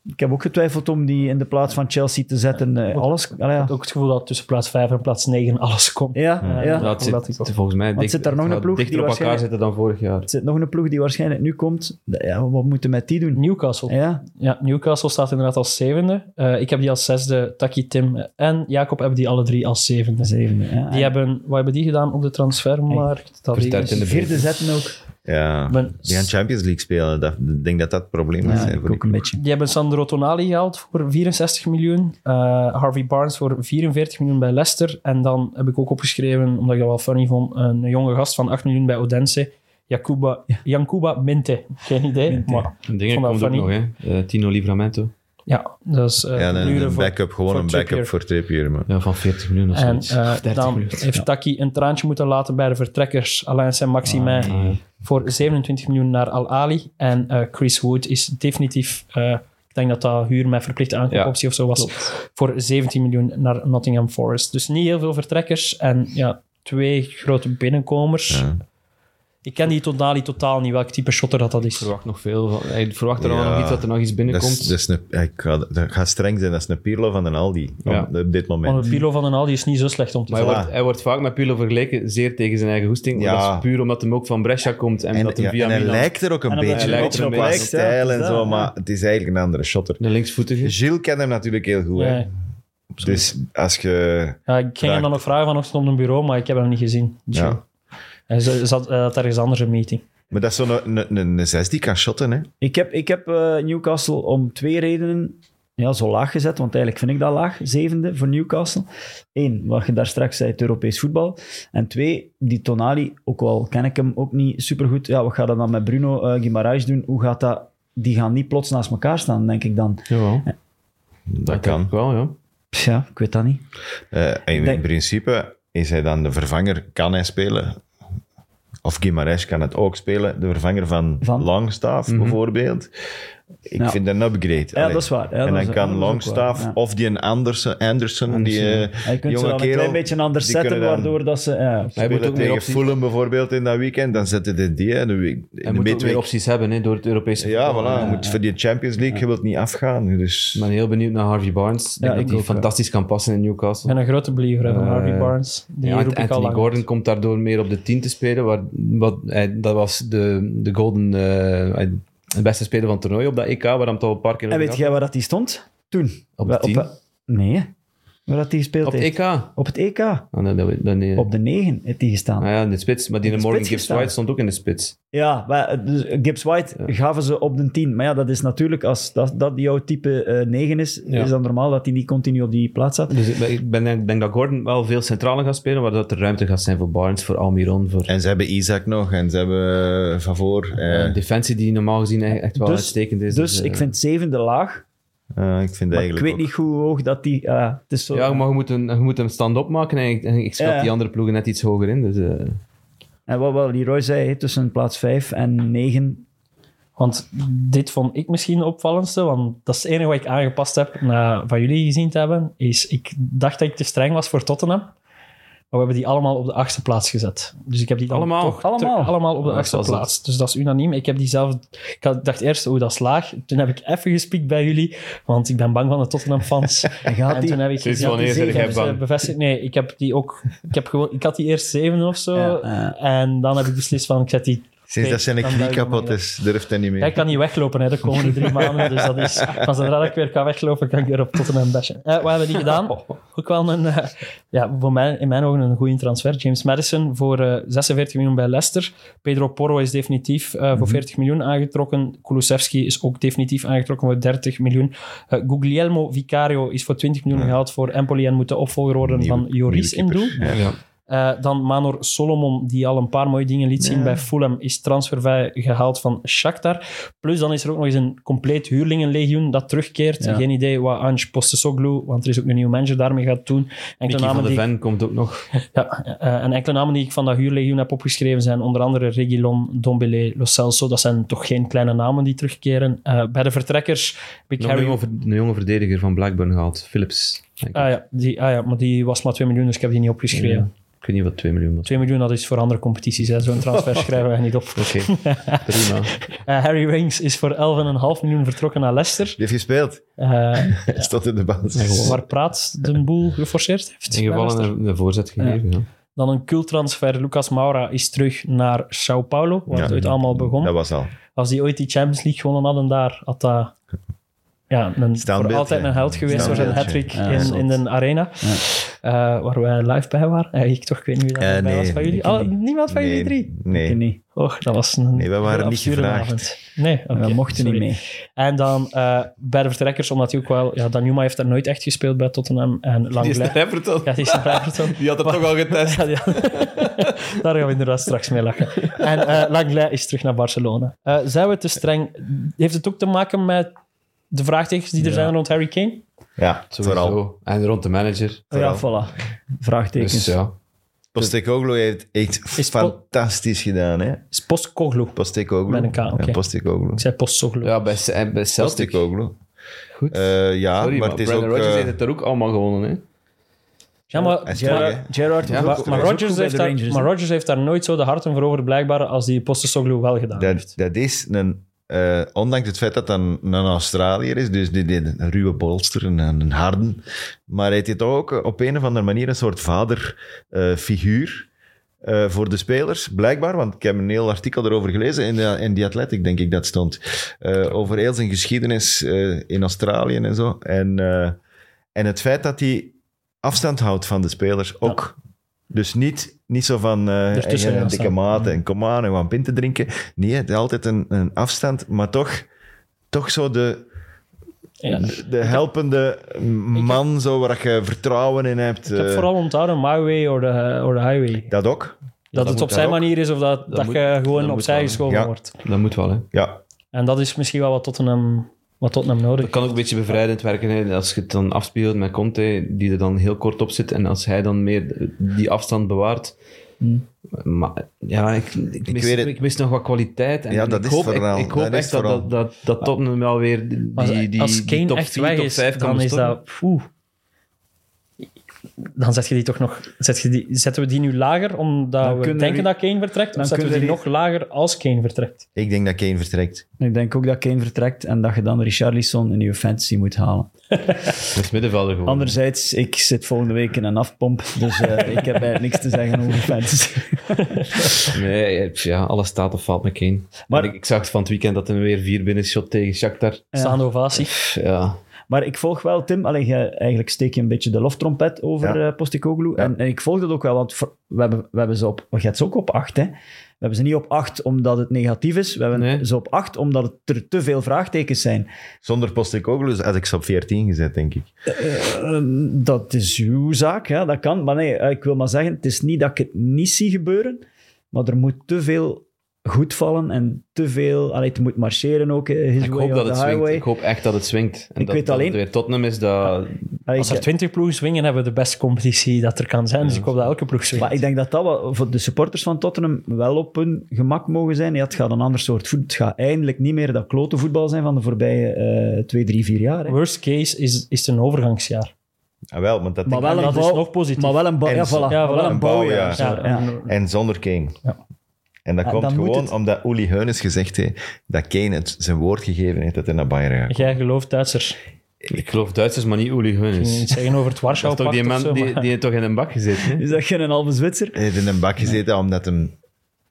Speaker 4: ik heb ook getwijfeld om die in de plaats van Chelsea te zetten. Eh, alles, allee, ja.
Speaker 5: Ook het gevoel dat tussen plaats 5 en plaats 9 alles komt.
Speaker 4: Ja, ja.
Speaker 3: Ja, het zit-
Speaker 5: Omdat ik-
Speaker 3: volgens mij dicht-
Speaker 4: zit daar nog
Speaker 3: het
Speaker 4: een
Speaker 3: gaat
Speaker 4: ploeg die
Speaker 3: dichter op elkaar
Speaker 4: waarschijnlijk-
Speaker 3: zitten dan vorig jaar.
Speaker 4: Er zit nog een ploeg die waarschijnlijk nu komt. Ja, wat moeten we met die doen?
Speaker 5: Newcastle.
Speaker 4: Ja,
Speaker 5: Ja, Newcastle staat inderdaad als zevende. Eh, ik heb die als zesde. Taki, Tim en Jacob hebben die alle drie als zevende.
Speaker 4: zevende. Ja.
Speaker 5: Die hebben, wat hebben die gedaan op de transfermarkt? Dat
Speaker 3: Versterkt
Speaker 5: is-
Speaker 3: in de
Speaker 4: Vierde zetten ook.
Speaker 2: Ja,
Speaker 5: Ben-
Speaker 2: die gaan Champions League spelen. Dat, ik denk dat dat het probleem gaat
Speaker 4: Ja,
Speaker 2: zijn.
Speaker 4: ik
Speaker 2: voor
Speaker 4: ook een beetje.
Speaker 5: Die hebben Sandro Tonali gehaald voor 64 miljoen. eh, Harvey Barnes voor 44 miljoen bij Leicester. En dan heb ik ook opgeschreven, omdat ik dat wel funny vond, een jonge gast van 8 miljoen bij Odense. Jacuba, Jankuba Minte. Geen idee. Maar
Speaker 3: En dingen
Speaker 5: Vond dat
Speaker 3: komt ook nog,
Speaker 5: funny.
Speaker 3: hè. Eh, Tino Livramento.
Speaker 5: ja, dat is eh,
Speaker 2: Ja,
Speaker 5: duurder
Speaker 2: een, een
Speaker 5: voor-
Speaker 2: backup, gewoon
Speaker 5: voor
Speaker 2: een backup
Speaker 5: Trippier.
Speaker 2: voor Trippier. Man.
Speaker 3: Ja, van 40 miljoen of
Speaker 5: En
Speaker 3: zoiets.
Speaker 5: eh,
Speaker 3: Of 30
Speaker 5: dan
Speaker 3: miljoen.
Speaker 5: heeft Taki een traantje moeten laten bij de vertrekkers. Alain Saint-Maximin
Speaker 3: Ah, ja.
Speaker 5: voor 27 miljoen naar Al-Ali. En eh, Chris Wood is definitief, eh, ik denk dat dat huur met verplichte aankoopoptie of zo was, voor 17 miljoen naar Nottingham Forest. Dus niet heel veel vertrekkers en ja, twee grote binnenkomers.
Speaker 2: Ja.
Speaker 5: Ik ken die Tonali totaal niet, welk type shotter dat, dat
Speaker 3: Ik
Speaker 5: is.
Speaker 3: verwacht nog veel. van- Ik verwacht er al
Speaker 2: Ja,
Speaker 3: nog iets dat er nog iets
Speaker 2: Dat,
Speaker 3: binnenkomt.
Speaker 2: is, dat, is een, ik ga, dat gaat streng zijn. Dat is een Pirlo van een Aldi
Speaker 3: Ja.
Speaker 2: op, op dit
Speaker 5: Want
Speaker 2: moment.
Speaker 5: het Pirlo van den Aldi is niet zo slecht om te
Speaker 3: maar hij
Speaker 2: voilà.
Speaker 3: wordt, hij wordt vaak met Pirlo vergeleken, zeer tegen zijn eigen hoesting.
Speaker 2: Ja.
Speaker 3: Maar dat is puur omdat hem ook van Brescia komt en,
Speaker 2: En,
Speaker 3: dat hem
Speaker 2: ja,
Speaker 3: via
Speaker 2: en hij
Speaker 3: Milan...
Speaker 2: lijkt er ook een
Speaker 4: En hij
Speaker 2: beetje
Speaker 3: lijkt er
Speaker 2: op,
Speaker 3: een
Speaker 2: qua
Speaker 3: beetje op,
Speaker 4: ja.
Speaker 2: stijl en
Speaker 4: Ja,
Speaker 2: zo,
Speaker 4: ja.
Speaker 2: maar het is eigenlijk een andere shotter.
Speaker 3: De linksvoetige.
Speaker 2: Gilles kent hem natuurlijk heel goed. hè.
Speaker 5: Ja.
Speaker 2: Dus als je...
Speaker 5: Ja, ik ging hem dan nog vragen vanochtend op een bureau, maar ik heb hem niet gezien.
Speaker 2: Ja.
Speaker 5: Hij z- zat, eh, had ergens anders een meeting.
Speaker 2: Maar dat is zo'n een, een, een zes die kan shotten, hè.
Speaker 4: Ik heb, ik heb eh, Newcastle om twee redenen ja, zo laag gezet, want eigenlijk vind ik dat laag, zevende voor Newcastle. Eén, wat je daar straks zei, het Europees voetbal. En twee, die Tonali, ook al ken ik hem ook niet supergoed. Ja, wat gaat dat dan met Bruno eh Guimaraes doen? Hoe gaat dat... Die gaan niet plots naast elkaar staan, denk ik dan.
Speaker 3: Jawel.
Speaker 2: Dat kan.
Speaker 3: ook wel, ja.
Speaker 4: Pff, Ja, ik weet dat niet.
Speaker 2: Eh, en in
Speaker 4: denk-
Speaker 2: principe is hij dan de vervanger. Kan hij spelen? Of Guimaraes kan het ook spelen. De vervanger van,
Speaker 4: Van? Mhm.
Speaker 2: Longstaff, bijvoorbeeld. Ik
Speaker 4: Ja.
Speaker 2: vind dat een upgrade.
Speaker 4: Ja,
Speaker 2: Allee.
Speaker 4: dat is waar. Ja, dat
Speaker 2: en
Speaker 4: is-
Speaker 2: dan kan
Speaker 4: dat is ook
Speaker 2: Longstaff
Speaker 4: waar, ja.
Speaker 2: of die een Anderson, Anderson, die eh,
Speaker 4: Ja, je kunt ze
Speaker 2: jonge
Speaker 4: dan een
Speaker 2: kerel...
Speaker 4: klein beetje anders
Speaker 2: die
Speaker 4: zetten,
Speaker 2: kunnen dan
Speaker 4: waardoor dat ze... Ja,
Speaker 3: Hij moet
Speaker 2: spelen
Speaker 3: ook meer
Speaker 2: tegen
Speaker 3: opties,
Speaker 2: Fulham bijvoorbeeld in dat weekend. Dan zetten de die in de, week,
Speaker 3: hij
Speaker 2: in de
Speaker 3: moet ook meer
Speaker 2: midweek.
Speaker 3: opties hebben hè, door het Europese
Speaker 2: Ja,
Speaker 3: voetbal.
Speaker 2: voilà. je moet voor die Champions League, je wilt niet afgaan. Dus...
Speaker 3: Ik ben heel benieuwd naar Harvey Barnes. Ik denk
Speaker 4: Ja, ik
Speaker 3: dat hij
Speaker 4: ook, ja.
Speaker 3: fantastisch kan passen in
Speaker 5: Ik
Speaker 3: Newcastle.
Speaker 5: ben een grote believer hè, van
Speaker 3: Eh,
Speaker 5: Harvey Barnes. Die
Speaker 3: Ja,
Speaker 5: roep ik al
Speaker 3: Anthony
Speaker 5: lang.
Speaker 3: Gordon komt daardoor meer op de 10 te spelen. Waar, wat, hij- dat was de, de golden... eh, de beste speler van het toernooi op dat EK, waar hem toch een paar keer
Speaker 4: En
Speaker 3: over
Speaker 4: weet
Speaker 3: had.
Speaker 4: jij waar dat die stond? Toen.
Speaker 3: Op de tien?
Speaker 4: nee, waar dat die speelt
Speaker 3: Op het EK? Ah,
Speaker 4: Op het EK.
Speaker 3: nee, dat weet- dat niet.
Speaker 4: Op de 9 heeft die gestaan.
Speaker 3: Ah ja, in de spits. Maar die
Speaker 4: In de
Speaker 3: Morgan
Speaker 4: spits
Speaker 3: Gibbs
Speaker 4: gestaan.
Speaker 3: White stond ook in de spits.
Speaker 4: Ja, maar, dus Gibbs White gaven ze op de 10. Maar ja, dat is natuurlijk, als dat, dat jouw type eh 9 is,
Speaker 3: Ja.
Speaker 4: is dat normaal dat hij niet continu op die plaats zat.
Speaker 3: Dus ik ben- ik ben, ik denk dat Gordon wel veel centrale gaat spelen, waar dat er ruimte gaat zijn voor Barnes, voor Almiron, voor
Speaker 2: En ze hebben Isaac nog en ze hebben eh, Favor. eh.
Speaker 3: een defensie die normaal gezien echt echt wel
Speaker 4: Dus-
Speaker 3: uitstekend is.
Speaker 4: Dus,
Speaker 3: eh,
Speaker 4: ik vind zevende laag.
Speaker 2: Eh, ik vind
Speaker 4: Maar ik
Speaker 2: eigenlijk
Speaker 4: weet
Speaker 2: ook-
Speaker 4: niet hoe hoog dat die... eh, het is zo,
Speaker 3: Ja, maar je moet, een, je moet hem stand-up maken en ik, en ik schat
Speaker 4: Ja.
Speaker 3: die andere ploegen net iets hoger in. Dus, eh,
Speaker 4: En wat wel Leroy zei, hè, tussen plaats 5 en 9.
Speaker 5: Want dit vond ik misschien de opvallendste, want dat is het enige wat ik aangepast heb na van jullie gezien te hebben, is ik dacht dat ik te streng was voor Tottenham, maar we hebben die allemaal op de achtste plaats gezet. Dus ik heb die dan
Speaker 3: Allemaal?
Speaker 5: toch terug-
Speaker 4: Allemaal?
Speaker 5: allemaal op de
Speaker 3: Ja,
Speaker 5: achtste
Speaker 3: zoals dat.
Speaker 5: plaats. Dus dat is unaniem. Ik heb die zelf... Ik had- dacht eerst, oh, dat is laag. Toen heb ik even gespiekt bij jullie, want ik ben bang van de Tottenham-fans.
Speaker 4: En gaat
Speaker 5: en
Speaker 4: die...
Speaker 5: toen heb ik
Speaker 3: Sinds
Speaker 5: gezien-
Speaker 3: wanneer ben jij
Speaker 5: hebben ze
Speaker 3: bang?
Speaker 5: bevestigd. Nee, ik heb die ook... Ik, heb gewoon, ik had die eerst zeven of zo,
Speaker 4: Ja, ja.
Speaker 5: en dan heb ik beslist van, ik zet die
Speaker 2: Sinds dat zijn
Speaker 5: dan
Speaker 2: knie
Speaker 5: duik ik
Speaker 2: kapot
Speaker 5: maar
Speaker 2: is, durft hij niet meer.
Speaker 5: Ja, eh, ik kan niet weglopen hè, de komende drie maanden. Dus dat is, van zodra dat ik weer kan weglopen, kan ik weer op Tottenham bashen. Eh, wat hebben die gedaan? Ook wel een, eh, ja, voor mij, in mijn ogen een goede transfer. James Madison voor eh, 46 miljoen bij Leicester. Pedro Porro is definitief eh, voor
Speaker 2: Mhm.
Speaker 5: 40 miljoen aangetrokken. Kulusevski is ook definitief aangetrokken voor 30 miljoen. Eh Guglielmo Vicario is voor 20 miljoen gehaald voor Empoli en moet de opvolger worden
Speaker 2: Mhm. Nieuwe-
Speaker 5: van Joris in
Speaker 2: nieuwe keeper.
Speaker 5: doel.
Speaker 3: Ja.
Speaker 5: Eh, dan Manor Solomon, die al een paar mooie dingen liet zien bij Fulham, is transfervrij gehaald van Shakhtar. Plus dan is er ook nog eens een compleet huurlingenlegioen dat terugkeert.
Speaker 4: Ja.
Speaker 5: Geen idee wat Ange Postecoglou, want er is ook een nieuwe manager daarmee gaat doen. Enkele
Speaker 3: Mickey van
Speaker 5: namen,
Speaker 3: de
Speaker 5: die,
Speaker 3: Ven komt ook nog.
Speaker 5: ja, eh, en enkele namen die ik van dat huurlegioen heb opgeschreven zijn onder andere Reguilon, Dombele, Lo Celso. Dat zijn toch geen kleine namen die terugkeren. Eh, bij de vertrekkers heb ik
Speaker 3: Nog een
Speaker 5: Harry...
Speaker 3: jonge, ver- een jonge verdediger van Blackburn gehaald, Phillips. denk ik.
Speaker 5: Ah ja, die, ah ja, maar die was maar 2 miljoen, dus ik heb die niet opgeschreven.
Speaker 3: Ik weet niet wat 2 miljoen was.
Speaker 5: 2 miljoen, dat is voor andere competities. hè. Zo'n transfer schrijven we niet op.
Speaker 3: Oké, prima.
Speaker 5: Eh, Harry Winks is voor 11,5 miljoen vertrokken naar Leicester.
Speaker 2: Die heeft gespeeld.
Speaker 5: Eh,
Speaker 2: Hij stond in de basis.
Speaker 5: waar Praat de boel geforceerd heeft.
Speaker 3: In
Speaker 5: bij
Speaker 3: geval
Speaker 5: Leicester.
Speaker 3: een, een voorzet gegeven. Ja.
Speaker 5: Dan een cultransfer. Lucas Moura is terug naar Sao Paulo, waar
Speaker 2: Ja,
Speaker 5: het ooit allemaal begon.
Speaker 2: Dat was al.
Speaker 5: Als die ooit die Champions League gewonnen hadden daar, had dat ja, een, voor
Speaker 2: Standbeeld,
Speaker 5: altijd
Speaker 2: ja.
Speaker 5: een held geweest door zijn hat-trick
Speaker 2: Standbeeld,
Speaker 4: ja. Ja,
Speaker 5: in,
Speaker 4: zot.
Speaker 5: in de arena. Eh, waar wij live bij waren. Eh, ik toch, ik weet niet wie dat
Speaker 2: Eh,
Speaker 5: bij
Speaker 2: nee,
Speaker 5: was van jullie.
Speaker 4: ik
Speaker 5: Oh,
Speaker 4: niet.
Speaker 5: niemand van jullie drie?
Speaker 4: Ik
Speaker 2: Nee.
Speaker 4: niet.
Speaker 5: Och, dat was een
Speaker 2: Nee, we waren niet
Speaker 5: obscure
Speaker 2: gevraagd.
Speaker 5: avond. Nee, oké,
Speaker 4: We mochten
Speaker 5: sorry.
Speaker 4: niet mee.
Speaker 5: En dan eh, bij de vertrekkers, omdat hij ook wel... Ja, Danjuma heeft daar nooit echt gespeeld bij Tottenham. En
Speaker 3: Die is
Speaker 5: Langley...
Speaker 3: naar Everton.
Speaker 5: Ja, die is naar Everton.
Speaker 3: Die had het toch al getest.
Speaker 5: Ja, ja. Daar gaan we inderdaad straks mee lachen. En eh Langley is terug naar Barcelona. Eh, zijn we te streng? Heeft het ook te maken met de vraagtekens die er zijn rond Harry Kane?
Speaker 2: Ja, vooral.
Speaker 3: Sowieso. En rond de manager.
Speaker 4: Ja, voilà. Vraagtekens.
Speaker 3: Dus ja.
Speaker 2: Postecoglou heeft echt
Speaker 5: Is Po-
Speaker 2: fantastisch gedaan, hè?
Speaker 5: Is Postcoglou.
Speaker 2: Postecoglou.
Speaker 5: Met een K, oké.
Speaker 2: Ja, Postecoglou.
Speaker 5: Ik zei Postcoglou.
Speaker 3: ja, bij, Ce- eh, bij Celtic.
Speaker 2: Postecoglou.
Speaker 3: Goed.
Speaker 2: Eh, ja,
Speaker 3: Sorry,
Speaker 2: maar
Speaker 3: maar,
Speaker 2: het is
Speaker 3: Brandon
Speaker 2: ook...
Speaker 3: Rodgers
Speaker 2: eh,
Speaker 3: heeft het er ook allemaal gewonnen. Hè?
Speaker 5: Ja, maar...
Speaker 2: hij is
Speaker 5: maar-
Speaker 2: terug, hè.
Speaker 4: Gerard
Speaker 3: Ja,
Speaker 5: maar- maar Rodgers heeft, daar- maar Rodgers heeft daar nooit zo de harten voor over, blijkbaar, als die Postcoglou wel gedaan
Speaker 2: dat,
Speaker 5: heeft.
Speaker 2: dat is een... eh, ondanks het feit dat dat een, een Australiër is, dus die, die- een ruwe bolster, een, een harden, maar heeft hij toch ook eh, op een of andere manier een soort vaderfiguur eh, voor de spelers, blijkbaar, want ik heb een heel artikel erover gelezen, in, de, in The Athletic denk ik dat stond, eh, over heel zijn geschiedenis eh, in Australië en zo. En, eh, en het feit dat hij afstand houdt van de spelers ook. Dus niet, niet zo van eh,
Speaker 5: Ertussen
Speaker 2: en- en
Speaker 5: gaan
Speaker 2: dikke
Speaker 5: staan.
Speaker 2: maat en kom aan en we gaan pinten drinken. Nee, het is altijd een, een afstand, maar toch, toch zo de,
Speaker 5: Ja.
Speaker 2: de helpende man zo waar je vertrouwen in hebt.
Speaker 5: Ik heb
Speaker 2: eh,
Speaker 5: vooral onthouden My Way or the, or the Highway.
Speaker 2: Dat ook?
Speaker 5: Dat, het
Speaker 3: moet
Speaker 5: op
Speaker 3: dat
Speaker 5: zijn
Speaker 3: ook.
Speaker 5: manier is of dat, dat,
Speaker 3: moet-
Speaker 5: je
Speaker 3: dat
Speaker 5: gewoon
Speaker 3: moet
Speaker 5: opzij
Speaker 3: wel, hè.
Speaker 5: geschoven
Speaker 2: Ja.
Speaker 5: wordt.
Speaker 3: Dat moet wel, hè.
Speaker 2: Ja.
Speaker 5: En dat is misschien wel wat Tottenham, wat Tottenham nodig
Speaker 3: Dat kan ook een beetje bevrijdend werken. Hè. Als je het dan afspeelt met Conte, die er dan heel kort op zit. En als hij dan meer die afstand bewaart.
Speaker 5: Hmm.
Speaker 3: Maar ja, ik, ik, mis,
Speaker 2: weet het.
Speaker 3: ik mis nog wat kwaliteit. En
Speaker 2: Ja,
Speaker 3: en
Speaker 2: dat
Speaker 3: ik
Speaker 2: is
Speaker 3: hoop,
Speaker 2: het verhaal.
Speaker 3: Ik, ik hoop
Speaker 2: Dat is
Speaker 3: echt
Speaker 2: het
Speaker 3: dat,
Speaker 2: verhaal.
Speaker 3: dat, dat, dat Tottenham wel weer die,
Speaker 5: Maar
Speaker 3: die, die,
Speaker 5: als Kane
Speaker 3: top
Speaker 5: echt
Speaker 3: 4,
Speaker 5: weg
Speaker 3: top
Speaker 5: is,
Speaker 3: 5 kan
Speaker 5: dan is
Speaker 3: bestormen.
Speaker 5: dat... Oeh. Dan zet je die toch nog... Zet je die, zetten we die nu lager omdat
Speaker 4: Dan
Speaker 5: we
Speaker 4: kunnen
Speaker 5: denken
Speaker 4: we-
Speaker 5: dat Kane vertrekt?
Speaker 4: dan
Speaker 5: Of zetten we die
Speaker 4: kunnen
Speaker 5: nog lager als Kane vertrekt?
Speaker 2: Ik denk dat Kane vertrekt.
Speaker 4: Ik denk ook dat Kane vertrekt en dat je dan Richarlison een nieuwe fantasy moet halen.
Speaker 3: Dat is middenvelder gewoon.
Speaker 4: Anderzijds, ik zit volgende week in een afpomp, dus eh, ik heb eigenlijk niks te zeggen over fantasy.
Speaker 3: Nee, eh, ja, alles staat of valt met Kane.
Speaker 4: Maar-
Speaker 3: Maar ik, ik zag het van het weekend dat hij weer vier binnenshot tegen Shakhtar.
Speaker 5: Staande ovatie.
Speaker 3: Pff, Ja.
Speaker 4: Maar ik volg wel, Tim, allee, jij- eigenlijk steek je een beetje de loftrompet over
Speaker 2: Ja.
Speaker 4: eh Postecoglou. En, en ik volg dat ook wel, want voor- we hebben, we hebben ze op... Je hebt ze ook op acht, hè. We hebben ze niet op acht omdat het negatief is. We hebben
Speaker 3: Nee.
Speaker 4: ze op acht omdat het er te veel vraagtekens zijn.
Speaker 2: Zonder Postecoglou had ik ze op 14 gezet, denk ik.
Speaker 4: Ehm, dat is uw zaak, ja, dat kan. Maar nee, eh, ik wil maar zeggen, het is niet dat ik het niet zie gebeuren, maar er moet te veel goed vallen en te veel... Allee, het moet marcheren ook, eh, his
Speaker 3: Ik
Speaker 4: way
Speaker 3: hoop
Speaker 4: or
Speaker 3: dat
Speaker 4: the
Speaker 3: het swingt.
Speaker 4: highway.
Speaker 3: Ik hoop echt dat het swingt. En
Speaker 4: Ik
Speaker 3: dat,
Speaker 4: weet
Speaker 3: dat
Speaker 4: alleen-
Speaker 3: het weer Tottenham is dat...
Speaker 4: Allee,
Speaker 5: Als
Speaker 4: ik-
Speaker 5: er 20 ploegen swingen, hebben we de beste competitie dat er kan zijn. Dus ik hoop dat elke ploeg swingt.
Speaker 4: Maar ik denk dat dat wel voor de supporters van Tottenham wel op hun gemak mogen zijn. Ja, het gaat een ander soort voetbal. Het gaat eindelijk niet meer dat klote voetbal zijn van de voorbije eh, twee, drie, vier jaar. Hè.
Speaker 5: Worst case is, is het een overgangsjaar.
Speaker 2: Ah, wel, want dat
Speaker 4: Maar
Speaker 2: denk
Speaker 4: wel
Speaker 2: ik-
Speaker 4: een
Speaker 5: dat is
Speaker 4: bouw-
Speaker 5: nog positief.
Speaker 4: Maar wel een, bouw,
Speaker 2: En
Speaker 4: ja,
Speaker 2: zo-
Speaker 4: voilà, maar
Speaker 5: ja, voilà.
Speaker 4: Ah, wel een
Speaker 2: Een bouwjaar.
Speaker 4: bouwjaar.
Speaker 5: Ja,
Speaker 4: zo, ja.
Speaker 2: En zonder Kane.
Speaker 5: Ja. Ah,
Speaker 2: En dat
Speaker 4: Ja,
Speaker 2: komt
Speaker 4: dan moet
Speaker 2: gewoon
Speaker 4: het-
Speaker 2: omdat Uli Heunes gezegd heeft dat Kane het zijn woord gegeven heeft dat hij naar Bayern gaat.
Speaker 5: Jij gelooft Duitsers.
Speaker 3: Ik geloof Duitsers, maar niet Uli
Speaker 5: Ik
Speaker 3: Heunis.
Speaker 5: wil niet zeggen over het
Speaker 3: Dat is toch
Speaker 5: Warschau-pact
Speaker 3: die
Speaker 5: of
Speaker 3: man
Speaker 5: zo,
Speaker 3: die,
Speaker 5: maar-
Speaker 3: die heeft toch in een bak gezeten? hè?
Speaker 4: Is dat geen halve Zwitser?
Speaker 2: Hij heeft in een bak gezeten omdat hem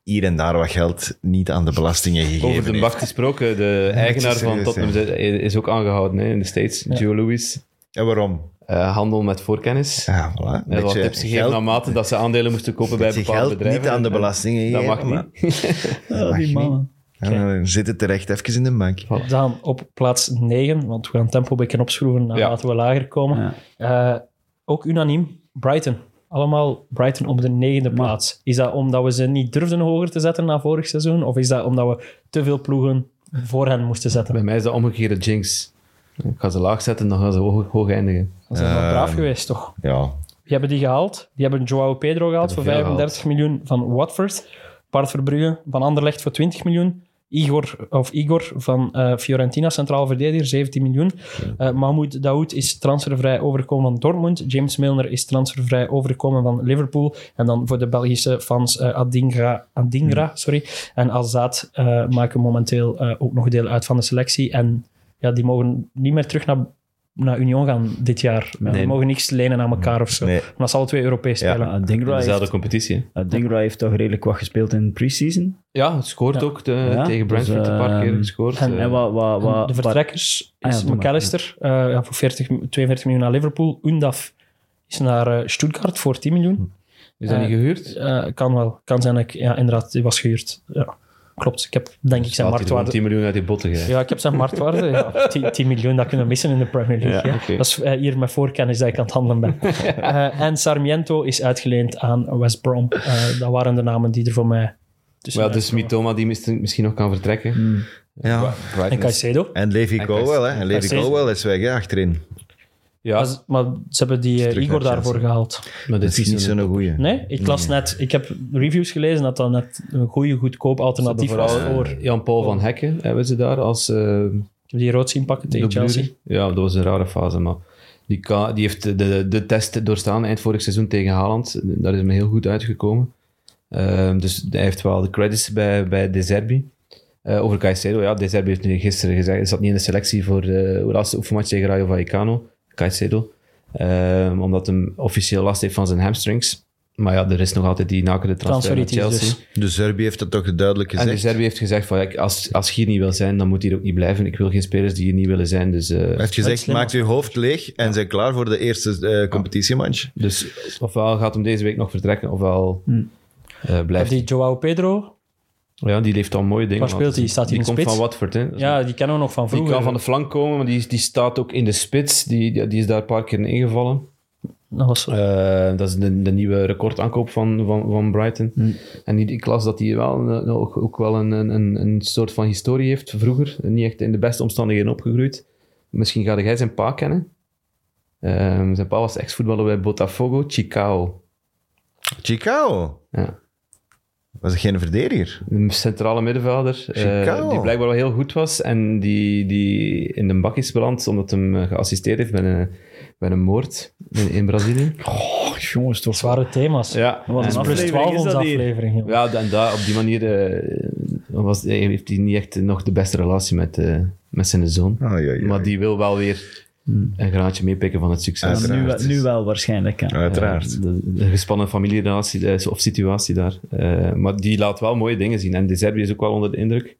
Speaker 2: hier en daar wat geld niet aan de belastingen gegeven
Speaker 3: Over de
Speaker 2: heeft.
Speaker 3: bak gesproken, de eigenaar van
Speaker 2: serieus
Speaker 3: Tottenham
Speaker 2: zijn.
Speaker 3: is is ook aangehouden hè, in de States, Joe Louis.
Speaker 2: En waarom?
Speaker 3: Eh, handel met voorkennis. Hij
Speaker 2: Ja, voilà. Een
Speaker 3: heeft wat
Speaker 2: beetje
Speaker 3: tips gegeven
Speaker 2: geld-
Speaker 3: naarmate dat ze aandelen moesten kopen bij
Speaker 2: beetje
Speaker 3: bepaalde
Speaker 2: geld
Speaker 3: bedrijven.
Speaker 2: niet aan de
Speaker 3: En
Speaker 2: belastingen gegeven.
Speaker 3: Dat mag
Speaker 2: maar-
Speaker 3: niet.
Speaker 4: Ja,
Speaker 2: mag
Speaker 4: Ah, die
Speaker 2: je
Speaker 4: mannen.
Speaker 2: Ja, dan zit het terecht even in de bank.
Speaker 5: Dan op plaats 9, want we gaan het tempo een beetje opschroeven, dan
Speaker 3: Ja.
Speaker 5: laten we lager komen. Eh, ook unaniem, Brighton. Allemaal Brighton op de negende plaats. Is dat omdat we ze niet durfden hoger te zetten na vorig seizoen? Of is dat omdat we te veel ploegen voor hen moesten zetten?
Speaker 3: Bij mij is dat omgekeerde jinx. Ik ga ze laag zetten, dan gaan ze hoog, hoog eindigen.
Speaker 5: Dat is wel
Speaker 3: eh,
Speaker 5: braaf geweest, toch?
Speaker 2: Ja,
Speaker 5: Die hebben die gehaald. Die hebben Joao Pedro gehaald voor
Speaker 3: Hebben veel
Speaker 5: 35 miljoen van Watford. Bart Verbrugge van Anderlecht voor 20 miljoen. Igor, of Igor van eh, Fiorentina, centraal verdediger, 17 miljoen. Eh Mahmoud Daoud is transfervrij overgekomen van Dortmund. James Milner is transfervrij overgekomen van Liverpool. En dan voor de Belgische fans eh Adingra, Adingra sorry. en Azad eh, maken momenteel eh, ook nog deel uit van de selectie. En ja, die mogen niet meer terug naar, naar Union gaan dit jaar. Die mogen niks lenen aan elkaar of zo.
Speaker 2: Nee.
Speaker 5: Omdat ze alle twee Europees
Speaker 2: Ja.
Speaker 5: spelen.
Speaker 4: Ja, Dingra
Speaker 3: In dezelfde
Speaker 4: Ah, heeft,
Speaker 3: competitie. hè.
Speaker 4: Adingra heeft toch redelijk wat gespeeld in pre-season.
Speaker 3: Ja, het scoort ook de-
Speaker 4: Ja,
Speaker 3: Eh, tegen
Speaker 4: dus,
Speaker 3: Brentford een paar keer
Speaker 4: ehm,
Speaker 3: gescoord.
Speaker 5: en-
Speaker 3: eh.
Speaker 4: En wat, wat,
Speaker 5: En
Speaker 4: wat,
Speaker 5: de vertrekkers
Speaker 4: Ah ja,
Speaker 5: is
Speaker 4: doe maar.
Speaker 5: McAllister eh, ja, voor 40, 42 miljoen naar Liverpool. Undaf is naar eh, Stuttgart voor 10 miljoen.
Speaker 3: is dat
Speaker 5: eh,
Speaker 3: niet gehuurd?
Speaker 5: Eh, kan wel. Kan zijn dat ik... Ja, inderdaad, die was gehuurd. Ja, klopt. Ik heb denk ik zijn
Speaker 3: Staat hier gewoon
Speaker 5: marktwaarde...
Speaker 3: 10 miljoen uit die botten gekregen.
Speaker 5: Ja, ik heb zijn marktwaarde. Ja, 10, 10 miljoen, dat kunnen we missen in de Premier League.
Speaker 3: Ja,
Speaker 5: hè.
Speaker 3: oké.
Speaker 5: Dat is eh, hier mijn voorkennis dat ik aan het handelen ben. Eh, en Sarmiento is uitgeleend aan West Brom. Eh, dat waren de namen die er voor mij tussen
Speaker 3: Maar ja, dus Mitoma die mis- misschien nog kan vertrekken.
Speaker 2: ja.
Speaker 3: Brighton
Speaker 5: En
Speaker 3: is-
Speaker 5: Caicedo.
Speaker 2: En Levi
Speaker 3: En
Speaker 2: Cowell, hè. En Levi
Speaker 5: Caicedo.
Speaker 2: Cowell is weg, hè, achterin.
Speaker 3: Ja,
Speaker 5: Maar- Maar ze hebben die eh,
Speaker 2: terug
Speaker 5: Igor
Speaker 2: naar Chelsea.
Speaker 5: daarvoor gehaald.
Speaker 3: maar
Speaker 2: Dat is niet
Speaker 3: zo
Speaker 2: zo'n goeie.
Speaker 5: Nee, ik las net, ik heb reviews gelezen dat dat net een goede, goedkoop alternatief was voor. Ik
Speaker 3: Jan-Paul van Hekken hebben ze daar als eh
Speaker 5: heb die rood zien pakken tegen
Speaker 3: dubbelure.
Speaker 5: Chelsea.
Speaker 3: Ja, dat was een rare fase, maar die, ka- die heeft de, de, de test doorstaan eind vorig seizoen tegen Haaland. Daar is hem heel goed uitgekomen. Ehm, dus hij heeft wel de credits bij, bij De Zerbi. Eh, over Caicedo, ja, De Zerbi heeft nu gisteren gezegd, hij zat niet in de selectie voor eh, de laatste oefenmatch tegen Rayo Vallecano, Caicedo. Ehm, omdat hem officieel last heeft van zijn hamstrings. Maar ja, er is nog altijd die nakende transfer naar
Speaker 5: Transferitis
Speaker 3: Chelsea.
Speaker 5: dus.
Speaker 2: De Zerbi heeft dat toch duidelijk
Speaker 3: En de
Speaker 2: gezegd.
Speaker 3: Serbië heeft gezegd van, ja, ik- als, als je hier niet wil zijn, dan moet hier ook niet blijven. Ik wil geen spelers die hier niet willen zijn. Dus, eh,
Speaker 2: Hij heeft gezegd,
Speaker 5: slim
Speaker 2: maak je hoofd leeg en zijn klaar voor de eerste eh, competitiematch.
Speaker 3: dus ofwel gaat hem deze week nog vertrekken, ofwel eh,
Speaker 5: Maar
Speaker 3: blijft
Speaker 5: Hmm. Die
Speaker 3: hij.
Speaker 5: Joao Pedro,
Speaker 3: Ja, die heeft al mooie dingen.
Speaker 5: Waar speelt hij?
Speaker 3: laten zien.
Speaker 5: Staat hij
Speaker 3: die
Speaker 5: in de
Speaker 3: komt van
Speaker 5: spits?
Speaker 3: Watford, hè. Dat is
Speaker 5: ja, die kennen we nog van
Speaker 3: Die
Speaker 5: vroeger.
Speaker 3: kan van de flank komen, maar die, die staat ook in de spits. Die, die, die is daar een paar keer ingevallen.
Speaker 5: Dat was zo.
Speaker 3: Eh, dat is de, de nieuwe recordaankoop van, van, van Brighton.
Speaker 5: Hmm.
Speaker 3: En die, ik las dat hij wel, een- ook, ook wel een, een- een, een soort van historie heeft vroeger. Niet echt in de beste omstandigheden opgegroeid. Misschien ga jij zijn pa kennen. Ehm, zijn pa was ex-voetballer bij Botafogo, Chicao.
Speaker 2: Chicago.
Speaker 3: Ja.
Speaker 2: Was het geen verdediger?
Speaker 3: Een centrale middenvelder. eh,
Speaker 2: Chicao.
Speaker 3: die blijkbaar wel heel goed was en die, die in de bak is beland omdat hem eh, geassisteerd heeft bij een, bij een moord in, in Brazilië.
Speaker 4: Oh, jongens, toch
Speaker 5: Zware thema's.
Speaker 3: Ja,
Speaker 4: Wat
Speaker 3: en-
Speaker 4: een
Speaker 5: Plus
Speaker 4: Aflevering
Speaker 5: 12
Speaker 4: is
Speaker 5: onze
Speaker 4: dat hier.
Speaker 5: aflevering. joh.
Speaker 3: Ja, en daar, op die manier eh, was, eh, heeft hij niet echt nog de beste relatie met, eh, met zijn zoon.
Speaker 2: Ah, ja, ja.
Speaker 3: Maar die wil wel weer een graantje meepikken van het succes.
Speaker 2: Ja,
Speaker 4: nu, wel-
Speaker 2: Uiteraard.
Speaker 4: nu wel waarschijnlijk. Ja.
Speaker 2: Uiteraard.
Speaker 3: Eh, de, de gespannen familierelatie eh, of situatie daar. Eh, maar die laat wel mooie dingen zien. En de Serbië is ook wel onder de indruk.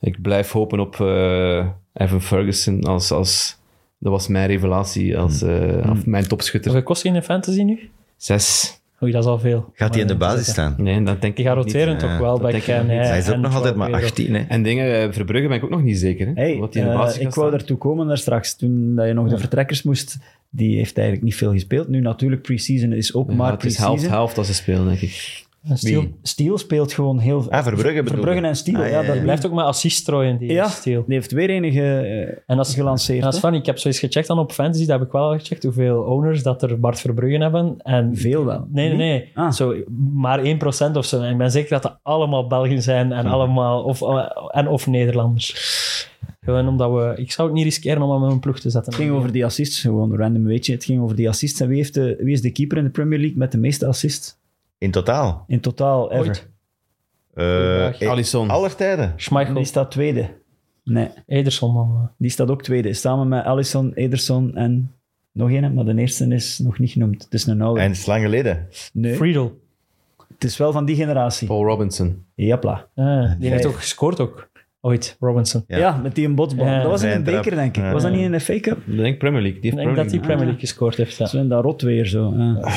Speaker 3: Ik blijf hopen op eh, Evan Ferguson als, als... Dat was mijn revelatie als
Speaker 4: Hmm.
Speaker 3: eh, of mijn topschutter.
Speaker 5: Hoeveel kost hij in de fantasy nu?
Speaker 3: Zes.
Speaker 5: Oei, dat is al veel.
Speaker 2: Gaat hij in de basis staan?
Speaker 3: Nee, dat denk
Speaker 5: Die
Speaker 3: ik niet.
Speaker 5: gaat roteren toch
Speaker 2: Ja,
Speaker 5: wel
Speaker 3: dat
Speaker 5: bij
Speaker 3: denk ik nog
Speaker 5: Ken.
Speaker 3: niet.
Speaker 5: hè,
Speaker 2: Hij is ook
Speaker 5: en
Speaker 2: nog altijd
Speaker 5: Joao
Speaker 2: maar
Speaker 5: Pedro.
Speaker 2: 18, hè.
Speaker 3: En dingen, eh, Verbrugge ben ik ook nog niet zeker. Hè?
Speaker 4: Hey,
Speaker 3: Wat die in de
Speaker 4: eh,
Speaker 3: basis
Speaker 4: ik wou daartoe komen daar straks, toen dat je nog de vertrekkers moest. Die heeft eigenlijk niet veel gespeeld. Nu natuurlijk, pre-season is ook maar
Speaker 3: maar het is helft,
Speaker 4: pre-season.
Speaker 3: helft als ze spelen, denk ik.
Speaker 5: En Steele
Speaker 3: Wie?
Speaker 4: Steel speelt gewoon heel...
Speaker 2: Ah, Verbrugge bedoel
Speaker 4: Verbruggen
Speaker 2: je?
Speaker 4: en Steel,
Speaker 2: Ah,
Speaker 4: ja,
Speaker 2: ja,
Speaker 4: dat
Speaker 2: ja.
Speaker 4: blijft
Speaker 5: blijft ook maar assist strooien, die
Speaker 4: Ja,
Speaker 5: Steele.
Speaker 4: die heeft weer enige eh,
Speaker 5: En als,
Speaker 4: gelanceerd.
Speaker 5: En dat is
Speaker 4: hè.
Speaker 5: funny, ik heb zoiets gecheckt dan op Fantasy, dat heb ik wel gecheckt, hoeveel owners dat er Bart Verbruggen hebben. En
Speaker 4: Veel wel.
Speaker 5: Nee, nee, nee.
Speaker 4: Ah.
Speaker 5: Zo, maar 1% of zo. En ik ben zeker dat dat allemaal Belgen zijn en, allemaal, of, eh, en of Nederlanders. Gewoon omdat we... Ik zou het niet riskeren om hem in een ploeg te zetten.
Speaker 4: Het ging over die assists, gewoon een random weetje. Het ging over die assists. En wie, heeft de, wie is de keeper in de Premier League met de meeste assists?
Speaker 2: In totaal.
Speaker 4: In totaal, ever.
Speaker 5: Ooit.
Speaker 2: Eh eh,
Speaker 3: Alisson.
Speaker 2: aller tijden.
Speaker 5: Schmeichel,
Speaker 4: Die staat tweede. Nee,
Speaker 5: Ederson dan.
Speaker 4: die staat ook tweede. Samen met Allison, Ederson en nog één, maar de eerste is nog niet genoemd. Het is een oude.
Speaker 2: En het is lang geleden.
Speaker 4: nee.
Speaker 5: Friedel.
Speaker 4: Het is wel van die generatie.
Speaker 3: Paul Robinson.
Speaker 4: Japla.
Speaker 5: Ah, die heeft
Speaker 4: Ja.
Speaker 5: ook gescoord ook. Ooit, Robinson.
Speaker 4: Ja.
Speaker 2: Ja.
Speaker 4: met die een botsbal.
Speaker 5: Ja.
Speaker 4: Dat was in een
Speaker 2: Zijn trap.
Speaker 4: beker, denk ik.
Speaker 2: Ja.
Speaker 4: Was dat niet in de fake cup?
Speaker 3: Ik denk Premier League. Die
Speaker 5: Ik
Speaker 3: heeft
Speaker 5: denk
Speaker 3: Premier
Speaker 5: dat hij
Speaker 3: League.
Speaker 5: Premier League gescoord heeft. ja.
Speaker 4: Zo in dat rot weer zo. ja.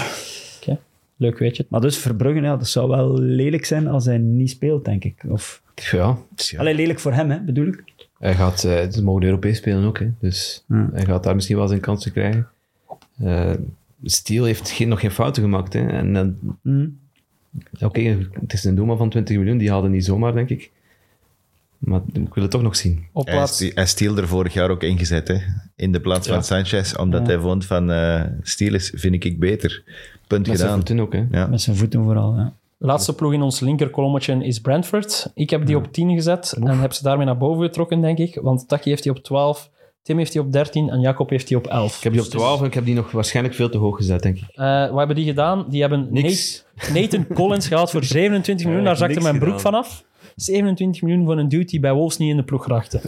Speaker 5: Leuk, weet je.
Speaker 4: Maar dus Verbrugge, ja, dat zou wel lelijk zijn als hij niet speelt, denk ik. Of...
Speaker 3: Ja,
Speaker 4: Alleen lelijk voor hem, hè, bedoel ik.
Speaker 3: hij gaat... eh ze mogen Europees spelen ook, hè. Dus
Speaker 4: Ja.
Speaker 3: hij gaat daar misschien wel zijn kansen krijgen. Eh Steele heeft geen, nog geen fouten gemaakt, hè. En dan
Speaker 4: Mhm.
Speaker 3: Oké, het is een doelman van 20 miljoen. Die haalde niet zomaar, denk ik. Maar ik wil het toch nog zien.
Speaker 5: Op
Speaker 2: Hij,
Speaker 5: plaats,
Speaker 2: is- hij Steele er vorig jaar ook ingezet, hè? in de plaats van Sanchez, omdat hij vond van eh Steele is, vind ik, ik beter. Punt
Speaker 3: Met zijn
Speaker 2: gedaan.
Speaker 3: voeten ook, hè.
Speaker 2: Ja.
Speaker 4: Met zijn voeten vooral, ja.
Speaker 5: laatste ploeg in ons linkerkolommetje is Brentford. Ik heb die op 10 gezet en heb ze daarmee naar boven getrokken, denk ik. Want Taki heeft die op 12, Tim heeft die op 13 en Jacob heeft die op Dus- 11.
Speaker 3: Ik heb die
Speaker 2: Dus-
Speaker 3: op 12 en ik heb die nog waarschijnlijk veel te hoog gezet, denk ik.
Speaker 5: Eh, wat hebben die gedaan? Die hebben
Speaker 3: Niks.
Speaker 5: Nate- Nathan Collins gehaald voor 27 miljoen. Daar zakte
Speaker 3: niks
Speaker 5: mijn broek
Speaker 3: gedaan.
Speaker 5: vanaf. 27 miljoen voor een dude die bij Wolves niet in de ploeg raakte.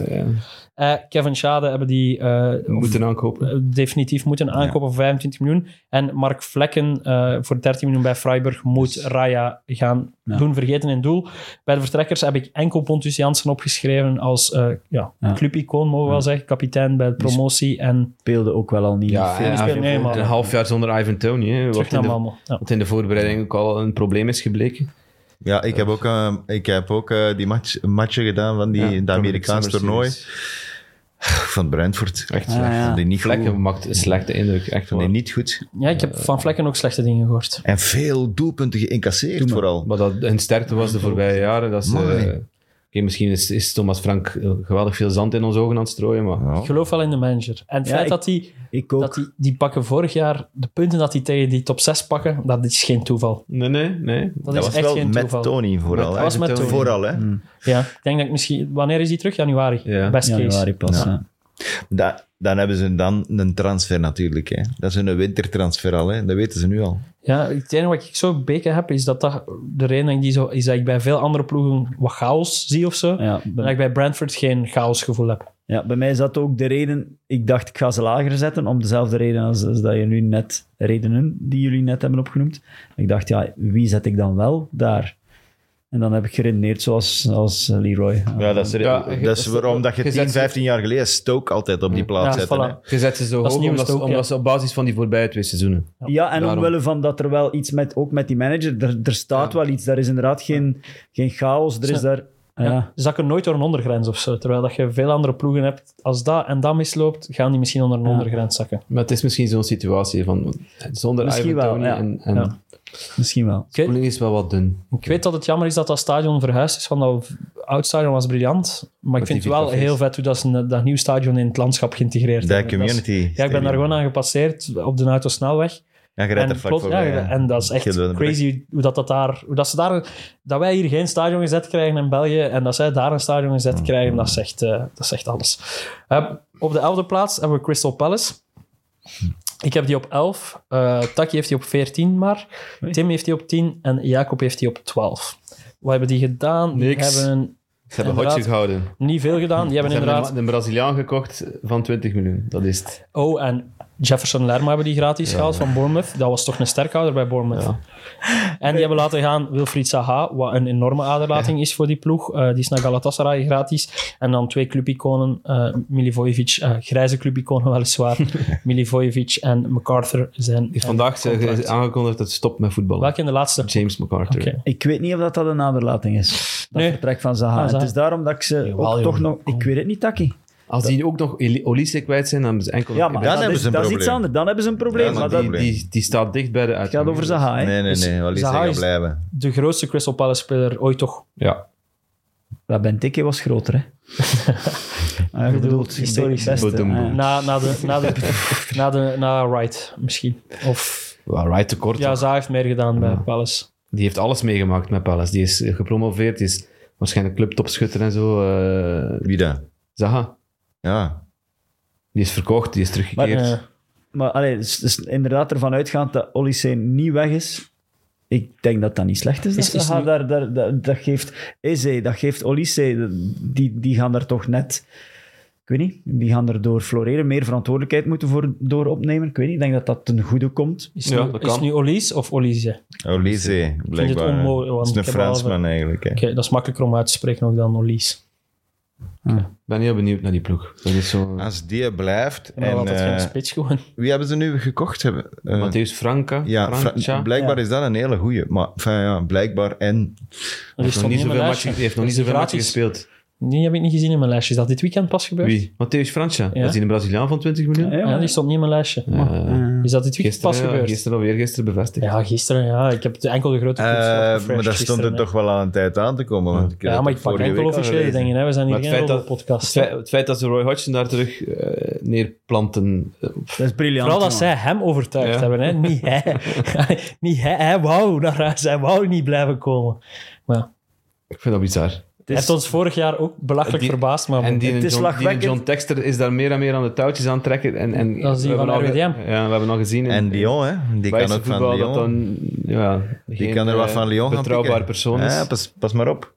Speaker 5: Eh, Kevin Schade hebben die eh,
Speaker 3: We moeten aankopen.
Speaker 5: eh, definitief moeten aankopen voor 25 miljoen. En Mark Vlekken eh, voor 13 miljoen bij Freiburg moet Raya gaan doen vergeten in doel. Bij de vertrekkers heb ik enkel Pontus Jansen opgeschreven als eh ja,
Speaker 4: Ja.
Speaker 5: clubicoon, mogen we wel zeggen. Kapitein bij de promotie en
Speaker 4: Speelde ook wel al niet
Speaker 3: Ja,
Speaker 4: veel.
Speaker 3: en
Speaker 5: speelt mee, maar-
Speaker 3: een half jaar zonder Ivan Tony, hè.
Speaker 5: terug
Speaker 3: Wat in,
Speaker 5: naar
Speaker 3: de,
Speaker 5: Malmo. Ja.
Speaker 3: wat in de voorbereiding ook al een probleem is gebleken.
Speaker 2: Ja, ik heb ook, eh, ik heb ook eh, die match, matchen gedaan van die, dat Amerikaans toernooi van Brentford.
Speaker 3: Echt
Speaker 4: Ah,
Speaker 3: slecht.
Speaker 4: ja.
Speaker 2: Vond die niet goed.
Speaker 3: Vlekken maakt een slechte indruk, echt
Speaker 2: Vond die
Speaker 3: waar.
Speaker 2: niet goed.
Speaker 5: ja, ik heb
Speaker 3: Eh,
Speaker 5: van Vlekken ook slechte dingen gehoord.
Speaker 2: En veel doelpunten geïncasseerd vooral.
Speaker 3: Maar dat hun sterkte was de voorbije jaren. Dat is, eh,
Speaker 2: Mooi.
Speaker 3: oké, misschien is, is Thomas Frank eh, geweldig veel zand in onze ogen aan het strooien, maar...
Speaker 2: Ja.
Speaker 5: Ik geloof wel in de manager. En het
Speaker 4: Ja,
Speaker 5: feit
Speaker 4: ik-
Speaker 5: dat die,
Speaker 4: Ik ook.
Speaker 5: dat die, die pakken vorig jaar, de punten dat die tegen die top 6 pakken, dat is geen toeval.
Speaker 3: Nee, nee, nee.
Speaker 5: Dat,
Speaker 2: Dat
Speaker 5: is
Speaker 2: was
Speaker 5: echt
Speaker 2: wel
Speaker 5: geen
Speaker 2: met
Speaker 5: toeval.
Speaker 2: Tony vooral.
Speaker 3: Met-
Speaker 2: hè.
Speaker 5: was met Tony. Mm.
Speaker 2: Vooral, hè.
Speaker 5: Ja, ik denk dat ik misschien... Wanneer is die terug? Januari.
Speaker 3: Ja.
Speaker 5: Best case.
Speaker 4: Januari pas, ja.
Speaker 2: Da- dan hebben ze dan een transfer natuurlijk. Hè. Dat is een wintertransfer al, hè. dat weten ze nu al.
Speaker 5: Ja, het enige wat ik zo beken heb, is dat, dat de reden dat ik die zo, is dat ik bij veel andere ploegen wat chaos zie of zo.
Speaker 4: Ja,
Speaker 5: En dat
Speaker 4: bij,
Speaker 5: ik bij Brentford geen chaosgevoel heb.
Speaker 4: ja, bij mij is dat ook de reden... Ik dacht, ik ga ze lager zetten, om dezelfde reden als, als dat je nu net... Redenen die jullie net hebben opgenoemd. Ik dacht, ja, wie zet ik dan wel daar? En dan heb ik geredeneerd zoals, als Leroy.
Speaker 2: Ja, dat is,
Speaker 3: Ja,
Speaker 2: dat
Speaker 3: je-
Speaker 2: is
Speaker 3: dat is-
Speaker 2: waarom dat je
Speaker 3: je
Speaker 2: 10,
Speaker 3: zet ze-
Speaker 2: 15 jaar geleden Stoke altijd op die plaats
Speaker 5: Mm. Ja,
Speaker 2: zette.
Speaker 5: voilà.
Speaker 2: hè.
Speaker 3: Je zet ze zo
Speaker 5: Dat is
Speaker 3: hoog
Speaker 5: nieuw
Speaker 3: omdat, ze-
Speaker 5: stook, ja.
Speaker 3: omdat ze op basis van die voorbije twee seizoenen.
Speaker 4: Ja, en
Speaker 3: Daarom.
Speaker 4: omwille van dat er wel iets met, ook met die manager, er, er staat wel iets. Daar is inderdaad geen, geen chaos, er is
Speaker 5: Ja.
Speaker 4: daar... Ja.
Speaker 5: Dus dat ik er nooit door een ondergrens of zo. Terwijl dat je veel andere ploegen hebt. Als dat en dat misloopt, gaan die misschien onder een
Speaker 4: Ja.
Speaker 5: ondergrens zakken.
Speaker 3: Maar het is misschien zo'n situatie van zonder
Speaker 4: Misschien
Speaker 3: Ivan
Speaker 4: wel,
Speaker 3: Toney
Speaker 4: ja.
Speaker 3: en, en
Speaker 5: Ja.
Speaker 3: de
Speaker 4: Misschien wel.
Speaker 3: voeding is wel wat dun.
Speaker 5: Ik weet dat het jammer is dat dat stadion verhuisd is, want dat oud stadion was briljant. Maar
Speaker 3: die
Speaker 5: ik vind het wel
Speaker 3: cafés.
Speaker 5: heel vet hoe dat, ze dat nieuw stadion in het landschap geïntegreerd
Speaker 2: Dat
Speaker 5: hebben. Dat is-
Speaker 2: community.
Speaker 5: Ja, ik ben daar gewoon aan gepasseerd op de autosnelweg.
Speaker 2: Ja, je rijdt
Speaker 5: en,
Speaker 2: er vlak
Speaker 5: plots-
Speaker 2: voorbij,
Speaker 5: ja,
Speaker 2: hè.
Speaker 5: en dat is echt
Speaker 2: Gildo en de
Speaker 5: crazy hoe dat, dat daar... Hoe dat, ze daar dat wij hier geen stadion gezet krijgen in België en dat zij daar een stadion gezet krijgen, dat zegt, eh dat zegt alles. Eh, op de elfde plaats hebben we Crystal Palace. Ik heb die op 11. eh Taki heeft die op 14 maar.
Speaker 4: Oei.
Speaker 5: Tim heeft die op 10 en Jacob heeft die op 12. Wat hebben die gedaan?
Speaker 3: Niks.
Speaker 5: Die hebben
Speaker 3: Ze hebben
Speaker 5: Inderdaad.
Speaker 3: hotje gehouden.
Speaker 5: niet veel gedaan. Die hebben
Speaker 3: Ze
Speaker 5: inderdaad...
Speaker 3: hebben een Braziliaan gekocht van 20 miljoen. Dat is het.
Speaker 5: Oh, en Jefferson Lerma hebben die gratis gehaald van Bournemouth. Dat was toch een sterkhouder bij Bournemouth.
Speaker 3: Ja.
Speaker 5: En die hebben laten gaan Wilfried Saha, wat een enorme aderlating is voor die ploeg. Eh, die is naar Galatasaray gratis. En dan twee clubiconen, eh Milivojevic, eh, grijze clubiconen weliswaar. Milivojevic en MacArthur zijn...
Speaker 3: Heeft vandaag eh,
Speaker 5: contract.
Speaker 3: ge- aangekondigd dat ze stopt met voetballen.
Speaker 5: Welke in de laatste?
Speaker 3: James McArthur.
Speaker 5: Oké.
Speaker 4: Ik weet niet of dat, dat een naderlating is. Dat
Speaker 5: Nee.
Speaker 4: vertrek van Zaha.
Speaker 5: Ah, Zaha.
Speaker 4: Het is daarom dat ik ze
Speaker 3: Jawel,
Speaker 4: ook
Speaker 3: jongen.
Speaker 4: toch nog... Ik weet het niet, Taki.
Speaker 3: Als die ook nog Eli- Olise kwijt zijn, dan hebben ze enkel...
Speaker 4: Ja, maar
Speaker 2: Dan
Speaker 4: dat,
Speaker 2: hebben
Speaker 4: is,
Speaker 2: ze een
Speaker 4: dat is
Speaker 2: probleem.
Speaker 4: iets anders. Dan hebben ze een probleem.
Speaker 2: Ja,
Speaker 4: maar
Speaker 2: maar
Speaker 4: dat
Speaker 3: die, die, die staat dicht bij de
Speaker 4: het gaat
Speaker 3: uitgang.
Speaker 4: over Zaha, hè.
Speaker 2: Nee, nee,
Speaker 5: Dus
Speaker 2: nee. Wallis
Speaker 5: Zaha
Speaker 2: gaat
Speaker 5: is-
Speaker 2: blijven.
Speaker 5: De grootste Crystal Palace-speler ooit toch.
Speaker 3: Ja.
Speaker 4: Dat Benteke was groter, hè. Ah, je bedoelt,
Speaker 5: historisch.
Speaker 4: beste,
Speaker 3: Boetem,
Speaker 4: eh.
Speaker 3: boetem.
Speaker 5: Na, na, de, na, de, na, de, na Wright misschien. Of...
Speaker 3: Well, right tekort.
Speaker 5: Ja,
Speaker 3: toch?
Speaker 5: Zaha heeft meer gedaan bij Palace.
Speaker 3: Die heeft alles meegemaakt met Palace. Die is eh, gepromoveerd. Die is waarschijnlijk clubtopschutter en zo. eh,
Speaker 2: Wie dat?
Speaker 3: Zaha.
Speaker 2: Ja.
Speaker 3: Die is verkocht, die is teruggekeerd.
Speaker 5: Eh,
Speaker 4: Maar allee, dus, dus inderdaad ervan uitgaand dat Olysee niet weg is... Ik denk dat dat niet slecht is. Dat,
Speaker 5: Is- is
Speaker 4: Zaha
Speaker 5: niet-
Speaker 4: daar, daar, dat, dat geeft Eze, dat geeft Olysee. Die, die gaan daar toch net... Ik weet niet. Die gaan er door floreren. Meer verantwoordelijkheid moeten voor, door opnemen. Ik weet niet. Ik denk dat dat ten goede komt.
Speaker 5: Is,
Speaker 3: Ja,
Speaker 5: nu,
Speaker 3: dat
Speaker 5: is
Speaker 3: kan.
Speaker 5: nu Olise of Olise?
Speaker 2: Olise, blijkbaar. hè.
Speaker 5: onmogelijk, want
Speaker 2: Dat is
Speaker 5: ik
Speaker 2: een
Speaker 5: heb
Speaker 2: Fransman eigenlijk. Hè.
Speaker 5: dat is makkelijker om uit te spreken ook dan Olise.
Speaker 3: Ik ben heel benieuwd naar die ploeg. Dat is zo...
Speaker 2: Als die blijft.
Speaker 5: En dan
Speaker 2: En,
Speaker 5: had dat geen
Speaker 2: eh,
Speaker 5: spits gewoon.
Speaker 2: wie hebben ze nu gekocht? Hebben? Eh,
Speaker 3: Matthäus Franca.
Speaker 2: ja, Fra-
Speaker 3: Francia.
Speaker 2: blijkbaar
Speaker 5: Ja.
Speaker 2: is dat een hele goeie. Maar enfin, ja, blijkbaar en...
Speaker 5: Dat
Speaker 3: Heeft nog niet
Speaker 5: is toch Dus niet in
Speaker 3: zoveel
Speaker 5: mijn
Speaker 3: matchen-
Speaker 5: lijstje.
Speaker 3: die heeft nog niet
Speaker 5: Dat is
Speaker 3: zoveel matchen
Speaker 5: gratis.
Speaker 3: gespeeld.
Speaker 5: Die heb ik niet gezien in mijn lijstje. Is dat dit weekend pas gebeurd?
Speaker 3: Wie? Matthäus Francia.
Speaker 5: Ja.
Speaker 3: Dat is die een Braziliaan van 20 miljoen.
Speaker 4: Ja,
Speaker 5: Ja, die stond niet in mijn lijstje.
Speaker 3: Eh,
Speaker 5: Is dat dit weekend
Speaker 3: gisteren, eh,
Speaker 5: pas gebeurd?
Speaker 3: gisteren of weer gisteren bevestigd.
Speaker 5: Ja, gisteren. Ja. Ik heb de enkel de grote
Speaker 2: Eh,
Speaker 5: clubs gehad,
Speaker 2: maar
Speaker 5: fresh
Speaker 2: daar stond
Speaker 5: gisteren,
Speaker 2: er
Speaker 5: hè.
Speaker 2: toch wel aan een tijd aan te komen. Want ik heb
Speaker 5: Ja,
Speaker 2: het
Speaker 5: maar ik pak
Speaker 2: vorige
Speaker 5: enkel
Speaker 2: week al
Speaker 5: officiële
Speaker 2: gelezen.
Speaker 5: dingen. Hè. We zijn hier
Speaker 3: Maar het
Speaker 5: geen
Speaker 3: feit dat- Het
Speaker 5: podcast.
Speaker 3: feit, het feit dat ze Roy Hodgson daar terug eh, neerplanten. eh,
Speaker 4: Dat is briljant.
Speaker 5: Vooral dat
Speaker 4: man.
Speaker 5: zij hem overtuigd
Speaker 3: Ja.
Speaker 5: hebben. Hè. Niet hij. niet hij. Hij wou naar huis. Hij wou niet blijven komen.
Speaker 3: ik vind dat bizar.
Speaker 5: Hij heeft ons vorig jaar ook belachelijk
Speaker 3: Die-
Speaker 5: verbaasd. Maar
Speaker 3: En die,
Speaker 4: het is
Speaker 3: John, die
Speaker 4: lachwekkend.
Speaker 3: John Texter is daar meer en meer aan de touwtjes aan het trekken. En, en
Speaker 5: Dat is die
Speaker 3: we
Speaker 5: van
Speaker 3: hebben al ge-
Speaker 5: RWDM.
Speaker 3: Ja, we hebben al gezien. in-
Speaker 2: En Lyon, hè. Die
Speaker 3: Bij
Speaker 2: kan ook van
Speaker 3: voetbal
Speaker 2: Lyon.
Speaker 3: dat dan, ja, eh,
Speaker 2: die kan er wat van Lyon gaan
Speaker 3: Betrouwbaar
Speaker 2: pikken.
Speaker 3: persoon is.
Speaker 2: Ja, pas, pas maar op.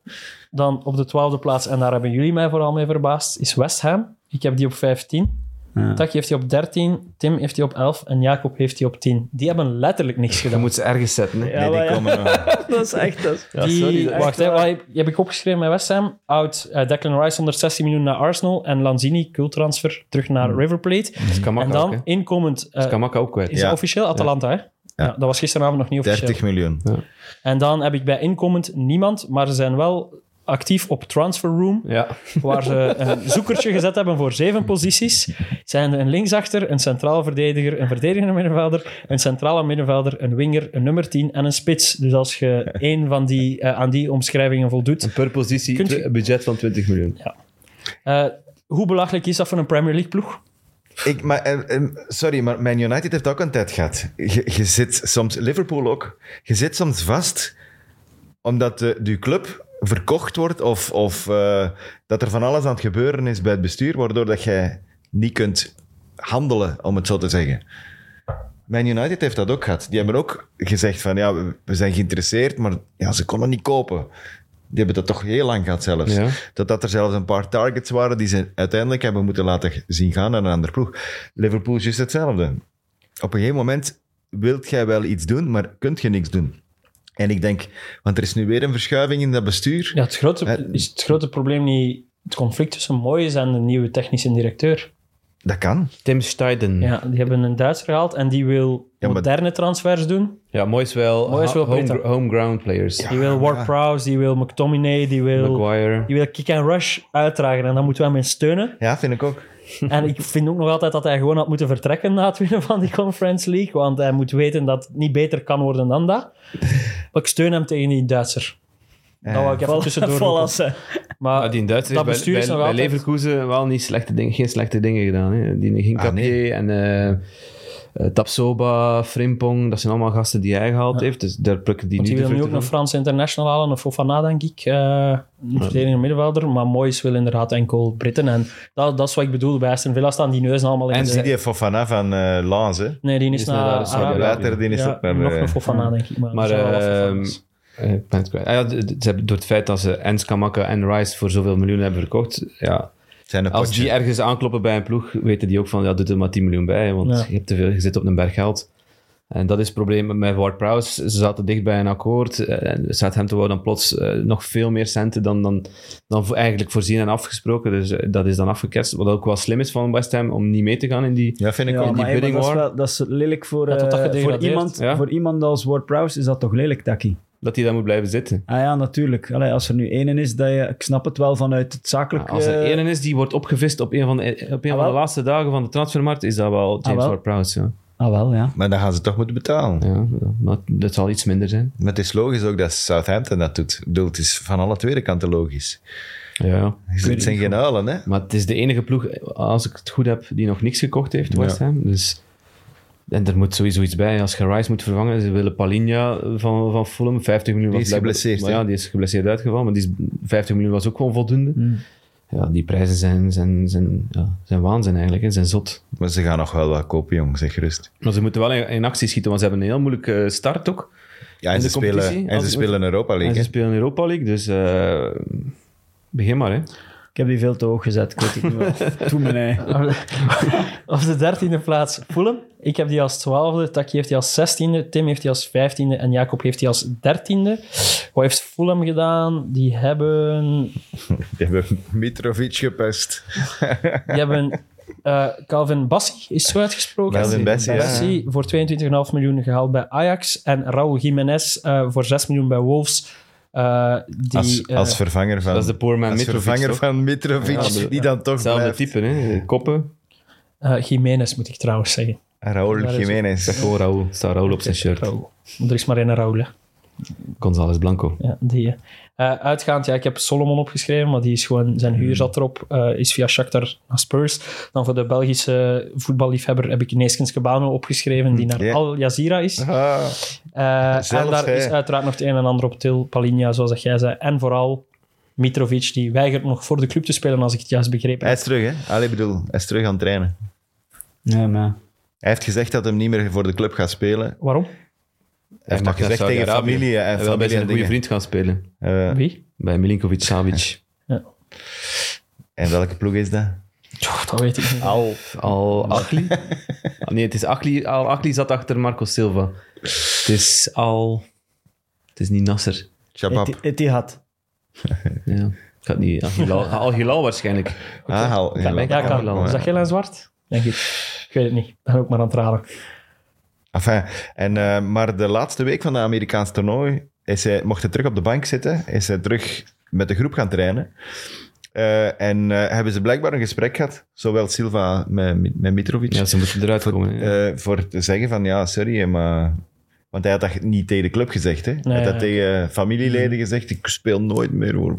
Speaker 5: Dan op de twaalfde plaats, en daar hebben jullie mij vooral mee verbaasd, is West Ham. Ik heb die op 15.
Speaker 4: Ja.
Speaker 5: Taki heeft die op 13. Tim heeft die op 11. En Jacob heeft die op 10. Die hebben letterlijk niks
Speaker 3: Je
Speaker 5: gedaan.
Speaker 3: moet ze ergens zetten. hè.
Speaker 4: Ja,
Speaker 2: nee,
Speaker 4: maar
Speaker 2: die
Speaker 4: ja.
Speaker 2: komen nog.
Speaker 4: Dat is echt... Dat is-
Speaker 5: die,
Speaker 3: sorry, dat-
Speaker 5: wacht,
Speaker 4: echt
Speaker 5: hè,
Speaker 4: waar.
Speaker 5: wat heb- heb ik opgeschreven met West Ham. Oud eh, Declan Rice onder 16 miljoen naar Arsenal. En Lanzini, cultransfer, terug naar River Plate.
Speaker 3: Dat is Kamaka
Speaker 5: en dan
Speaker 3: ook, hè.
Speaker 5: inkomend... eh,
Speaker 3: Dat is Kamaka ook kwijt.
Speaker 5: is
Speaker 2: Ja.
Speaker 5: dat officieel? Atalanta, hè? Ja. dat was gisteravond nog niet officieel.
Speaker 2: 30 miljoen.
Speaker 5: En dan heb ik bij inkomend niemand, maar ze zijn wel actief op Transfer Room.
Speaker 3: Ja.
Speaker 5: waar ze een zoekertje gezet hebben voor zeven posities. Zijn er een linksachter, een centraal verdediger, een verdedigende middenvelder, een centrale middenvelder, een winger, een nummer 10 en een spits. Dus als je één van die, eh, aan die omschrijvingen voldoet.
Speaker 3: Per positie
Speaker 5: Kunt
Speaker 3: tw-
Speaker 5: je-
Speaker 3: een budget van 20 miljoen.
Speaker 5: Eh, hoe belachelijk is dat voor een Premier League ploeg?
Speaker 2: Ik, maar, eh, eh, sorry, maar Man United heeft ook een tijd gehad. Je, je zit soms, Liverpool ook, je zit soms vast omdat de, de club verkocht wordt of, of eh, dat er van alles aan het gebeuren is bij het bestuur, waardoor dat jij niet kunt handelen, om het zo te zeggen. Man United heeft dat ook gehad. Die hebben ook gezegd van, ja, we- we zijn geïnteresseerd, maar ja, ze konden niet kopen. Die hebben dat toch heel lang gehad zelfs.
Speaker 3: Ja.
Speaker 2: Dat, dat er zelfs een paar targets waren die ze uiteindelijk hebben moeten laten zien gaan naar een ander ploeg. Liverpool is juist hetzelfde. Op een gegeven moment wilt jij wel iets doen, maar kunt je niks doen. En ik denk, want er is nu weer een verschuiving in dat bestuur.
Speaker 5: Ja, het grote, is het grote probleem niet het conflict tussen Moyes en de nieuwe technische directeur?
Speaker 2: Dat kan.
Speaker 3: Tim Steiden. Ja,
Speaker 5: Ja, die hebben een Duits gehaald en die wil
Speaker 2: Ja, maar-
Speaker 5: moderne transfers doen.
Speaker 3: mooi is wel,
Speaker 5: Mooi is wel
Speaker 3: home,
Speaker 5: beter.
Speaker 3: gr- home ground players.
Speaker 5: Die wil Ward Prowse, die wil McTominay, die wil...
Speaker 3: Maguire.
Speaker 5: Die wil kick and rush uitdragen en daar moeten we hem in steunen.
Speaker 2: Ja, vind ik ook.
Speaker 5: En ik vind ook nog altijd dat hij gewoon had moeten vertrekken na het winnen van die Conference League. Want hij moet weten dat het niet beter kan worden dan dat. Maar ik steun hem tegen die Duitser.
Speaker 2: Eh,
Speaker 5: Dat wou ik even tussendoor roepen.
Speaker 4: Valassen.
Speaker 5: Maar
Speaker 3: Ah, die in Duitsland
Speaker 5: dat
Speaker 3: heeft
Speaker 5: bestuur
Speaker 3: bij,
Speaker 5: is
Speaker 3: bij,
Speaker 5: nog
Speaker 3: bij
Speaker 5: altijd-
Speaker 3: Leverkusen wel niet slechte dingen, geen slechte dingen gedaan. Hè. Die ging
Speaker 2: Ah, nee.
Speaker 3: en eh, eh, Tapsoba, Frimpong, dat zijn allemaal gasten die hij gehaald heeft. Dus daar plukken die
Speaker 5: want die
Speaker 3: niet
Speaker 5: wil
Speaker 3: de
Speaker 5: nu ook
Speaker 3: vruchten
Speaker 5: een
Speaker 3: van.
Speaker 5: Franse international halen, een Fofana denk ik. eh, een verdedigende middenvelder. Maar Moyes wil inderdaad enkel Britten. En dat, dat is wat ik bedoel. Bij Aston Villa staan die neuzen allemaal in
Speaker 2: En
Speaker 5: de...
Speaker 2: zie die Fofana van eh Lens,
Speaker 3: Ah,
Speaker 2: hè.
Speaker 5: Nee, die is,
Speaker 3: is naar,
Speaker 5: naar
Speaker 3: eh, Saudi-Arabië.
Speaker 5: Arabië.
Speaker 2: Later, die is
Speaker 5: Ja,
Speaker 2: ook naar...
Speaker 5: nog
Speaker 2: eh,
Speaker 5: een Fofana denk ik. Maar,
Speaker 3: Maar
Speaker 5: er zijn wel dus. wat
Speaker 3: ehm,
Speaker 5: Fofana's.
Speaker 3: eh, ik ben het kwijt. Ah, ja, d- d- ze hebben door het feit dat ze Ens Kamaka en Rice voor zoveel miljoen hebben verkocht, ja,
Speaker 2: zijn een
Speaker 3: als
Speaker 2: potje.
Speaker 3: die ergens aankloppen bij een ploeg, weten die ook van, ja, doet er maar 10 miljoen bij, want
Speaker 5: Ja.
Speaker 3: je hebt te veel, je zit op een berg geld. En dat is het probleem met Ward-Prowse. Ze zaten dicht bij een akkoord. eh, En Southampton wou dan plots eh, nog veel meer centen dan, dan, dan voor- eigenlijk voorzien en afgesproken. Dus eh, dat is dan afgeketst. Wat ook wel slim is van West Ham om niet mee te gaan in die...
Speaker 2: Ja, vind ik
Speaker 4: Ja,
Speaker 2: ook.
Speaker 4: maar, hey, maar
Speaker 3: bidding
Speaker 4: dat, is
Speaker 3: war.
Speaker 4: wel, dat is lelijk voor,
Speaker 5: Ja,
Speaker 4: eh,
Speaker 5: tot dat
Speaker 4: voor,
Speaker 5: gedegradeerd.
Speaker 4: iemand,
Speaker 3: Ja.
Speaker 4: voor iemand als Ward Prowse is dat toch lelijk, Taki?
Speaker 3: Dat hij daar moet blijven zitten.
Speaker 4: Ah ja, natuurlijk. Allee, als er nu één is, dat je, ik snap het wel vanuit het zakelijk...
Speaker 3: Nou, Als er
Speaker 4: eh,
Speaker 3: één is die wordt opgevist op een van de, op een van de
Speaker 4: wel.
Speaker 3: laatste dagen van de transfermarkt, is dat wel James
Speaker 4: wel.
Speaker 3: Ward-Prowse. Ja.
Speaker 4: Ah wel, ja.
Speaker 2: Maar dan gaan ze toch moeten betalen.
Speaker 3: Ja, maar dat zal iets minder zijn.
Speaker 2: Maar het is logisch ook dat Southampton dat doet. Ik bedoel, het is van alle twee kanten logisch.
Speaker 3: Ja.
Speaker 2: Het zijn geen uilen, hè.
Speaker 3: Maar het is de enige ploeg, als ik het goed heb, die nog niks gekocht heeft, West Ham. Dus, en er moet sowieso iets bij. Als je Rice moet vervangen, ze willen Palinja van, van Fulham, 50 miljoen.
Speaker 2: Die
Speaker 3: was
Speaker 2: is
Speaker 3: blijkbaar-
Speaker 2: geblesseerd,
Speaker 3: Maar ja,
Speaker 2: hè?
Speaker 3: die is geblesseerd uitgevallen, maar die is, 50 miljoen was ook gewoon voldoende. Ja, die prijzen zijn, zijn, zijn, ja, zijn waanzin eigenlijk, hè, zijn zot.
Speaker 2: Maar ze gaan nog wel wat kopen, jong, zeg gerust.
Speaker 3: Maar ze moeten wel in, in actie schieten, want ze hebben een heel moeilijke start ook.
Speaker 2: Ja, en,
Speaker 3: En
Speaker 2: ze
Speaker 3: de competitie?
Speaker 2: spelen, en
Speaker 3: Als-
Speaker 2: ze spelen Europa
Speaker 3: En
Speaker 2: League.
Speaker 3: ze
Speaker 2: hè.
Speaker 3: spelen in Europa League, dus eh, begin maar. Hè.
Speaker 4: Ik heb die veel te hoog gezet. Ik weet het niet meer. Doe me nee.
Speaker 5: Op de dertiende plaats Fulham. Ik heb die als twaalfde, Taki heeft die als zestiende, Tim heeft die als vijftiende en Jacob heeft die als dertiende. Wat heeft Fulham gedaan? Die hebben,
Speaker 2: Die hebben Mitrovic gepest.
Speaker 5: die hebben eh, Calvin Bassi, is zo uitgesproken.
Speaker 2: Calvin Bassi, ja.
Speaker 5: Bassi voor 22,5 miljoen gehaald bij Ajax. En Raúl Jiménez eh, voor 6 miljoen bij Wolves. Eh, die,
Speaker 2: Als,
Speaker 5: eh,
Speaker 2: als vervanger van...
Speaker 3: Dat is de poor man
Speaker 2: als
Speaker 3: Mitrovic,
Speaker 2: vervanger
Speaker 3: toch?
Speaker 2: van Mitrovic,
Speaker 3: Ja, de-
Speaker 2: die dan toch
Speaker 3: Hetzelfde
Speaker 2: blijft.
Speaker 3: type, hè? Koppen.
Speaker 5: eh, Jiménez moet ik trouwens zeggen.
Speaker 2: Raúl
Speaker 5: Daar is-
Speaker 2: Ah, Jiménez.
Speaker 3: Gewoon Raoul. Staat Raoul op zijn shirt.
Speaker 5: Raúl. Er is maar één Raúl, hè.
Speaker 3: González Blanco.
Speaker 5: Ja, die. eh. Eh, uitgaand, ja, ik heb Solomon opgeschreven, maar die is gewoon, zijn huur zat erop. eh, is via Shakhtar naar Spurs. Dan voor de Belgische voetballiefhebber heb ik Neeskens Cabano opgeschreven, die naar
Speaker 2: Ja.
Speaker 5: Al Jazeera is.
Speaker 2: Ah,
Speaker 5: Eh,
Speaker 2: zelfs
Speaker 5: en daar
Speaker 2: hij.
Speaker 5: is uiteraard nog het een en ander op til. Palinja, zoals dat jij zei. En vooral Mitrovic, die weigert nog voor de club te spelen, als ik het juist begrepen
Speaker 2: hij
Speaker 5: heb.
Speaker 2: is terug, hè? Allee, ik bedoel, hij is terug aan het trainen.
Speaker 4: Nee, maar...
Speaker 2: Hij heeft gezegd dat hij niet meer voor de club gaat spelen.
Speaker 5: Waarom?
Speaker 2: Hij heeft nog
Speaker 3: mag naar
Speaker 2: gezegd tegen
Speaker 3: Saudi-Arabië.
Speaker 2: familie en
Speaker 3: Hij wil bij
Speaker 2: familie
Speaker 3: zijn
Speaker 2: en
Speaker 3: goede
Speaker 2: dingen.
Speaker 3: vriend gaan spelen.
Speaker 2: Eh,
Speaker 5: Wie?
Speaker 3: Bij Milinkovic Savic.
Speaker 2: en welke ploeg is dat?
Speaker 5: Tjoh, dat weet ik niet.
Speaker 3: Al. Al Akli? Ah, nee, het is Akli. Al Akli zat achter Marco Silva. Het is Al. Het is niet Nasser.
Speaker 2: Chabab.
Speaker 4: Eti- Etihad.
Speaker 3: Ja. Ik had niet. Al Hilal- Al Hilal waarschijnlijk.
Speaker 2: Ah, haal.
Speaker 3: Ja,
Speaker 5: Ja, kan.
Speaker 3: Cameroen,
Speaker 5: Is dat geel en zwart? Denk ik. Ik weet het niet. Ik ben ook maar aan het raden.
Speaker 2: Enfin, en, eh, maar de laatste week van het Amerikaanse toernooi is hij, mocht hij terug op de bank zitten, is hij terug met de groep gaan trainen. Eh, en eh, hebben ze blijkbaar een gesprek gehad, zowel Silva met, met Mitrovic,
Speaker 3: Ja, ze moeten eruit komen. hè.
Speaker 2: eh, voor te zeggen van ja, sorry, maar... Want hij had dat niet tegen de club gezegd, hè? hij had dat
Speaker 5: ja.
Speaker 2: tegen familieleden gezegd, ik speel nooit meer. Hoor.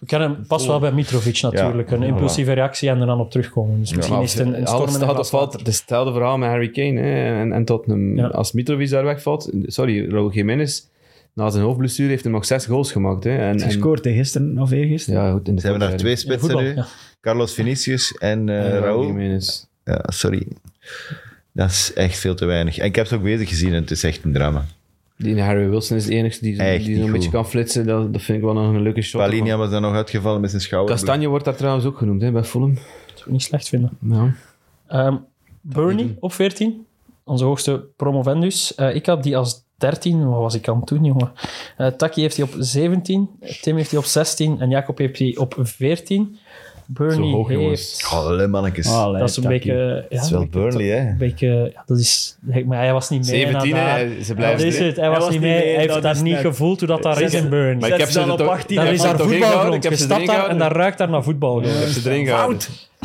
Speaker 5: Ik ken hem pas wel bij Mitrovic natuurlijk.
Speaker 2: Ja,
Speaker 5: een
Speaker 2: voilà.
Speaker 5: impulsieve reactie en er dan op terugkomen. Dus misschien is het een, een storm
Speaker 3: Alles
Speaker 5: in een
Speaker 3: staat of
Speaker 5: glas
Speaker 3: valt.
Speaker 5: water.
Speaker 3: Het is hetzelfde verhaal met Harry Kane hè, en, en Tottenham.
Speaker 5: Ja.
Speaker 3: Als Mitrovic daar wegvalt... Sorry, Raúl Jiménez, na zijn hoofdblessure heeft hij nog zes goals gemaakt. Hè, en, en-
Speaker 4: Gescoord hè, gisteren of eergisteren.
Speaker 3: ja, goed, in de
Speaker 2: Ze hebben daar twee
Speaker 5: Ja,
Speaker 2: spitsen
Speaker 5: voetbal,
Speaker 2: nu,
Speaker 5: ja.
Speaker 2: Carlos Vinicius en eh
Speaker 3: Ja, Raúl
Speaker 2: Raúl.
Speaker 3: Jiménez.
Speaker 2: Ja, sorry. Dat is echt veel te weinig. En ik heb ze ook bezig gezien en het is echt een drama.
Speaker 3: Die Harry Wilson is de enige die,
Speaker 2: Echt
Speaker 3: die
Speaker 2: niet
Speaker 3: zo'n beetje
Speaker 2: goed.
Speaker 3: kan flitsen. Dat, dat vind ik wel nog een leuke shot.
Speaker 2: Palinia was dan nog uitgevallen met zijn schouder.
Speaker 3: Castagne wordt daar trouwens ook genoemd hè, bij Fulham.
Speaker 5: Dat zou ik niet slecht vinden.
Speaker 3: Ja.
Speaker 5: Ehm, Burnley op 14. Onze hoogste promovendus. Eh, ik had die als 13. Wat was ik aan het doen, jongen? Eh Taki heeft die op 17. Tim heeft die op 16. En Jacob heeft die op 14. Burnley
Speaker 3: Zo hoog,
Speaker 5: heeft...
Speaker 3: jongens. Oh,
Speaker 2: Allee, mannetjes.
Speaker 4: Allee,
Speaker 5: Dat is een
Speaker 4: takkie.
Speaker 5: beetje... Ja,
Speaker 2: dat is wel
Speaker 5: een beetje-
Speaker 2: Burnley, hè?
Speaker 5: Een beetje... ja, dat is... Maar hij was niet mee.
Speaker 3: 17,
Speaker 5: naar daar.
Speaker 3: hè, ze
Speaker 5: Dat
Speaker 3: blijven...
Speaker 5: is het. Hij was niet mee. Hij heeft
Speaker 4: dat
Speaker 5: dat
Speaker 4: is
Speaker 5: niet
Speaker 4: net.
Speaker 5: gevoeld hoe dat daar is in Burnley.
Speaker 3: Maar ik heb
Speaker 4: Zet ze
Speaker 3: ze
Speaker 4: dan
Speaker 3: er
Speaker 4: op
Speaker 3: toch-
Speaker 4: 18,
Speaker 5: Daar
Speaker 3: Hij
Speaker 5: is
Speaker 3: heeft
Speaker 5: daar
Speaker 3: toch
Speaker 5: voetbalgrond.
Speaker 3: ingehouden?
Speaker 5: Je
Speaker 3: Ik heb ze
Speaker 5: stapt
Speaker 3: erin
Speaker 5: daar en daar
Speaker 3: gehouden.
Speaker 5: ruikt daar naar voetbal.
Speaker 3: Ik heb ze erin gehouden.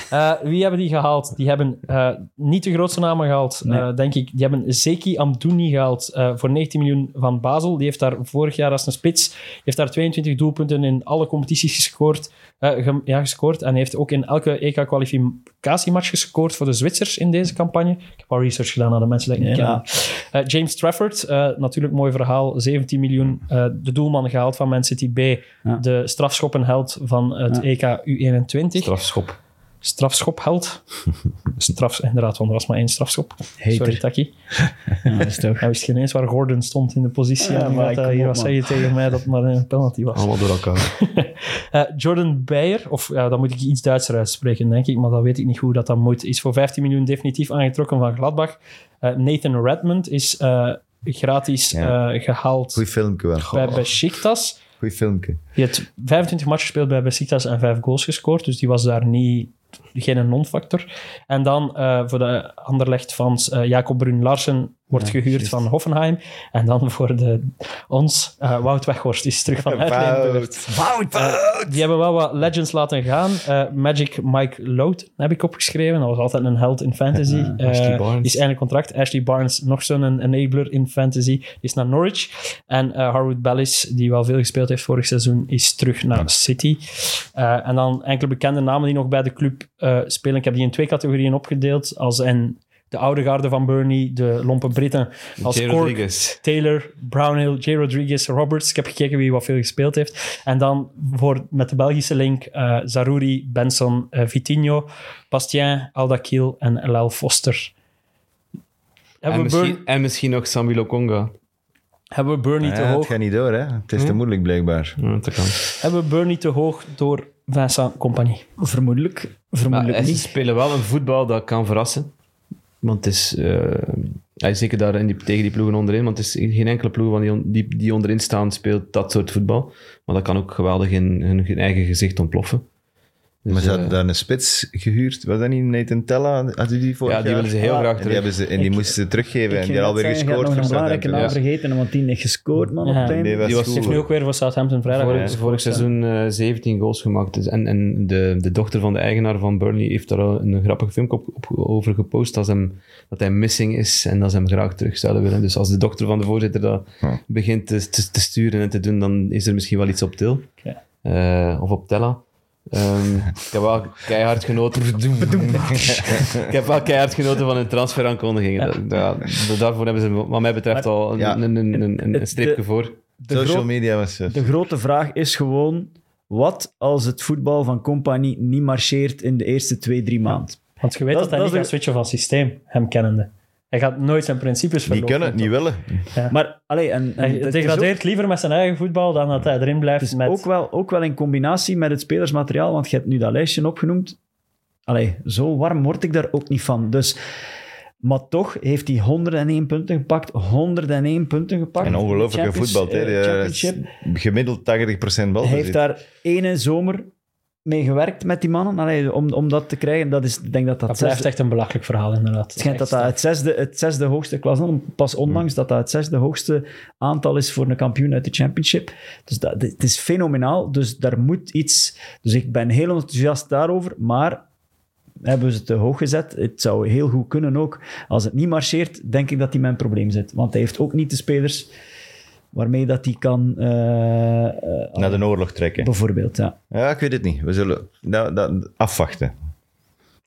Speaker 5: Eh, wie hebben die gehaald? Die hebben eh, niet de grootste namen gehaald,
Speaker 4: Nee.
Speaker 5: eh, denk ik. Die hebben Zeki Amdouni gehaald eh, voor 19 miljoen van Basel. Die heeft daar vorig jaar als een spits die heeft daar 22 doelpunten in alle competities gescoord, eh, ge- ja, gescoord. En heeft ook in elke EK-kwalificatiematch gescoord voor de Zwitsers in deze campagne. Ik heb al research gedaan aan de mensen die ik niet
Speaker 4: Ja.
Speaker 5: kennen. Eh, James Trafford, eh, natuurlijk mooi verhaal. 17 miljoen, eh, de doelman gehaald van Man City B.
Speaker 4: Ja.
Speaker 5: De strafschoppenheld van het E
Speaker 4: Ja.
Speaker 5: EK U21
Speaker 3: Strafschop.
Speaker 5: strafschopheld. Straf, inderdaad, want er was maar één strafschop.
Speaker 4: Hater.
Speaker 5: Sorry, Taki.
Speaker 4: Ja, dat is toch.
Speaker 5: Hij wist geen eens waar Gordon stond in de positie.
Speaker 4: Ja,
Speaker 5: en
Speaker 4: maar
Speaker 5: maar
Speaker 4: kom
Speaker 5: hij hier
Speaker 4: op,
Speaker 5: was
Speaker 4: man.
Speaker 5: zeggen tegen mij dat het maar een penalty was.
Speaker 2: Oh.
Speaker 3: Allemaal door elkaar.
Speaker 5: Eh, Jordan Beyer, of ja, dan moet ik iets Duitser uitspreken, denk ik, maar dat weet ik niet hoe dat dat moet, is voor 15 miljoen definitief aangetrokken van Gladbach. Eh, Nathan Redmond is eh, gratis
Speaker 2: Ja.
Speaker 5: eh, gehaald
Speaker 2: Goed filmpje wel.
Speaker 5: bij Besiktas.
Speaker 2: Goed filmpje.
Speaker 5: Die heeft 25 matchen gespeeld bij Besiktas en 5 goals gescoord. Dus die was daar niet, geen non-factor. En dan eh, voor de anderlecht van eh, Jacob Brun Larsen wordt gehuurd van Hoffenheim. En dan voor de, ons, eh, Wout Weghorst is terug van Uitleenbeurt.
Speaker 1: Eh,
Speaker 5: Die hebben wel wat legends laten gaan. Eh, Magic Mike Lout heb ik opgeschreven. Dat was altijd een held in fantasy. Eh,
Speaker 3: Ashley Barnes.
Speaker 5: Is eindelijk contract. Ashley Barnes, nog zo'n enabler in fantasy. Die is naar Norwich. En eh, Harwood Bellis, die wel veel gespeeld heeft vorig seizoen, is terug naar City. Eh, en dan enkele bekende namen die nog bij de club eh, spelen. Ik heb die in twee categorieën opgedeeld. Als en de oude garde van Burnley, de lompe Britten. Als
Speaker 3: Jay
Speaker 5: Cork,
Speaker 3: Rodriguez.
Speaker 5: Taylor, Brownhill, J. Rodriguez, Roberts. Ik heb gekeken wie wat veel gespeeld heeft. En dan voor, met de Belgische link eh Zaruri, Benson, eh, Vitinho, Bastien, Aldakil en Lel Foster.
Speaker 3: En
Speaker 5: Hebben we, Burn-
Speaker 3: misschien, en misschien nog Sambi Lokonga.
Speaker 5: hebben we Burnley
Speaker 2: Ja,
Speaker 5: te
Speaker 2: het
Speaker 5: hoog? Hm?
Speaker 2: gaat niet door, hè? Het is te moeilijk, blijkbaar.
Speaker 3: Ja, dat kan.
Speaker 5: Hebben we Burnley te hoog door Vincent Compagnie.
Speaker 4: Vermoedelijk.
Speaker 3: Maar
Speaker 4: Vermoedelijk
Speaker 3: ze
Speaker 4: niet.
Speaker 3: spelen wel een voetbal dat kan verrassen. Want het is... eh, ja, zeker daar in die, tegen die ploegen onderin. Want het is geen enkele ploeg van die, on- die, die onderin staan speelt dat soort voetbal. Maar dat kan ook geweldig in hun, hun eigen gezicht ontploffen. Dus,
Speaker 2: maar ze hadden
Speaker 3: eh,
Speaker 2: daar een spits gehuurd. Was dat niet Nathan Tella? Hadden die die vorig
Speaker 3: ja, die
Speaker 2: jaar?
Speaker 3: willen ze heel
Speaker 4: Ah,
Speaker 3: graag
Speaker 2: En
Speaker 3: terug.
Speaker 2: die, hebben ze, en die moesten ze teruggeven. en die
Speaker 4: Ik ging
Speaker 2: had alweer
Speaker 4: net zeggen,
Speaker 2: gescoord
Speaker 4: ik
Speaker 2: voor
Speaker 4: heb nog een belangrijke naam
Speaker 2: Southampton.
Speaker 4: vergeten, want die heeft gescoord, man, op
Speaker 5: Ja.
Speaker 4: het einde.
Speaker 2: Nee, was
Speaker 3: Die was
Speaker 5: Ze heeft nu ook weer voor Southampton vrijdag.
Speaker 3: Vorig,
Speaker 5: gescoord,
Speaker 3: vorig
Speaker 5: hè.
Speaker 3: seizoen eh, 17 goals gemaakt. Dus en en de, de dochter van de eigenaar van Burnley heeft daar al een grappig filmpje op, op- over gepost. Dat, ze hem, dat hij missing is en dat ze hem graag terug zouden willen. Dus als de dochter van de voorzitter dat
Speaker 2: Ja.
Speaker 3: begint te, te, te sturen en te doen, dan is er misschien wel iets op til.
Speaker 5: Ja.
Speaker 3: Eh, of op Tella. Ehm, ik heb wel keihard genoten. ik heb wel keihard genoten van hun transferaankondigingen. Dat- Ja. daarvoor hebben ze, wat mij betreft, al een,
Speaker 2: Ja.
Speaker 3: een, een, een, een streepje
Speaker 4: De-
Speaker 3: voor.
Speaker 4: De
Speaker 2: Social
Speaker 4: groot-
Speaker 2: media was ze.
Speaker 4: De grote vraag is gewoon: wat als het voetbal van Compagnie niet marcheert in de eerste twee, drie maanden?
Speaker 5: Want je weet
Speaker 4: Dat-
Speaker 5: dat, hij
Speaker 4: dat
Speaker 5: niet
Speaker 4: is
Speaker 5: gaat switchen van systeem, hem kennende. Hij gaat nooit zijn principes
Speaker 2: Niet
Speaker 5: verlopen.
Speaker 2: kunnen, niet willen.
Speaker 4: Maar allee, en, en
Speaker 5: Hij
Speaker 4: het is
Speaker 5: degradeert liever met zijn eigen voetbal dan dat hij erin blijft
Speaker 4: ook,
Speaker 5: met...
Speaker 4: ook, wel, ook wel in combinatie met het spelersmateriaal, want je hebt nu dat lijstje opgenoemd. Allee, zo warm word ik daar ook niet van. Dus, maar toch heeft hij 101 punten gepakt, 101 punten gepakt.
Speaker 2: En ongelooflijk
Speaker 4: Champions-
Speaker 2: voetbal.
Speaker 4: eh, championship.
Speaker 2: Gemiddeld 80% bal.
Speaker 4: Hij heeft daar ene zomer mee gewerkt met die mannen. Allee, om, om dat te krijgen, dat is, ik denk dat dat,
Speaker 5: Dat
Speaker 4: zesde-
Speaker 5: blijft echt een belachelijk verhaal, inderdaad.
Speaker 4: Het schijnt dat dat het zesde, het zesde hoogste klas is. Pas ondanks dat dat het zesde hoogste aantal is voor een kampioen uit de championship. Dus dat, dit- het is fenomenaal. Dus daar moet iets... Dus ik ben heel enthousiast daarover, maar... Hebben ze het te hoog gezet? Het zou heel goed kunnen ook. Als het niet marcheert, denk ik dat hij met een probleem zit. Want hij heeft ook niet de spelers waarmee dat hij kan... eh, eh,
Speaker 2: Naar de oorlog trekken.
Speaker 4: bijvoorbeeld, ja.
Speaker 2: Ja, ik weet het niet. We zullen dat, dat afwachten.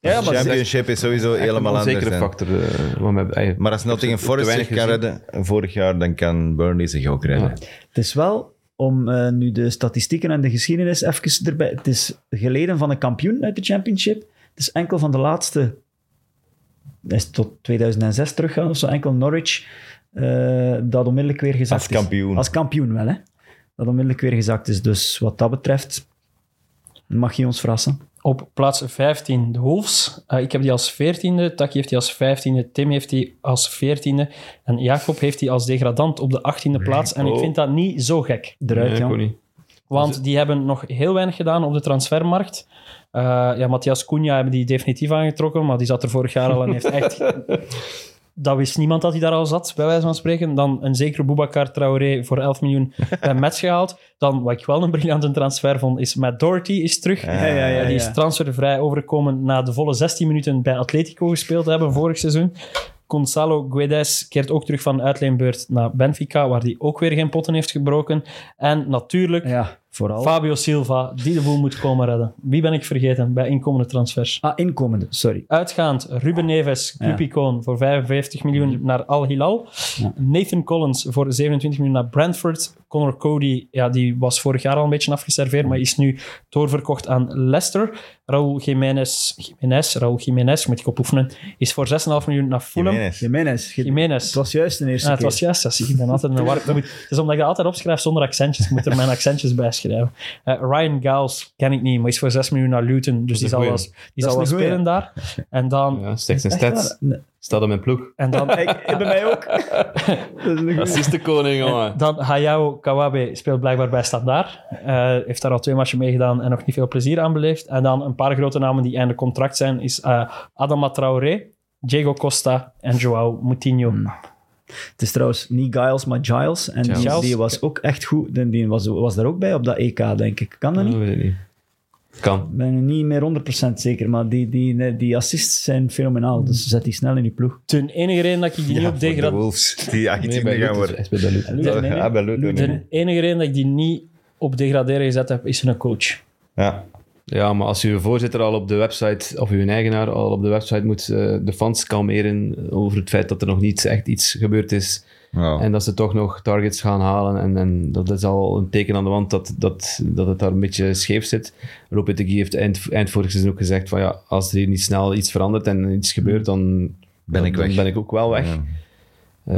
Speaker 4: Ja,
Speaker 2: De championship is sowieso helemaal
Speaker 3: Echt een
Speaker 2: anders.
Speaker 3: onzekere
Speaker 2: hè.
Speaker 3: factor. eh, wat mij- ey,
Speaker 2: Maar als Nottingham Forest
Speaker 3: te
Speaker 2: zich kan
Speaker 3: weinig
Speaker 2: redden vorig jaar, dan kan Burnley zich ook redden.
Speaker 4: Het is wel, om eh, nu de statistieken en de geschiedenis even erbij... Het is geleden van een kampioen uit de championship. Het is enkel van de laatste... dat is tot 2006 teruggaan of zo. Enkel Norwich eh, dat onmiddellijk weer gezakt
Speaker 2: Als
Speaker 4: is.
Speaker 2: kampioen.
Speaker 4: Als kampioen wel, hè. Dat onmiddellijk weer gezakt is. Dus wat dat betreft mag je ons verrassen.
Speaker 5: Op plaats 15 de Wolves. Eh, ik heb die als 14e, Taki heeft die als 15e, Tim heeft die als 14e en Jacob heeft die als degradant op de 18e plaats. En ik
Speaker 2: Oh.
Speaker 5: vind dat niet zo gek.
Speaker 4: Eruit,
Speaker 3: Nee, ik
Speaker 4: Jan.
Speaker 3: ook niet.
Speaker 5: Want die hebben nog heel weinig gedaan op de transfermarkt. Eh, ja, Matthias Cunha hebben die definitief aangetrokken, maar die zat er vorig jaar al en heeft echt... Dat wist niemand dat hij daar al zat, bij wijze van spreken. Dan een zekere Boubacar Traoré voor 11 miljoen bij Mets gehaald. Dan, wat ik wel een briljante transfer vond, is Matt Doherty is terug.
Speaker 2: Ja,
Speaker 4: ja, ja,
Speaker 5: Eh, die
Speaker 4: ja.
Speaker 5: is transfervrij overgekomen na de volle 16 minuten bij Atletico gespeeld te hebben vorig seizoen. Gonzalo Guedes keert ook terug van uitleenbeurt naar Benfica, waar hij ook weer geen potten heeft gebroken. En natuurlijk
Speaker 4: Ja, vooral.
Speaker 5: Fabio Silva, die de boel moet komen redden. Wie ben ik vergeten bij inkomende transfers?
Speaker 4: ah, inkomende, sorry.
Speaker 5: Uitgaand, Ruben Neves,
Speaker 4: Ja. Mhm.
Speaker 5: Cupicoon voor 55 miljoen naar Al Hilal.
Speaker 4: Ja.
Speaker 5: Nathan Collins voor 27 miljoen naar Brentford. Connor Cody, ja, die was vorig jaar al een beetje afgeserveerd,
Speaker 4: Mhm.
Speaker 5: maar is nu doorverkocht aan Leicester. Raúl Jiménez, Jiménez, Raúl Jiménez, moet ik op oefenen, is voor 6,5 miljoen naar Fulham.
Speaker 2: Jimenez.
Speaker 4: Jimenez. Ge-
Speaker 5: Jiménez.
Speaker 4: Het was juist de eerste
Speaker 5: Ja, het
Speaker 4: keer.
Speaker 5: was juist, dat zie je. Ik ben altijd in de war. Ik moet- Het is omdat ik dat altijd opschrijf zonder accentjes. Ik moet er mijn accentjes bij schrijven. Eh, Ryan Giles ken ik niet, maar is voor 6 miljoen naar Luton. Dus die
Speaker 3: een
Speaker 5: zal
Speaker 3: goeie.
Speaker 5: wel, die zal
Speaker 4: een
Speaker 5: wel
Speaker 4: goeie.
Speaker 5: spelen daar. En dan...
Speaker 3: Ja, slechts een stats.
Speaker 4: Nee,
Speaker 3: Staat op mijn ploeg.
Speaker 5: En dan,
Speaker 4: ik, ik- bij mij ook. Dat is een goeie.
Speaker 3: Dat is de koning, jongen.
Speaker 5: dan Hayao Kawabe speelt blijkbaar bij Standaard. Eh heeft daar al twee matchen meegedaan en nog niet veel plezier aan beleefd. En dan een paar grote namen die einde contract zijn, is eh, Adama Traoré, Diego Costa en Joao Moutinho.
Speaker 4: Het is trouwens niet Giles, maar Giles. En die- Die,
Speaker 5: Giles.
Speaker 4: was ook echt goed. Die, die was, was daar ook bij op dat EK, denk ik. Kan dat
Speaker 3: Dat
Speaker 4: niet?
Speaker 3: weet ik niet. Kan.
Speaker 4: Ik ben er niet meer 100% zeker, maar die, die, die assists zijn fenomenaal.
Speaker 3: Hmm.
Speaker 4: Dus zet die snel in die ploeg.
Speaker 5: De enige reden dat ik die
Speaker 2: Ja,
Speaker 5: niet
Speaker 2: voor
Speaker 5: op
Speaker 2: de
Speaker 5: degrad
Speaker 2: Wolves, die 18e
Speaker 3: Nee, bij
Speaker 2: gaan
Speaker 3: Luton.
Speaker 2: worden.
Speaker 3: Echt bij Luton.
Speaker 4: Nee, nee, nee.
Speaker 2: Ja, bij Luton, nee.
Speaker 5: De enige reden dat ik die niet op degraderen gezet heb, is een coach.
Speaker 2: Ja.
Speaker 3: Ja, maar als uw voorzitter al op de website, of uw eigenaar al op de website moet eh, de fans kalmeren over het feit dat er nog niet echt iets gebeurd is.
Speaker 2: Ja.
Speaker 3: En dat ze toch nog targets gaan halen. En, en dat is al een teken aan de wand dat, dat, dat het daar een beetje scheef zit. Lopetegui heeft eind, eind vorig seizoen ook gezegd van ja, als er hier niet snel iets verandert en iets gebeurt, dan
Speaker 2: Ben ik
Speaker 3: dan
Speaker 2: weg.
Speaker 3: ben ik ook wel weg.
Speaker 2: Ja.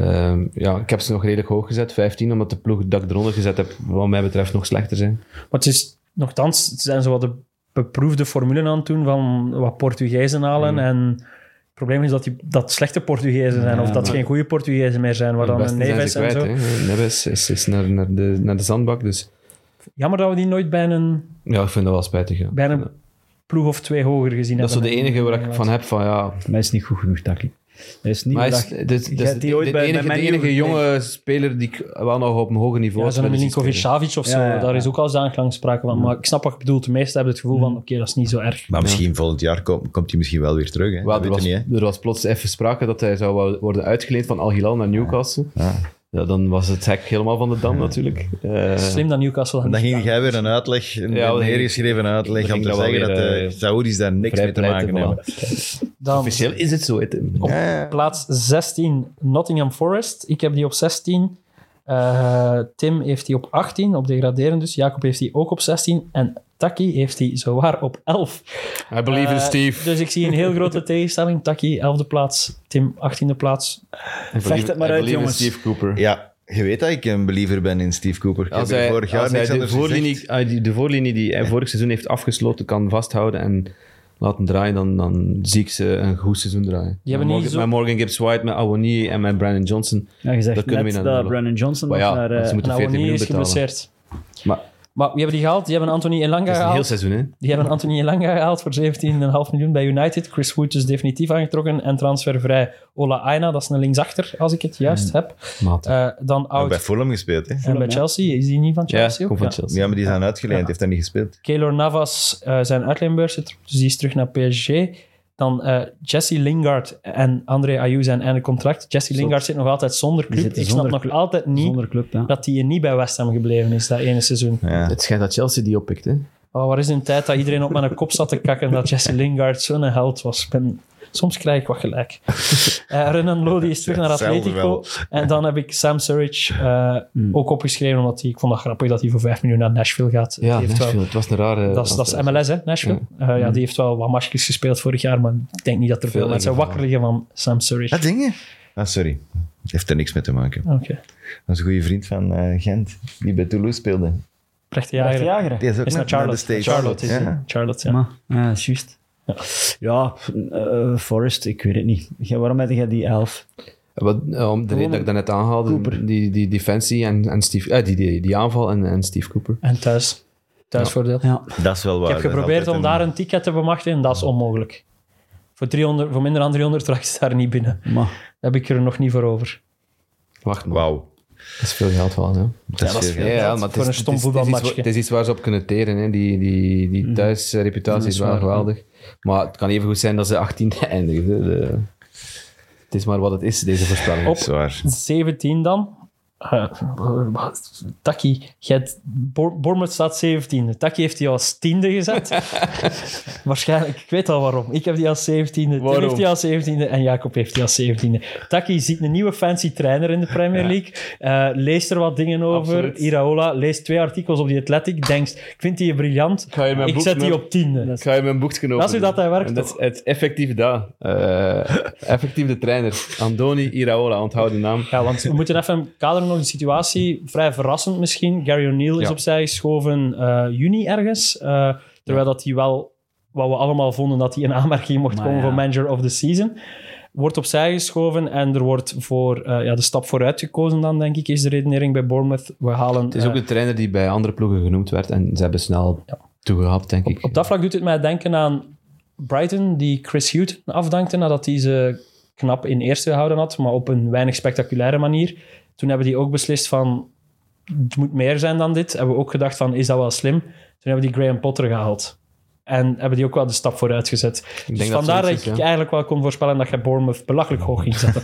Speaker 3: Ehm, ja, ik heb ze nog redelijk hoog gezet, 15, omdat de ploeg dat ik eronder gezet heb, wat mij betreft, nog slechter zijn.
Speaker 5: Maar het is, nogthans, het zijn zo wat de beproefde formule aan het doen van wat Portugezen halen.
Speaker 3: Mm.
Speaker 5: En het probleem is dat die, dat slechte Portugezen zijn of dat geen goede Portugezen meer zijn. Waar
Speaker 3: De
Speaker 5: dan een
Speaker 3: besten zijn
Speaker 5: Neves
Speaker 3: ze
Speaker 5: en
Speaker 3: kwijt,
Speaker 5: zo.
Speaker 3: hè. Neves is, is naar, naar, de, naar de zandbak, dus
Speaker 5: Jammer dat we die nooit bij een,
Speaker 3: ja, ik vind dat wel spijtig. ja.
Speaker 5: bij een ploeg of twee hoger gezien
Speaker 3: Dat is zo de
Speaker 5: hebben.
Speaker 3: enige waar ik van heb van ja.
Speaker 4: Maar hij is niet goed genoeg, Taki. Hij is niet
Speaker 3: Maar is,
Speaker 4: goed genoeg.
Speaker 3: dit, dit,
Speaker 4: Je
Speaker 3: is
Speaker 4: hebt
Speaker 3: de,
Speaker 4: die ooit
Speaker 3: de
Speaker 4: bij- bij
Speaker 3: enige,
Speaker 4: Man
Speaker 3: de
Speaker 4: U
Speaker 3: enige
Speaker 4: gekregen.
Speaker 3: jonge speler die ik wel nog op een hoger niveau
Speaker 5: Ja,
Speaker 3: heb
Speaker 5: zo'n
Speaker 3: willen zien
Speaker 5: Milinkovic
Speaker 3: spelen.
Speaker 5: Savic of zo,
Speaker 4: Ja, ja, ja.
Speaker 5: daar is ook al zodanig lang sprake van. Maar ik snap wat je bedoelt. De meesten hebben het gevoel van, oké, dat is niet zo erg.
Speaker 2: Maar misschien volgend jaar komt, komt hij misschien wel weer terug. Hè? dat
Speaker 3: Wel, er,
Speaker 2: weet
Speaker 3: was,
Speaker 2: je niet. Hè?
Speaker 3: er was plots even sprake dat hij zou wel worden uitgeleend van Al Hilal naar Newcastle. Ja. dan was het hek helemaal van de dam natuurlijk. Eh,
Speaker 5: Slim dat Newcastle dat
Speaker 2: En dan
Speaker 5: niet
Speaker 2: ging
Speaker 5: gedaan
Speaker 2: jij weer een uitleg, een
Speaker 3: Ja, dan ging-
Speaker 2: neergeschreven uitleg,
Speaker 3: dan
Speaker 2: om
Speaker 3: ging
Speaker 2: te
Speaker 3: dat wel
Speaker 2: zeggen dat
Speaker 3: weer,
Speaker 2: de
Speaker 3: eh,
Speaker 2: Saoedi's daar niks
Speaker 3: vrij
Speaker 2: mee te
Speaker 3: pleiten,
Speaker 2: maken hebben.
Speaker 5: Dan
Speaker 3: Officieel is het zo. hè, Tim.
Speaker 5: op plaats 16 Nottingham Forest. Ik heb die op 16. Eh, Tim heeft die op 18, op degraderen dus. Jacob heeft die ook op 16. En Taki heeft die zowaar op 11.
Speaker 3: I believe in
Speaker 5: Eh,
Speaker 3: Steve.
Speaker 5: Dus ik zie een heel grote tegenstelling. Taki, 11e plaats. Tim, 18e plaats.
Speaker 4: Vecht het maar
Speaker 3: I
Speaker 4: uit,
Speaker 3: believe in
Speaker 4: jongens.
Speaker 3: Steve Cooper.
Speaker 2: Ja, je weet dat ik een believer ben in Steve Cooper. Ik
Speaker 3: Als
Speaker 2: heb hier
Speaker 3: hij,
Speaker 2: vorig jaar
Speaker 3: als hij
Speaker 2: niks
Speaker 3: de,
Speaker 2: anders
Speaker 3: voorlinie,
Speaker 2: gezegd.
Speaker 3: ah, die- de voorlinie die hij vorig seizoen heeft afgesloten kan vasthouden en laten draaien, dan, dan zie ik ze een goed seizoen draaien.
Speaker 5: hebben
Speaker 3: met,
Speaker 5: niet
Speaker 3: Morgan,
Speaker 5: zo-
Speaker 3: met Morgan Gibbs White, met Awoni en met Brandon Johnson.
Speaker 4: Ja, je zegt
Speaker 3: Dat kunnen we
Speaker 4: net
Speaker 3: niet aan
Speaker 4: dat
Speaker 3: de
Speaker 4: Brandon Johnson
Speaker 3: Maar
Speaker 4: nog
Speaker 3: ja,
Speaker 4: naar... eh,
Speaker 3: ze moeten
Speaker 5: Nou,
Speaker 3: 14
Speaker 5: niet
Speaker 3: miljoen
Speaker 5: is
Speaker 3: betalen.
Speaker 5: geblesseerd.
Speaker 3: Maar
Speaker 5: Maar wie hebben die gehaald? Die hebben Anthony Elanga
Speaker 3: dat is een heel
Speaker 5: gehaald.
Speaker 3: seizoen, hè?
Speaker 5: Die hebben Anthony Elanga gehaald voor 17,5 miljoen bij United. Chris Wood is definitief aangetrokken. En transfervrij Ola Aina, dat is een linksachter, als ik het juist
Speaker 3: Hmm.
Speaker 5: heb.
Speaker 3: Maat.
Speaker 5: Eh, dan
Speaker 2: Hij heeft bij
Speaker 5: oud
Speaker 2: Fulham gespeeld, hè?
Speaker 5: en bij
Speaker 4: ja.
Speaker 5: Chelsea. Is die niet van
Speaker 3: ja,
Speaker 5: Chelsea? ook?
Speaker 3: komt van
Speaker 5: Ja.
Speaker 3: Chelsea.
Speaker 2: Ja, maar die zijn uitgeleend, heeft hij niet gespeeld.
Speaker 5: Keylor Navas, eh, zijn uitleenbeurs zit erop, dus die is terug naar PSG. Dan eh, Jesse Lingard en André Ayew zijn einde contract. Jesse Lingard zit nog altijd zonder club.
Speaker 4: zitten
Speaker 5: Ik snap
Speaker 4: zonder
Speaker 5: nog
Speaker 4: club.
Speaker 5: altijd niet
Speaker 4: Zonder club, ja.
Speaker 5: dat hij niet bij West Ham gebleven is, dat ene seizoen.
Speaker 2: Ja.
Speaker 3: Het schijnt dat Chelsea die oppikt, hè?
Speaker 5: Oh, waar is een tijd dat iedereen op mijn kop zat te kakken dat Jesse Lingard zo'n held was. Ik ben- soms krijg ik wat gelijk. Eh Renan Lodi is terug naar
Speaker 2: Hetzelfde
Speaker 5: Atletico.
Speaker 2: wel.
Speaker 5: En dan heb ik Sam Surridge eh,
Speaker 4: Hmm.
Speaker 5: ook opgeschreven, omdat hij, ik vond dat grappig dat hij voor 5 miljoen naar Nashville gaat. Die
Speaker 3: Ja,
Speaker 5: heeft wel-
Speaker 3: Nashville. Het was een rare...
Speaker 2: Eh,
Speaker 5: dat is, dat is MLS, hè, Nashville.
Speaker 2: Mm.
Speaker 5: Ja. ja, die heeft wel wat matchjes gespeeld vorig jaar, maar ik denk niet dat er veel
Speaker 3: Veel
Speaker 5: mensen
Speaker 3: ingevallen.
Speaker 5: wakker liggen van Sam Surridge.
Speaker 2: Ah, dingen? Ah, sorry. Heeft er niks mee te maken.
Speaker 5: Oké,
Speaker 2: Dat is een goede vriend van eh, Gent, die bij Toulouse speelde.
Speaker 5: Prechte
Speaker 4: Echt
Speaker 5: jager.
Speaker 4: jageren.
Speaker 2: Die is ook
Speaker 5: Is naar
Speaker 2: net de
Speaker 5: Charlotte.
Speaker 2: States.
Speaker 5: Charlotte, is
Speaker 2: Ja.
Speaker 5: die. Charlotte, ja.
Speaker 4: Maar, ja, dat is juist. Ja, pff, eh, Forrest, ik weet het niet. Jij- waarom heb jij die elf?
Speaker 3: Wat, eh, om de reden dat ik daarnet aanhaalde,
Speaker 4: Cooper.
Speaker 3: die, die defensie en, en Steve... eh, die, die, die aanval en, en Steve Cooper.
Speaker 5: En thuis. Thuisvoordeel.
Speaker 4: Ja.
Speaker 2: Dat is wel waar.
Speaker 5: Ik heb
Speaker 2: dat is
Speaker 5: geprobeerd
Speaker 2: altijd
Speaker 5: om daar een ticket te bemachtigen, dat is onmogelijk. Voor, 300, voor minder dan 300 raak je daar niet binnen.
Speaker 4: Maar,
Speaker 5: Daar heb ik er nog niet voor over.
Speaker 3: Wacht maar,
Speaker 2: Wauw.
Speaker 3: dat is veel geld wel, hè?
Speaker 2: Dat is veel
Speaker 3: Ja,
Speaker 2: geld.
Speaker 3: ja, maar het
Speaker 5: voor
Speaker 3: is,
Speaker 5: een stom
Speaker 3: het is- het is
Speaker 5: Mhm.
Speaker 3: iets
Speaker 5: voetbalmatchje.
Speaker 3: wa- Het is iets waar ze op kunnen teren. Hè. Die, die, die thuisreputatie is wel geweldig. Maar het kan even goed zijn dat ze 18 eindigen. hè. De- het is maar wat het is, deze voorspelling.
Speaker 5: Op-
Speaker 2: Dat is waar.
Speaker 5: 17 dan. Eh, wat? Taki, jij hebt- Bour- Bournemouth staat 17e. Taki heeft die als tiende gezet. Waarschijnlijk, ik weet al waarom. Ik heb die als 17e, Tim
Speaker 3: Waarom?
Speaker 5: heeft die als 17e en Jacob heeft die als 17e. Taki ziet een nieuwe fancy trainer in de Premier League, Eh, leest er wat dingen over.
Speaker 3: Absoluut.
Speaker 5: Iraola leest twee artikels op die Athletic, denkt, ik vind die briljant,
Speaker 3: ga je mijn
Speaker 5: ik
Speaker 3: boek
Speaker 5: zet die
Speaker 3: met-
Speaker 5: op tiende.
Speaker 3: Ik ga je mijn boekje openen.
Speaker 5: Dat is hoe dat hij werkt,
Speaker 3: En Dat is het effectief daar. Eh, effectief de trainer. Andoni Iraola, onthoud de naam.
Speaker 5: Ja, want we moeten even kaderen nog de situatie. Vrij verrassend misschien. Gary O'Neill is
Speaker 3: Ja.
Speaker 5: opzij geschoven eh, juni ergens. Eh, terwijl dat hij wel, wat we allemaal vonden, dat hij in aanmerking mocht
Speaker 4: Maar
Speaker 5: komen
Speaker 4: ja.
Speaker 5: voor manager of the season. Wordt opzij geschoven en er wordt voor eh, ja, de stap vooruit gekozen dan, denk ik, is de redenering bij Bournemouth. We halen...
Speaker 3: Het is ook
Speaker 5: eh,
Speaker 3: de trainer die bij andere ploegen genoemd werd. En ze hebben snel toegehapt, denk ik.
Speaker 5: op dat vlak doet het mij denken aan Brighton, die Chris Hute afdankte nadat hij ze knap in eerste gehouden had, maar op een weinig spectaculaire manier. Toen hebben die ook beslist van, het moet meer zijn dan dit. Hebben we ook gedacht van, is dat wel slim? Toen hebben die Graham Potter gehaald. En hebben die ook wel de stap vooruit gezet. Dus
Speaker 3: denk dat
Speaker 5: vandaar dat,
Speaker 3: zoiets is,
Speaker 5: ik
Speaker 3: ja.
Speaker 5: eigenlijk wel kon voorspellen dat je Bournemouth belachelijk hoog ging zetten.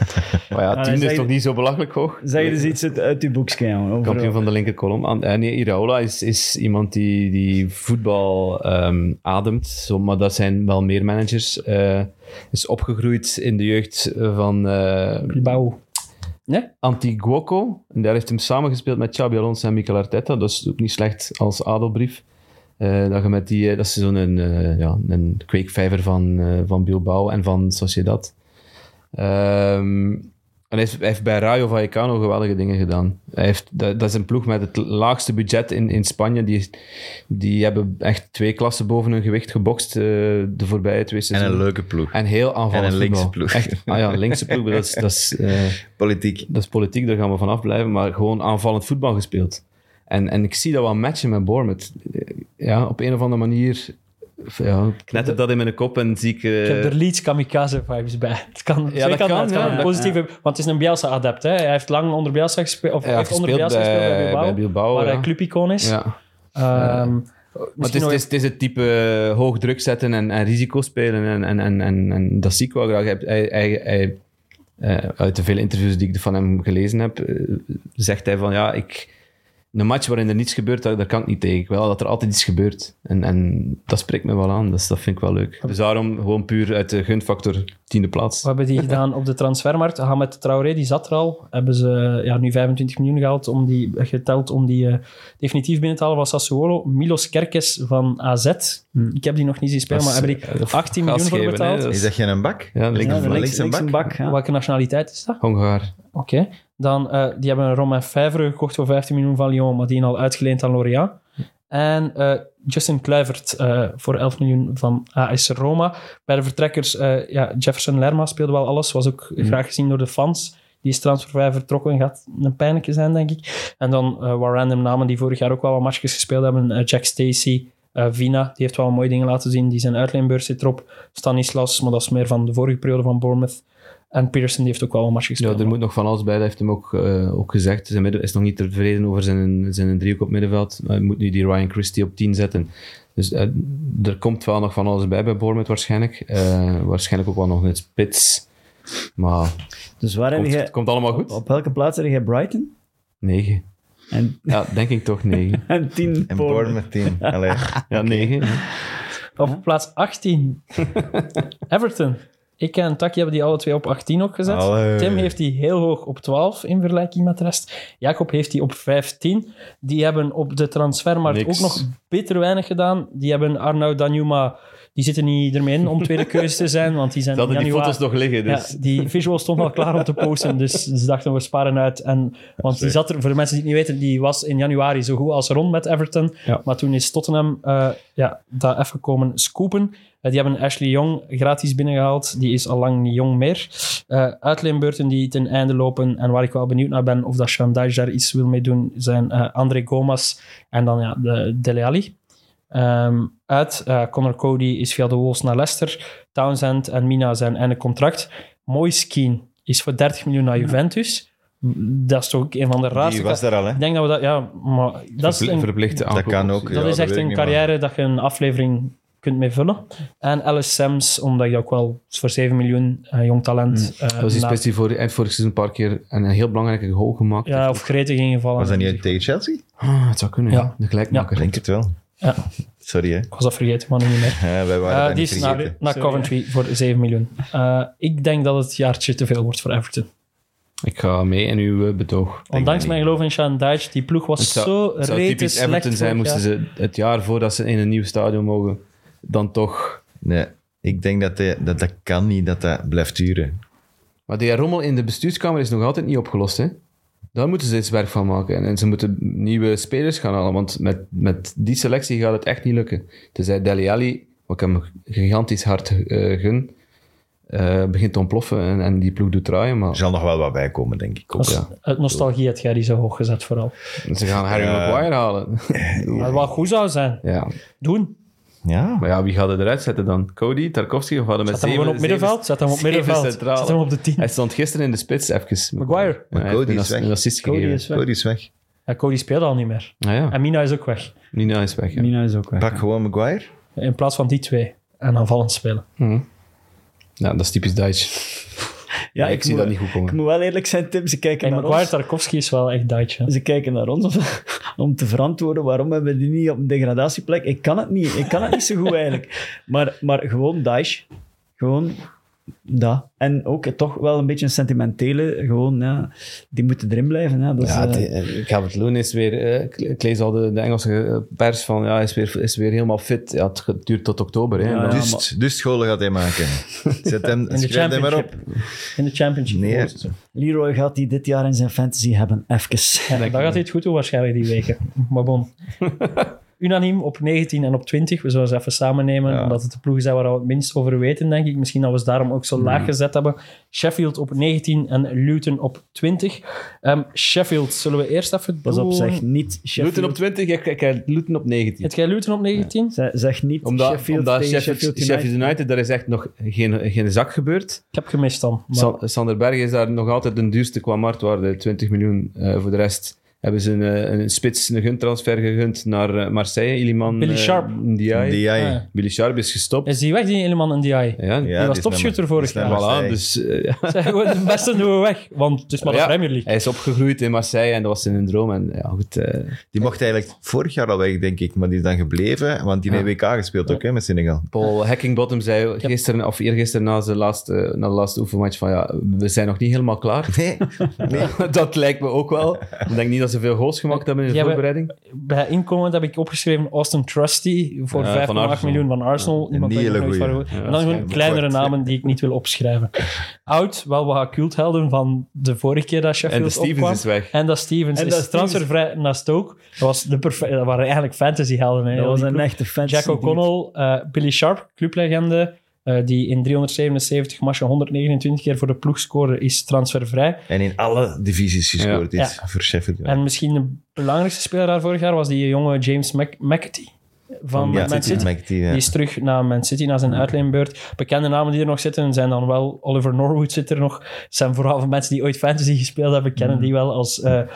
Speaker 3: Maar ja,
Speaker 4: hij
Speaker 3: tiende
Speaker 4: zei-
Speaker 3: is toch niet zo belachelijk hoog?
Speaker 4: zeg je dus iets uit, uit je boekje, jongen, over-
Speaker 3: Kampioen van de linkerkolom. An- eh, Nee, Iraola is, is iemand die, die voetbal ehm, ademt. Zo, maar dat zijn wel meer managers. Eh, is opgegroeid in de jeugd van eh
Speaker 5: Bilbao. Nee?
Speaker 3: Antiguoco. En daar heeft hij samengespeeld met Xabi Alonso en Mikel Arteta. Dat is ook niet slecht als adelbrief. Eh, dat, je met die, eh, dat is zo'n eh, ja, een kweekvijver van, eh, van Bilbao en van Sociedad. Ehm, En hij, heeft, hij heeft bij Rayo Vallecano geweldige dingen gedaan. Hij heeft, dat, dat is een ploeg met het laagste budget in, in Spanje. Die, die hebben echt twee klassen boven hun gewicht gebokst eh, de voorbije twee
Speaker 2: En
Speaker 3: seizoenen.
Speaker 2: een leuke ploeg.
Speaker 3: En heel aanvallend
Speaker 2: En een linkse
Speaker 3: voetbal.
Speaker 2: ploeg.
Speaker 3: Echt, ah ja, een linkse ploeg, dat is, dat, is, eh,
Speaker 2: Politiek.
Speaker 3: dat is politiek, daar gaan we vanaf blijven. Maar gewoon aanvallend voetbal gespeeld. En, en ik zie dat wel matchen met Bournemouth. Ja, op een of andere manier ja, knettert dat in mijn kop en zie ik... eh,
Speaker 5: Ik heb er Leeds kamikaze vibes bij. Het kan, twee
Speaker 3: dat
Speaker 5: kanten
Speaker 3: kan,
Speaker 5: uit. het kan
Speaker 3: ja,
Speaker 5: een
Speaker 3: dat-
Speaker 5: positieve, Want het is een Bielsa-adept. hè. Hij heeft lang onder Bielsa gespeeld. Of
Speaker 3: hij
Speaker 5: heeft
Speaker 3: heeft
Speaker 5: onder
Speaker 3: gespeeld
Speaker 5: Bielsa gespeeld
Speaker 3: bij-
Speaker 5: bij Bilbao.
Speaker 3: bij Bilbao,
Speaker 5: waar
Speaker 3: ja.
Speaker 5: hij clubicoon is.
Speaker 3: ja.
Speaker 5: Ehm,
Speaker 3: Maar het is,
Speaker 5: misschien nog
Speaker 3: het, is, het is het type eh, hoog druk zetten en, en risico spelen. En, en, en, en, en dat zie ik wel graag. Hij, hij, hij, hij, eh, uit de vele interviews die ik van hem gelezen heb, eh, zegt hij van ja, ik, een match waarin er niets gebeurt, daar, daar kan ik niet tegen. Ik wil wel dat er altijd iets gebeurt. En, en dat spreekt me wel aan. Dus dat vind ik wel leuk. Dus daarom gewoon puur uit de gunfactor tiende plaats.
Speaker 5: Wat hebben die gedaan op de transfermarkt? Hamed Traoré, die zat er al. Hebben ze ja, nu 25 miljoen gehaald om die, geteld om die eh, definitief binnen te halen van Sassuolo. Milos Kerkes van AZ. Ik heb die nog niet zien spelen, maar
Speaker 3: Hmm. Dat is,
Speaker 5: hebben die 18 miljoen voor
Speaker 3: geven, hè.
Speaker 5: betaald.
Speaker 3: Dat
Speaker 2: Is dat geen bak?
Speaker 3: Ja, links-
Speaker 4: Ja, de
Speaker 2: van
Speaker 4: links,
Speaker 2: links een
Speaker 4: links
Speaker 2: bak.
Speaker 4: een bak. ja.
Speaker 5: Welke nationaliteit is dat?
Speaker 3: Hongaar.
Speaker 5: Oké. Dan, eh, die hebben Romain Favre gekocht voor 15 miljoen van Lyon, maar die al uitgeleend aan Lorient. En eh, Justin Kluivert eh, voor 11 miljoen van AS Roma. Bij de vertrekkers, eh, ja, Jefferson Lerma speelde wel alles. Was ook graag gezien door de fans. Die is transfervrij vertrokken en gaat een pijnlijke zijn, denk ik. En dan eh wat random namen die vorig jaar ook wel wat matchjes gespeeld hebben. Eh, Jack Stacey, eh, Vina, die heeft wel mooie dingen laten zien. Die zijn uitleenbeurs zit erop. Stanislas, maar dat is meer van de vorige periode van Bournemouth. En Pearson, die heeft ook wel een match gespeeld.
Speaker 3: Ja, er moet nog van alles bij. Dat heeft hem ook, eh, ook gezegd. Zijn midden is nog niet tevreden over zijn, zijn driehoek op middenveld. Hij moet nu die Ryan Christie op 10 zetten. Dus eh, er komt wel nog van alles bij bij Bournemouth waarschijnlijk. Eh, waarschijnlijk ook wel nog een spits. Maar
Speaker 4: Dus waar heb
Speaker 3: komt,
Speaker 4: je...
Speaker 3: het komt allemaal
Speaker 4: Op,
Speaker 3: goed.
Speaker 4: op welke plaats heb je Brighton?
Speaker 3: 9.
Speaker 4: En,
Speaker 3: Ja, denk ik toch 9.
Speaker 4: en 10
Speaker 2: En
Speaker 4: Bournemouth.
Speaker 2: Bournemouth team. Allee.
Speaker 3: Ja, 9.
Speaker 5: Op plaats 18. Everton. Ik en Taki hebben die alle twee op 18 ook gezet.
Speaker 2: Allee.
Speaker 5: Tim heeft die heel hoog op 12 in vergelijking met de rest. Jacob heeft die op 15. Die hebben op de transfermarkt
Speaker 3: Niks.
Speaker 5: ook nog bitter weinig gedaan. Die hebben Arnaud Danjuma... Die zitten niet ermee in om tweede keuze te zijn, want die zijn
Speaker 3: Ze hadden
Speaker 5: in
Speaker 3: die
Speaker 5: januari-
Speaker 3: foto's nog liggen. Dus.
Speaker 5: ja, die visual stond al klaar om te posten, dus ze dachten we sparen uit. En, want die zat er, voor de mensen die het niet weten, die was in januari zo goed als rond met Everton.
Speaker 4: Ja.
Speaker 5: Maar toen is Tottenham eh, ja, daar even komen scoopen. Eh, die hebben Ashley Young gratis binnengehaald. Die is al lang niet jong meer. Eh uitleenbeurten die ten einde lopen. En waar ik wel benieuwd naar ben of dat Shandai daar iets wil mee doen, zijn eh, André Gomas en dan ja, de Dele Alli. Ehm, uit. Eh, Connor Cody is via de Wolves naar Leicester. Townsend en Mina zijn einde contract. Moiskin is voor 30 miljoen naar Juventus. Dat is toch ook een van de raarste...
Speaker 2: Die was daar al, hè?
Speaker 5: Ik denk dat we dat... Ja, maar dat is
Speaker 3: Verpli-
Speaker 5: een,
Speaker 3: Verplichte
Speaker 2: Dat
Speaker 3: aankoop.
Speaker 2: kan ook.
Speaker 5: dat
Speaker 2: ja,
Speaker 5: is echt
Speaker 2: weet ik
Speaker 5: een
Speaker 2: niet, maar-
Speaker 5: carrière dat je een aflevering kunt mee vullen. En Alice Sams, omdat je ook wel voor 7 miljoen eh, jong talent...
Speaker 2: Hmm.
Speaker 5: eh,
Speaker 3: Dat was iets
Speaker 5: na-
Speaker 3: best die voor eind vorig seizoen een paar keer een heel belangrijke goal gemaakt.
Speaker 5: ja, of gretig ingevallen.
Speaker 2: Was dat niet uit tegen Chelsea?
Speaker 3: Ah, het zou kunnen.
Speaker 5: Ja.
Speaker 3: ja. De gelijkmaker.
Speaker 2: Ik denk het wel.
Speaker 5: Ja.
Speaker 2: Sorry, hè.
Speaker 5: Ik was dat vergeten, maar nu niet meer.
Speaker 2: Ja, wij waren
Speaker 5: Eh,
Speaker 2: dat
Speaker 5: die
Speaker 2: niet
Speaker 5: is naar,
Speaker 2: vergeten.
Speaker 5: naar Coventry voor 7 miljoen. Eh, ik denk dat het jaartje te veel wordt voor Everton.
Speaker 3: Ik ga mee in uw eh, betoog.
Speaker 5: Ondanks
Speaker 2: dat
Speaker 5: mijn geloof in Sean Dyche, die ploeg was
Speaker 3: Het zou,
Speaker 5: zo
Speaker 3: het zou
Speaker 5: rete
Speaker 3: typisch
Speaker 5: slecht.
Speaker 3: Everton zijn,
Speaker 5: vorig
Speaker 3: moesten
Speaker 5: jaar.
Speaker 3: ze het jaar voordat ze in een nieuw stadion mogen, dan toch.
Speaker 2: Nee, ik denk dat, hij- dat dat kan niet, dat dat blijft duren.
Speaker 3: Maar die rommel in de bestuurskamer is nog altijd niet opgelost. Hè? Daar moeten ze eens werk van maken. En, en ze moeten nieuwe spelers gaan halen, want met, met die selectie gaat het echt niet lukken. Tenzij Deli Alli, wat ik hem gigantisch hard eh, gun, eh, begint te ontploffen en, en die ploeg doet draaien.
Speaker 2: Er
Speaker 3: Maar
Speaker 2: zal nog wel wat bij komen, denk ik.
Speaker 5: Dat
Speaker 2: Ook.
Speaker 5: is-
Speaker 3: Ja.
Speaker 5: Uit nostalgie had jij die zo hoog gezet vooral.
Speaker 3: ze gaan Harry
Speaker 2: Ja.
Speaker 3: Maguire halen.
Speaker 5: Maar wat goed zou zijn,
Speaker 3: Ja.
Speaker 5: doen.
Speaker 2: Ja,
Speaker 3: Maar ja, wie gaat het eruit zetten dan? Cody, Tarkovsky of hadden met
Speaker 5: Zet hem
Speaker 3: zeven-
Speaker 5: gewoon op
Speaker 3: zeven-
Speaker 5: middenveld. Zet hem op
Speaker 3: zeven
Speaker 5: middenveld.
Speaker 3: centrale.
Speaker 5: Zet hem op de
Speaker 3: Hij
Speaker 5: 10.
Speaker 3: stond gisteren in de spits even.
Speaker 5: Maguire.
Speaker 3: Ja, hij heeft
Speaker 2: Cody
Speaker 3: een
Speaker 2: is
Speaker 3: ass-
Speaker 2: weg.
Speaker 3: een assist
Speaker 4: Cody
Speaker 3: gegeven.
Speaker 4: is weg.
Speaker 2: Cody is weg.
Speaker 5: Ja, Cody speelde al niet meer.
Speaker 3: Ah, ja.
Speaker 5: En Mina is ook weg.
Speaker 3: Nina is weg. Ja.
Speaker 4: Mina is ook weg.
Speaker 2: Pak gewoon Maguire.
Speaker 5: In plaats van die twee. En aanvallend spelen.
Speaker 3: Ja, dat is typisch Duits.
Speaker 4: Ja,
Speaker 3: ik, zie
Speaker 4: moet-
Speaker 3: dat niet goed
Speaker 4: Ik
Speaker 3: komen.
Speaker 4: moet wel eerlijk zijn, Tim. Ze kijken
Speaker 5: En
Speaker 4: naar
Speaker 5: Maguire
Speaker 4: ons.
Speaker 5: Tarkovsky is wel echt Duitje.
Speaker 4: Ze kijken naar ons om, om te verantwoorden waarom hebben we die niet op een degradatieplek. Ik kan het niet. Ik kan het niet zo goed eigenlijk. Maar, maar gewoon Daesh. Gewoon dat. En ook eh, toch wel een beetje een sentimentele, gewoon, ja, die moeten erin blijven. Ja, dat is,
Speaker 3: Ja,
Speaker 4: eh,
Speaker 3: het- eh, Calvert Loon is weer. eh, ik- ik lees al de, de Engelse eh, pers van. Ja, hij is weer, is weer helemaal fit. Ja, het ge- duurt tot oktober. Hè.
Speaker 4: Ja, ja.
Speaker 2: dus, dus scholen gaat hij maken. Zet hem,
Speaker 3: Dus
Speaker 5: In de
Speaker 2: schrijf hem maar op.
Speaker 5: championship. In de championship.
Speaker 2: Nee,
Speaker 5: Ja,
Speaker 4: Leroy gaat die dit jaar in zijn fantasy hebben, even.
Speaker 5: daar gaat hij het goed doen waarschijnlijk die weken. Maar bon. Unaniem op 19 en op 20. We zullen ze even samen nemen, omdat het de ploegen zijn waar we het minst over weten, denk ik. Misschien dat we ze daarom ook
Speaker 4: Hmm.
Speaker 5: zo laag gezet hebben. Sheffield op 19 en Luton op 20. Ehm, Sheffield, zullen we eerst even
Speaker 4: Pas op,
Speaker 5: doen?
Speaker 4: zeg niet Sheffield.
Speaker 3: Luton op 20, ik, ik, ik- Luton op 19.
Speaker 5: Het jij Luton op 19?
Speaker 4: Zeg, zeg niet
Speaker 3: omdat
Speaker 4: Sheffield
Speaker 3: omdat
Speaker 4: tegen
Speaker 3: Sheffield,
Speaker 4: Sheffield United.
Speaker 3: Sheffield United, daar is echt nog geen, geen zak gebeurd.
Speaker 5: Ik heb gemist dan. Maar
Speaker 3: Sa- Sander Berg is daar nog altijd de duurste qua marktwaarde, 20 miljoen. Eh, voor de rest hebben ze een, eh, een spits, een guntransfer gegund naar eh, Marseille. Iliman,
Speaker 5: Billy
Speaker 3: eh,
Speaker 5: Sharp.
Speaker 3: Ndiaye.
Speaker 2: Die jij...
Speaker 5: Ah.
Speaker 3: Billy Sharp is gestopt.
Speaker 5: Is die weg, die helemaal in die eye?
Speaker 3: ja,
Speaker 2: Ja,
Speaker 5: was
Speaker 2: die is
Speaker 5: topshooter
Speaker 2: naar-
Speaker 5: vorig
Speaker 2: die is naar
Speaker 5: jaar.
Speaker 3: voilà.
Speaker 2: Marseille.
Speaker 3: Dus, eh, ja.
Speaker 5: Zeggen we, de beste doen we weg, want het is maar de
Speaker 3: Ja,
Speaker 5: Premier League.
Speaker 3: Hij is opgegroeid in Marseille en dat was zijn droom. En ja, goed, eh,
Speaker 2: Die mocht eigenlijk vorig jaar al weg, denk ik, maar die is dan gebleven, want die
Speaker 3: Ja.
Speaker 2: heeft WK gespeeld ook hè, met Senegal.
Speaker 3: Paul Hackingbottom zei gisteren of eergisteren na, zijn laatste, eh, na de laatste oefenmatch van ja, we zijn nog niet helemaal klaar.
Speaker 2: Nee, nee.
Speaker 3: dat lijkt me ook wel. Ik denk niet dat ze veel goals gemaakt hebben in de
Speaker 5: Ja, we-
Speaker 3: voorbereiding.
Speaker 5: Bij inkomend heb ik opgeschreven Austin Trusty voor
Speaker 3: Ja, van
Speaker 5: 5,8
Speaker 3: Arsenal.
Speaker 5: miljoen van Arsenal. Niemand
Speaker 2: niet
Speaker 5: weet nog
Speaker 2: hele
Speaker 5: iets
Speaker 2: goeie.
Speaker 5: waar-
Speaker 3: Ja,
Speaker 5: en dan gewoon
Speaker 2: waarschijnlijk.
Speaker 5: kleinere
Speaker 2: Zwart.
Speaker 5: namen die ik niet wil opschrijven. Oud, wel wat culthelden van de vorige keer dat
Speaker 3: En
Speaker 5: Sheffield
Speaker 3: de Stevens
Speaker 5: opkwam.
Speaker 3: is weg.
Speaker 5: En dat Stevens
Speaker 4: En
Speaker 5: is
Speaker 4: dat Stevens-
Speaker 5: transfervrij naar Stoke. Dat, was de perfe- dat waren eigenlijk fantasyhelden. hè.
Speaker 4: Dat was
Speaker 5: Die
Speaker 4: een
Speaker 5: ploeg.
Speaker 4: echte fantasy.
Speaker 5: Jack O'Connell, eh, Billy Sharp, clublegende, eh, die in 377 matchen 129 keer voor de ploeg scoorde, is transfervrij.
Speaker 2: En in alle divisies gescoord
Speaker 5: Ja.
Speaker 2: is voor Sheffield. United.
Speaker 5: En misschien de belangrijkste speler daar vorig jaar was die jonge James Mc McAtee van
Speaker 2: Ja,
Speaker 5: Man City.
Speaker 2: Mac die, ja.
Speaker 5: Die is terug naar Man City, na zijn uitleenbeurt. Bekende namen die er nog zitten zijn dan wel... Oliver Norwood zit er nog. Het zijn vooral van mensen die ooit fantasy gespeeld hebben, kennen die wel als... eh eh,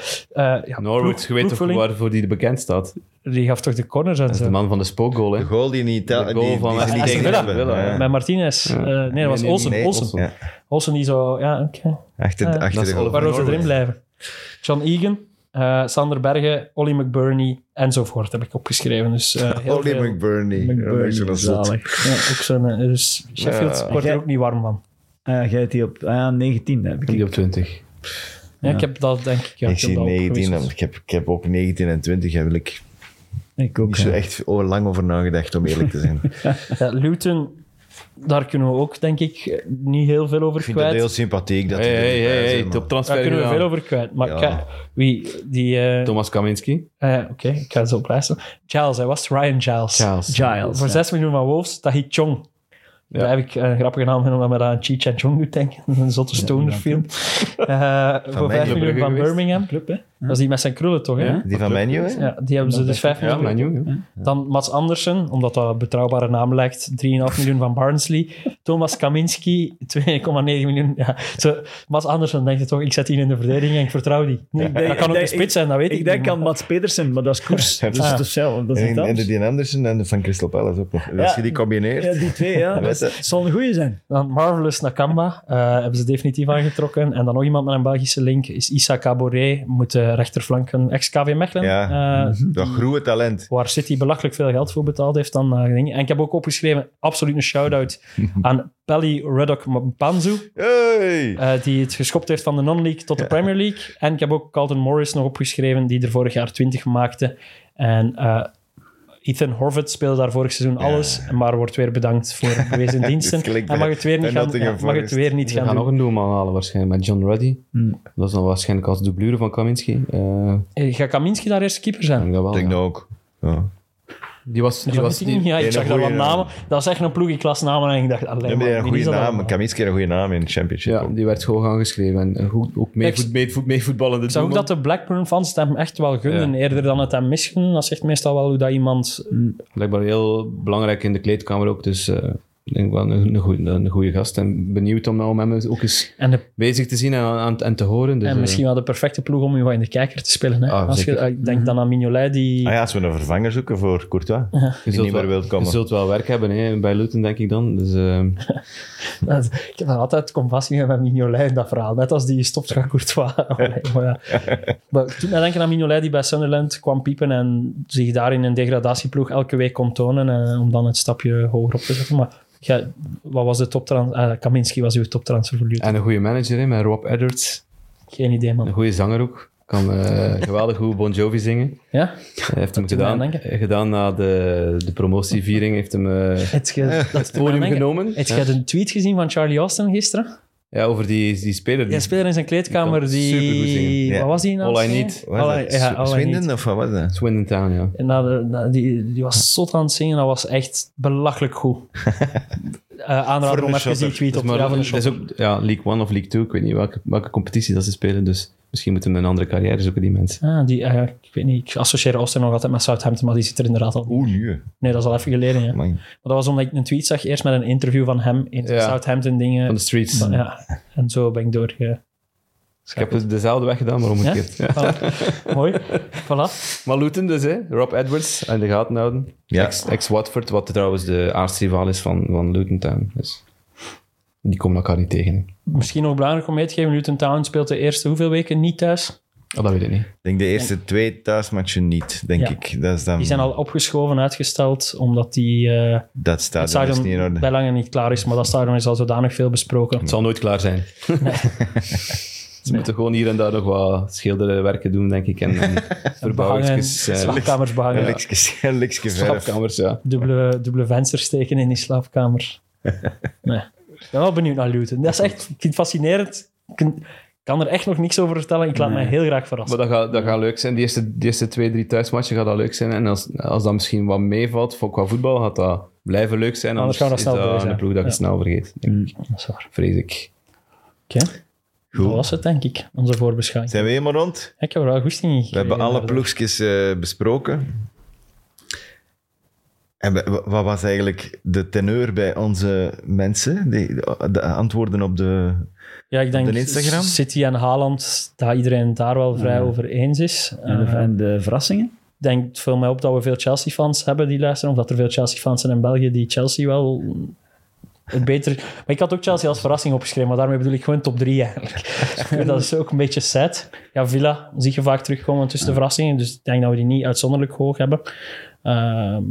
Speaker 5: ja,
Speaker 3: Norwood,
Speaker 5: ploeg-
Speaker 3: je weet toch
Speaker 5: ploegvulling.
Speaker 3: waarvoor die bekend staat?
Speaker 5: Die gaf toch de corners eh, en
Speaker 3: Dat is
Speaker 5: zo.
Speaker 3: de man van de spookgoal, hè?
Speaker 2: De goal die niet
Speaker 3: De
Speaker 2: telt,
Speaker 3: goal
Speaker 2: die,
Speaker 3: van
Speaker 2: die ze niet
Speaker 5: Aston
Speaker 2: tegen
Speaker 5: Villa.
Speaker 2: hebben.
Speaker 3: Villa,
Speaker 2: Ja.
Speaker 5: Bij Martinez.
Speaker 3: Ja.
Speaker 5: Eh, nee, dat was
Speaker 3: Nee, nee,
Speaker 5: Olsen.
Speaker 3: nee,
Speaker 5: Olsen.
Speaker 3: Olsen.
Speaker 2: Ja.
Speaker 5: Olsen die zo... Ja, oké.
Speaker 2: Achter,
Speaker 5: Ja.
Speaker 2: achter
Speaker 3: Dat
Speaker 2: de
Speaker 3: is
Speaker 2: goal.
Speaker 3: Oliver
Speaker 5: Waar wil ze
Speaker 3: Norwood.
Speaker 5: erin blijven? John Egan, eh, Sander Bergen, Olly McBurney enzovoort heb ik opgeschreven. Dus, eh, heel
Speaker 2: Ollie
Speaker 5: veel-
Speaker 2: McBurney.
Speaker 4: McBurney,
Speaker 2: Ja, dat is wel zot.
Speaker 4: zalig.
Speaker 5: Ja, ook zo'n, eh, dus Sheffield
Speaker 2: Ja.
Speaker 5: wordt er ook niet warm van.
Speaker 4: Eh, jij hebt die op ah, ja, 19, heb ik.
Speaker 3: Die op 20.
Speaker 5: Ja, Ik heb dat denk ik. Ja,
Speaker 2: Ik
Speaker 5: heb
Speaker 2: zie
Speaker 5: dat
Speaker 2: 19,
Speaker 5: opgewisseld.
Speaker 2: en ik heb, ik heb ook 19 en 20, daar wil ik
Speaker 4: Ik ook.
Speaker 2: niet zo
Speaker 4: ja.
Speaker 2: echt o- lang over nagedacht, om eerlijk te zijn. ik
Speaker 5: Ja, Luton, daar kunnen we ook denk ik eh, niet heel veel over
Speaker 2: vind het
Speaker 5: kwijt.
Speaker 2: heel sympathiek dat
Speaker 3: Hey,
Speaker 2: die er
Speaker 3: hey,
Speaker 2: niet bij
Speaker 3: hey, hey,
Speaker 2: zijn, maar-
Speaker 5: Daar
Speaker 3: toptransfer
Speaker 5: kunnen we
Speaker 3: gedaan.
Speaker 5: veel over kwijt. Maar
Speaker 2: Ja.
Speaker 5: kijk, wie die... eh,
Speaker 3: Thomas Kaminski.
Speaker 5: eh, Oké, ik ga het zo oplijsten. Giles, hij was Ryan Giles.
Speaker 3: Charles.
Speaker 4: Giles.
Speaker 5: Voor 6 miljoen van Wolves, Tahi Chong.
Speaker 3: Ja.
Speaker 5: Daar heb ik een grappige naam genomen, omdat me dat aan Cheech en Chong doet denken. Een zotte stoner film. Eh, voor 5
Speaker 2: Brugge
Speaker 5: miljoen van
Speaker 3: geweest.
Speaker 5: Birmingham.
Speaker 4: Club, hè?
Speaker 5: Dat is die met zijn krullen toch, hè?
Speaker 3: Ja.
Speaker 5: Ja,
Speaker 2: Die van Menu, hè?
Speaker 5: die hebben ze dus 5
Speaker 3: Ja,
Speaker 5: miljoen.
Speaker 3: Manu. ja.
Speaker 5: Dan Mats Andersen, omdat dat een betrouwbare naam lijkt. 3,5 miljoen van Barnsley. Thomas Kaminski, 2,9 miljoen. Ja, zo, Mats Andersen denkt het toch, ik zet die in de verdediging en ik vertrouw die. Nee,
Speaker 4: denk-
Speaker 5: dat kan ook
Speaker 4: ik
Speaker 5: een
Speaker 4: denk-
Speaker 5: spits zijn, dat weet ik,
Speaker 4: Ik denk
Speaker 5: niet,
Speaker 4: aan Mats Pedersen, maar dat is koers.
Speaker 2: Ja.
Speaker 4: Dus dat is hetzelfde. Dat is
Speaker 2: En,
Speaker 4: iets
Speaker 2: en de
Speaker 4: anders.
Speaker 2: Dean Anderson en de van Crystal Palace ook nog. Als
Speaker 4: Ja.
Speaker 2: je die combineert...
Speaker 4: Ja, die twee, ja.
Speaker 2: weet
Speaker 4: Dat
Speaker 2: je.
Speaker 4: zal een goeie zijn.
Speaker 5: Dan Marvelous Nakamba eh, hebben ze definitief aangetrokken. En dan nog iemand met een Belgische link is Issa Caboret. Moet de rechterflank een ex-KV Mechelen.
Speaker 2: Ja.
Speaker 4: Mhm.
Speaker 5: eh,
Speaker 2: Dat groeie talent.
Speaker 5: waar City belachelijk veel geld voor betaald heeft. Dan, eh, dingen. en ik heb ook opgeschreven, absoluut een shout-out aan Pelly Ruddock Mpanzu.
Speaker 2: Hey!
Speaker 5: eh, die het geschopt heeft van de non-league tot de Premier League. En ik heb ook Carlton Morris nog opgeschreven, die er vorig jaar 20 maakte. En eh, Ethan Horvath speelde daar vorig seizoen alles, maar wordt weer bedankt voor bewezen diensten.
Speaker 2: Dit klinkt
Speaker 5: En mag het weer niet
Speaker 2: bij
Speaker 5: gaan,
Speaker 2: Nottingham
Speaker 5: ja, mag het
Speaker 2: Forest.
Speaker 5: weer niet
Speaker 3: Ze
Speaker 5: gaan
Speaker 3: gaan
Speaker 5: doen.
Speaker 3: nog een doelman halen waarschijnlijk met John Ruddy.
Speaker 4: Hmm.
Speaker 3: Dat is dan waarschijnlijk als dublure van Kaminski. Eh,
Speaker 5: Eh, Gaat Kaminski daar eerst keeper zijn?
Speaker 3: ik denk dat wel,
Speaker 2: Ik denk
Speaker 3: ja.
Speaker 2: dat ook. Ja.
Speaker 3: Die was, Mm. die was, die,
Speaker 5: ja, ik
Speaker 2: ene
Speaker 5: zag daar wat
Speaker 2: goeie naam.
Speaker 5: namen. Dat was echt een ploeg in klas namen en ik dacht, alleen
Speaker 2: Hebben die een goede naam?
Speaker 5: Ik
Speaker 2: Kaminski heeft een goede naam in de Championship.
Speaker 3: Ja,
Speaker 2: ook.
Speaker 3: die werd gewoon aangeschreven. En eh, goed, ook mee,
Speaker 5: Ik-
Speaker 3: voet, mee, voet, mee voetballende
Speaker 5: zag ook
Speaker 3: doelman.
Speaker 5: dat de Blackburn-fans het hem echt wel gunden,
Speaker 3: Ja.
Speaker 5: eerder dan het hem misgunnen. Dat zegt meestal wel hoe dat iemand...
Speaker 3: Blijkbaar heel belangrijk in de kleedkamer ook. Dus eh, ik denk wel een, een, goeie, een goede gast. En benieuwd om, nou, om hem ook eens
Speaker 5: En de
Speaker 3: bezig te zien en, aan- en te horen. Dus,
Speaker 5: en
Speaker 3: eh,
Speaker 5: misschien wel de perfecte ploeg om je wat in de kijker te spelen. Hè?
Speaker 3: Ah,
Speaker 5: Als je, eh,
Speaker 3: zeker.
Speaker 5: ik denk dan aan Mignolet, die...
Speaker 2: Ah ja, als we een vervanger zoeken voor Courtois, die niet meer wil
Speaker 3: je
Speaker 2: komen.
Speaker 3: zult wel werk hebben hè, bij Luton, denk ik dan. Dus, eh,
Speaker 5: Dat- ik heb daar altijd compassie met Mignolet in dat verhaal. Net als die stopt gaat Courtois. Oh, maar ja. maar toen denk ik aan Mignolet die bij Sunderland kwam piepen en zich daar in een degradatieploeg elke week kon tonen eh, om dan het stapje hoger op te zetten. Maar ik Ja, wat was de toptransfer? Ah, Kaminski was uw toptransfer voor Luton.
Speaker 3: En een goede manager, hè, met Rob Edwards.
Speaker 5: Geen idee,
Speaker 3: Een
Speaker 5: man.
Speaker 3: goede zanger ook. Kan eh, geweldig goed Bon Jovi zingen.
Speaker 5: Ja?
Speaker 3: Hij heeft hem
Speaker 5: doet mij aan
Speaker 3: gedaan, eh, gedaan na de, de promotieviering. Heeft hem eh,
Speaker 5: Het ge- dat
Speaker 3: het podium genomen.
Speaker 5: Heb je een tweet gezien van Charlie Austin gisteren?
Speaker 3: Ja, over die, die speler.
Speaker 5: Die
Speaker 3: Die,
Speaker 5: speler in zijn kleedkamer,
Speaker 3: kan supergoed
Speaker 5: die...
Speaker 3: zingen.
Speaker 2: Ja.
Speaker 5: Wat was die nou?
Speaker 3: All I Need.
Speaker 2: Was
Speaker 5: Alle-
Speaker 2: dat
Speaker 5: ja,
Speaker 2: Sw-
Speaker 5: alle
Speaker 2: Swindon
Speaker 5: niet.
Speaker 2: of wat was dat?
Speaker 3: Swindon Town, ja.
Speaker 5: En na de- na- die, die was zot aan het zingen, dat was echt belachelijk goed. Eh
Speaker 2: Voor
Speaker 5: aanrader
Speaker 2: een
Speaker 5: om even
Speaker 2: shotter.
Speaker 5: die tweet
Speaker 3: Dus
Speaker 5: op te
Speaker 3: maar
Speaker 5: gaan van de
Speaker 3: dat is
Speaker 5: shop.
Speaker 3: ook ja, League 1 of League 2. Ik weet niet welke, welke competitie dat ze spelen. Dus misschien moeten we een andere carrière zoeken, die mensen.
Speaker 5: Ah, die, eh, ik weet niet, ik associeer Austin nog altijd met Southampton, maar die zit er inderdaad al.
Speaker 2: Oeh, nu.
Speaker 5: Nee, dat is al even geleden, ja.
Speaker 2: Man.
Speaker 5: Maar dat was omdat ik een tweet zag, eerst met een interview van hem in
Speaker 3: Ja.
Speaker 5: Southampton dingen.
Speaker 3: Van de streets.
Speaker 5: Maar ja, en zo ben ik eh, doorge...
Speaker 3: Ik heb het dezelfde weg gedaan, maar
Speaker 5: Ja?
Speaker 3: omgekeerd. Ja?
Speaker 5: Voilà. Mooi. Voilà.
Speaker 3: Maar Luton dus, hè. Rob Edwards aan de gaten houden.
Speaker 2: Ja.
Speaker 3: Ex- Ex-Watford, wat trouwens de aartsrivaal is van, van Luton Town. Dus die komen elkaar niet tegen. hè.
Speaker 5: Misschien nog belangrijk om mee te geven, Luton Town speelt de eerste hoeveel weken niet thuis?
Speaker 3: Oh, dat weet ik niet.
Speaker 2: Ik denk de eerste twee thuismatchen niet, denk
Speaker 5: Ja.
Speaker 2: ik. Dat, is dan,
Speaker 5: Die zijn al opgeschoven, uitgesteld, omdat die... eh,
Speaker 2: dat
Speaker 5: Het
Speaker 2: stadion is
Speaker 5: stadion
Speaker 2: niet in orde.
Speaker 5: bij lange niet klaar is, maar dat stadion is al zodanig veel besproken.
Speaker 3: Het zal nooit klaar zijn. Ze moeten gewoon hier en daar nog wat schilderwerken doen, denk ik. En, en
Speaker 5: Behangen,
Speaker 3: verbouwingjes, eh,
Speaker 5: slaapkamers behangen,
Speaker 2: Een likske- een likske verf.
Speaker 3: slaapkamers, ja.
Speaker 5: dubbele, dubbele vensters steken in die slaapkamer. Nee. Ik ben wel benieuwd naar Luton. Dat is echt ik vind het fascinerend. Ik kan- ik kan er echt nog niks over vertellen. Ik laat mij heel graag verrassen.
Speaker 3: Maar dat gaat, dat gaat leuk zijn. Die eerste, die eerste twee, drie thuismatchen gaat dat leuk zijn. En als, als dat misschien wat meevalt voor, qua voetbal, gaat dat blijven leuk zijn.
Speaker 5: Anders
Speaker 3: Anders,
Speaker 5: gaan we dat
Speaker 3: is dat
Speaker 5: snel verliezen,
Speaker 3: een ploeg dat je
Speaker 5: ja. Mm,
Speaker 3: snel vergeet, denk ik.
Speaker 5: Dat is waar.
Speaker 3: vrees ik.
Speaker 5: Oké. Dat was het, denk ik, onze voorbeschouwing.
Speaker 2: Zijn we helemaal rond?
Speaker 5: Ik heb er wel goesting in
Speaker 2: We hebben
Speaker 5: gekregen,
Speaker 2: alle
Speaker 5: maar-
Speaker 2: ploegjes eh, besproken. En we- wa- wat was eigenlijk de teneur bij onze mensen? Die, de antwoorden op de...
Speaker 5: Ja, ik denk
Speaker 2: de Instagram?
Speaker 5: City en Haaland, dat iedereen daar wel vrij over eens is.
Speaker 4: En de,
Speaker 5: Eh,
Speaker 4: en Ah. de verrassingen?
Speaker 5: denk, het viel mij op dat we veel Chelsea-fans hebben die luisteren. Of dat er veel Chelsea-fans zijn in België die Chelsea wel het beter... Maar ik had ook Chelsea als verrassing opgeschreven, maar daarmee bedoel ik gewoon top 3 eigenlijk. Dus dat is ook een beetje sad. Ja, Villa zie je vaak terugkomen tussen de verrassingen, dus ik denk dat we die niet uitzonderlijk hoog hebben. Ehm,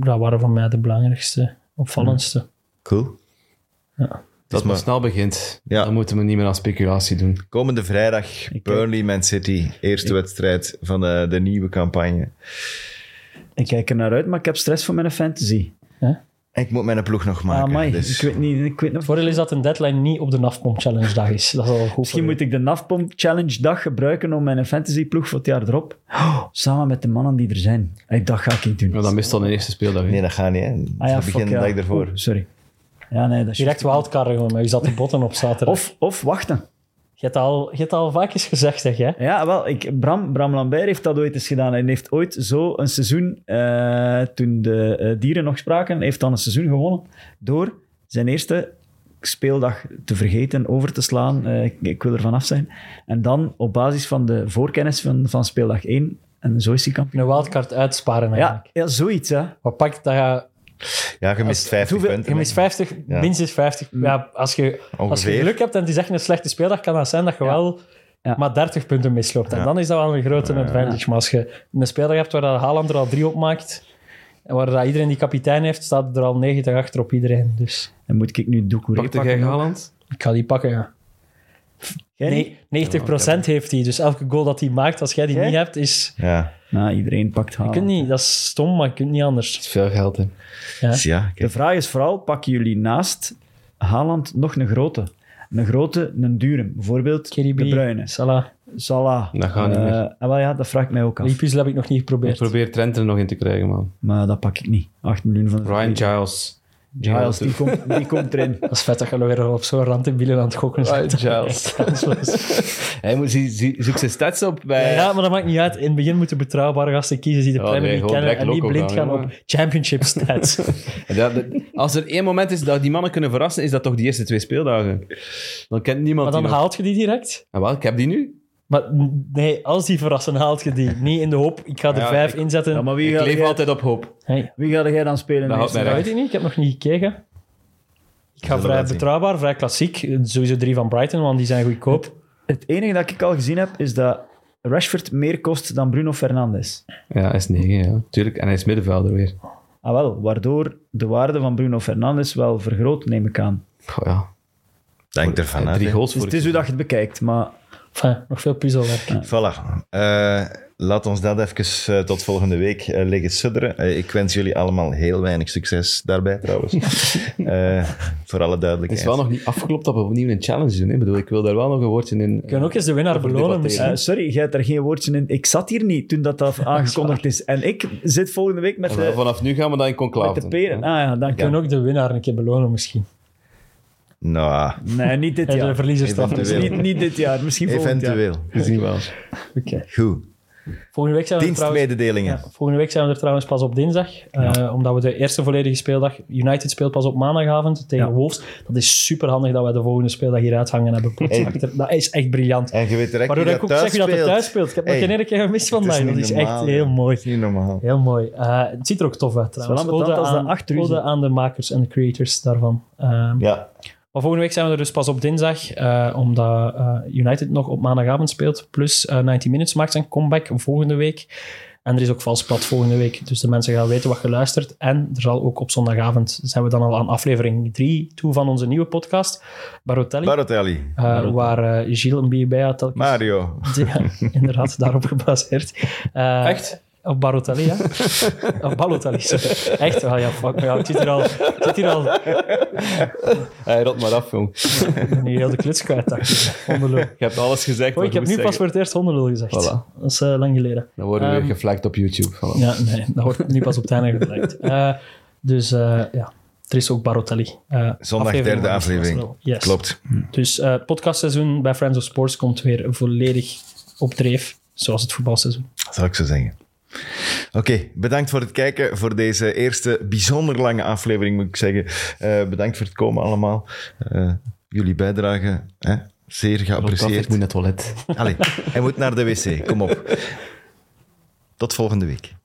Speaker 5: dat waren voor mij de belangrijkste, opvallendste.
Speaker 2: Cool.
Speaker 3: Dat het
Speaker 2: maar-
Speaker 3: snel begint,
Speaker 2: Ja.
Speaker 3: dan moeten we niet meer aan speculatie doen.
Speaker 2: Komende vrijdag,
Speaker 4: eh,
Speaker 2: Burnley, Man City. Eerste wedstrijd van de, de nieuwe campagne.
Speaker 4: Ik kijk er naar uit, maar ik heb stress voor mijn fantasy.
Speaker 2: Ah, Ik moet mijn ploeg nog
Speaker 4: Ah,
Speaker 2: maken. dus-
Speaker 4: ik weet niet. Ik weet nog,
Speaker 5: Het voordeel is dat een deadline niet op de NAFPOM Challenge dag is. Dat is al goed.
Speaker 4: misschien moet ik de NAFPOM Challenge dag gebruiken om mijn fantasy ploeg voor het jaar erop. Oh, samen met de mannen die er zijn. Ik dacht, ga ik niet doen.
Speaker 3: Maar dat mist dan de eerste speeldag. hè.
Speaker 2: Nee, dat gaat niet. Hè.
Speaker 4: Ah ja,
Speaker 2: het
Speaker 4: fuck,
Speaker 2: begin de
Speaker 4: ja.
Speaker 2: dag ervoor.
Speaker 4: Oeh, sorry. Ja, nee, dat is
Speaker 5: Direct wildcarden gewoon, maar je zat de botten op zaterdag.
Speaker 4: Of, of wachten.
Speaker 5: Je hebt al, je hebt al vaak eens gezegd, zeg hè?
Speaker 4: Ja, wel, ik, Bram, Bram Lambert heeft dat ooit eens gedaan. En heeft ooit zo een seizoen, eh, toen de eh, dieren nog spraken, heeft dan een seizoen gewonnen door zijn eerste speeldag te vergeten, over te slaan. Eh, ik, ik wil er vanaf zijn. En dan op basis van de voorkennis van, van speeldag 1, en zo is hij kampioen.
Speaker 5: een wildcard uitsparen
Speaker 4: Ja,
Speaker 5: eigenlijk.
Speaker 4: ja, zoiets, hè.
Speaker 5: Wat pakt dat je...
Speaker 2: Ja, je mist 50
Speaker 4: hoeveel-
Speaker 2: punten.
Speaker 5: Je mist 50,
Speaker 2: Ja.
Speaker 5: minstens 50.
Speaker 4: Mm.
Speaker 5: Ja, als, je, als je
Speaker 2: Ongeveer.
Speaker 5: geluk hebt en het is echt een slechte speeldag, kan dat zijn dat je wel
Speaker 4: Ja.
Speaker 5: maar 30 punten misloopt. En dan is dat wel een grote advantage. Maar als je een speeldag hebt waar dat Haaland er al drie op maakt, en waar dat iedereen die kapitein heeft, staat er al 90 achter op iedereen. Dus
Speaker 4: En moet ik nu Doucouré
Speaker 3: Pakte
Speaker 4: pakken?
Speaker 3: jij Haaland?
Speaker 5: ik ga die pakken, ja.
Speaker 4: Jij niet?
Speaker 5: Nee, 90% heeft hij. Dus elke goal dat hij maakt, als jij die
Speaker 4: Jij?
Speaker 5: niet hebt, is...
Speaker 2: Ja.
Speaker 4: Nou, iedereen pakt
Speaker 5: Je
Speaker 4: Haaland.
Speaker 5: kunt niet, dat is stom, maar je kunt niet anders.
Speaker 3: Dat is veel geld, hè.
Speaker 2: Dus ja, kijk.
Speaker 4: De vraag is vooral, pakken jullie naast Haaland nog een grote? Een grote, een dure. Bijvoorbeeld
Speaker 5: KDB,
Speaker 4: De Bruyne,
Speaker 5: Salah.
Speaker 4: Salah.
Speaker 3: Dat gaat niet meer.
Speaker 4: Eh, ah, wel ja, dat vraag ik mij ook af.
Speaker 5: Die puzzel heb ik nog niet
Speaker 3: Ik
Speaker 5: geprobeerd.
Speaker 3: probeer Trent er nog in te krijgen, man.
Speaker 4: Maar dat pak ik niet. 8 miljoen van de
Speaker 3: Ryan Giles.
Speaker 4: Giles, die komt, die komt erin.
Speaker 5: Dat is vet dat je nog weer op zo'n rand in Bielen aan het gokken
Speaker 3: Ryan
Speaker 5: bent.
Speaker 3: Giles. Hij moet, zie- zie- zoek zijn stats op bij...
Speaker 5: Ja, maar dat maakt niet uit. In het begin moeten betrouwbare gasten kiezen die de
Speaker 3: Ja,
Speaker 5: Premier
Speaker 3: nee,
Speaker 5: League
Speaker 3: gewoon
Speaker 5: kennen en
Speaker 3: direct
Speaker 5: niet
Speaker 3: loco
Speaker 5: blind
Speaker 3: gaan,
Speaker 5: gaan
Speaker 3: jongen.
Speaker 5: op championship stats.
Speaker 3: Dat- dat- als er één moment is dat die mannen kunnen verrassen, is dat toch die eerste twee speeldagen. Dan kent niemand
Speaker 5: maar dan
Speaker 3: die nog.
Speaker 5: haalt je die direct.
Speaker 3: Ah, wel, ik heb die nu.
Speaker 5: Maar n- nee, als die verrassen, haalt je die. Niet in de hoop, ik ga er
Speaker 3: Ja,
Speaker 5: vijf
Speaker 3: ik-
Speaker 5: inzetten.
Speaker 4: Ja, maar wie
Speaker 3: Ik
Speaker 4: ga,
Speaker 3: leef
Speaker 4: jij,
Speaker 3: altijd op hoop.
Speaker 5: Hey,
Speaker 4: wie ga jij dan spelen?
Speaker 3: Dat
Speaker 4: in
Speaker 3: houdt
Speaker 4: eerste?
Speaker 3: mij
Speaker 5: dat weet
Speaker 3: recht.
Speaker 5: ik niet, ik heb nog niet gekeken. Ik
Speaker 2: Zullen
Speaker 5: ga
Speaker 2: we
Speaker 5: vrij
Speaker 2: wel zien.
Speaker 5: betrouwbaar, vrij klassiek. Sowieso drie van Brighton, want die zijn goedkoop.
Speaker 4: Het enige dat ik al gezien heb, is dat Rashford meer kost dan Bruno Fernandes.
Speaker 3: Ja, hij is negen, ja. Tuurlijk. En hij is middenvelder weer.
Speaker 4: Ah wel, waardoor de waarde van Bruno Fernandes wel vergroot, neem ik aan.
Speaker 3: Goh, ja.
Speaker 2: Denk ervan uit.
Speaker 3: Drie
Speaker 2: hè.
Speaker 3: goals
Speaker 4: Dus
Speaker 3: voor
Speaker 4: het is hoe dat je het bekijkt, maar
Speaker 5: Enfin, nog veel puzzelwerk.
Speaker 2: Voilà. Eh, laat ons dat even eh, tot volgende week eh, liggen sudderen. Eh, ik wens jullie allemaal heel weinig succes daarbij, trouwens. Eh, voor alle
Speaker 3: Het is
Speaker 2: duidelijkheid.
Speaker 3: wel nog niet afgeklopt dat we opnieuw een challenge doen. Hè? Ik bedoel, ik wil daar wel nog een woordje in...
Speaker 5: We kunnen ook eens de winnaar
Speaker 3: Over
Speaker 5: belonen.
Speaker 3: debatteren.
Speaker 5: misschien.
Speaker 4: eh, sorry, jij hebt er geen woordje in. Ik zat hier niet toen dat, dat aangekondigd is. En ik zit volgende week met
Speaker 3: Wel,
Speaker 4: de,
Speaker 3: Vanaf nu gaan we dat in conclave
Speaker 4: met de
Speaker 3: doen,
Speaker 4: peren.
Speaker 3: hè.
Speaker 4: Ah ja, dank
Speaker 5: We kunnen ook de winnaar een keer belonen misschien.
Speaker 2: Nou,
Speaker 4: Nee, niet dit
Speaker 5: En de
Speaker 4: jaar.
Speaker 5: verliezer straft.
Speaker 2: Eventueel.
Speaker 4: Niet, niet dit jaar, misschien volgend jaar.
Speaker 2: eventueel.
Speaker 3: We zien wel.
Speaker 5: Oké.
Speaker 2: Goed.
Speaker 5: Volgende week zijn we er trouwens...
Speaker 2: Dienstmededelingen.
Speaker 5: Ja, volgende week zijn we er trouwens pas op dinsdag. eh, omdat we de eerste volledige speeldag... United speelt pas op maandagavond tegen
Speaker 4: Ja.
Speaker 5: Wolves. Dat is super handig dat wij de volgende speeldag hier uithangen hebben. plots
Speaker 2: Hey.
Speaker 5: achter. Dat is echt briljant.
Speaker 2: En je weet direct
Speaker 5: Waardoor
Speaker 2: wie
Speaker 5: ik ook zeg wie dat er thuis speelt. Ik heb nog
Speaker 2: Hey,
Speaker 5: geen ene keer gemist
Speaker 2: Het
Speaker 5: vandaag. Dat
Speaker 2: niet
Speaker 5: is
Speaker 2: normaal,
Speaker 5: echt heel
Speaker 2: hè.
Speaker 5: mooi.
Speaker 2: Het is niet normaal.
Speaker 5: Heel mooi. Eh, het ziet er ook tof uit trouwens.
Speaker 4: ambetant
Speaker 5: Ode
Speaker 4: als dat
Speaker 5: aan,
Speaker 4: achter u
Speaker 5: ode
Speaker 4: zit.
Speaker 5: aan de makers en de creators daarvan. Ehm,
Speaker 2: Ja.
Speaker 5: maar volgende week zijn we er dus pas op dinsdag, eh, omdat eh, United nog op maandagavond speelt. Plus eh 90 Minutes maakt zijn comeback volgende week. En er is ook vals plat volgende week, dus de mensen gaan weten wat geluisterd. En er zal ook op zondagavond, zijn we dan al aan aflevering 3 toe van onze nieuwe podcast, Barotelli.
Speaker 2: Barotelli.
Speaker 5: eh, waar eh Gilles een bij had telkens...
Speaker 2: Mario.
Speaker 5: Ja, inderdaad, daarop gebaseerd. Eh,
Speaker 3: Echt?
Speaker 5: Op Barotelli, ja. of Balotelli, sorry. Echt? Ah ja, fuck. Ja, het zit hier al, het zit hier al
Speaker 3: Hey, rot maar af, jong.
Speaker 5: Ik ben nu heel de kluts kwijt, dacht ik. Hondenlul.
Speaker 3: Je hebt alles gezegd.
Speaker 5: Oh,
Speaker 3: wat
Speaker 5: ik heb
Speaker 3: je
Speaker 5: nu
Speaker 3: moest
Speaker 5: pas
Speaker 3: zeggen.
Speaker 5: voor het eerst hondenlul gezegd.
Speaker 3: Voilà.
Speaker 5: Dat is eh, lang geleden.
Speaker 3: Dan worden we
Speaker 5: Ehm,
Speaker 3: weer geflagd op YouTube. Voilà.
Speaker 5: Ja, nee, dat wordt nu pas op het einde gebruikt. Eh, dus eh, ja, er is ook Barotelli. Eh,
Speaker 2: Zondag derde
Speaker 5: van
Speaker 2: aflevering.
Speaker 5: Barotelli. Yes.
Speaker 2: Klopt.
Speaker 5: Dus eh, het podcastseizoen bij Friends of Sports komt weer volledig op dreef, zoals het voetbalseizoen.
Speaker 2: Zou ik zo zeggen. Oké, bedankt voor het kijken voor deze eerste bijzonder lange aflevering, moet ik zeggen. Eh, bedankt voor het komen allemaal. Eh, jullie bijdrage, hè? zeer
Speaker 3: Ik
Speaker 2: geapprecieerd.
Speaker 3: moet naar het toilet.
Speaker 2: Allee, hij moet naar de wc, kom op. Tot volgende week.